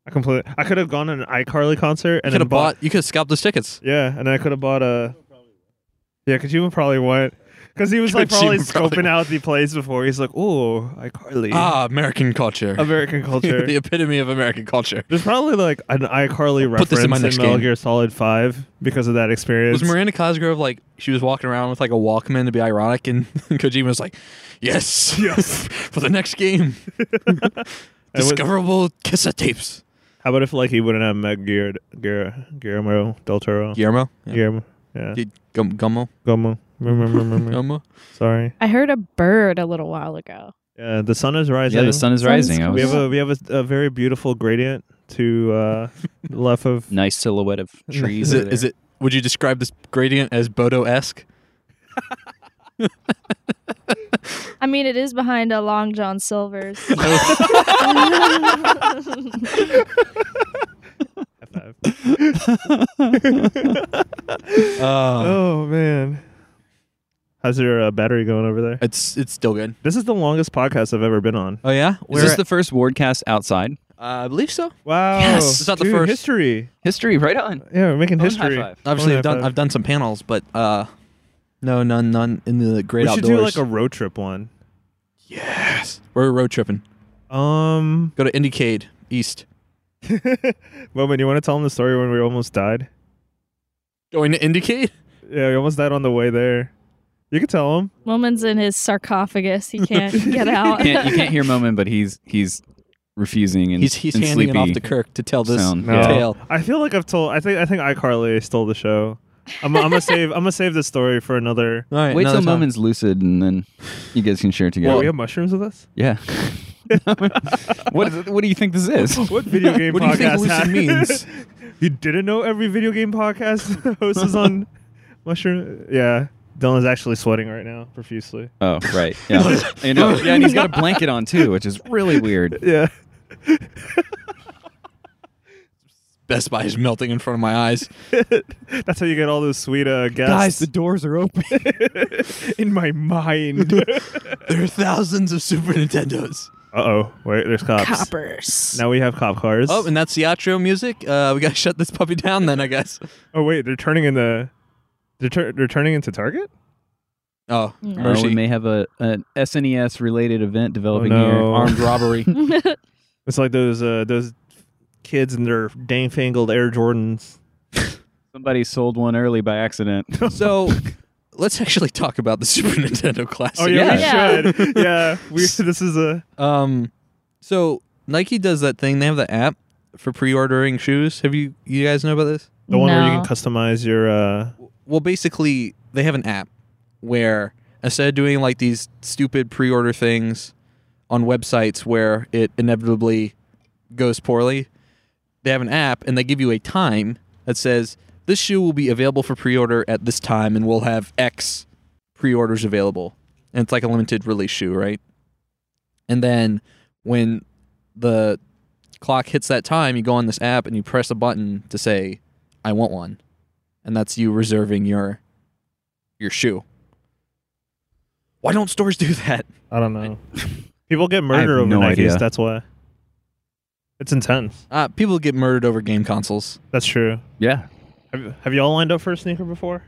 Speaker 3: I completely. I could have gone to an iCarly concert
Speaker 1: You
Speaker 3: and
Speaker 1: could
Speaker 3: then
Speaker 1: have bought. You could have scalped those tickets.
Speaker 3: Yeah, and I could have bought a. Yeah, Kojima probably went because he was like probably
Speaker 1: Kojima probably
Speaker 3: scoping out the plays before. He's like, "Ooh, iCarly,
Speaker 1: Ah, American culture.
Speaker 3: American culture."
Speaker 1: the epitome of American culture.
Speaker 3: There's probably like an iCarly
Speaker 1: Put
Speaker 3: reference
Speaker 1: this in
Speaker 3: in,
Speaker 1: my next
Speaker 3: Metal
Speaker 1: game.
Speaker 3: Gear Solid Five because of that experience.
Speaker 1: Was Miranda Cosgrove like she was walking around with like a Walkman to be ironic, and Kojima was like, "Yes,
Speaker 3: Yes.
Speaker 1: for the next game,
Speaker 3: And what-
Speaker 1: discoverable cassette tapes."
Speaker 3: How about if like he wouldn't have met Gear, Gear, Guillermo del Toro?
Speaker 1: Guillermo, yeah.
Speaker 3: Guillermo. Oh. Yeah.
Speaker 1: Gum- Gummo,
Speaker 3: Guillermo. Mm, mm, mm, mm, mm.
Speaker 1: Gummo.
Speaker 3: Sorry.
Speaker 2: I heard a bird a little while ago.
Speaker 3: Yeah, the sun is rising.
Speaker 5: Yeah, the sun is
Speaker 2: Sun's
Speaker 5: rising. I
Speaker 2: coming
Speaker 5: was
Speaker 3: We have a we have a, a very beautiful gradient to uh, the left of
Speaker 5: nice silhouette of
Speaker 1: Is
Speaker 5: trees. over
Speaker 1: it? Is
Speaker 5: there.
Speaker 1: it? Would you describe this gradient as Bodo esque?
Speaker 2: I mean, it is behind a Long John Silver's.
Speaker 3: High five.
Speaker 1: Uh,
Speaker 3: Oh man, how's your uh, battery going over there?
Speaker 1: it's it's still good.
Speaker 3: This is the longest podcast I've ever been on.
Speaker 1: Oh yeah,
Speaker 5: Is this the first Wardcast outside?
Speaker 1: uh, I believe so.
Speaker 3: Wow,
Speaker 1: Yes! It's not the
Speaker 3: Dude,
Speaker 1: first.
Speaker 3: history.
Speaker 5: History, right on.
Speaker 1: Uh,
Speaker 3: Yeah, we're making
Speaker 5: Own high
Speaker 3: history.
Speaker 5: five.
Speaker 1: Obviously,
Speaker 3: Own
Speaker 1: I've
Speaker 3: high
Speaker 1: done
Speaker 3: five.
Speaker 1: I've done some panels, but uh, no, none, none in the great
Speaker 3: we should do
Speaker 1: outdoors.
Speaker 3: like a road trip one.
Speaker 1: yes. We're road tripping.
Speaker 3: Um,
Speaker 1: Go to Indiecade East.
Speaker 3: Moment, you want to tell them the story when we almost died?
Speaker 1: Going to Indiecade?
Speaker 3: Yeah, we almost died on the way there. You can tell them.
Speaker 2: Woman's in his sarcophagus. He can't get out.
Speaker 5: Can't, you can't hear Moment, but he's he's refusing and
Speaker 1: He's he's
Speaker 5: and
Speaker 1: handing it
Speaker 5: sleepy
Speaker 1: off to Kirk to tell this
Speaker 5: sound.
Speaker 3: No.
Speaker 1: tale.
Speaker 3: I feel like I've told. I think I think iCarly stole the show. I'm, I'm gonna save. I'm gonna save this story for another.
Speaker 1: All right,
Speaker 5: Wait till
Speaker 1: another time.
Speaker 5: Moment's lucid, and then you guys can share it together.
Speaker 3: Wait, we have mushrooms with us.
Speaker 5: yeah. what is, what do you think this is?
Speaker 3: What video game
Speaker 1: What do you
Speaker 3: podcast
Speaker 1: think lucid
Speaker 3: ha-
Speaker 1: means?
Speaker 3: you didn't know every video game podcast host is on mushroom. Yeah, Dylan's actually sweating right now profusely.
Speaker 5: Oh, right. Yeah. I know. Yeah, and he's got a blanket on too, which is really weird.
Speaker 3: Yeah,
Speaker 1: Best Buy is melting in front of my eyes.
Speaker 3: that's how you get all those sweet uh,
Speaker 5: Guys,
Speaker 3: guests.
Speaker 5: the doors are open.
Speaker 3: in my mind. uh
Speaker 1: There are thousands of Super Nintendos.
Speaker 3: oh, wait, there's cops.
Speaker 2: Coppers.
Speaker 3: Now we have cop cars.
Speaker 1: Oh, and that's the outro music. Uh, we gotta shut this puppy down then, I guess.
Speaker 3: Oh wait, they're turning in the. They're, tur- they're turning into Target.
Speaker 1: Oh,
Speaker 2: No.
Speaker 5: Or we
Speaker 1: mercy.
Speaker 5: may have a an SNES related event developing
Speaker 3: no.
Speaker 5: here.
Speaker 1: Armed robbery.
Speaker 3: It's like those uh, those kids in their dang fangled Air Jordans.
Speaker 5: Somebody sold one early by accident.
Speaker 1: so, let's actually talk about the Super Nintendo Classic.
Speaker 3: Oh yeah,
Speaker 2: Yeah.
Speaker 3: we should. yeah, we. This is a.
Speaker 1: Um, so Nike does that thing. They have the app for pre-ordering shoes. Have you you guys know about this?
Speaker 3: The one where you
Speaker 2: No.
Speaker 3: can customize your uh
Speaker 1: Well, basically, they have an app where instead of doing like these stupid pre-order things on websites where it inevitably goes poorly, they have an app and they give you a time that says this shoe will be available for pre-order at this time, and we'll have X pre-orders available. And it's like a limited release shoe, right? And then when the clock hits that time, you go on this app and you press a button to say, "I want one," and that's you reserving your your shoe. Why don't stores do that?
Speaker 3: I don't know. People get murdered
Speaker 5: have
Speaker 3: over
Speaker 5: no
Speaker 3: Nikes,
Speaker 5: idea.
Speaker 3: that's why. It's intense.
Speaker 1: Uh, people get murdered over game consoles.
Speaker 3: That's true.
Speaker 5: yeah.
Speaker 3: Have, have you all lined up for a sneaker before?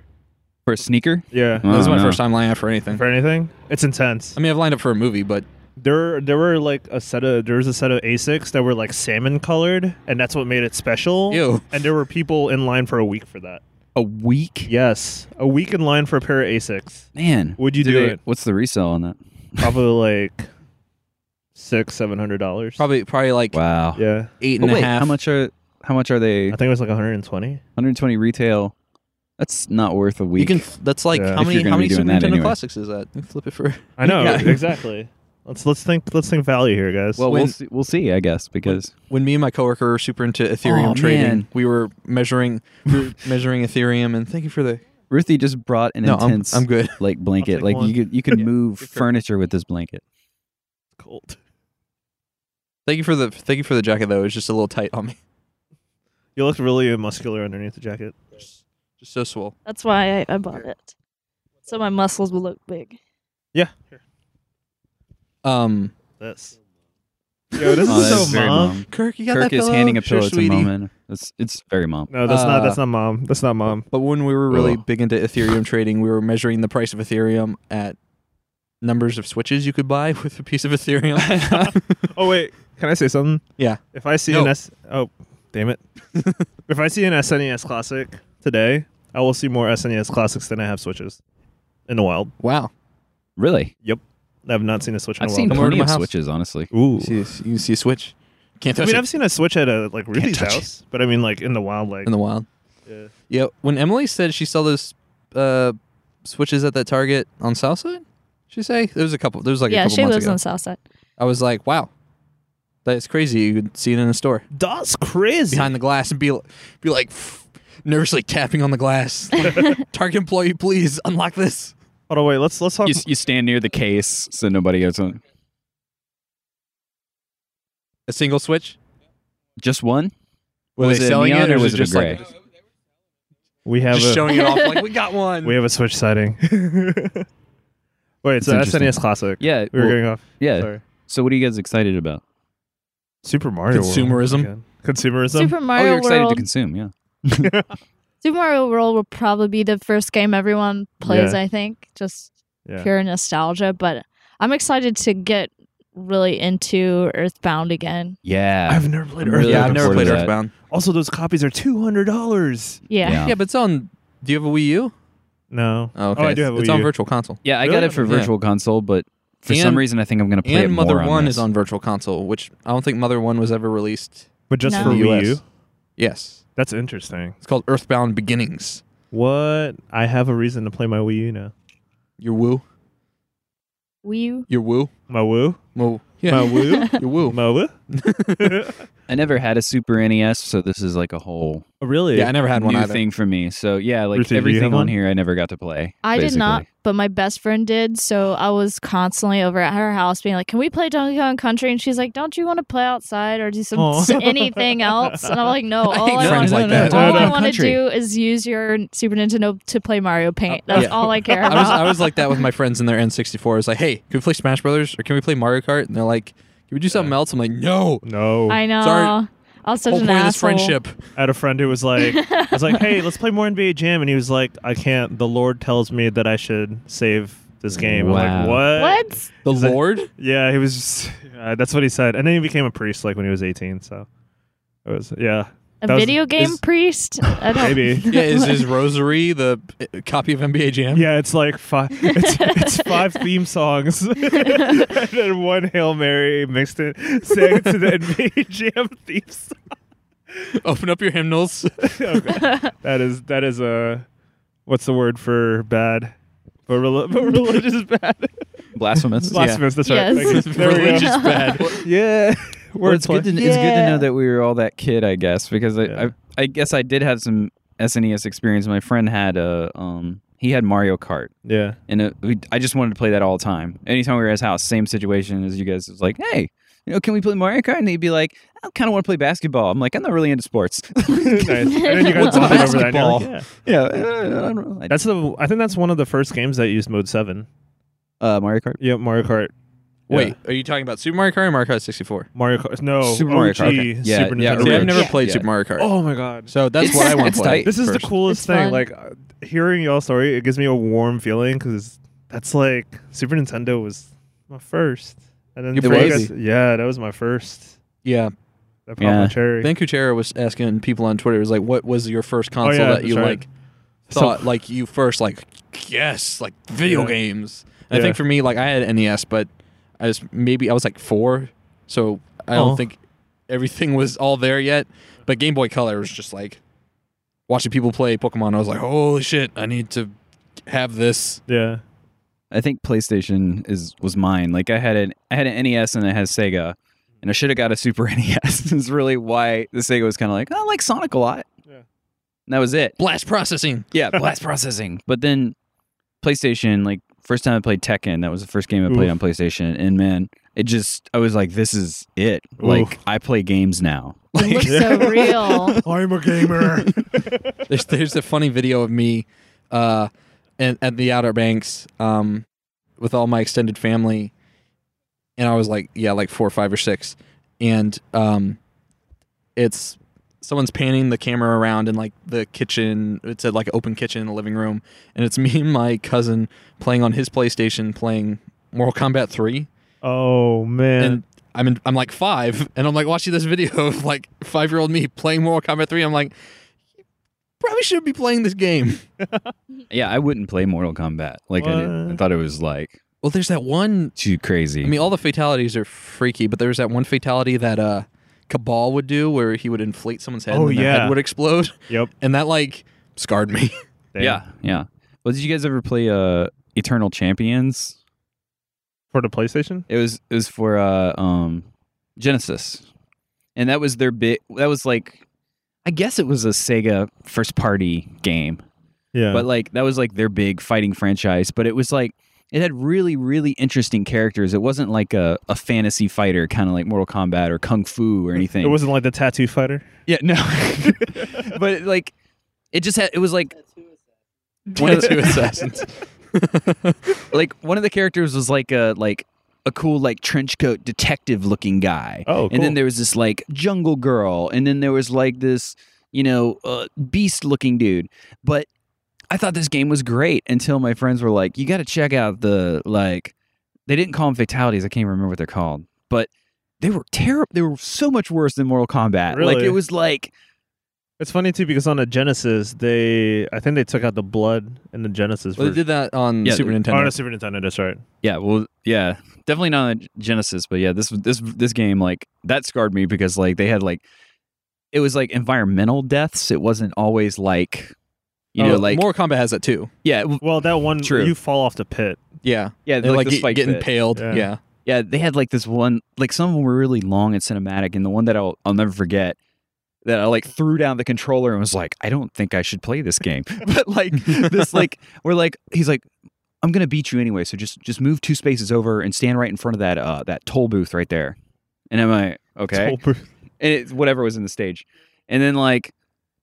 Speaker 5: For a sneaker?
Speaker 3: Yeah.
Speaker 5: Oh,
Speaker 1: this is my
Speaker 5: no.
Speaker 1: first time lining up for anything.
Speaker 3: For anything? It's intense.
Speaker 1: I mean, I've lined up for a movie, but
Speaker 3: There there were like a set of there was a set of Asics that were like salmon colored and that's what made it special.
Speaker 1: ew.
Speaker 3: And there were people in line for a week for that.
Speaker 5: Oh. a week.
Speaker 3: Yes, a week in line for a pair of Asics.
Speaker 5: Man,
Speaker 3: Would you do,
Speaker 5: they-
Speaker 3: it?
Speaker 5: What's the resale on that?
Speaker 3: Probably like six, seven hundred dollars.
Speaker 1: Probably, probably like
Speaker 5: Wow.
Speaker 3: Yeah,
Speaker 1: eight
Speaker 5: But
Speaker 1: and a half.
Speaker 5: wait, how much are how much are they?
Speaker 3: I think it was like one hundred and twenty.
Speaker 5: 120 retail. That's not worth a
Speaker 1: You
Speaker 5: week.
Speaker 1: can. That's like
Speaker 3: Yeah.
Speaker 1: how
Speaker 5: If you're
Speaker 1: many?
Speaker 5: gonna
Speaker 1: How
Speaker 5: be
Speaker 1: many
Speaker 5: doing
Speaker 1: Super
Speaker 5: that
Speaker 1: Nintendo
Speaker 5: anyway.
Speaker 1: classics is that? Flip it for.
Speaker 3: I know
Speaker 1: Yeah.
Speaker 3: exactly. Let's let's think let's think value here, guys.
Speaker 5: well,
Speaker 1: when-
Speaker 5: we'll see, we'll see, I guess, because
Speaker 1: When me and my coworker were super into Ethereum
Speaker 5: Oh,
Speaker 1: trading,
Speaker 5: man.
Speaker 1: we were measuring, we were measuring Ethereum. And thank you for the.
Speaker 5: Ruthie just brought an
Speaker 1: no, I'm,
Speaker 5: intense
Speaker 1: I'm good.
Speaker 5: like
Speaker 3: I'll
Speaker 5: blanket.
Speaker 3: take
Speaker 5: Like
Speaker 3: one.
Speaker 5: you could you could move
Speaker 1: you're correct.
Speaker 5: furniture with this blanket.
Speaker 3: cold.
Speaker 1: Thank you for the. Thank you for the jacket though. It was just a little tight on me.
Speaker 3: You look really muscular underneath the jacket.
Speaker 1: Just so swole.
Speaker 2: That's why I, I bought it. So my muscles will look big.
Speaker 3: Yeah,
Speaker 1: Um,
Speaker 3: this. Yo, this
Speaker 5: Oh,
Speaker 3: is so
Speaker 5: that's very
Speaker 3: mom.
Speaker 5: mom.
Speaker 1: Kirk, you got
Speaker 5: Kirk
Speaker 1: that
Speaker 5: is
Speaker 1: pillow?
Speaker 5: handing a pillow
Speaker 1: sure,
Speaker 5: to
Speaker 1: sweetie.
Speaker 5: mom, and it's it's very mom.
Speaker 3: No, that's not
Speaker 1: Uh,
Speaker 3: that's not mom. That's not mom.
Speaker 1: But when we were really
Speaker 5: Ugh.
Speaker 1: big into Ethereum trading, we were measuring the price of Ethereum at numbers of switches you could buy with a piece of Ethereum.
Speaker 3: Oh wait, can I say something?
Speaker 1: Yeah.
Speaker 3: If I see
Speaker 1: No.
Speaker 3: an S, oh damn it! if I see an SNES classic today, I will see more SNES classics than I have switches in the wild.
Speaker 1: wow.
Speaker 5: Really,
Speaker 3: I have not seen a switch in
Speaker 5: I've
Speaker 3: a
Speaker 5: seen
Speaker 1: Come
Speaker 3: while.
Speaker 1: over to
Speaker 5: plenty
Speaker 1: my
Speaker 5: of
Speaker 1: house.
Speaker 5: switches, honestly.
Speaker 3: Ooh.
Speaker 1: You see, you see a switch. Can't
Speaker 3: I
Speaker 1: touch
Speaker 3: mean,
Speaker 1: it
Speaker 3: I've seen a switch at a like Ruthie's
Speaker 5: touch it.
Speaker 3: house, but I mean, like in the wild, like
Speaker 1: in the wild.
Speaker 3: yeah.
Speaker 1: Yeah. When Emily said she saw those uh, switches at that Target on Southside, she say there was a couple. There was like a
Speaker 2: yeah,
Speaker 1: couple
Speaker 2: she
Speaker 1: months
Speaker 2: lives
Speaker 1: ago.
Speaker 2: on the south side.
Speaker 1: I was like, wow, that's crazy. You could see it in a store
Speaker 3: that's crazy.
Speaker 1: behind the glass and be be like nervously tapping on the glass. Target employee, please unlock this.
Speaker 3: Hold on, wait. Let's let's talk.
Speaker 5: You, you stand near the case so nobody goes "Uh, on.
Speaker 1: A single switch.
Speaker 5: Just one.
Speaker 1: Were
Speaker 5: was
Speaker 1: they
Speaker 5: it
Speaker 1: selling it,
Speaker 5: neon or
Speaker 1: or was
Speaker 5: was
Speaker 1: it just
Speaker 5: it a
Speaker 1: like
Speaker 5: gray?
Speaker 3: we have
Speaker 1: just
Speaker 3: a
Speaker 1: showing it off like we got one.
Speaker 3: we have a switch sighting. wait, so
Speaker 5: interesting.
Speaker 3: SNES E classic.
Speaker 5: Yeah,
Speaker 3: we were
Speaker 5: well,
Speaker 3: going off.
Speaker 5: yeah.
Speaker 3: Sorry.
Speaker 5: So what are you guys excited about?
Speaker 3: Super Mario. World.
Speaker 1: Consumerism.
Speaker 3: Okay. Consumerism.
Speaker 2: Super
Speaker 5: oh, you're
Speaker 2: Mario
Speaker 5: excited to
Speaker 2: World.
Speaker 5: consume. Yeah.
Speaker 2: Super Mario World will probably be the first game everyone plays.
Speaker 3: Yeah.
Speaker 2: I think just
Speaker 3: yeah.
Speaker 2: pure nostalgia. But I'm excited to get really into Earthbound again.
Speaker 5: Yeah.
Speaker 3: I've never played
Speaker 5: I'm
Speaker 3: Earthbound.
Speaker 5: really
Speaker 1: yeah, I've
Speaker 5: looking
Speaker 1: never
Speaker 5: forward
Speaker 1: played
Speaker 5: to that.
Speaker 1: Earthbound.
Speaker 3: Also, those copies are two hundred dollars.
Speaker 2: Yeah.
Speaker 5: Yeah.
Speaker 1: Yeah, but it's on. Do you have a Wii U?
Speaker 3: No.
Speaker 1: Oh, okay.
Speaker 3: I do have a
Speaker 1: it's
Speaker 3: Wii
Speaker 1: on
Speaker 3: U.
Speaker 1: Virtual Console.
Speaker 5: Yeah, I
Speaker 3: Really?
Speaker 5: got it for
Speaker 1: Yeah.
Speaker 5: Virtual Console, but for some
Speaker 1: And-
Speaker 5: reason I think I'm going to play
Speaker 1: and
Speaker 5: it
Speaker 1: Mother
Speaker 5: more
Speaker 1: One
Speaker 5: this.
Speaker 1: is on Virtual Console, which I don't think Mother One was ever released.
Speaker 3: But just
Speaker 2: No.
Speaker 3: for
Speaker 1: in the
Speaker 3: Wii
Speaker 1: US.
Speaker 3: U.
Speaker 1: Yes,
Speaker 3: That's interesting.
Speaker 1: it's called Earthbound Beginnings.
Speaker 3: What? I have a reason to play my Wii U now.
Speaker 1: Your woo,
Speaker 2: Wii U.
Speaker 1: your woo,
Speaker 3: My Woo.
Speaker 1: Mo- yeah,
Speaker 3: My Woo.
Speaker 1: your woo.
Speaker 3: my Woo.
Speaker 5: I never had a Super NES, so this is like a whole
Speaker 3: Oh, really?
Speaker 1: Yeah, I never had one
Speaker 5: new
Speaker 1: either.
Speaker 5: thing for me. So yeah, like
Speaker 3: Ruthie, do you have
Speaker 5: everything on
Speaker 3: one?
Speaker 5: here I never got to play.
Speaker 2: I did not,
Speaker 5: basically.
Speaker 2: but my best friend did. So I was constantly over at her house being like, Can we play Donkey Kong Country? And she's like, Don't you want to play outside or do some
Speaker 3: Aw.
Speaker 2: anything else? And I'm like, No,
Speaker 1: I
Speaker 2: all
Speaker 1: hate
Speaker 2: I,
Speaker 1: friends
Speaker 2: want,
Speaker 1: like that.
Speaker 2: all
Speaker 3: No,
Speaker 2: I
Speaker 3: no,
Speaker 2: want to
Speaker 5: country.
Speaker 2: do is use your Super Nintendo to play Mario Paint. That's
Speaker 1: Uh, yeah.
Speaker 2: all I care
Speaker 1: I was I
Speaker 2: about.
Speaker 1: was like that with my friends in their N64. I was like, hey, can we play Smash Brothers or can we play Mario Kart? And they're like, can we do something else? I'm like, no.
Speaker 3: No.
Speaker 2: I know.
Speaker 1: Sorry.
Speaker 2: I was such
Speaker 1: Whole
Speaker 2: an
Speaker 1: point of this
Speaker 2: asshole.
Speaker 1: friendship.
Speaker 3: I had a friend who was like, I was like, hey, let's play more NBA Jam, and he was like, I can't. The Lord tells me that I should save this game. I'm like,
Speaker 5: Wow.
Speaker 3: what?
Speaker 2: What?
Speaker 1: The
Speaker 3: Is it-
Speaker 1: Lord.
Speaker 3: Yeah, he was. Just, uh, that's what he said, and then he became a priest like when he was 18. So it was yeah.
Speaker 2: A
Speaker 3: That was-
Speaker 2: video game
Speaker 3: is-
Speaker 2: priest? I don't
Speaker 3: Maybe.
Speaker 1: yeah, is his rosary the uh, copy of NBA Jam?
Speaker 3: Yeah, it's like five. It's, it's five theme songs, and then one Hail Mary mixed it, sang to the NBA Jam theme song.
Speaker 1: Open up your hymnals.
Speaker 3: Okay. That is that is a what's the word for bad, but, rel- but religious bad.
Speaker 5: Blasphemous. yeah.
Speaker 3: Blasphemous. That's right.
Speaker 2: Yes.
Speaker 3: Thank you. There we go.
Speaker 1: Religious bad.
Speaker 3: Yeah.
Speaker 5: Well, it's, good to, it's good to
Speaker 3: Yeah.
Speaker 5: know that we were all that kid, I guess, because I,
Speaker 3: Yeah.
Speaker 5: I, I guess I did have some SNES experience. My friend had a, um, he had Mario Kart,
Speaker 3: Yeah.
Speaker 5: and it, we, I just wanted to play that all the time. Anytime we were at his house, same situation as you guys. It was like, hey, you know, can we play Mario Kart? And he'd be like, I kind of want to play basketball. I'm like, I'm not really into sports.
Speaker 3: nice. And then you got
Speaker 5: What's a
Speaker 3: bonded over that. and you're like,
Speaker 5: basketball?
Speaker 3: yeah.
Speaker 5: yeah, uh, I don't know.
Speaker 3: That's the. I think that's one of the first games that used mode seven.
Speaker 5: uh, Mario Kart.
Speaker 3: Yeah, Mario Kart. Yeah.
Speaker 1: Wait, are you talking about Super Mario Kart or Mario Kart 64?
Speaker 3: Mario Kart. No.
Speaker 5: Super Mario
Speaker 3: OG
Speaker 5: Kart. Okay. Yeah,
Speaker 3: Super
Speaker 5: yeah,
Speaker 3: Nintendo.
Speaker 1: See, I've
Speaker 5: Orange.
Speaker 1: never
Speaker 5: Yeah.
Speaker 1: played
Speaker 5: Yeah.
Speaker 1: Super Mario Kart.
Speaker 3: Oh my god.
Speaker 1: So that's
Speaker 5: It's-
Speaker 1: what I want
Speaker 5: it's
Speaker 1: to play.
Speaker 5: tight.
Speaker 3: This is the
Speaker 1: first.
Speaker 3: coolest
Speaker 2: It's
Speaker 3: thing.
Speaker 2: fun.
Speaker 3: Like uh, hearing y'all story, it gives me a warm feeling because that's like Super Nintendo was my first, and then
Speaker 1: It
Speaker 3: for you
Speaker 1: was.
Speaker 3: guys- yeah, that was my first.
Speaker 1: Yeah.
Speaker 3: That popped my
Speaker 5: Yeah.
Speaker 3: cherry.
Speaker 1: Ben Kuchera was asking people on Twitter, it was like, what was your first console
Speaker 3: Oh, yeah,
Speaker 1: that you
Speaker 3: that's right.
Speaker 1: like thought like you first like yes like video
Speaker 3: Yeah.
Speaker 1: games. And I
Speaker 3: Yeah.
Speaker 1: think for me like I had NES, but I just maybe I was like four, so I
Speaker 3: Oh.
Speaker 1: don't think everything was all there yet. But Game Boy Color was just like watching people play Pokemon. I was like, holy shit, I need to have this.
Speaker 3: Yeah.
Speaker 5: I think PlayStation is was mine. Like I had an I had an NES and I had a Sega, and I should have got a Super NES. is really why the Sega was kind of like I like Sonic a lot.
Speaker 3: Yeah.
Speaker 5: And that was it.
Speaker 1: Blast processing.
Speaker 5: Yeah, blast processing. But then PlayStation, like first time I played Tekken, that was the first game I played
Speaker 3: Oof.
Speaker 5: on PlayStation, and man, it just I was like, this is it. Like I play games now.
Speaker 2: It looks so real.
Speaker 3: I'm a gamer.
Speaker 1: there's there's a funny video of me uh and at the outer banks um with all my extended family and i was like yeah like four five or six and um it's someone's panning the camera around in like the kitchen it's a like open kitchen in the living room and it's me and my cousin playing on his playstation playing mortal kombat 3
Speaker 3: oh man.
Speaker 1: and I'm in, I'm like five, and I'm like watching this video of like five year old me playing Mortal Kombat three. I'm like, probably shouldn't be playing this game.
Speaker 5: Yeah, I wouldn't play Mortal Kombat. Like I, didn't, I
Speaker 3: What?
Speaker 5: thought it was like
Speaker 1: Well, there's that one.
Speaker 5: too crazy.
Speaker 1: I mean, all the fatalities are freaky, but there was that one fatality that uh, Cabal would do where he would inflate someone's head
Speaker 3: Oh,
Speaker 1: and their
Speaker 3: yeah.
Speaker 1: head would explode,
Speaker 3: yep.
Speaker 1: and that like scarred me.
Speaker 3: Damn.
Speaker 5: yeah, yeah. Well, did you guys ever play uh Eternal Champions?
Speaker 3: For the PlayStation.
Speaker 5: It was it was for uh um Genesis. And that was their bit that was like I guess it was a Sega first party game.
Speaker 3: Yeah.
Speaker 5: But like that was like their big fighting franchise, but it was like it had really really interesting characters. It wasn't like a, a fantasy fighter kind of like Mortal Kombat or Kung Fu or anything.
Speaker 3: it wasn't like the Tattoo Fighter.
Speaker 5: Yeah, no. but like it just had it was like
Speaker 1: One of two assassins.
Speaker 5: like one of the characters was like a like a cool like trench coat detective looking guy.
Speaker 3: Oh,
Speaker 5: And then
Speaker 3: cool.
Speaker 5: there was this like jungle girl, and then there was like this, you know, uh, beast looking dude. But I thought this game was great until my friends were like, "You got to check out the like." They didn't call them fatalities. I can't even remember what they're called, but they were terrible. They were so much worse than Mortal Kombat. Like
Speaker 3: Really?
Speaker 5: it was like
Speaker 3: It's funny too because on the Genesis, they I think they took out the blood in the Genesis.
Speaker 1: well, they did
Speaker 3: version.
Speaker 1: that on
Speaker 5: Yeah,
Speaker 1: Super
Speaker 5: they-
Speaker 1: Nintendo.
Speaker 3: Oh, no, Super Nintendo. That's right.
Speaker 5: Yeah, well, yeah, definitely not on Genesis, but yeah, this this this game like that scarred me because like they had like it was like environmental deaths. It wasn't always like you know
Speaker 1: Oh,
Speaker 5: like
Speaker 1: Mortal Kombat has that too.
Speaker 5: yeah w-
Speaker 3: Well, that one
Speaker 5: True.
Speaker 3: you fall off the pit.
Speaker 1: Yeah,
Speaker 5: yeah
Speaker 1: they like,
Speaker 5: this
Speaker 1: get-
Speaker 5: fight
Speaker 1: get
Speaker 5: pit.
Speaker 1: impaled.
Speaker 3: Yeah.
Speaker 1: yeah.
Speaker 5: Yeah, they had like this one like some of them were really long and cinematic, and the one that I'll I'll never forget that I like threw down the controller and was like, I don't think I should play this game. but like this like we're like he's like I'm gonna beat you anyway, so just just move two spaces over and stand right in front of that uh that toll booth right there. And I'm like, okay,
Speaker 3: It's whole-
Speaker 5: and it's whatever was in the stage, and then like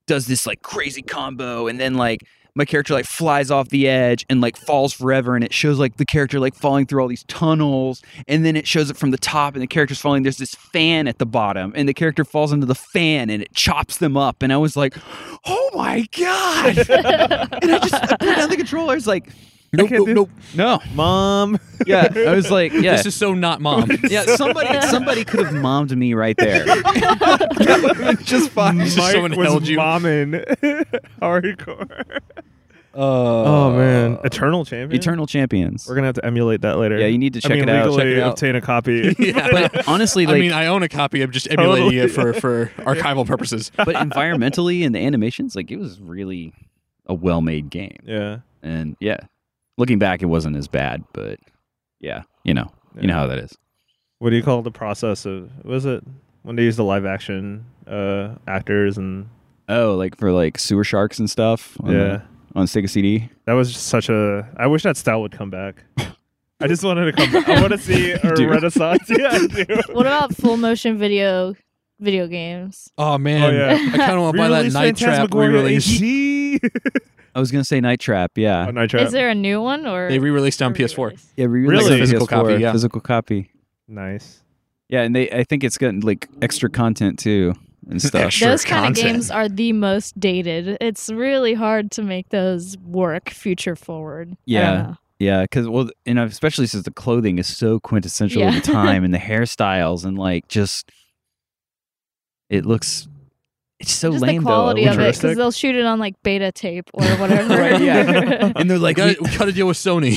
Speaker 5: does this like crazy combo, and then like my character like flies off the edge and like falls forever, and it shows like the character like falling through all these tunnels, and then it shows it from the top, and the character's falling. There's this fan at the bottom, and the character falls into the fan, and it chops them up, and I was like, oh my god, and I just threw down the controller. It's like
Speaker 1: Nope,
Speaker 3: can't
Speaker 1: nope,
Speaker 3: do-
Speaker 1: nope.
Speaker 5: no,
Speaker 3: Mom.
Speaker 5: yeah, I was like, yeah,
Speaker 1: This is so not mom.
Speaker 5: yeah, somebody somebody could have mommed me right there. just fine.
Speaker 1: Just
Speaker 3: Mike
Speaker 1: someone
Speaker 3: was
Speaker 1: held you.
Speaker 3: momming hardcore.
Speaker 1: Uh,
Speaker 3: Oh man, Eternal Champion.
Speaker 5: uh, Eternal champions.
Speaker 3: We're gonna have to emulate that later.
Speaker 5: Yeah, you need to check
Speaker 3: I mean,
Speaker 5: it out.
Speaker 3: legally
Speaker 1: Check it out.
Speaker 3: obtain a copy.
Speaker 1: yeah.
Speaker 5: But honestly, like,
Speaker 1: I mean, I own a copy. I'm just emulating
Speaker 3: Totally.
Speaker 1: it for, for archival purposes.
Speaker 5: but environmentally and the animations, like, it was really a well-made game.
Speaker 3: yeah.
Speaker 5: And yeah, looking back, it wasn't as bad. But yeah, you know, you know how that is.
Speaker 3: What do you call the process of? Was it when they use the live action uh, actors and
Speaker 5: Oh, like for like sewer sharks and stuff. On
Speaker 3: yeah?
Speaker 5: the, on Sega CD.
Speaker 3: That was just such a. I wish that style would come back. I just wanted to come back. I want to see a
Speaker 5: Do.
Speaker 3: renaissance. Yeah, I do.
Speaker 2: what about full motion video video games?
Speaker 1: Oh man,
Speaker 3: Oh, yeah.
Speaker 1: I kind of want to buy that
Speaker 3: Re-release
Speaker 1: Night Trap
Speaker 3: Phantasmagoria
Speaker 1: re-release.
Speaker 3: HD.
Speaker 5: I was gonna say Night Trap.
Speaker 3: E? oh,
Speaker 5: Yeah,
Speaker 3: Night Trap.
Speaker 2: Is there a new one or
Speaker 1: They re-released on
Speaker 2: or
Speaker 1: PS4.
Speaker 2: re-release?
Speaker 5: yeah,
Speaker 3: Really?
Speaker 5: like a
Speaker 1: Physical
Speaker 5: PS4,
Speaker 1: copy, yeah.
Speaker 5: physical copy.
Speaker 3: nice.
Speaker 5: Yeah, and they I think it's gotten like extra content too and stuff.
Speaker 1: Extra
Speaker 2: those kind
Speaker 1: content.
Speaker 2: of games are the most dated. It's really hard to make those work future forward. I don't
Speaker 5: Yeah.
Speaker 2: know.
Speaker 5: Yeah, because well, you know, especially since the clothing is so quintessential of
Speaker 2: Yeah.
Speaker 5: the time and the hairstyles and like just it looks It's so
Speaker 2: just
Speaker 5: lame
Speaker 2: the quality
Speaker 5: though.
Speaker 2: of it because
Speaker 3: Futuristic?
Speaker 2: they'll shoot it on like beta tape or whatever.
Speaker 5: Right, yeah. and they're
Speaker 1: We
Speaker 5: like,
Speaker 1: gotta, we gotta deal with Sony.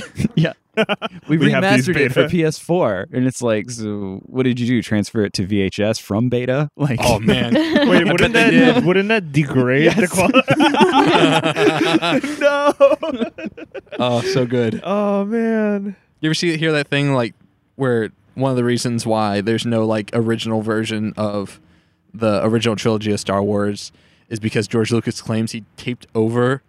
Speaker 5: we,
Speaker 3: We have these
Speaker 5: remastered it for
Speaker 3: beta.
Speaker 5: PS4, and it's like, so what did you do? Transfer it to VHS from beta? Like,
Speaker 1: oh man.
Speaker 3: Wait,
Speaker 1: I
Speaker 3: wouldn't
Speaker 1: bet they
Speaker 3: that
Speaker 1: did.
Speaker 3: wouldn't that degrade the
Speaker 5: Yes.
Speaker 3: quality? no.
Speaker 1: Oh, so good.
Speaker 3: Oh man.
Speaker 1: You ever see hear that thing like where one of the reasons why there's no like original version of the original trilogy of Star Wars is because George Lucas claims he taped over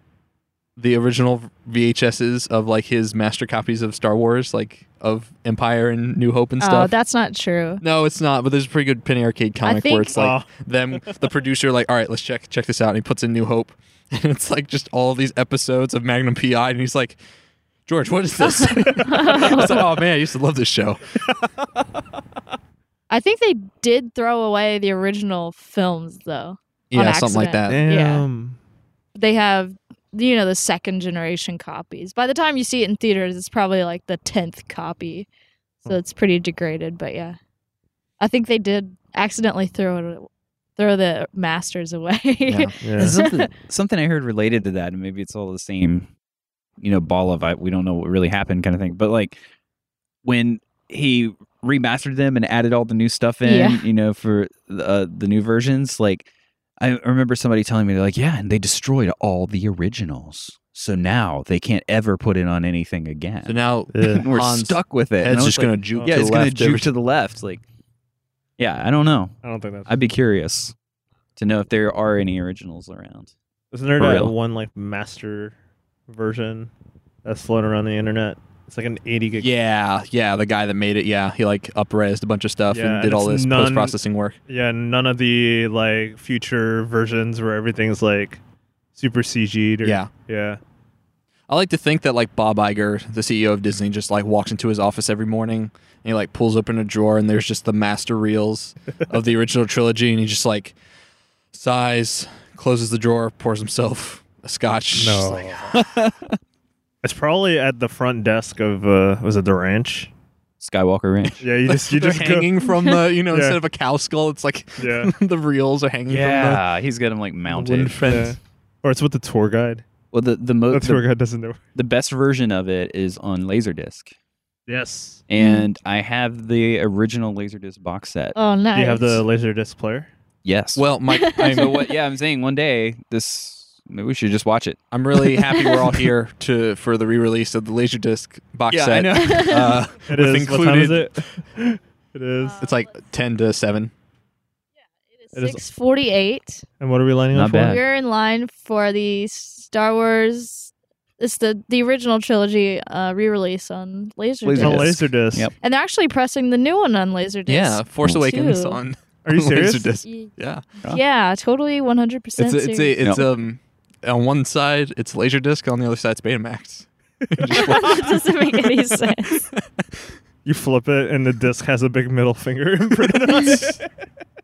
Speaker 1: the original VHSs of like his master copies of Star Wars, like of Empire and New Hope and
Speaker 2: oh,
Speaker 1: stuff.
Speaker 2: that's not true.
Speaker 1: no, it's not. But there's a pretty good Penny Arcade comic where
Speaker 2: think-
Speaker 1: it's like them, the producer, like, all right, let's check check this out, and he puts in New Hope, and it's like just all these episodes of Magnum PI, and he's like, George, what is this? I was like, oh man, I used to love this show.
Speaker 2: I think they did throw away the original films though.
Speaker 1: Yeah, something like
Speaker 2: accident.
Speaker 1: that.
Speaker 3: Damn.
Speaker 2: They have you know the second generation copies. By the time you see it in theaters, it's probably like the tenth copy,
Speaker 3: Hmm.
Speaker 2: so it's pretty degraded. But yeah, I think they did accidentally throw it throw the masters away.
Speaker 1: Yeah.
Speaker 3: Yeah.
Speaker 5: There's something, something I heard related to that, and maybe it's all the same, you know, ball of I, we don't know what really happened kind of thing. But like when he remastered them and added all the new stuff in,
Speaker 2: Yeah.
Speaker 5: you know, for the, uh, the new versions, like I remember somebody telling me, they're like, yeah, and they destroyed all the originals. So now they can't ever put it on anything again.
Speaker 1: So now
Speaker 3: Yeah.
Speaker 5: We're
Speaker 1: Hans-
Speaker 5: stuck with it. And
Speaker 1: Ed's
Speaker 5: I was
Speaker 1: just
Speaker 5: like,
Speaker 1: gonna juke.
Speaker 5: yeah,
Speaker 1: to
Speaker 5: it's
Speaker 1: the
Speaker 5: going to
Speaker 1: left
Speaker 5: juke
Speaker 1: every-
Speaker 5: to the left. Like, yeah, I don't know.
Speaker 3: I don't think that's.
Speaker 5: I'd be curious to know if there are any originals around.
Speaker 3: Isn't there
Speaker 5: For
Speaker 3: that
Speaker 5: real.
Speaker 3: one like master version that's floating around the internet? It's like an 80 gig.
Speaker 1: Yeah, yeah, the guy that made it. Yeah, he like upresed a bunch of stuff
Speaker 3: Yeah,
Speaker 1: and did
Speaker 3: and
Speaker 1: all
Speaker 3: it's
Speaker 1: this
Speaker 3: none-
Speaker 1: post processing work.
Speaker 3: Yeah, None of the like future versions where everything's like super CG'd. Or,
Speaker 1: Yeah.
Speaker 3: Yeah.
Speaker 1: I like to think that like Bob Iger, the CEO of Disney, just like walks into his office every morning and he like pulls open a drawer and there's just the master reels of the original trilogy and he just like sighs, closes the drawer, pours himself a scotch. Just like,
Speaker 3: it's probably at the front desk of uh was it the ranch?
Speaker 5: Skywalker Ranch.
Speaker 3: Yeah, you just you
Speaker 1: they're
Speaker 3: just go,
Speaker 1: hanging from the you know
Speaker 3: Yeah.
Speaker 1: instead of a cow skull, it's like
Speaker 3: yeah,
Speaker 1: the reels are hanging from
Speaker 5: Yeah, he's got him like
Speaker 1: the
Speaker 5: mounted.
Speaker 1: wooden fence.
Speaker 3: or it's with the tour guide.
Speaker 5: Well, the the, mo-
Speaker 3: The tour
Speaker 5: the
Speaker 3: guide doesn't know.
Speaker 5: the best version of it is on Laserdisc,
Speaker 3: Yes.
Speaker 5: and I have the original Laserdisc box set.
Speaker 2: Oh, nice.
Speaker 3: Do you have the laser disc player?
Speaker 5: yes.
Speaker 1: Well, Mike, I'm,
Speaker 5: so what? Yeah, I'm saying one day this maybe we should just watch it.
Speaker 1: I'm really happy we're all here to for the re-release of the Laserdisc box set. Uh,
Speaker 3: It
Speaker 1: with
Speaker 3: is. What time is it? it is.
Speaker 1: It's like ten to seven.
Speaker 3: It is-
Speaker 2: Six forty-eight.
Speaker 3: And what are we lining
Speaker 5: Not
Speaker 3: up for?
Speaker 5: bad.
Speaker 2: We're in line for the Star Wars. It's the the original trilogy uh, re-release on Laserdisc,
Speaker 5: Laser-
Speaker 3: On
Speaker 5: Laserdisc.
Speaker 3: Oh, laser disc.
Speaker 5: Yep.
Speaker 2: and they're actually pressing the new one on Laserdisc.
Speaker 1: Yeah, Force
Speaker 5: Two.
Speaker 1: Awakens on
Speaker 3: Are you
Speaker 1: on
Speaker 3: serious?
Speaker 1: Laserdisc.
Speaker 2: Y-
Speaker 1: Yeah,
Speaker 2: Yeah, totally, one hundred
Speaker 1: it's
Speaker 2: percent.
Speaker 1: a, it's a, it's um on one side it's Laserdisc, on the other side it's Betamax.
Speaker 2: that doesn't make any sense.
Speaker 3: You flip it, and the disc has a big middle finger imprinted on it.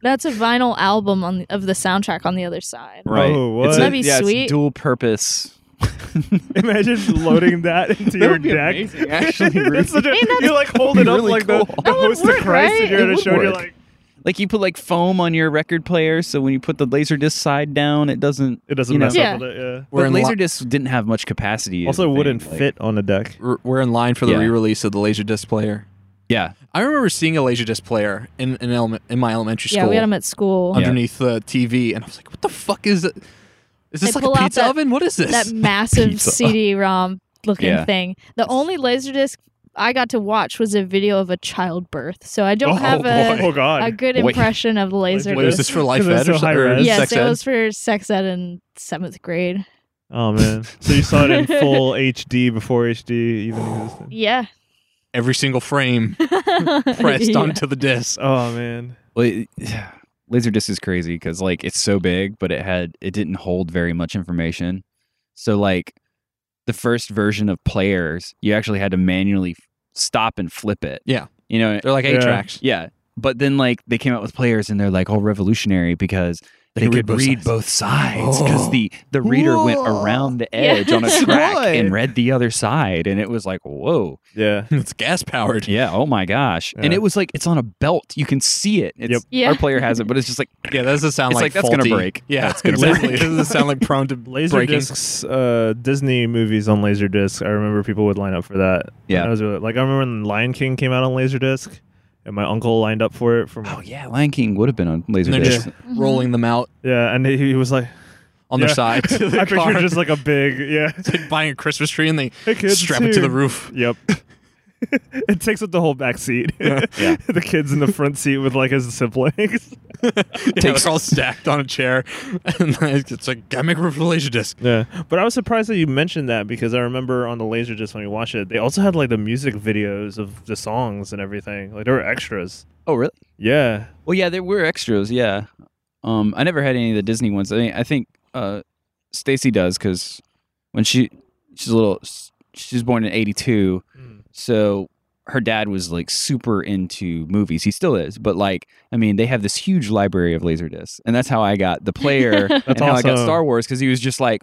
Speaker 2: That's a vinyl album on the, of the soundtrack on the other side.
Speaker 5: Right.
Speaker 3: Oh, what?
Speaker 5: It's a-
Speaker 2: That'd be
Speaker 5: yeah, it's
Speaker 2: sweet.
Speaker 5: dual purpose.
Speaker 3: Imagine loading that into your deck.
Speaker 5: actually,
Speaker 3: It's such a-
Speaker 2: Hey, that's-
Speaker 3: you like hold it
Speaker 5: That'd
Speaker 3: up
Speaker 5: be really
Speaker 3: like the,
Speaker 5: cool.
Speaker 3: the
Speaker 2: That would
Speaker 3: host
Speaker 2: work,
Speaker 3: of Christ,
Speaker 2: right?
Speaker 3: and you're
Speaker 5: It
Speaker 3: at a
Speaker 5: would
Speaker 3: show, and you're
Speaker 5: work.
Speaker 3: like,
Speaker 5: like you put like foam on your record player, so when you put the Laserdisc side down, it doesn't.
Speaker 3: it doesn't
Speaker 5: You know.
Speaker 3: mess
Speaker 2: Yeah.
Speaker 3: up with it. Yeah.
Speaker 5: But
Speaker 1: We're in lo-
Speaker 5: Laserdisc didn't have much capacity. is
Speaker 3: Also,
Speaker 5: the
Speaker 3: it wouldn't
Speaker 5: thing, like-
Speaker 3: fit on the deck.
Speaker 1: We're, we're in line for the
Speaker 5: Yeah.
Speaker 1: re-release of the Laserdisc player.
Speaker 5: Yeah,
Speaker 1: I remember seeing a Laserdisc player in in, elem- in my elementary
Speaker 2: Yeah,
Speaker 1: school
Speaker 2: we had them at school.
Speaker 5: Yeah.
Speaker 1: underneath the TV, and I was like, "What the fuck is it? Is this
Speaker 2: They
Speaker 1: like
Speaker 2: pull
Speaker 1: a
Speaker 2: out
Speaker 1: pizza
Speaker 2: that-
Speaker 1: oven? What is this?"
Speaker 2: That massive
Speaker 5: Pizza.
Speaker 2: CD-ROM looking
Speaker 5: Yeah.
Speaker 2: thing. The only Laserdisc I got to watch was a video of a childbirth, so I don't
Speaker 1: Oh,
Speaker 2: have a.
Speaker 1: boy.
Speaker 3: Oh God!
Speaker 2: a good
Speaker 5: Wait.
Speaker 2: impression of laser
Speaker 1: Wait, was this
Speaker 2: disc.
Speaker 1: for life
Speaker 3: Because it's
Speaker 1: ed
Speaker 3: so
Speaker 1: or, so-
Speaker 3: high
Speaker 1: or
Speaker 3: res.
Speaker 2: Yes,
Speaker 1: sex
Speaker 2: it
Speaker 1: ed?
Speaker 2: was for sex ed in seventh grade.
Speaker 3: oh man! So you saw it in full HD before HD even existed.
Speaker 2: Yeah.
Speaker 1: Every single frame pressed
Speaker 2: Pressed
Speaker 1: onto the disc.
Speaker 3: Oh man!
Speaker 5: Well, it- Laserdisc is crazy because like it's so big, but it had it didn't hold very much information. So like the first version of players, you actually had to manually f- stop and flip it.
Speaker 1: Yeah.
Speaker 5: you know,
Speaker 1: They're like eight
Speaker 3: Yeah.
Speaker 1: tracks.
Speaker 5: yeah. But then like they came out with players, and they're like all revolutionary because They,
Speaker 1: can read
Speaker 5: could
Speaker 1: both
Speaker 5: read
Speaker 1: sides. Oh.
Speaker 5: both sides because the the reader went
Speaker 3: Whoa.
Speaker 5: around the
Speaker 2: Yeah.
Speaker 5: edge on a crack
Speaker 3: Sugoi.
Speaker 5: and read the other side, and it was like, whoa,
Speaker 3: Yeah.
Speaker 1: it's gas powered.
Speaker 5: yeah, oh my gosh, and
Speaker 3: Yeah.
Speaker 5: it was like it's on a belt, you can see it. It's,
Speaker 2: Yep. Yeah.
Speaker 5: Our player has it, but it's just like
Speaker 1: Yeah, that doesn't sound
Speaker 5: It's like, that's gonna
Speaker 1: faulty.
Speaker 5: break.
Speaker 1: Yeah,
Speaker 5: That's gonna
Speaker 1: exactly.
Speaker 5: break.
Speaker 1: It doesn't sound like prone to
Speaker 3: Laser
Speaker 1: breaking.
Speaker 3: discs, uh, Disney movies on laser disc. I remember people would line up for that.
Speaker 5: Yeah.
Speaker 3: I was really, like I remember when Lion King came out on laser disc, and my uncle lined up for it from
Speaker 5: oh yeah, Lion King would have been on
Speaker 1: And they're
Speaker 5: Laserdisc.
Speaker 1: just rolling them out
Speaker 3: yeah, and he, he was like,
Speaker 1: on
Speaker 3: Yeah.
Speaker 1: their side. to the
Speaker 3: I picture
Speaker 1: car.
Speaker 3: just like a big yeah.
Speaker 1: It's like buying a Christmas tree and they
Speaker 3: Hey, kids,
Speaker 1: strap it to
Speaker 3: here.
Speaker 1: the roof.
Speaker 3: Yep. it takes up the whole back seat.
Speaker 5: Yeah.
Speaker 3: the kids in the front seat with like his siblings.
Speaker 1: Yeah, they're all stacked on a chair, and it's like gotta make room for the laser disc.
Speaker 3: Yeah. But I was surprised that you mentioned that because I remember on the Laserdisc when we watched it, they also had like the music videos of the songs and everything. Like there were extras.
Speaker 5: Oh really?
Speaker 3: Yeah.
Speaker 5: Well, yeah, there were extras. Yeah, um, I never had any of the Disney ones. I, mean, I think uh, Stacy does because when she she's a little, she was born in '82,
Speaker 3: Mm.
Speaker 5: so her dad was like super into movies. He still is, but like, I mean, they have this huge library of laserdiscs, and that's how I got the player. that's and how I got
Speaker 3: awesome.
Speaker 5: Star Wars because he was just like,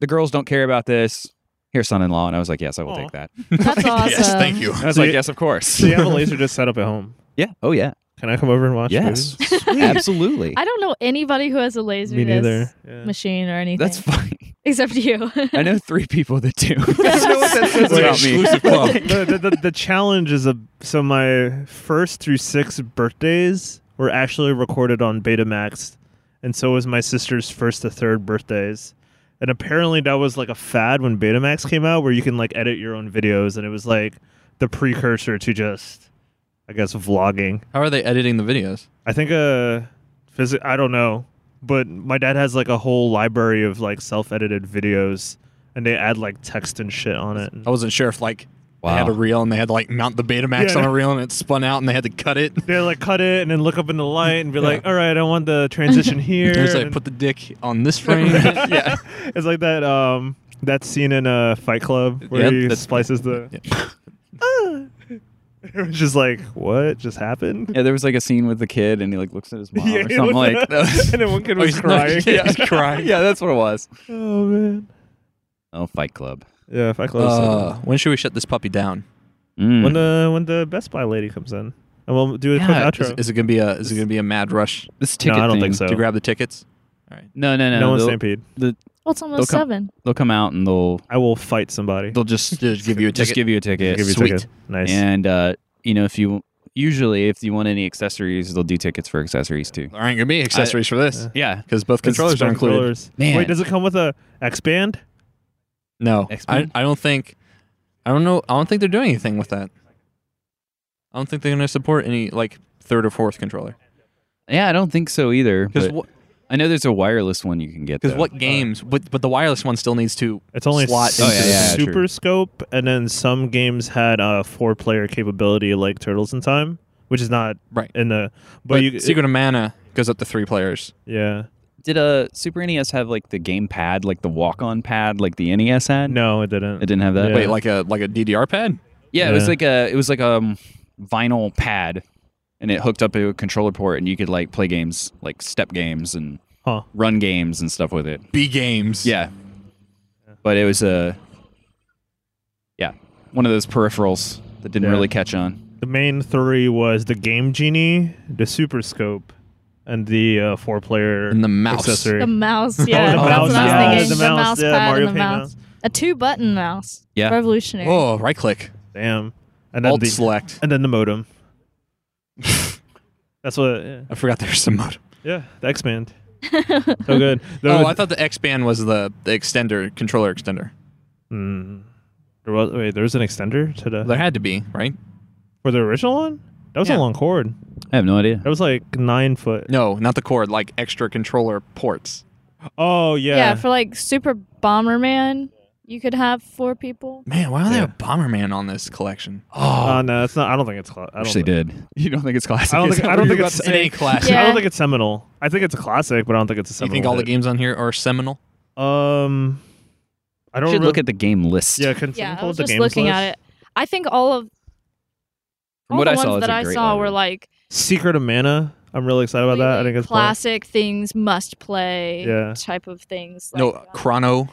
Speaker 5: the girls don't care about this. Here's son-in-law, and I was like, yes, I will
Speaker 3: Aw.
Speaker 5: take that.
Speaker 2: That's awesome.
Speaker 1: Yes, thank you.
Speaker 5: I was
Speaker 3: So
Speaker 5: like,
Speaker 3: you-
Speaker 5: yes, of course.
Speaker 3: So you have a Laserdisc set up at home.
Speaker 5: yeah. Oh yeah.
Speaker 3: Can I come over and watch?
Speaker 5: Yes.
Speaker 3: movies?
Speaker 5: Absolutely.
Speaker 2: I don't know anybody who has a laser
Speaker 3: Me neither. Yeah.
Speaker 2: machine or anything.
Speaker 5: That's fine.
Speaker 2: except you.
Speaker 5: I know three people that do. I don't know what that says
Speaker 1: It's an
Speaker 5: about me.
Speaker 1: exclusive club.
Speaker 3: the, the, the, the challenge is a so my first through sixth birthdays were actually recorded on Betamax, and so was my sister's first to third birthdays. And apparently that was like a fad when Betamax came out, where you can like edit your own videos, and it was like the precursor to just, I guess, vlogging.
Speaker 1: How are they editing the videos?
Speaker 3: I think uh, phys- I don't know, but my dad has like a whole library of like self-edited videos, and they add like text and shit on it.
Speaker 1: I wasn't sure if like
Speaker 5: Wow.
Speaker 1: they had a reel and they had to like mount the Betamax
Speaker 3: Yeah.
Speaker 1: on a reel and it spun out and they had to cut it.
Speaker 3: They like cut it and then look up in the light and be like, "All right, I want the transition here."
Speaker 1: It's like
Speaker 3: and-
Speaker 1: put the dick on this frame. yeah.
Speaker 3: it's like that um that scene in uh, Fight Club where
Speaker 5: Yep,
Speaker 3: he
Speaker 5: that's-
Speaker 3: splices the. it was just like, what just happened?
Speaker 5: Yeah, there was like a scene with the kid, and he like looks at his mom
Speaker 3: Yeah,
Speaker 5: or
Speaker 3: he
Speaker 5: something
Speaker 3: looked-
Speaker 5: like. that.
Speaker 3: and then one kid
Speaker 1: Oh,
Speaker 3: was
Speaker 1: he's
Speaker 3: crying.
Speaker 1: yeah, he's crying.
Speaker 5: yeah, that's what it was.
Speaker 3: Oh man.
Speaker 5: Oh, Fight Club.
Speaker 3: Yeah, Fight Club.
Speaker 1: Uh, when should we shut this puppy down?
Speaker 5: Mm.
Speaker 3: when the when the Best Buy lady comes in, and we'll do a
Speaker 5: Yeah,
Speaker 3: quick
Speaker 1: Is,
Speaker 3: outro.
Speaker 1: is it gonna be a is it gonna be a mad rush
Speaker 5: this
Speaker 3: no,
Speaker 5: ticket
Speaker 3: I don't
Speaker 5: thing-
Speaker 3: think so.
Speaker 1: to grab the tickets?
Speaker 5: No, no, no.
Speaker 3: no one's
Speaker 5: they'll,
Speaker 3: stampede.
Speaker 2: well, it's almost
Speaker 5: They'll come-
Speaker 2: seven.
Speaker 5: they'll come out and they'll
Speaker 3: I will fight somebody.
Speaker 5: they'll just
Speaker 1: Just give you a
Speaker 5: just
Speaker 1: ticket.
Speaker 5: give you a ticket.
Speaker 3: Give you a
Speaker 5: Sweet.
Speaker 3: ticket. Nice.
Speaker 5: And uh, you know, if you usually if you want any accessories, they'll do tickets for accessories too.
Speaker 1: there aren't gonna be accessories for this
Speaker 5: Yeah,
Speaker 1: because both
Speaker 5: Because it's
Speaker 1: controllers are included.
Speaker 3: Controllers.
Speaker 5: Man.
Speaker 3: Wait, does it come with a X band?
Speaker 1: No, I,
Speaker 5: X-Men?
Speaker 1: I don't think. I don't know. I don't think they're doing anything with that. I don't think they're going to support any like third or fourth controller.
Speaker 5: yeah. I don't think so either.
Speaker 1: Because
Speaker 5: but I know there's a wireless one you can get.
Speaker 1: because
Speaker 5: though.
Speaker 1: what games? But but the wireless one still needs to.
Speaker 3: It's only
Speaker 1: slot.
Speaker 3: super,
Speaker 5: Oh, yeah, yeah, true.
Speaker 3: super scope, and then some games had a four-player capability like Turtles in Time, which is not
Speaker 1: Right.
Speaker 3: in the. But,
Speaker 1: But
Speaker 3: you,
Speaker 1: Secret of Mana goes up to three players.
Speaker 3: yeah,
Speaker 5: Did a Super NES have like the game pad, like the walk-on pad, like the NES had?
Speaker 3: no, it didn't.
Speaker 5: it didn't have that.
Speaker 3: Yeah.
Speaker 1: Wait, like a like a DDR pad?
Speaker 5: Yeah, it was
Speaker 3: Yeah.
Speaker 5: like a it was like a um, vinyl pad, and it hooked up to a controller port, and you could like play games like step games and
Speaker 3: Huh.
Speaker 5: run games and stuff with it.
Speaker 1: B games.
Speaker 5: Yeah, but it was a yeah one of those peripherals that didn't
Speaker 3: Yeah.
Speaker 5: really catch on.
Speaker 3: The main three was the Game Genie, the Super Scope, and the uh, four-player
Speaker 1: And the mouse.
Speaker 3: accessory.
Speaker 2: The mouse, yeah.
Speaker 3: Oh, the
Speaker 2: that's what
Speaker 3: mouse,
Speaker 2: I was
Speaker 3: yeah,
Speaker 2: thinking.
Speaker 3: the
Speaker 2: The
Speaker 3: mouse,
Speaker 2: mouse
Speaker 3: yeah,
Speaker 2: pad
Speaker 3: Mario
Speaker 2: and the
Speaker 3: Paint
Speaker 2: mouse.
Speaker 3: mouse.
Speaker 2: A two button mouse.
Speaker 5: Yeah.
Speaker 2: Revolutionary.
Speaker 1: Oh, right click.
Speaker 3: Damn. And then
Speaker 1: Alt
Speaker 3: the
Speaker 1: select.
Speaker 3: and then the modem. That's what. Yeah,
Speaker 1: I forgot there's some mode.
Speaker 3: yeah the X band. so good.
Speaker 1: Oh,
Speaker 3: Those-
Speaker 1: I thought the X band was the, the extender controller extender.
Speaker 3: Mm. There was wait. There was an extender to the
Speaker 1: There had to be right.
Speaker 3: for the original one. That was
Speaker 1: Yeah.
Speaker 3: a long cord.
Speaker 5: I have no idea.
Speaker 3: That was like nine foot.
Speaker 1: No, not the cord. Like extra controller ports.
Speaker 3: Oh yeah.
Speaker 2: yeah. for like Super Bomberman, you could have four people.
Speaker 1: Man, why don't they
Speaker 3: Yeah.
Speaker 1: have Bomberman on this collection?
Speaker 3: Oh no, it's not. I don't think it's. Cla- I
Speaker 5: I
Speaker 3: don't
Speaker 5: wish they
Speaker 3: think-
Speaker 5: did. You don't think it's classic?
Speaker 3: I don't
Speaker 5: Is
Speaker 3: think.
Speaker 5: that
Speaker 3: I
Speaker 5: what
Speaker 3: don't
Speaker 5: you're
Speaker 3: think
Speaker 5: about
Speaker 3: it's.
Speaker 5: to
Speaker 1: It
Speaker 3: se-
Speaker 1: ain't classic.
Speaker 3: I
Speaker 2: Yeah.
Speaker 3: don't think it's seminal. I think it's a classic, but I don't think it's a
Speaker 1: Do you
Speaker 3: seminal.
Speaker 1: think all the
Speaker 3: hit.
Speaker 1: games on here are seminal?
Speaker 3: Um, I don't.
Speaker 5: You should
Speaker 3: remember.
Speaker 5: look at the game list.
Speaker 3: Yeah, can
Speaker 2: Yeah,
Speaker 3: someone
Speaker 2: I
Speaker 3: pull up
Speaker 2: was
Speaker 3: the
Speaker 2: just
Speaker 3: games
Speaker 2: looking
Speaker 3: list?
Speaker 2: at it. I think all of
Speaker 5: From
Speaker 2: all
Speaker 5: what
Speaker 2: the
Speaker 5: I saw,
Speaker 2: ones
Speaker 5: it's
Speaker 2: that
Speaker 5: a
Speaker 2: I
Speaker 5: great
Speaker 2: saw were
Speaker 5: library.
Speaker 2: like
Speaker 3: Secret of Mana. I'm really excited about that. I think it's cool.
Speaker 2: classic things must play
Speaker 3: Yeah.
Speaker 2: type of things.
Speaker 1: no,
Speaker 2: like uh, that.
Speaker 1: Chrono,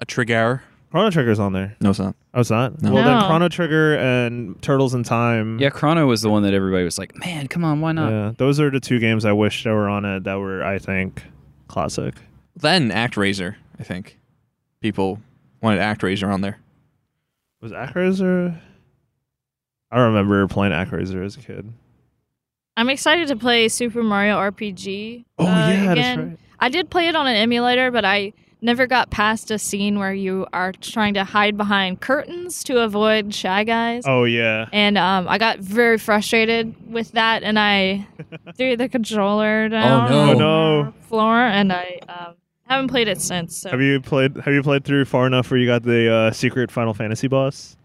Speaker 1: a Trigger.
Speaker 3: Chrono Trigger's on there.
Speaker 1: No, it's not.
Speaker 3: Oh, it's not.
Speaker 1: No.
Speaker 3: Well, then
Speaker 2: No.
Speaker 3: Chrono Trigger and Turtles in Time.
Speaker 5: Yeah, Chrono was the one that everybody was like, "Man, come on, why not?"
Speaker 3: Yeah, those are the two games I wish that were on it that were, I think, classic.
Speaker 1: Then ActRaiser, I think. People wanted ActRaiser on there.
Speaker 3: Was ActRaiser? I remember playing ActRaiser as a kid.
Speaker 2: I'm excited to play Super Mario RPG.
Speaker 3: Oh
Speaker 2: uh,
Speaker 3: yeah,
Speaker 2: again.
Speaker 3: that's right.
Speaker 2: I did play it on an emulator, but I never got past a scene where you are trying to hide behind curtains to avoid shy guys.
Speaker 3: Oh yeah.
Speaker 2: And um, I got very frustrated with that, and I threw the controller down
Speaker 1: no.
Speaker 2: on
Speaker 1: Oh,
Speaker 3: no.
Speaker 2: the floor, and I um, haven't played it since. So.
Speaker 3: Have you played? Have you played through far enough where you got the uh, secret Final Fantasy boss?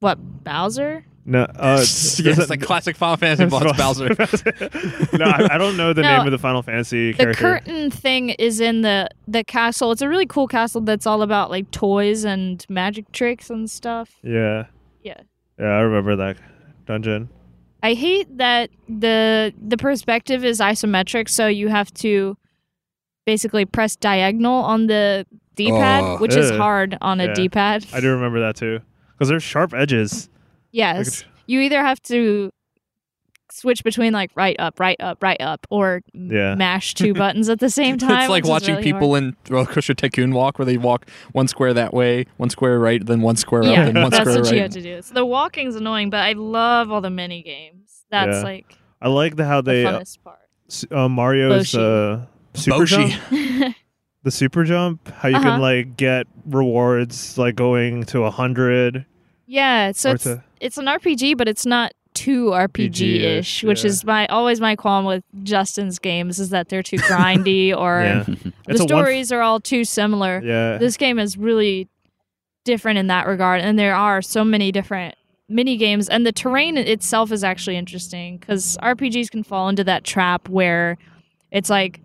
Speaker 2: what Bowser?
Speaker 3: No. Uh,
Speaker 1: yes,
Speaker 3: there's a-
Speaker 1: like classic Final Fantasy boss Bowser.
Speaker 3: no, I, I don't know the
Speaker 2: No,
Speaker 3: name of the Final Fantasy
Speaker 2: The
Speaker 3: character.
Speaker 2: curtain thing is in the the castle. It's a really cool castle that's all about like toys and magic tricks and stuff.
Speaker 3: yeah.
Speaker 2: Yeah.
Speaker 3: Yeah, I remember that dungeon.
Speaker 2: I hate that the the perspective is isometric, so you have to basically press diagonal on the D-pad,
Speaker 1: Oh,
Speaker 2: which is
Speaker 3: ugh.
Speaker 2: hard on
Speaker 3: Yeah.
Speaker 2: a pad
Speaker 3: I do remember that too, because there's sharp edges.
Speaker 2: Yes, you either have to switch between like right up, right up, right up, or m-
Speaker 3: Yeah.
Speaker 2: mash two buttons at the same time.
Speaker 1: it's like
Speaker 2: which is
Speaker 1: watching
Speaker 2: really hard.
Speaker 1: people in Roller Coaster Tycoon walk, where they walk one square that way, one square right, then one square
Speaker 2: yeah,
Speaker 1: up, then one
Speaker 2: that's
Speaker 1: square
Speaker 2: what
Speaker 1: right.
Speaker 2: you have to do. So the walking's annoying, but I love all the mini games. That's
Speaker 3: Yeah.
Speaker 2: like
Speaker 3: I like the how
Speaker 2: the
Speaker 3: they uh,
Speaker 2: funnest part.
Speaker 3: s- uh, Mario's
Speaker 2: Boshi.
Speaker 3: uh, super
Speaker 1: Boshi.
Speaker 3: jump, the super jump. How you
Speaker 2: Uh-huh.
Speaker 3: can like get rewards like going to a hundred.
Speaker 2: Yeah, so
Speaker 3: Or
Speaker 2: it's
Speaker 3: to-
Speaker 2: it's an RPG, but it's not too RPG ish,
Speaker 3: PG-ish,
Speaker 2: which
Speaker 3: yeah.
Speaker 2: is my always my qualm with Justin's games is that they're too grindy or
Speaker 3: Yeah.
Speaker 2: the stories are all too similar.
Speaker 3: yeah.
Speaker 2: This game is really different in that regard, and there are so many different mini games, and the terrain itself is actually interesting because RPGs can fall into that trap where it's like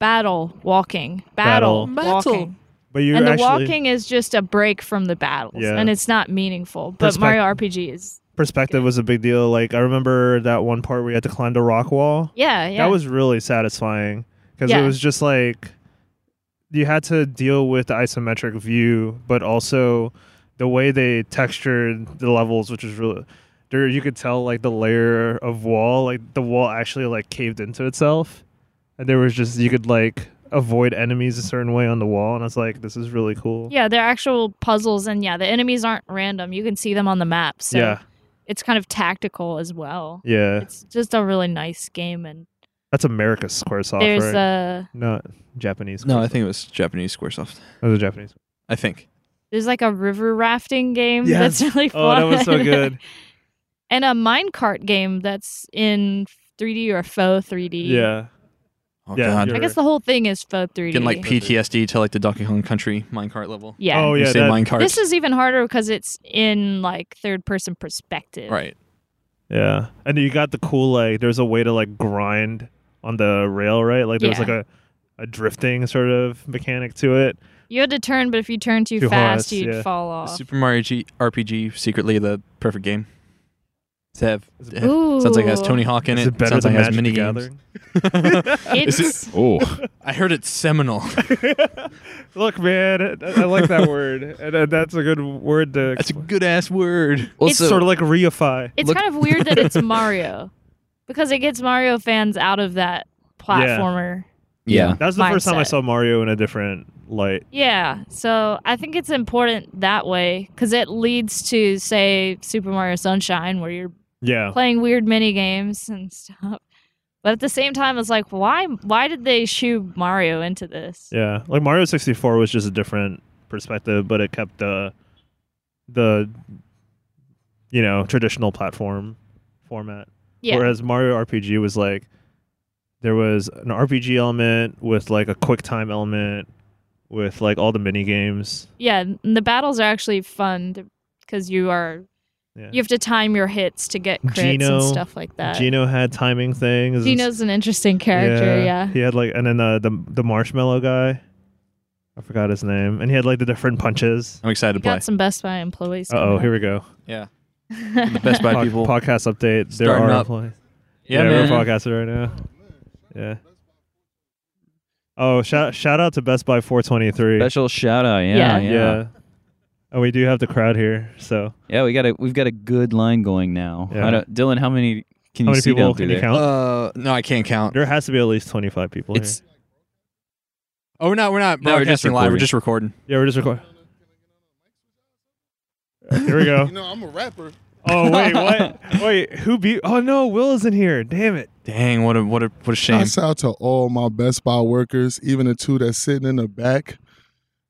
Speaker 2: battle walking, battle,
Speaker 1: Battle.
Speaker 2: walking,
Speaker 3: but you
Speaker 2: and the
Speaker 3: actually
Speaker 2: walking is just a break from the battles,
Speaker 3: Yeah.
Speaker 2: and it's not meaningful. But
Speaker 3: Perspect-
Speaker 2: Mario RPG is,
Speaker 3: perspective was a big deal. Like I remember that one part where you had to climb the rock wall.
Speaker 2: yeah, yeah.
Speaker 3: That was really satisfying because it
Speaker 2: Yeah.
Speaker 3: was just like you had to deal with the isometric view, but also the way they textured the levels, which was really there. You could tell like the layer of wall, like the wall actually like caved into itself, and there was just you could like avoid enemies a certain way on the wall, and I was like, this is really cool.
Speaker 2: yeah. They're actual puzzles, and yeah, the enemies aren't random. You can see them on the map, so
Speaker 3: yeah,
Speaker 2: it's kind of tactical as well.
Speaker 3: yeah.
Speaker 2: It's just a really nice game, and
Speaker 3: That's America SquareSoft,
Speaker 2: there's
Speaker 3: right?
Speaker 2: uh
Speaker 3: Not Japanese.
Speaker 1: No,
Speaker 3: Squaresoft.
Speaker 1: I think it was Japanese SquareSoft.
Speaker 3: That was a Japanese.
Speaker 1: I think.
Speaker 2: there's like a river rafting game
Speaker 3: Yes.
Speaker 2: that's really
Speaker 3: Oh,
Speaker 2: fun.
Speaker 3: that was so good.
Speaker 2: and a minecart game that's in 3D or faux 3D.
Speaker 3: Yeah.
Speaker 1: Oh
Speaker 3: Yeah,
Speaker 1: god.
Speaker 3: you're-
Speaker 2: I guess the whole thing is faux 3D.
Speaker 1: Getting like PTSD to like the Donkey Kong Country minecart level.
Speaker 2: yeah.
Speaker 3: Oh
Speaker 1: You
Speaker 3: yeah.
Speaker 1: say
Speaker 3: that-
Speaker 1: minecart.
Speaker 2: This is even harder because it's in like third person perspective.
Speaker 1: right.
Speaker 3: yeah. And you got the cool like there's a way to like grind on the rail, right? Like there's
Speaker 2: Yeah.
Speaker 3: like a a drifting sort of mechanic to it.
Speaker 2: You had to turn, but if you turn too,
Speaker 3: Too
Speaker 2: fast,
Speaker 3: fast,
Speaker 2: you'd
Speaker 3: yeah.
Speaker 2: fall off.
Speaker 1: Super Mario G- RPG secretly the perfect game to have.
Speaker 3: Is
Speaker 1: to have-
Speaker 2: Ooh.
Speaker 1: Sounds like it has Tony Hawk in
Speaker 3: Is
Speaker 1: it.
Speaker 3: it better
Speaker 1: Sounds
Speaker 3: than
Speaker 1: like it has
Speaker 3: Magic
Speaker 1: mini
Speaker 3: the
Speaker 1: games.
Speaker 3: Gathering?
Speaker 1: Is
Speaker 2: It's
Speaker 5: Oh,
Speaker 1: I heard it's seminal.
Speaker 3: Look, man, I, I like that word, and uh, that's a good word to.
Speaker 1: That's a good ass word.
Speaker 2: It's
Speaker 3: sort of like reify.
Speaker 2: it's
Speaker 1: Look-
Speaker 2: kind of weird that it's Mario because it gets Mario fans out of that platformer.
Speaker 5: yeah.
Speaker 3: That was the first time I
Speaker 2: Mindset.
Speaker 3: saw Mario in a different light.
Speaker 2: Yeah, so I think it's important that way because it leads to, say, Super Mario Sunshine, where you're
Speaker 1: Oh.
Speaker 3: Yeah.
Speaker 2: playing weird mini games and stuff. But at the same time, it's like, why? Why did they shoe Mario into this?
Speaker 3: Yeah, like Mario sixty four was just a different perspective, but it kept the the you know traditional platform format.
Speaker 2: Yeah,
Speaker 3: Whereas Mario RPG was like there was an RPG element with like a quick time element with like all the mini games.
Speaker 2: yeah. and The battles are actually fun because you are
Speaker 3: Yeah.
Speaker 2: you have to time your hits to get crits
Speaker 3: Gino-
Speaker 2: and stuff like that.
Speaker 3: Gino had timing things.
Speaker 2: Gino's an interesting character. Yeah,
Speaker 3: He had like and then the the, the marshmallow guy. I forgot his name. And he had like the different punches.
Speaker 1: I'm excited to
Speaker 2: We
Speaker 1: play.
Speaker 2: got some Best Buy employees.
Speaker 3: Uh oh, here we go.
Speaker 1: yeah. The Best Buy
Speaker 3: Pod-
Speaker 1: people.
Speaker 3: podcast update. There
Speaker 1: Starting
Speaker 3: are
Speaker 1: up.
Speaker 3: employees.
Speaker 1: Yeah,
Speaker 3: we're
Speaker 1: man.
Speaker 3: podcasting right now. Yeah. Oh, shout shout out to Best Buy 423.
Speaker 5: Special shout out, yeah,
Speaker 2: Yeah.
Speaker 5: yeah,
Speaker 3: yeah.
Speaker 5: yeah.
Speaker 3: And we do have the crowd here. So
Speaker 5: we got a we've got a good line going now.
Speaker 3: Yeah.
Speaker 5: I don't, Dylan, how many can
Speaker 3: how
Speaker 5: you
Speaker 3: many
Speaker 5: see
Speaker 3: people
Speaker 5: down through
Speaker 3: can you
Speaker 5: there?
Speaker 3: count?
Speaker 1: Uh, no, I can't count.
Speaker 3: there has to be at least 25 people
Speaker 1: It's. Oh, we're not. We're not
Speaker 5: No, we're just
Speaker 1: broadcasting live. We're
Speaker 5: recording.
Speaker 1: just recording.
Speaker 3: here. Yeah, we're just recording. Here we
Speaker 7: You
Speaker 3: go.
Speaker 7: know, I'm a rapper.
Speaker 3: Oh wait, what? Wait, who beat? Oh no, Will isn't here. Damn it.
Speaker 1: Dang, what a what a what a shame.
Speaker 7: Shouts out to all my Best Buy workers, even the two that's sitting in the back.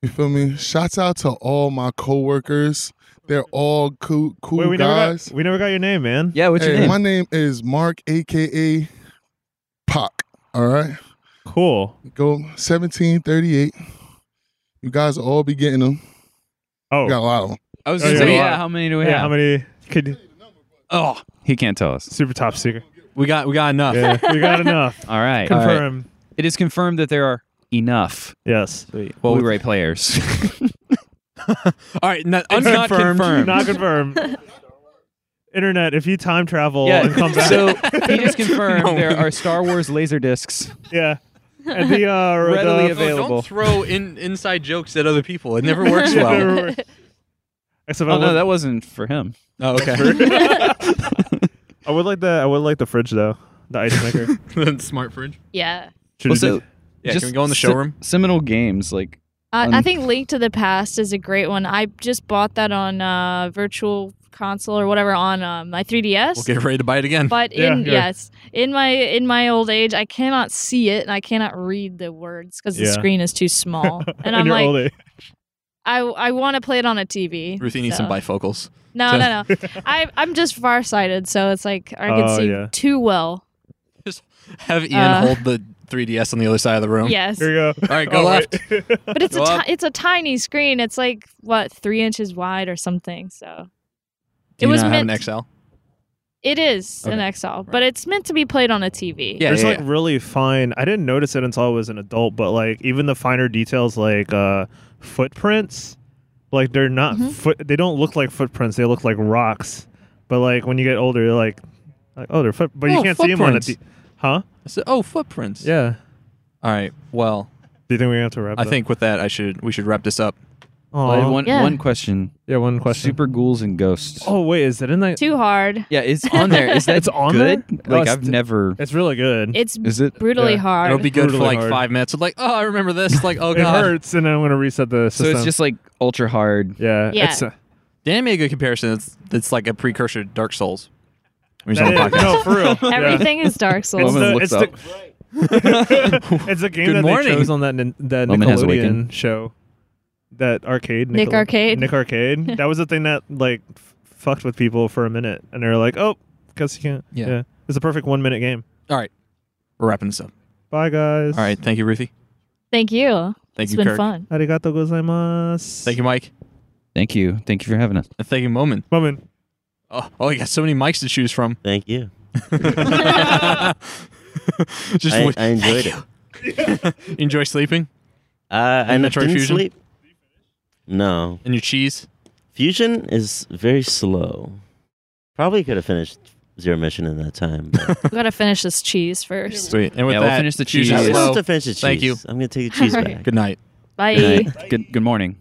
Speaker 7: You feel me? Shouts out to all my coworkers. They're all cool, cool
Speaker 3: Wait, we never
Speaker 7: guys.
Speaker 3: got we never got your name, man.
Speaker 5: Yeah, what's
Speaker 7: Hey,
Speaker 5: your name?
Speaker 7: My name is Mark, aka Pac. All right,
Speaker 3: Cool.
Speaker 7: go seventeen thirty eight. You guys will all be getting them.
Speaker 3: Oh,
Speaker 7: We got a lot of them.
Speaker 1: I was
Speaker 3: Oh,
Speaker 1: gonna
Speaker 3: yeah.
Speaker 5: So,
Speaker 1: say,
Speaker 5: yeah, how many do we
Speaker 3: yeah.
Speaker 5: have?
Speaker 3: How many? Could
Speaker 5: Oh, he can't tell us.
Speaker 3: super top secret?
Speaker 1: we got we got enough.
Speaker 3: Yeah, we got enough.
Speaker 5: All right. All right.
Speaker 3: Confirm.
Speaker 5: It is confirmed that there are enough
Speaker 3: Yes.
Speaker 5: well, Blu-ray players.
Speaker 1: All right, no,
Speaker 5: It's not
Speaker 1: unconfirmed.
Speaker 5: confirmed.
Speaker 3: Not confirmed. Internet, if you time travel and come back,
Speaker 5: So he just confirmed
Speaker 1: No.
Speaker 5: there are Star Wars laser discs.
Speaker 3: yeah, and the uh, the-
Speaker 5: Readily
Speaker 1: No,
Speaker 5: available.
Speaker 1: Don't throw in inside jokes at other people. It never works well.
Speaker 3: Except I,
Speaker 5: Oh
Speaker 3: would,
Speaker 5: no, that wasn't for him.
Speaker 1: oh, okay.
Speaker 3: I would like the I would like the fridge though, the ice maker.
Speaker 1: Smart fridge.
Speaker 2: Yeah.
Speaker 3: Should we
Speaker 5: so
Speaker 3: do-
Speaker 1: Yeah,
Speaker 5: just
Speaker 1: can we go in the
Speaker 5: Se-
Speaker 1: showroom?
Speaker 5: Seminole Games, like
Speaker 2: Uh, I
Speaker 5: Um,
Speaker 2: think Link to the Past is a great one. I just bought that on uh, Virtual Console or whatever on uh, my 3DS.
Speaker 1: We'll get ready to buy it again.
Speaker 2: But
Speaker 3: Yeah,
Speaker 2: in
Speaker 3: yeah.
Speaker 2: yes, in my in my old age, I cannot see it and I cannot read the words because
Speaker 3: Yeah.
Speaker 2: the screen is too small. And
Speaker 3: in
Speaker 2: I'm
Speaker 3: your
Speaker 2: like,
Speaker 3: old age.
Speaker 2: I I want to play it on a TV.
Speaker 1: Ruthie needs
Speaker 2: so.
Speaker 1: some bifocals.
Speaker 2: No, no, no. I I'm just farsighted, so it's like I can
Speaker 3: Oh,
Speaker 2: see
Speaker 3: yeah.
Speaker 2: too well.
Speaker 1: Have Ian
Speaker 2: Uh,
Speaker 1: hold the 3DS on the other side of the room.
Speaker 2: Yes,
Speaker 3: Here we go.
Speaker 1: All right, go
Speaker 3: Oh,
Speaker 1: left.
Speaker 3: wait.
Speaker 2: but it's a
Speaker 1: Go up.
Speaker 2: ti- it's a tiny screen. It's like what three inches wide or something. So
Speaker 1: Do
Speaker 2: It
Speaker 1: you
Speaker 2: was
Speaker 1: not have
Speaker 2: meant-
Speaker 1: an XL?
Speaker 2: it is an XL, but it's meant to be played on a TV.
Speaker 1: Yeah,
Speaker 3: There's
Speaker 1: yeah,
Speaker 3: like
Speaker 1: yeah.
Speaker 3: really fine. I didn't notice it until I was an adult, but like even the finer details, like uh, footprints, like they're not
Speaker 1: Mm-hmm.
Speaker 2: Mhm.
Speaker 3: foot. They don't look like footprints. They look like rocks. But like when you get older, you're like, like oh, they're foot. But you
Speaker 1: Oh,
Speaker 3: can't see them on a,
Speaker 1: footprints.
Speaker 3: de- huh?
Speaker 1: I said, oh, footprints.
Speaker 3: Yeah.
Speaker 1: All right. Well,
Speaker 3: Do you think we have to wrap?
Speaker 1: I
Speaker 3: it up?
Speaker 1: think with that, I should we should wrap this up.
Speaker 5: well, I
Speaker 3: Aw.
Speaker 5: had one
Speaker 2: Yeah.
Speaker 5: one question.
Speaker 3: yeah, one Uh-huh. question.
Speaker 5: Super ghouls and ghosts.
Speaker 3: Oh wait, is it in that?
Speaker 2: Too hard.
Speaker 5: Yeah, it's on there. Is that
Speaker 3: It's on
Speaker 5: good?
Speaker 3: there?
Speaker 5: Like
Speaker 3: Oh,
Speaker 5: I've
Speaker 3: it's-
Speaker 5: never.
Speaker 3: It's really good.
Speaker 2: It's
Speaker 5: Is it?
Speaker 2: brutally
Speaker 3: yeah.
Speaker 2: hard.
Speaker 1: It'll be good for
Speaker 3: Brutally
Speaker 1: like
Speaker 3: hard.
Speaker 1: five minutes. It's like, oh, I remember this. Like, oh
Speaker 3: it
Speaker 1: god,
Speaker 3: hurts, and then I'm gonna reset the
Speaker 5: So
Speaker 3: system.
Speaker 5: it's just like ultra hard.
Speaker 3: yeah.
Speaker 2: Yeah.
Speaker 3: It's, uh,
Speaker 1: Dan made a good comparison. It's, it's like a precursor to Dark Souls. When he's on
Speaker 3: that
Speaker 1: the
Speaker 3: is,
Speaker 1: podcast.
Speaker 3: no, for real. Yeah.
Speaker 2: Everything is Dark Souls.
Speaker 3: It's
Speaker 5: Woman
Speaker 3: the,
Speaker 5: looks
Speaker 3: it's the- it's a game
Speaker 1: Good
Speaker 3: that
Speaker 1: morning.
Speaker 3: they chose on that nin- that
Speaker 5: Woman has
Speaker 3: Nickelodeon
Speaker 5: awakened.
Speaker 3: show, that arcade.
Speaker 2: Nick
Speaker 3: Nickel-
Speaker 2: Arcade?
Speaker 3: Nick Arcade. that was the thing that like f- fucked with people for a minute, and they're like, "Oh, guess you can't."
Speaker 1: Yeah.
Speaker 3: It's a perfect one minute game.
Speaker 1: All right, we're wrapping this up.
Speaker 3: Bye guys.
Speaker 1: All right, thank you, Ruthie.
Speaker 2: Thank you.
Speaker 1: Thank
Speaker 2: It's
Speaker 1: you,
Speaker 2: been
Speaker 1: Kirk.
Speaker 2: fun.
Speaker 3: Arigato gozaimasu.
Speaker 1: Thank you, Mike.
Speaker 5: Thank you. Thank you for having us.
Speaker 1: And thank you, Moment.
Speaker 3: Moment.
Speaker 1: Oh, oh, you got so many mics to choose from.
Speaker 4: Thank you.
Speaker 1: Just
Speaker 4: I,
Speaker 1: wait-
Speaker 4: I enjoyed it.
Speaker 1: enjoy sleeping
Speaker 4: Uh, I
Speaker 1: And
Speaker 4: n-
Speaker 1: Metroid
Speaker 4: didn't
Speaker 1: Fusion?
Speaker 4: sleep. No,
Speaker 1: and your cheese.
Speaker 4: Fusion is very slow. Probably could have finished Zero Mission in that time. but-
Speaker 2: We gotta finish this cheese first.
Speaker 1: Sweet. And with
Speaker 5: Yeah,
Speaker 1: that,
Speaker 5: we'll finish the
Speaker 1: choose
Speaker 5: cheese.
Speaker 1: your
Speaker 4: I was
Speaker 5: Hello.
Speaker 1: slow.
Speaker 4: supposed to finish the cheese.
Speaker 1: Thank you.
Speaker 4: I'm gonna take the cheese
Speaker 2: All
Speaker 4: back.
Speaker 2: right.
Speaker 1: Good night.
Speaker 2: Bye.
Speaker 5: Good night. Good, good morning.